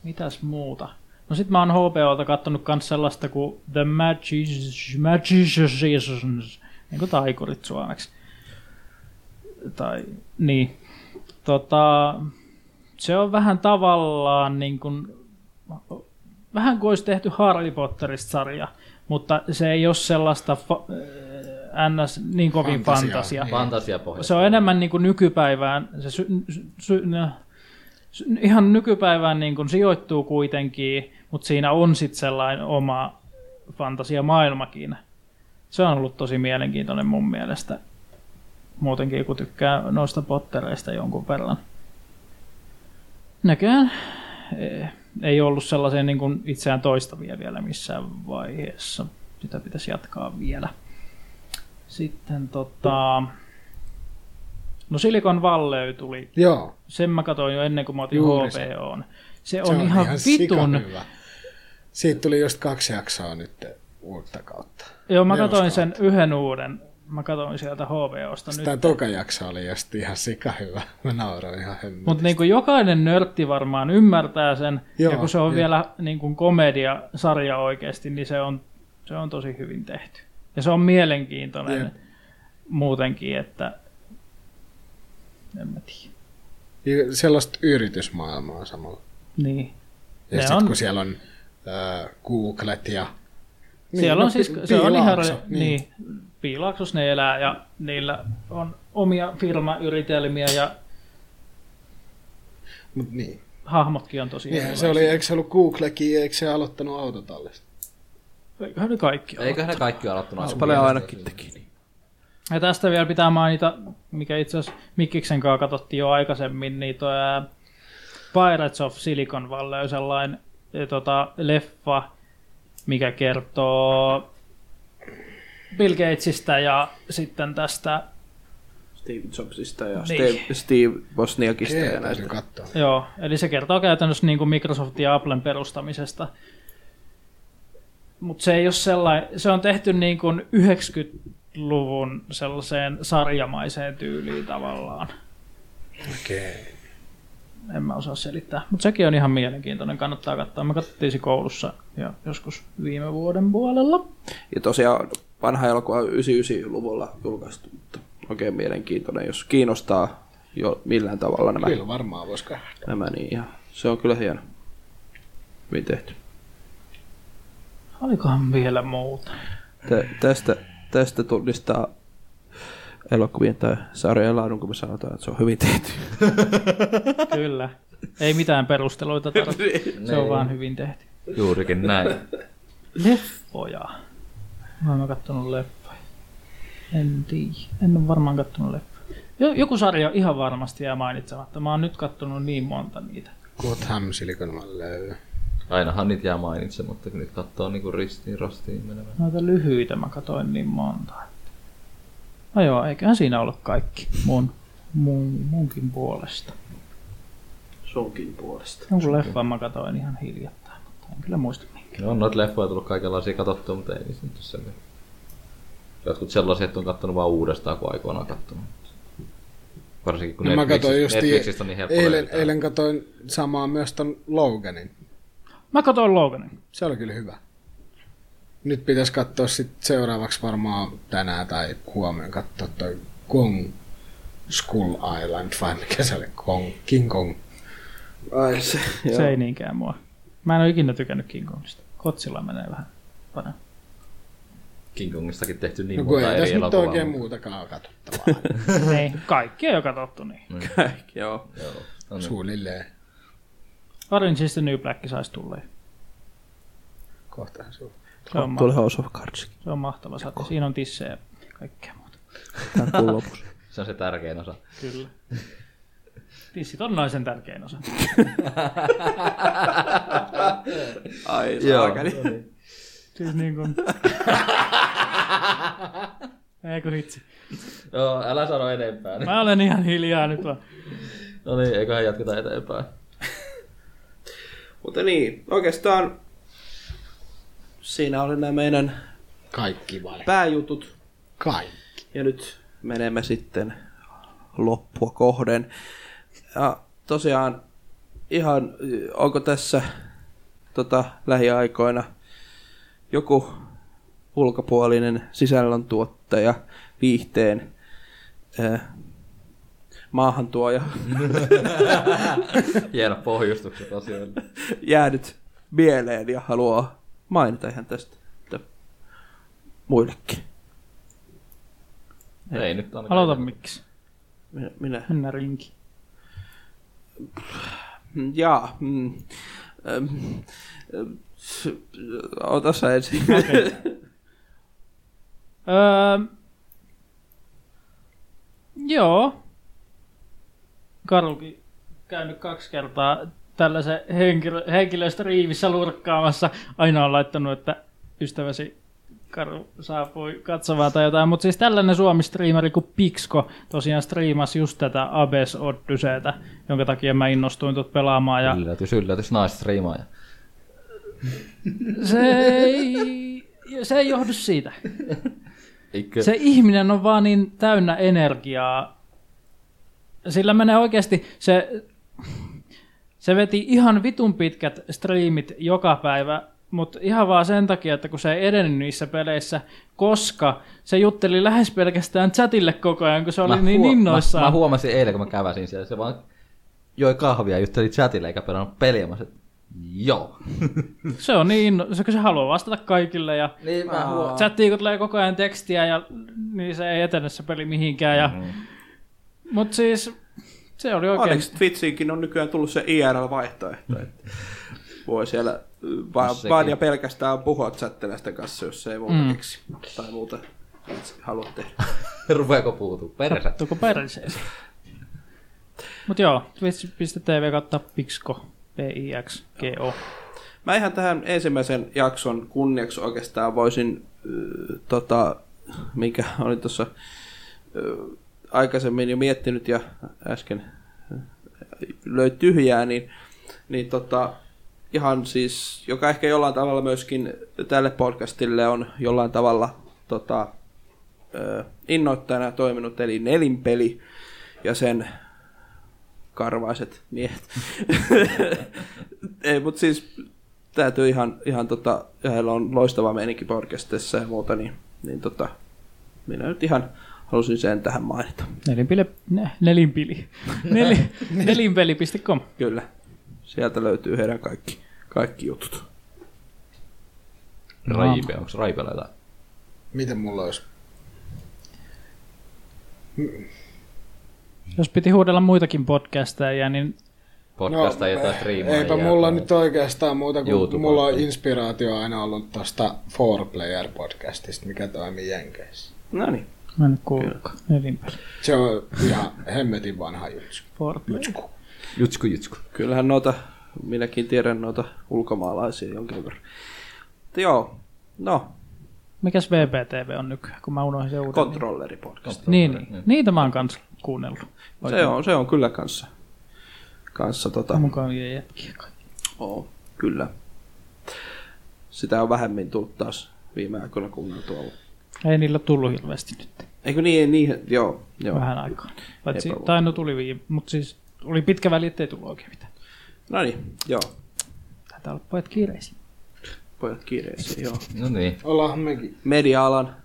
S4: Mitäs muuta? No sit mä oon HBOlta kattonut kans sellaista kuin The Magicians, Magicians niin kuin taikurit suomeksi. Tai, niin. Tota, se on vähän tavallaan niin kuin, vähän kuin olisi tehty Harry Potterista sarja, mutta se ei ole sellaista fa- äh, ns. niin kovin
S6: Fantasiaa,
S4: fantasia.
S3: Fantasiapohja.
S4: Se on enemmän niin kuin nykypäivään, se sy, sy, sy, no, sy, ihan nykypäivään niin kuin sijoittuu kuitenkin, mutta siinä on sitten sellainen oma fantasiamaailmakin. Se on ollut tosi mielenkiintoinen mun mielestä. Muutenkin, kun tykkää noista pottereista jonkun verran. Näköjään eh, ei ollut sellaisia niin kuin itseään toistavia vielä missään vaiheessa. Sitä pitäisi jatkaa vielä. Sitten tota... No Silicon Valley tuli.
S6: Joo,
S4: Sen mä katsoin jo ennen kuin mä otin
S6: Juuri se.
S4: HBOon. Se on, se on ihan, ihan vitun
S6: sikahyvä. Siitä tuli just kaksi jaksoa nyt uutta kautta.
S4: Joo, mä
S6: Neloskautta.
S4: katsoin sen yhden uuden. Mä katsoin sieltä HBOsta
S6: Sitä
S4: nyt.
S6: Siis toka jakso oli just ihan sika hyvä. Mä nauroin ihan hemmetin.
S4: Mutta niinku jokainen nörtti varmaan ymmärtää sen. Joo,
S6: Joo,
S4: ja kun se on
S6: joo.
S4: vielä niinku komediasarja oikeasti, niin se on, se on tosi hyvin tehty. Ja se on mielenkiintoinen
S6: Jep.
S4: muutenkin, että en mä tiedä.
S6: Ja Sellaista yritysmaailmaa samalla.
S4: Niin. Ne
S6: Ja sitten
S4: on-
S6: kun siellä on äh, Googlet ja...
S4: Niin, Siellä on
S6: no,
S4: siis,
S6: pi-
S4: se on ihan,
S6: Piilaakso,
S4: niin. niin, piilaaksos ne elää ja niillä on omia firmayritelmiä ja
S6: Mut niin.
S4: hahmotkin on tosi
S6: Niinhän Niin, se
S4: erilaisia.
S6: oli, eikö se ollut Googlekin, eikö se aloittanut autotallista?
S4: Eiköhän ne kaikki ole.
S3: Eiköhän ne kaikki ole aloittanut
S5: Se
S3: alusta.
S5: paljon ainakin teki. Niin.
S4: Ja tästä vielä pitää mainita, mikä itse asiassa Mikkiksen kanssa katsottiin jo aikaisemmin, niin tuo ää, Pirates of Silicon Valley, sellainen ää, tota, leffa, mikä kertoo Bill Gatesista ja sitten tästä,
S5: Steve Jobsista ja
S4: Niin.
S5: Steve, Steve Bosniakista
S6: Okei,
S5: ja
S6: täytyy
S5: näistä.
S6: katsoa.
S4: joo, eli se kertoo käytännössä niin kuin Microsoftin ja Applen perustamisesta. Mutta se ei ole sellainen, se on tehty niin kuin 90-luvun sellaiseen sarjamaiseen tyyliin tavallaan.
S6: Okei.
S4: en mä osaa selittää. Mutta sekin on ihan mielenkiintoinen, kannattaa katsoa. Me katsottiin se koulussa ja joskus viime vuoden puolella.
S5: Ja tosiaan vanha elokuva on 99-luvulla julkaistu, mutta oikein mielenkiintoinen, jos kiinnostaa jo millään tavalla nämä.
S6: Kyllä varmaan voisi katsoa.
S5: nämä niin, ja se on kyllä hieno. Hyvin tehty.
S4: Olikohan vielä muuta?
S5: Tä, tästä, tästä tunnistaa elokuvien tai sarjojen laadun, kun me sanotaan, että se on hyvin tehty.
S4: Kyllä. Ei mitään perusteluita tarvitse. Se on
S3: Niin.
S4: vaan hyvin tehty.
S3: Juurikin näin.
S4: Leffoja. Mä oon kattonut leffoja. En tiedä. En ole varmaan kattonut leffoja. Jo- Joku sarja ihan varmasti jää mainitsematta. Mä oon nyt kattonut niin monta niitä.
S6: Gotham Silicon Valley.
S3: Ainahan niitä jää mainitse, mutta kun nyt katsoo niinku ristiin rastiin menevän.
S4: Noita lyhyitä mä katoin niin monta. että- No joo, eiköhän siinä ollut kaikki mun, mun, munkin puolesta.
S5: Sunkin puolesta.
S4: Jonkun leffan mä katoin ihan hiljattain, mutta en kyllä muista minkä.
S3: No on noita leffoja tullut kaikenlaisia katsottua, mutta ei niistä nyt ole sen verran. Jotkut sellaisia, että on kattonut vaan uudestaan, kun aikoinaan kattonut. Varsinkin kun
S6: No mä katsoin
S3: Netflixistä,
S6: just
S3: Netflixistä on niin helppo
S6: eilen,
S3: löytää.
S6: eilen katsoin samaa myös ton Loganin.
S4: Mä katoin Loganin.
S6: Se oli kyllä hyvä. Nyt pitäisi katsoa sit seuraavaksi varmaan tänään tai huomenna katsoa toi Kong Skull Island, vai mikä se oli? Kong, King
S3: Niin,
S6: Kong.
S5: Ai se, joo.
S4: Se ei niinkään mua. Mä en ole ikinä tykännyt King Kongista. Kotsilla menee vähän. Pane.
S3: King Kongistakin tehty niin
S6: No
S3: no,
S6: kun
S3: monta
S6: ei
S3: eri
S6: tässä nyt
S3: elokuvaa.
S6: oikein muutakaan ole katsottavaa.
S4: niin, kaikki on jo katsottu niin.
S5: joo.
S3: Joo. No niin.
S6: Suunnilleen.
S4: Orange is the New Black saisi tulla.
S6: Kohtahan se on.
S4: Se on, ma-
S5: Tuli House of Cards.
S4: se on mahtava sate. Siinä on tissejä ja kaikkea muuta.
S5: Tämän kuun lopussa.
S3: Se on se tärkein osa.
S4: Kyllä. Tissit on naisen tärkein osa.
S5: Ai
S3: Joo.
S5: saakeli.
S4: Siis niin kuin... Eikö hitsi.
S3: Joo, älä sano enempää.
S4: Mä olen ihan hiljaa nyt vaan.
S3: No niin, eiköhän jatketa eteenpäin.
S5: Mutta niin, oikeastaan siinä oli nämä meidän
S6: Kaikki vai?
S5: pääjutut.
S6: Kaikki.
S5: Ja nyt menemme sitten loppua kohden. Ja tosiaan ihan, y, onko tässä tota, lähiaikoina joku ulkopuolinen sisällöntuottaja, viihteen ö, maahantuoja
S3: Hieno pohjustukset asioille.
S5: jäänyt mieleen ja haluaa mainita ihan tästä että muillekin.
S3: Ei nyt ainakaan.
S4: Aloita miksi.
S5: Minä, minä
S4: Mennään rinki.
S5: Mm, Jaa. Mm. Ähm, ähm, s- Ota sä ensin.
S4: Öö, joo. Karukin käynyt kaksi kertaa tällaisen henkilö, henkilöstöriivissä lurkkaamassa. Aina on laittanut, että ystäväsi Karu saapui katsomaan tai jotain. Mutta siis tällainen suomi-striimeri kuin Pixko tosiaan striimasi just tätä Abes Odysseytä, jonka takia mä innostuin tuot pelaamaan. Ja
S3: Yllätys, yllätys, naisstriimaaja.
S4: se, ei, se ei johdu siitä.
S3: Eikö?
S4: Se ihminen on vaan niin täynnä energiaa. Sillä menee oikeasti, se, se veti ihan vitun pitkät striimit joka päivä, mutta ihan vaan sen takia, että kun se ei edennyt niissä peleissä, koska se jutteli lähes pelkästään chatille koko ajan, kun se oli niin
S3: huo-
S4: innoissaan.
S3: Mä, mä huomasin eilen, kun mä käväsin siellä, se vaan joi kahvia ja jutteli chatille eikä pelannut peliä. Mä sanoin, että joo.
S4: se on niin inno... se, kun se haluaa vastata kaikille ja
S3: Niin mä huomasin.
S4: chattiin kun tulee koko ajan tekstiä ja niin se ei etene se peli mihinkään. Ja...
S3: Mm-hmm.
S4: Mm. Mutta siis se oli oikein.
S5: Onneksi Twitchiinkin on nykyään tullut se IRL-vaihtoehto. että Voi siellä y, vaan,
S3: sekin.
S5: vaan ja pelkästään puhua chattelästä kanssa, jos ei muuta mm. keksi. Tai muuta itse haluat tehdä.
S3: Rupeako puutuu? Perse.
S4: Sattuuko perseeseen? Mut joo, twitch.tv kautta pixko, p i x g o
S5: Mä ihan tähän ensimmäisen jakson kunniaksi oikeastaan voisin, äh, tota, mikä oli tuossa äh, aikaisemmin jo miettinyt ja äsken äh, löi tyhjää, niin, niin tota, ihan siis, joka ehkä jollain tavalla myöskin tälle podcastille on jollain tavalla tota, äh, innoittajana toiminut, eli nelinpeli ja sen karvaiset miehet. Ei, mutta siis täytyy ihan, ihan tota, ja heillä on loistava meininki podcastissa ja muuta, niin, niin tota, minä nyt ihan halusin sen tähän mainita.
S4: Nelinpile, ne, nelinpili. Neli, nelinpeli.com.
S5: Kyllä, sieltä löytyy heidän kaikki, kaikki jutut.
S3: Raipe, onko Raipella jotain?
S6: Miten mulla olisi?
S4: Jos piti huudella muitakin podcasteja, niin
S3: Podcastajia tai striimaajia.
S6: No, e- Eipä mulla nyt oikeastaan muuta
S3: YouTube-
S6: kuin mulla on inspiraatio aina ollut tuosta Four Player podcastista, mikä toimii Jenkeissä.
S5: No niin,
S4: mä en kuullutkaan. Nelinpeli.
S6: Se on ihan hemmetin vanha juttu.
S4: Fortnite.
S3: Jutsku, jutsku.
S5: kyllähän noita, minäkin tiedän noita ulkomaalaisia jonkin verran. Mutta joo, no,
S4: Mikäs VPTV on nykyään, kun mä unohdin sen uuden. nimen.
S5: kontrolleripodcast.
S4: Niin, niin. Niitä mä oon kans kuunnellut.
S5: Se on, se on kyllä kanssa, kanssa tota,
S4: Mukaan vie jätkiä kaikki.
S5: Oo, kyllä. Sitä on vähemmin tullut taas viime aikoina kuunneltua. mutta-
S4: Ei niillä tullut hirveästi nyt.
S5: Eikö niin, niin joo, joo.
S4: Vähän aikaa. Paitsi,
S5: Eipä voi.
S4: tai no tuli viime, mutta siis oli pitkä väli, ettei tullut oikein mitään.
S5: No niin, joo.
S4: Taitaa olla pojat kiireisiä.
S5: Pojat kiireisiä, joo.
S3: No niin,
S6: Ollaanhan mekin.
S5: Media-alan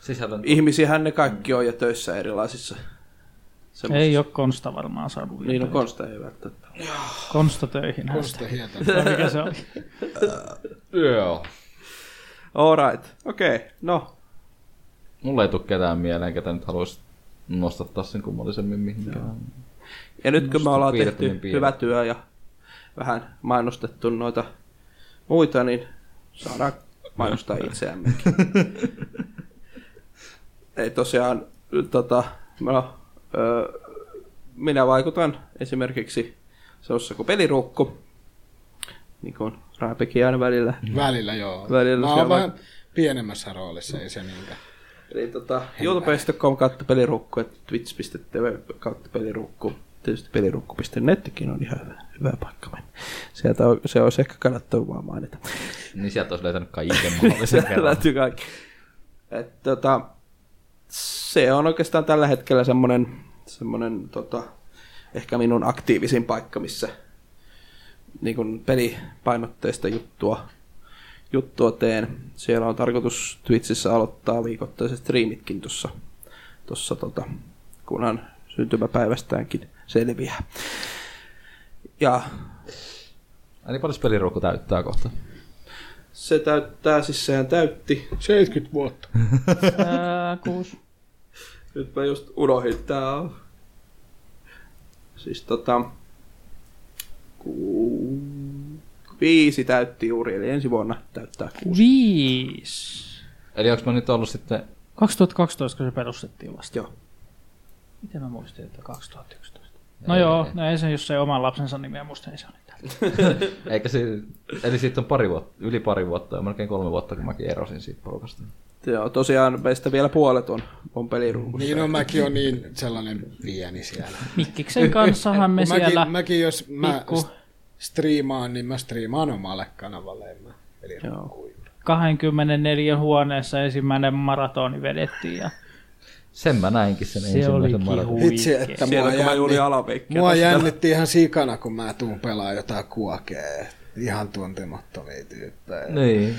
S3: sisällön
S5: ihmisiähän ne kaikki on ja töissä erilaisissa. semmoisissa.
S4: Ei ole Konsta varmaan saanut.
S5: Niin on
S4: jotain.
S5: konsta ei välttämättä.
S4: Konsta töihin hänestä.
S6: Kosta hietä.
S4: Mikä se oli?
S3: Joo.
S5: Alright, okei, okay. no.
S3: Mulla ei tule ketään mieleen, ketä nyt haluaisi nostattaa sen kummallisemmin mihinkään.
S5: Ja nyt kun me
S3: Musta
S5: ollaan
S3: piirtäminen
S5: tehty
S3: piirre.
S5: hyvä työ ja vähän mainostettu noita muita, niin saadaan mainostaa itseämmekin. ei tosiaan, tota, no, ö, minä vaikutan esimerkiksi seossa kuin peliruukku, niin kuin Raapikin aina välillä.
S6: Mm. Välillä joo.
S5: Välillä
S6: Mä
S5: siellä
S6: oon vähän pienemmässä roolissa, ei se niinkään.
S5: Eli tota, youtube.com kautta pelirukku ja twitch.tv kautta pelirukku. Tietysti pelirukku.nettikin on ihan hyvä, hyvä paikka mennä. Sieltä on, se olisi ehkä kannattavaa mainita.
S3: Niin sieltä olisi löytänyt kaiken mahdollisen
S5: Sieltä
S3: kerran.
S5: löytyy kaikki. Et, tota, se on oikeastaan tällä hetkellä semmoinen, semmoinen tota, ehkä minun aktiivisin paikka, missä niin kun pelipainotteista juttua, juttua teen. Siellä on tarkoitus Twitchissä aloittaa viikoittaiset striimitkin tuossa, tuossa tota, kunhan syntymäpäivästäänkin selviää. Ja
S3: Ai niin paljon peliruokku täyttää kohta.
S5: se täyttää, siis sehän täytti
S2: 70 vuotta.
S4: Ää, kuusi.
S5: Nyt mä just unohdin tää. on. Siis tota... Ku... Viisi täytti juuri, eli ensi vuonna täyttää ku...
S4: Viisi.
S3: Eli onko mä nyt ollut sitten...
S4: 2012, kun se perustettiin vasta.
S5: Joo.
S4: Miten mä muistin, että 2011? No joo, no ei se, jos ei oman lapsensa nimeä muista, niin se on niitä.
S3: Eikä se, eli siitä on pari vuotta, yli pari vuotta, melkein kolme vuotta, kun mäkin erosin siitä porukasta.
S5: Joo, tosiaan meistä vielä puolet on, on peliruukussa.
S6: Niin on, mäkin on niin sellainen pieni siellä.
S4: Mikkiksen kanssahan me
S6: mäkin,
S4: siellä...
S6: mäkin, jos mä
S4: pikku-
S6: st- striimaan, niin mä striimaan omalle kanavalle. en Mä. Eli
S5: Joo.
S4: 24 huoneessa ensimmäinen maratoni vedettiin ja
S3: Sen mä näinkin sen
S4: se oli
S3: ensimmäisen maraton.
S4: kihu.
S6: Vitsi, että mua,
S5: Siellä kun mä juuri
S6: jänni,
S5: alaveikkiä.
S6: mua jännitti ihan sikana, kun mä tuun pelaa jotain kuokea. Ihan tuntemattomia tyyppejä. Ne.
S3: Niin.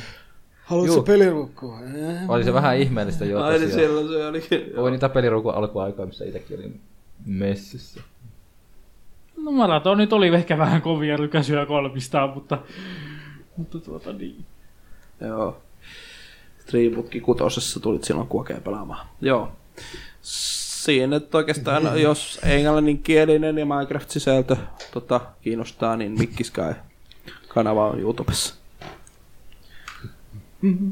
S6: Haluatko pelirukkoa? Eh.
S3: Oli se vähän ihmeellistä jo
S5: Aina
S3: tosiaan.
S5: siellä se olikin.
S3: Voi niitä peliruokun alkuaikaa, missä itsekin olin messissä.
S4: No maratonit oli ehkä vähän kovia rykäsyä kolmistaan, mutta, mutta tuota niin.
S5: Joo. Streamutkin kutosessa tulit silloin kuokeen pelaamaan. Joo. Siinä nyt oikeastaan, no, jos englanninkielinen ja Minecraft-sisältö tota, kiinnostaa, niin Mikki Sky kanava on YouTubessa.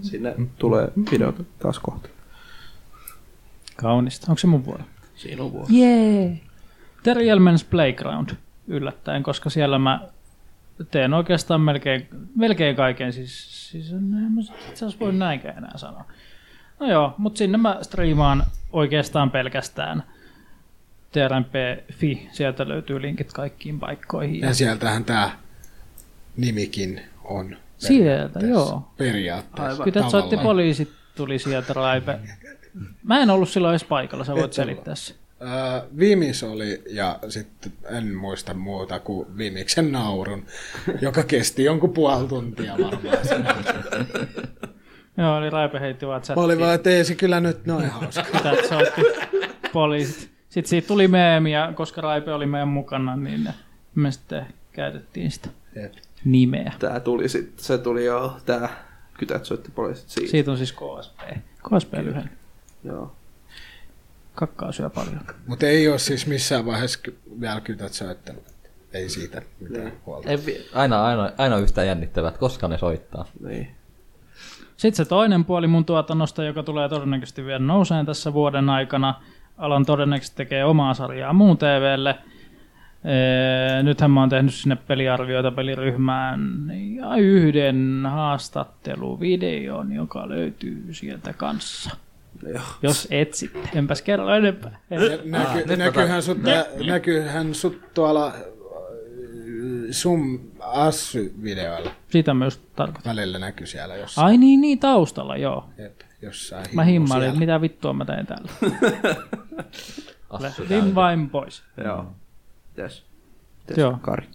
S5: Sinne tulee videoita taas kohta.
S4: Kaunista. Onko se mun vuoro?
S5: Siinä on vuoro.
S4: Jee! Terry Elmens Playground yllättäen, koska siellä mä teen oikeastaan melkein, melkein kaiken. Siis, siis en en mä sit itse asiassa voi näinkään enää sanoa. No joo, mutta sinne mä striimaan oikeastaan pelkästään trmp.fi. Sieltä löytyy linkit kaikkiin paikkoihin.
S6: Ja sieltähän tämä nimikin on.
S4: Sieltä,
S6: periaatteessa.
S4: joo.
S6: Periaatteessa.
S4: Kyllä
S6: tavallaan.
S4: soitti poliisit, tuli sieltä raipe. Mä en ollut silloin edes paikalla, sä voit selittää se.
S6: Öö, Vimis oli, ja sitten en muista muuta kuin Vimiksen naurun, joka kesti jonkun puoli tuntia varmaan.
S4: Joo, eli raipe heitti vaan
S6: Mä olin
S4: chattiin.
S6: vaan, että ei se kyllä nyt noin hauska.
S4: Tää soitti poliisit. Sitten siitä tuli meemiä, koska Raipe oli meidän mukana, niin ne- me sitten käytettiin sitä
S6: Jep.
S4: nimeä.
S5: Tää tuli sit, se tuli jo, tää kytät soitti poliisit siitä.
S4: Siitä on siis KSP. KSP lyhen.
S5: Joo.
S4: Kakkaa syö paljon.
S6: Mutta ei ole siis missään vaiheessa ky- vielä kytät soittanut. Ei siitä mitään huolta.
S3: Ei, vi- aina, aina, aina yhtä jännittävät, koska ne soittaa.
S5: Niin.
S4: Sitten se toinen puoli mun tuotannosta, joka tulee todennäköisesti vielä nouseen tässä vuoden aikana. Alan todennäköisesti tekee omaa sarjaa muun TVlle. Ee, nythän mä oon tehnyt sinne peliarvioita peliryhmään ja yhden haastatteluvideon, joka löytyy sieltä kanssa.
S5: Joo.
S4: Jos etsitte. Enpäs kerro enempää.
S6: Näky, näkyyhän, sut, nä, näkyyhän sut tuolla äh, sum assy-videoilla.
S4: Sitä myös tarkoitan.
S6: Välillä näkyy siellä jossain.
S4: Ai niin, niin taustalla, joo.
S6: Jep, jossain
S4: Mä
S6: himmu
S4: himmailin,
S6: siellä.
S4: että mitä vittua mä teen täällä.
S3: Assu
S4: Lähdin vain pois.
S5: Joo. Yes.
S4: Joo.
S5: Kari.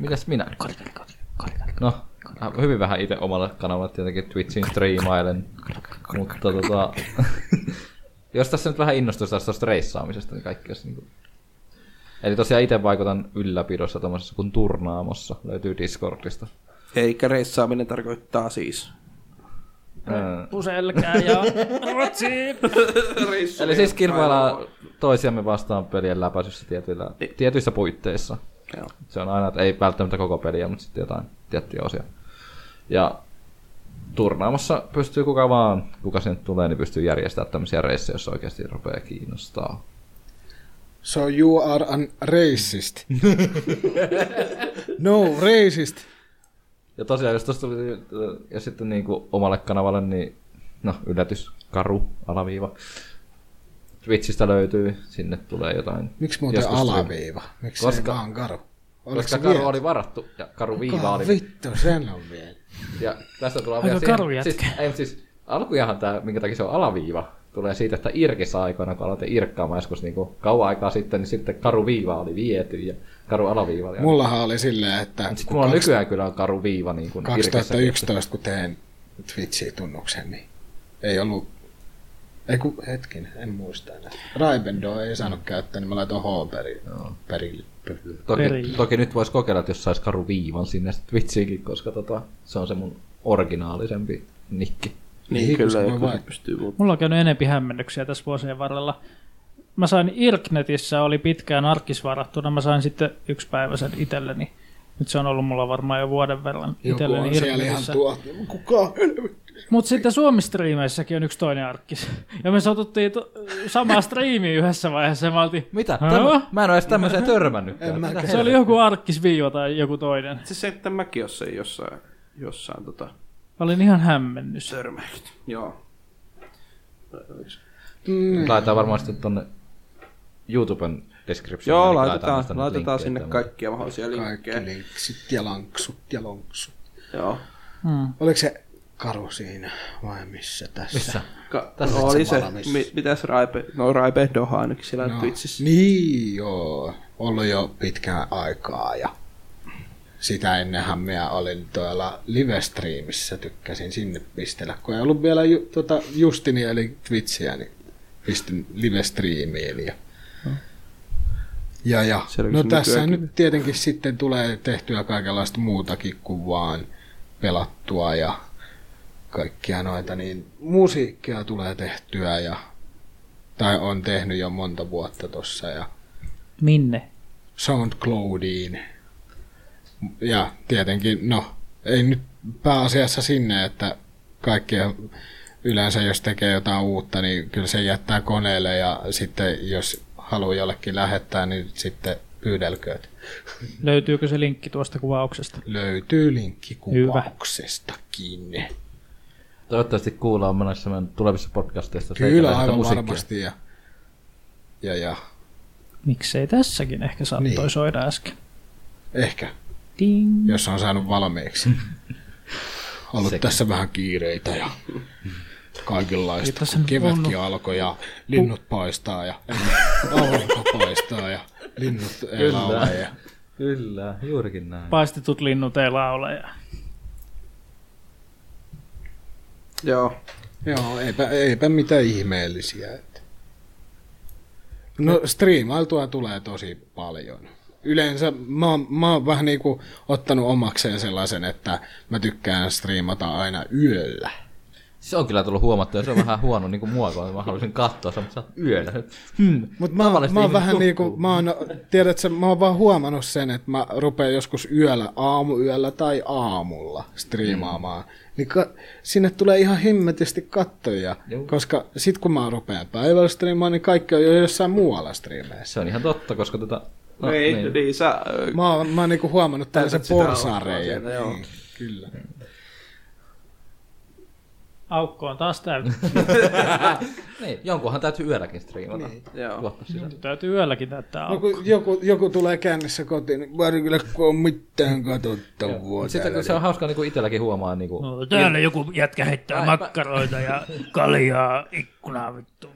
S3: Mitäs minä?
S4: Kari, kari, kari, kari, kari.
S3: No, hyvin vähän itse omalla kanavalla tietenkin Twitchin striimailen. Mutta tota, jos tässä nyt vähän innostuisi tästä tuosta reissaamisesta, niin kaikki olisi niinku... Eli tosiaan itse vaikutan ylläpidossa tämmöisessä kuin turnaamossa, löytyy Discordista.
S5: Eikä reissaaminen tarkoittaa siis.
S3: Öö,
S4: Puselkää ja ruotsiin.
S3: Eli siis kilpaillaan toisiamme vastaan pelien läpäisyssä tietyillä,
S5: Niin.
S3: tietyissä puitteissa.
S5: Joo.
S3: Se on aina, että ei välttämättä koko peliä, mutta sitten jotain tiettyjä osia. Ja turnaamassa pystyy kuka vaan, kuka sinne tulee, niin pystyy järjestämään tämmöisiä reissejä, jos oikeasti rupeaa kiinnostaa.
S6: So you are an racist. no, racist.
S3: Ja tosiaan, jos tosta, ja sitten niin kuin omalle kanavalle, niin no yllätys, karu, alaviiva. Twitchistä löytyy, sinne tulee jotain.
S6: Miksi muuten
S3: joskus tuli-
S6: alaviiva? Miksi
S3: Koska-
S6: Koska... vaan karu? Oliko
S3: Koska
S6: se
S3: karu
S6: vielä?
S3: oli varattu ja karu viiva oli
S6: Kaa vittu, sen on vielä.
S3: Ja tästä tullaan
S4: Aika
S3: vielä siihen-
S4: karu jätkä.
S3: Siis, ei, mut siis alkujahan tämä, minkä takia se on alaviiva, tulee siitä, että irkissä aikoina, kun aloitin irkkaamaan joskus niin kauan aikaa sitten, niin sitten karu viiva oli viety ja karu alaviiva oli.
S6: Mullahan oli silleen, että
S3: Sitten
S6: kun
S3: mulla on
S6: kaks-
S3: nykyään kyllä on karu viiva niin kuin irkissä.
S6: 2011, kun tein Twitchin tunnuksen, niin ei ollut... Ei kun, hetkin, en muista enää. Raibendo ei saanut käyttää, niin mä laitoin H perille. perille. perille.
S3: Toki,
S4: Perillä.
S3: toki nyt voisi kokeilla, että jos saisi karu viivan sinne sitten Twitchiinkin, koska tota, se on se mun originaalisempi nikki.
S5: Niin,
S6: Niin,
S5: kyllä,
S6: koska voi
S5: joku
S6: vaihtaa.
S5: pystyy muuttamaan.
S4: Mulla on käynyt enempi hämmennyksiä tässä vuosien varrella. Mä sain Irknetissä, oli pitkään arkisvarattuna, mä sain sitten yksi päivä sen itselleni. Nyt se on ollut mulla varmaan jo vuoden verran
S6: Joku
S4: itselleni
S6: on siellä ihan
S4: Irknetissä.
S6: tuo. Kuka?
S4: Mutta sitten Suomi-striimeissäkin on yksi toinen arkkis. Ja me satuttiin to- samaa striimiä yhdessä vaiheessa ja mä oltiin,
S3: Mitä?
S4: Hää?
S3: Tämä, mä en ole edes tämmöiseen törmännyt.
S6: En mäkään.
S4: Se oli joku arkkis viiva tai joku toinen.
S5: Itse asiassa, että mäkin jos ei jossain, jossain tota,
S4: Mä olin ihan hämmennys.
S5: törmäillyt. Joo.
S6: Niin.
S3: Laitetaan varmaan sitten tonne YouTuben description.
S5: Joo,
S3: niin
S5: laitetaan,
S3: tästä nyt
S5: laitetaan
S3: linkkejä
S5: sinne
S3: tänne.
S5: kaikkia mahdollisia linkkejä.
S6: Kaikki linksit ja lanksut ja lonksut.
S5: Joo.
S6: Oliko se karu siinä vai missä tässä?
S3: Missä?
S5: Ka-
S3: Tässä
S5: oli
S6: itse
S5: se,
S6: valmis.
S5: mi- mitäs Raipe, no Raipe Doha ainakin siellä no. Twitchissä.
S6: Niin joo, ollut jo pitkään aikaa ja sitä ennenhän minä olin tuolla live-streamissä, tykkäsin sinne pistellä, kun ei ollut vielä ju, tuota Justini eli Twitchiä, niin pistin live-streamiin ja ja, ja.
S5: Selvästi
S6: no
S5: nykyään
S6: tässä
S5: kyllä.
S6: nyt tietenkin sitten tulee tehtyä kaikenlaista muutakin kuin vaan pelattua ja kaikkia noita, niin musiikkia tulee tehtyä ja tai on tehnyt jo monta vuotta tossa ja
S4: Minne?
S6: SoundCloudiin. Ja tietenkin, no, ei nyt pääasiassa sinne, että kaikkea yleensä jos tekee jotain uutta, niin kyllä se jättää koneelle ja sitten jos haluaa jollekin lähettää, niin sitten pyydelkööt.
S4: Löytyykö se linkki tuosta kuvauksesta?
S6: Löytyy linkki kuvauksestakin.
S3: Toivottavasti kuullaan monessa meidän tulevissa podcasteissa.
S6: Kyllä
S3: meikäläiseltä
S6: aivan
S3: musiikkia.
S6: varmasti ja, ja, ja
S4: Miksei tässäkin ehkä saattoi
S6: Niin.
S4: soida äsken.
S6: ehkä,
S4: Ding.
S6: jos on saanut valmiiksi. Ollut
S3: Sekin.
S6: tässä vähän kiireitä ja kaikenlaista.
S4: Kiitos,
S6: kun
S4: en
S6: Kevätkin
S4: voinut.
S6: alkoi ja linnut paistaa ja aurinko paistaa ja linnut ei
S3: Kyllä.
S6: laula. Ja...
S3: Kyllä, juurikin näin.
S4: Paistetut linnut ei laula. Ja...
S5: Joo.
S6: Joo, eipä, eipä mitään ihmeellisiä. Että. No striimailtua tulee tosi paljon. Yleensä mä, oon- mä oon vähän niinku ottanut omakseen sellaisen, että mä tykkään striimata aina yöllä.
S3: Se on kyllä tullut huomattua, ja se on vähän huono niin kuin mua, kun mä haluaisin katsoa sen, mutta sä oot yöllä. Hmm.
S6: Mutta mä, oon-
S3: Tavallisesti
S6: mä oon
S3: ihmiset
S6: vähän
S3: nukkuu.
S6: niinku, mä oon, tiedätkö, mä oon vaan huomannut sen, että mä rupean joskus yöllä, aamuyöllä tai aamulla striimaamaan. Mm. Niin ka- sinne tulee ihan himmetisti kattoja,
S3: Juu.
S6: koska sit kun mä rupean päivällä striimaamaan, niin kaikki on jo jossain muualla striimeissä.
S3: Se on ihan totta, koska tota...
S5: No, ei, niin. niin sä, ö,
S6: Mä oon, mä oon niinku huomannut tällaisen
S5: Täytät sitä
S6: porsareijan.
S5: aukkoa siinä, joo.
S6: Niin, kyllä.
S4: Aukko on taas täynnä.
S3: niin, jonkunhan täytyy yölläkin striimata. Niin.
S5: joo.
S4: Täytyy yölläkin täyttää
S6: No,
S4: aukko.
S6: kun joku, joku tulee kännissä kotiin, niin varmaan kyllä kun on mitään katsottavaa.
S3: Sitten kun
S6: täällä,
S3: se on hauska niin kuin itselläkin huomaa, niin kuin,
S4: No, täällä joku jätkä heittää makkaroita ja kaljaa ikkunaa vittu.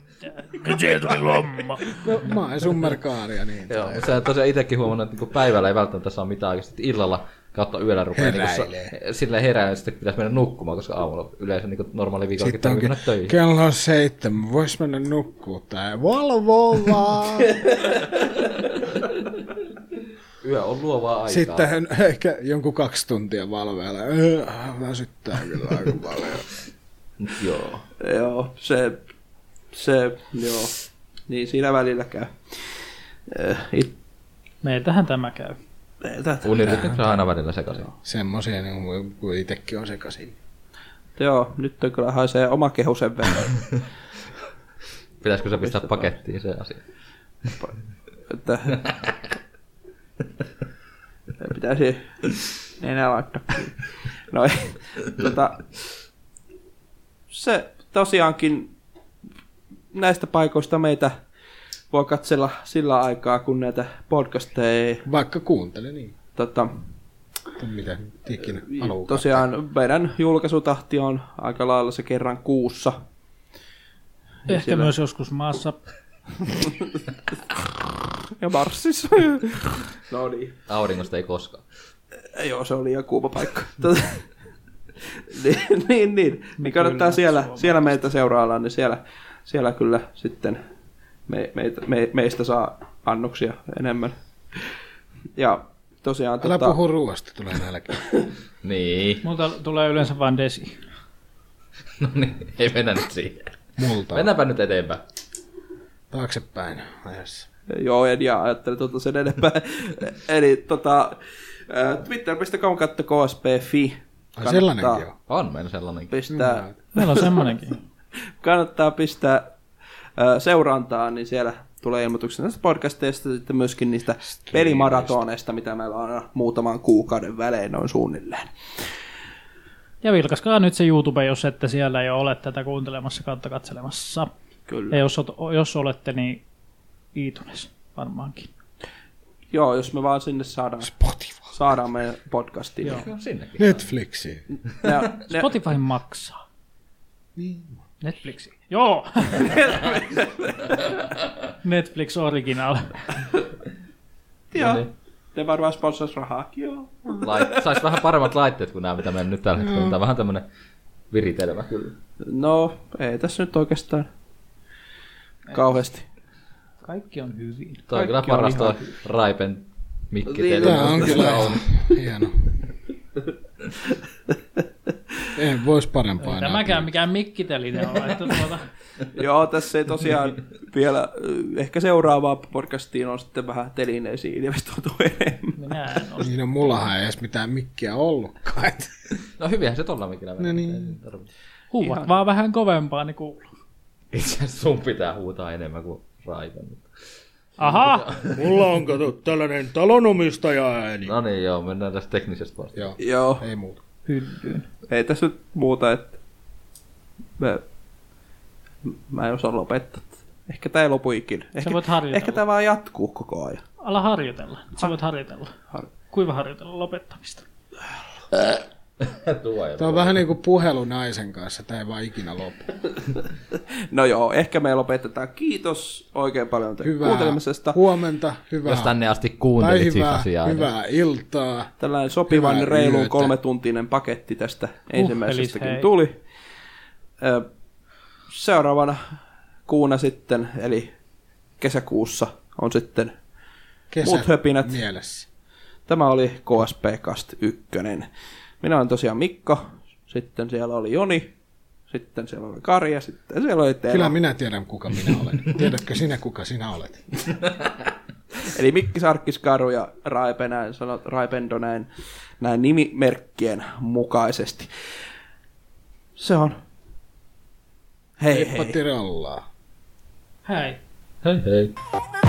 S4: Nyt sieltä tuli lomma.
S6: niin- no, mä oon summerkaaria niin.
S3: Joo, mutta sä et tosiaan itsekin huomannut, että niinku päivällä ei välttämättä saa mitään oikeasti. Illalla kautta yöllä rupeaa niinku,
S6: Heräilee.
S3: sa- sillä heräilee, sitten pitäisi mennä nukkumaan, koska aamulla yleensä niinku normaali viikollakin
S6: Sitten
S3: täytyy
S6: onkin,
S3: mennä töihin.
S6: kello on seitsemän, vois mennä nukkuu tai valvoo vaan.
S3: Yö on luovaa aikaa.
S6: Sitten hän ehkä jonkun kaksi tuntia valveella. Äh, Väsyttää kyllä aika paljon.
S3: Joo.
S5: Joo, se, se, joo. Niin siinä välillä käy. Eh, It,
S4: Meiltähän tämä käy.
S5: meiltä-
S3: Unirytmit on aina välillä sekaisin.
S6: Semmoisia, niin kuin, kun itsekin on sekaisin.
S5: joo, nyt on kyllä haisee oma kehu sen verran.
S3: Pitäisikö se pistää pakettiin se asia?
S5: että pitäisi nenä laittaa kiinni. No ei, tota, se tosiaankin näistä paikoista meitä voi katsella sillä aikaa, kun näitä podcasteja ei,
S6: Vaikka kuuntele niin.
S5: tota,
S6: Tai Mitä nyt ikinä haluaa.
S5: tosiaan meidän julkaisutahti on aika lailla se kerran kuussa.
S4: Ehkä
S5: siellä-
S4: myös joskus maassa.
S5: Ja Marsissa. No niin.
S3: Auringosta ei koskaan.
S5: Joo, se oli ihan kuuma paikka. Tota, niin, niin, niin. niin kannattaa siellä, siellä meitä seuraillaan, niin siellä, siellä kyllä sitten me, me, me, meistä saa annoksia enemmän. Ja tosiaan...
S3: tota-
S5: tota-
S6: Älä puhu ruoasta, tulee nälkä.
S3: Niin.
S4: Multa tulee yleensä vain desi.
S3: No niin, ei mennä nyt siihen.
S6: Multa.
S3: Mennäänpä nyt eteenpäin.
S6: Taaksepäin ajassa.
S5: Joo, en ja ajattele tuota sen enempää. Eli tota, ää, twitter.com kautta ksp.fi.
S6: Ai sellainenkin on.
S3: On meillä sellainen.
S5: Pistää,
S4: Meillä on semmoinenkin.
S5: kannattaa pistää ö, seurantaan, niin siellä tulee ilmoituksia näistä podcasteista ja sitten myöskin niistä pelimaratoneista, mitä meillä on aina muutaman kuukauden välein noin suunnilleen.
S4: Ja vilkaskaa nyt se YouTube, jos ette siellä jo ole tätä kuuntelemassa kautta katselemassa.
S5: Kyllä.
S4: Ja jos, oot- jos olette, niin iTunes varmaankin.
S5: Joo, jos me vaan sinne saadaan,
S6: Spotify.
S5: saadaan meidän podcastiin.
S4: Joo.
S3: No sinnekin.
S6: Netflixiin.
S5: Ne, ne,
S4: Spotify maksaa. Netflixi. Joo! Netflix original.
S5: joo,
S3: No niin.
S5: ne varmaan sponsors rahaa. Joo.
S3: Lait- sais vähän paremmat laitteet kuin nämä, mitä meillä nyt tällä hetkellä. on. Tämä on vähän tämmönen viritelmä kyllä.
S5: No, ei tässä nyt oikeastaan kauheasti.
S4: Kaikki on hyvin.
S3: Toi on kyllä
S5: Kaikki on
S3: paras
S5: ihan-
S3: toi Raipen
S6: Tää
S3: mikkitelmä.
S6: on kyllä hieno. En vois parempaa enää.
S4: Tämäkään mikään mikkiteline on. Että tuota,
S5: Joo, tässä ei tosiaan vielä, ö, ehkä seuraavaan podcastiin on sitten vähän telineisiin investoitu enemmän.
S4: minä en ole.
S6: Niin no, mullahan ei edes mitään mikkiä ollutkaan. et.
S3: No hyviähän se tuolla mikillä no niin.
S4: Huuvat vaan vähän kovempaa, niin kuuluu.
S3: Itse asiassa sun pitää huutaa enemmän kuin Raipen.
S4: Aha!
S2: Mulla on kato tällainen talonomistaja ääni.
S3: No niin joo, mennään tästä teknisestä puolesta.
S6: Joo,
S5: Joo.
S6: ei muuta.
S4: Hyllyyn.
S5: ei tässä nyt muuta, että mä, mä en osaa lopettaa. Ehkä tämä ei lopu ikinä. Ehkä,
S4: voit harjoitella.
S5: ehkä tämä vaan jatkuu koko ajan.
S4: Ala harjoitella. Sä voit harjoitella.
S5: Har-
S4: Kuiva harjoitella lopettamista.
S3: Tuo ei
S6: Tämä on vähän niin kuin puhelu naisen kanssa, tämä ei vaan ikinä lopu.
S5: No joo, ehkä me lopetetaan. Kiitos oikein paljon teidän
S6: Hyvää
S5: kuuntelemisesta.
S6: huomenta, hyvää,
S3: Jos tänne asti
S6: tai
S3: kuuntelit siis
S6: hyvää,
S3: asiaa. niin-
S6: hyvää iltaa.
S5: Tällainen sopivan
S6: Hyvää
S5: reilun
S6: yötä.
S5: kolmetuntinen paketti tästä ensimmäisestäkin
S4: hei.
S5: tuli. Ö, Seuraavana kuuna sitten, eli kesäkuussa, on sitten
S6: Kesä
S5: Muut höpinät.
S6: mielessä.
S5: Tämä oli KSP Cast 1. Minä olen tosiaan Mikko, sitten siellä oli Joni, sitten siellä oli Kari ja sitten siellä oli Tero.
S6: Kyllä minä tiedän, kuka minä olen. Tiedätkö sinä, kuka sinä olet?
S5: Eli Mikki Sarkkis, Karu ja Raipe näin, sanot, Raipendo näin, näin nimimerkkien mukaisesti. Se on. Hei hei.
S6: Heippa Tirallaa.
S4: Hei.
S3: Hei hei.
S1: Now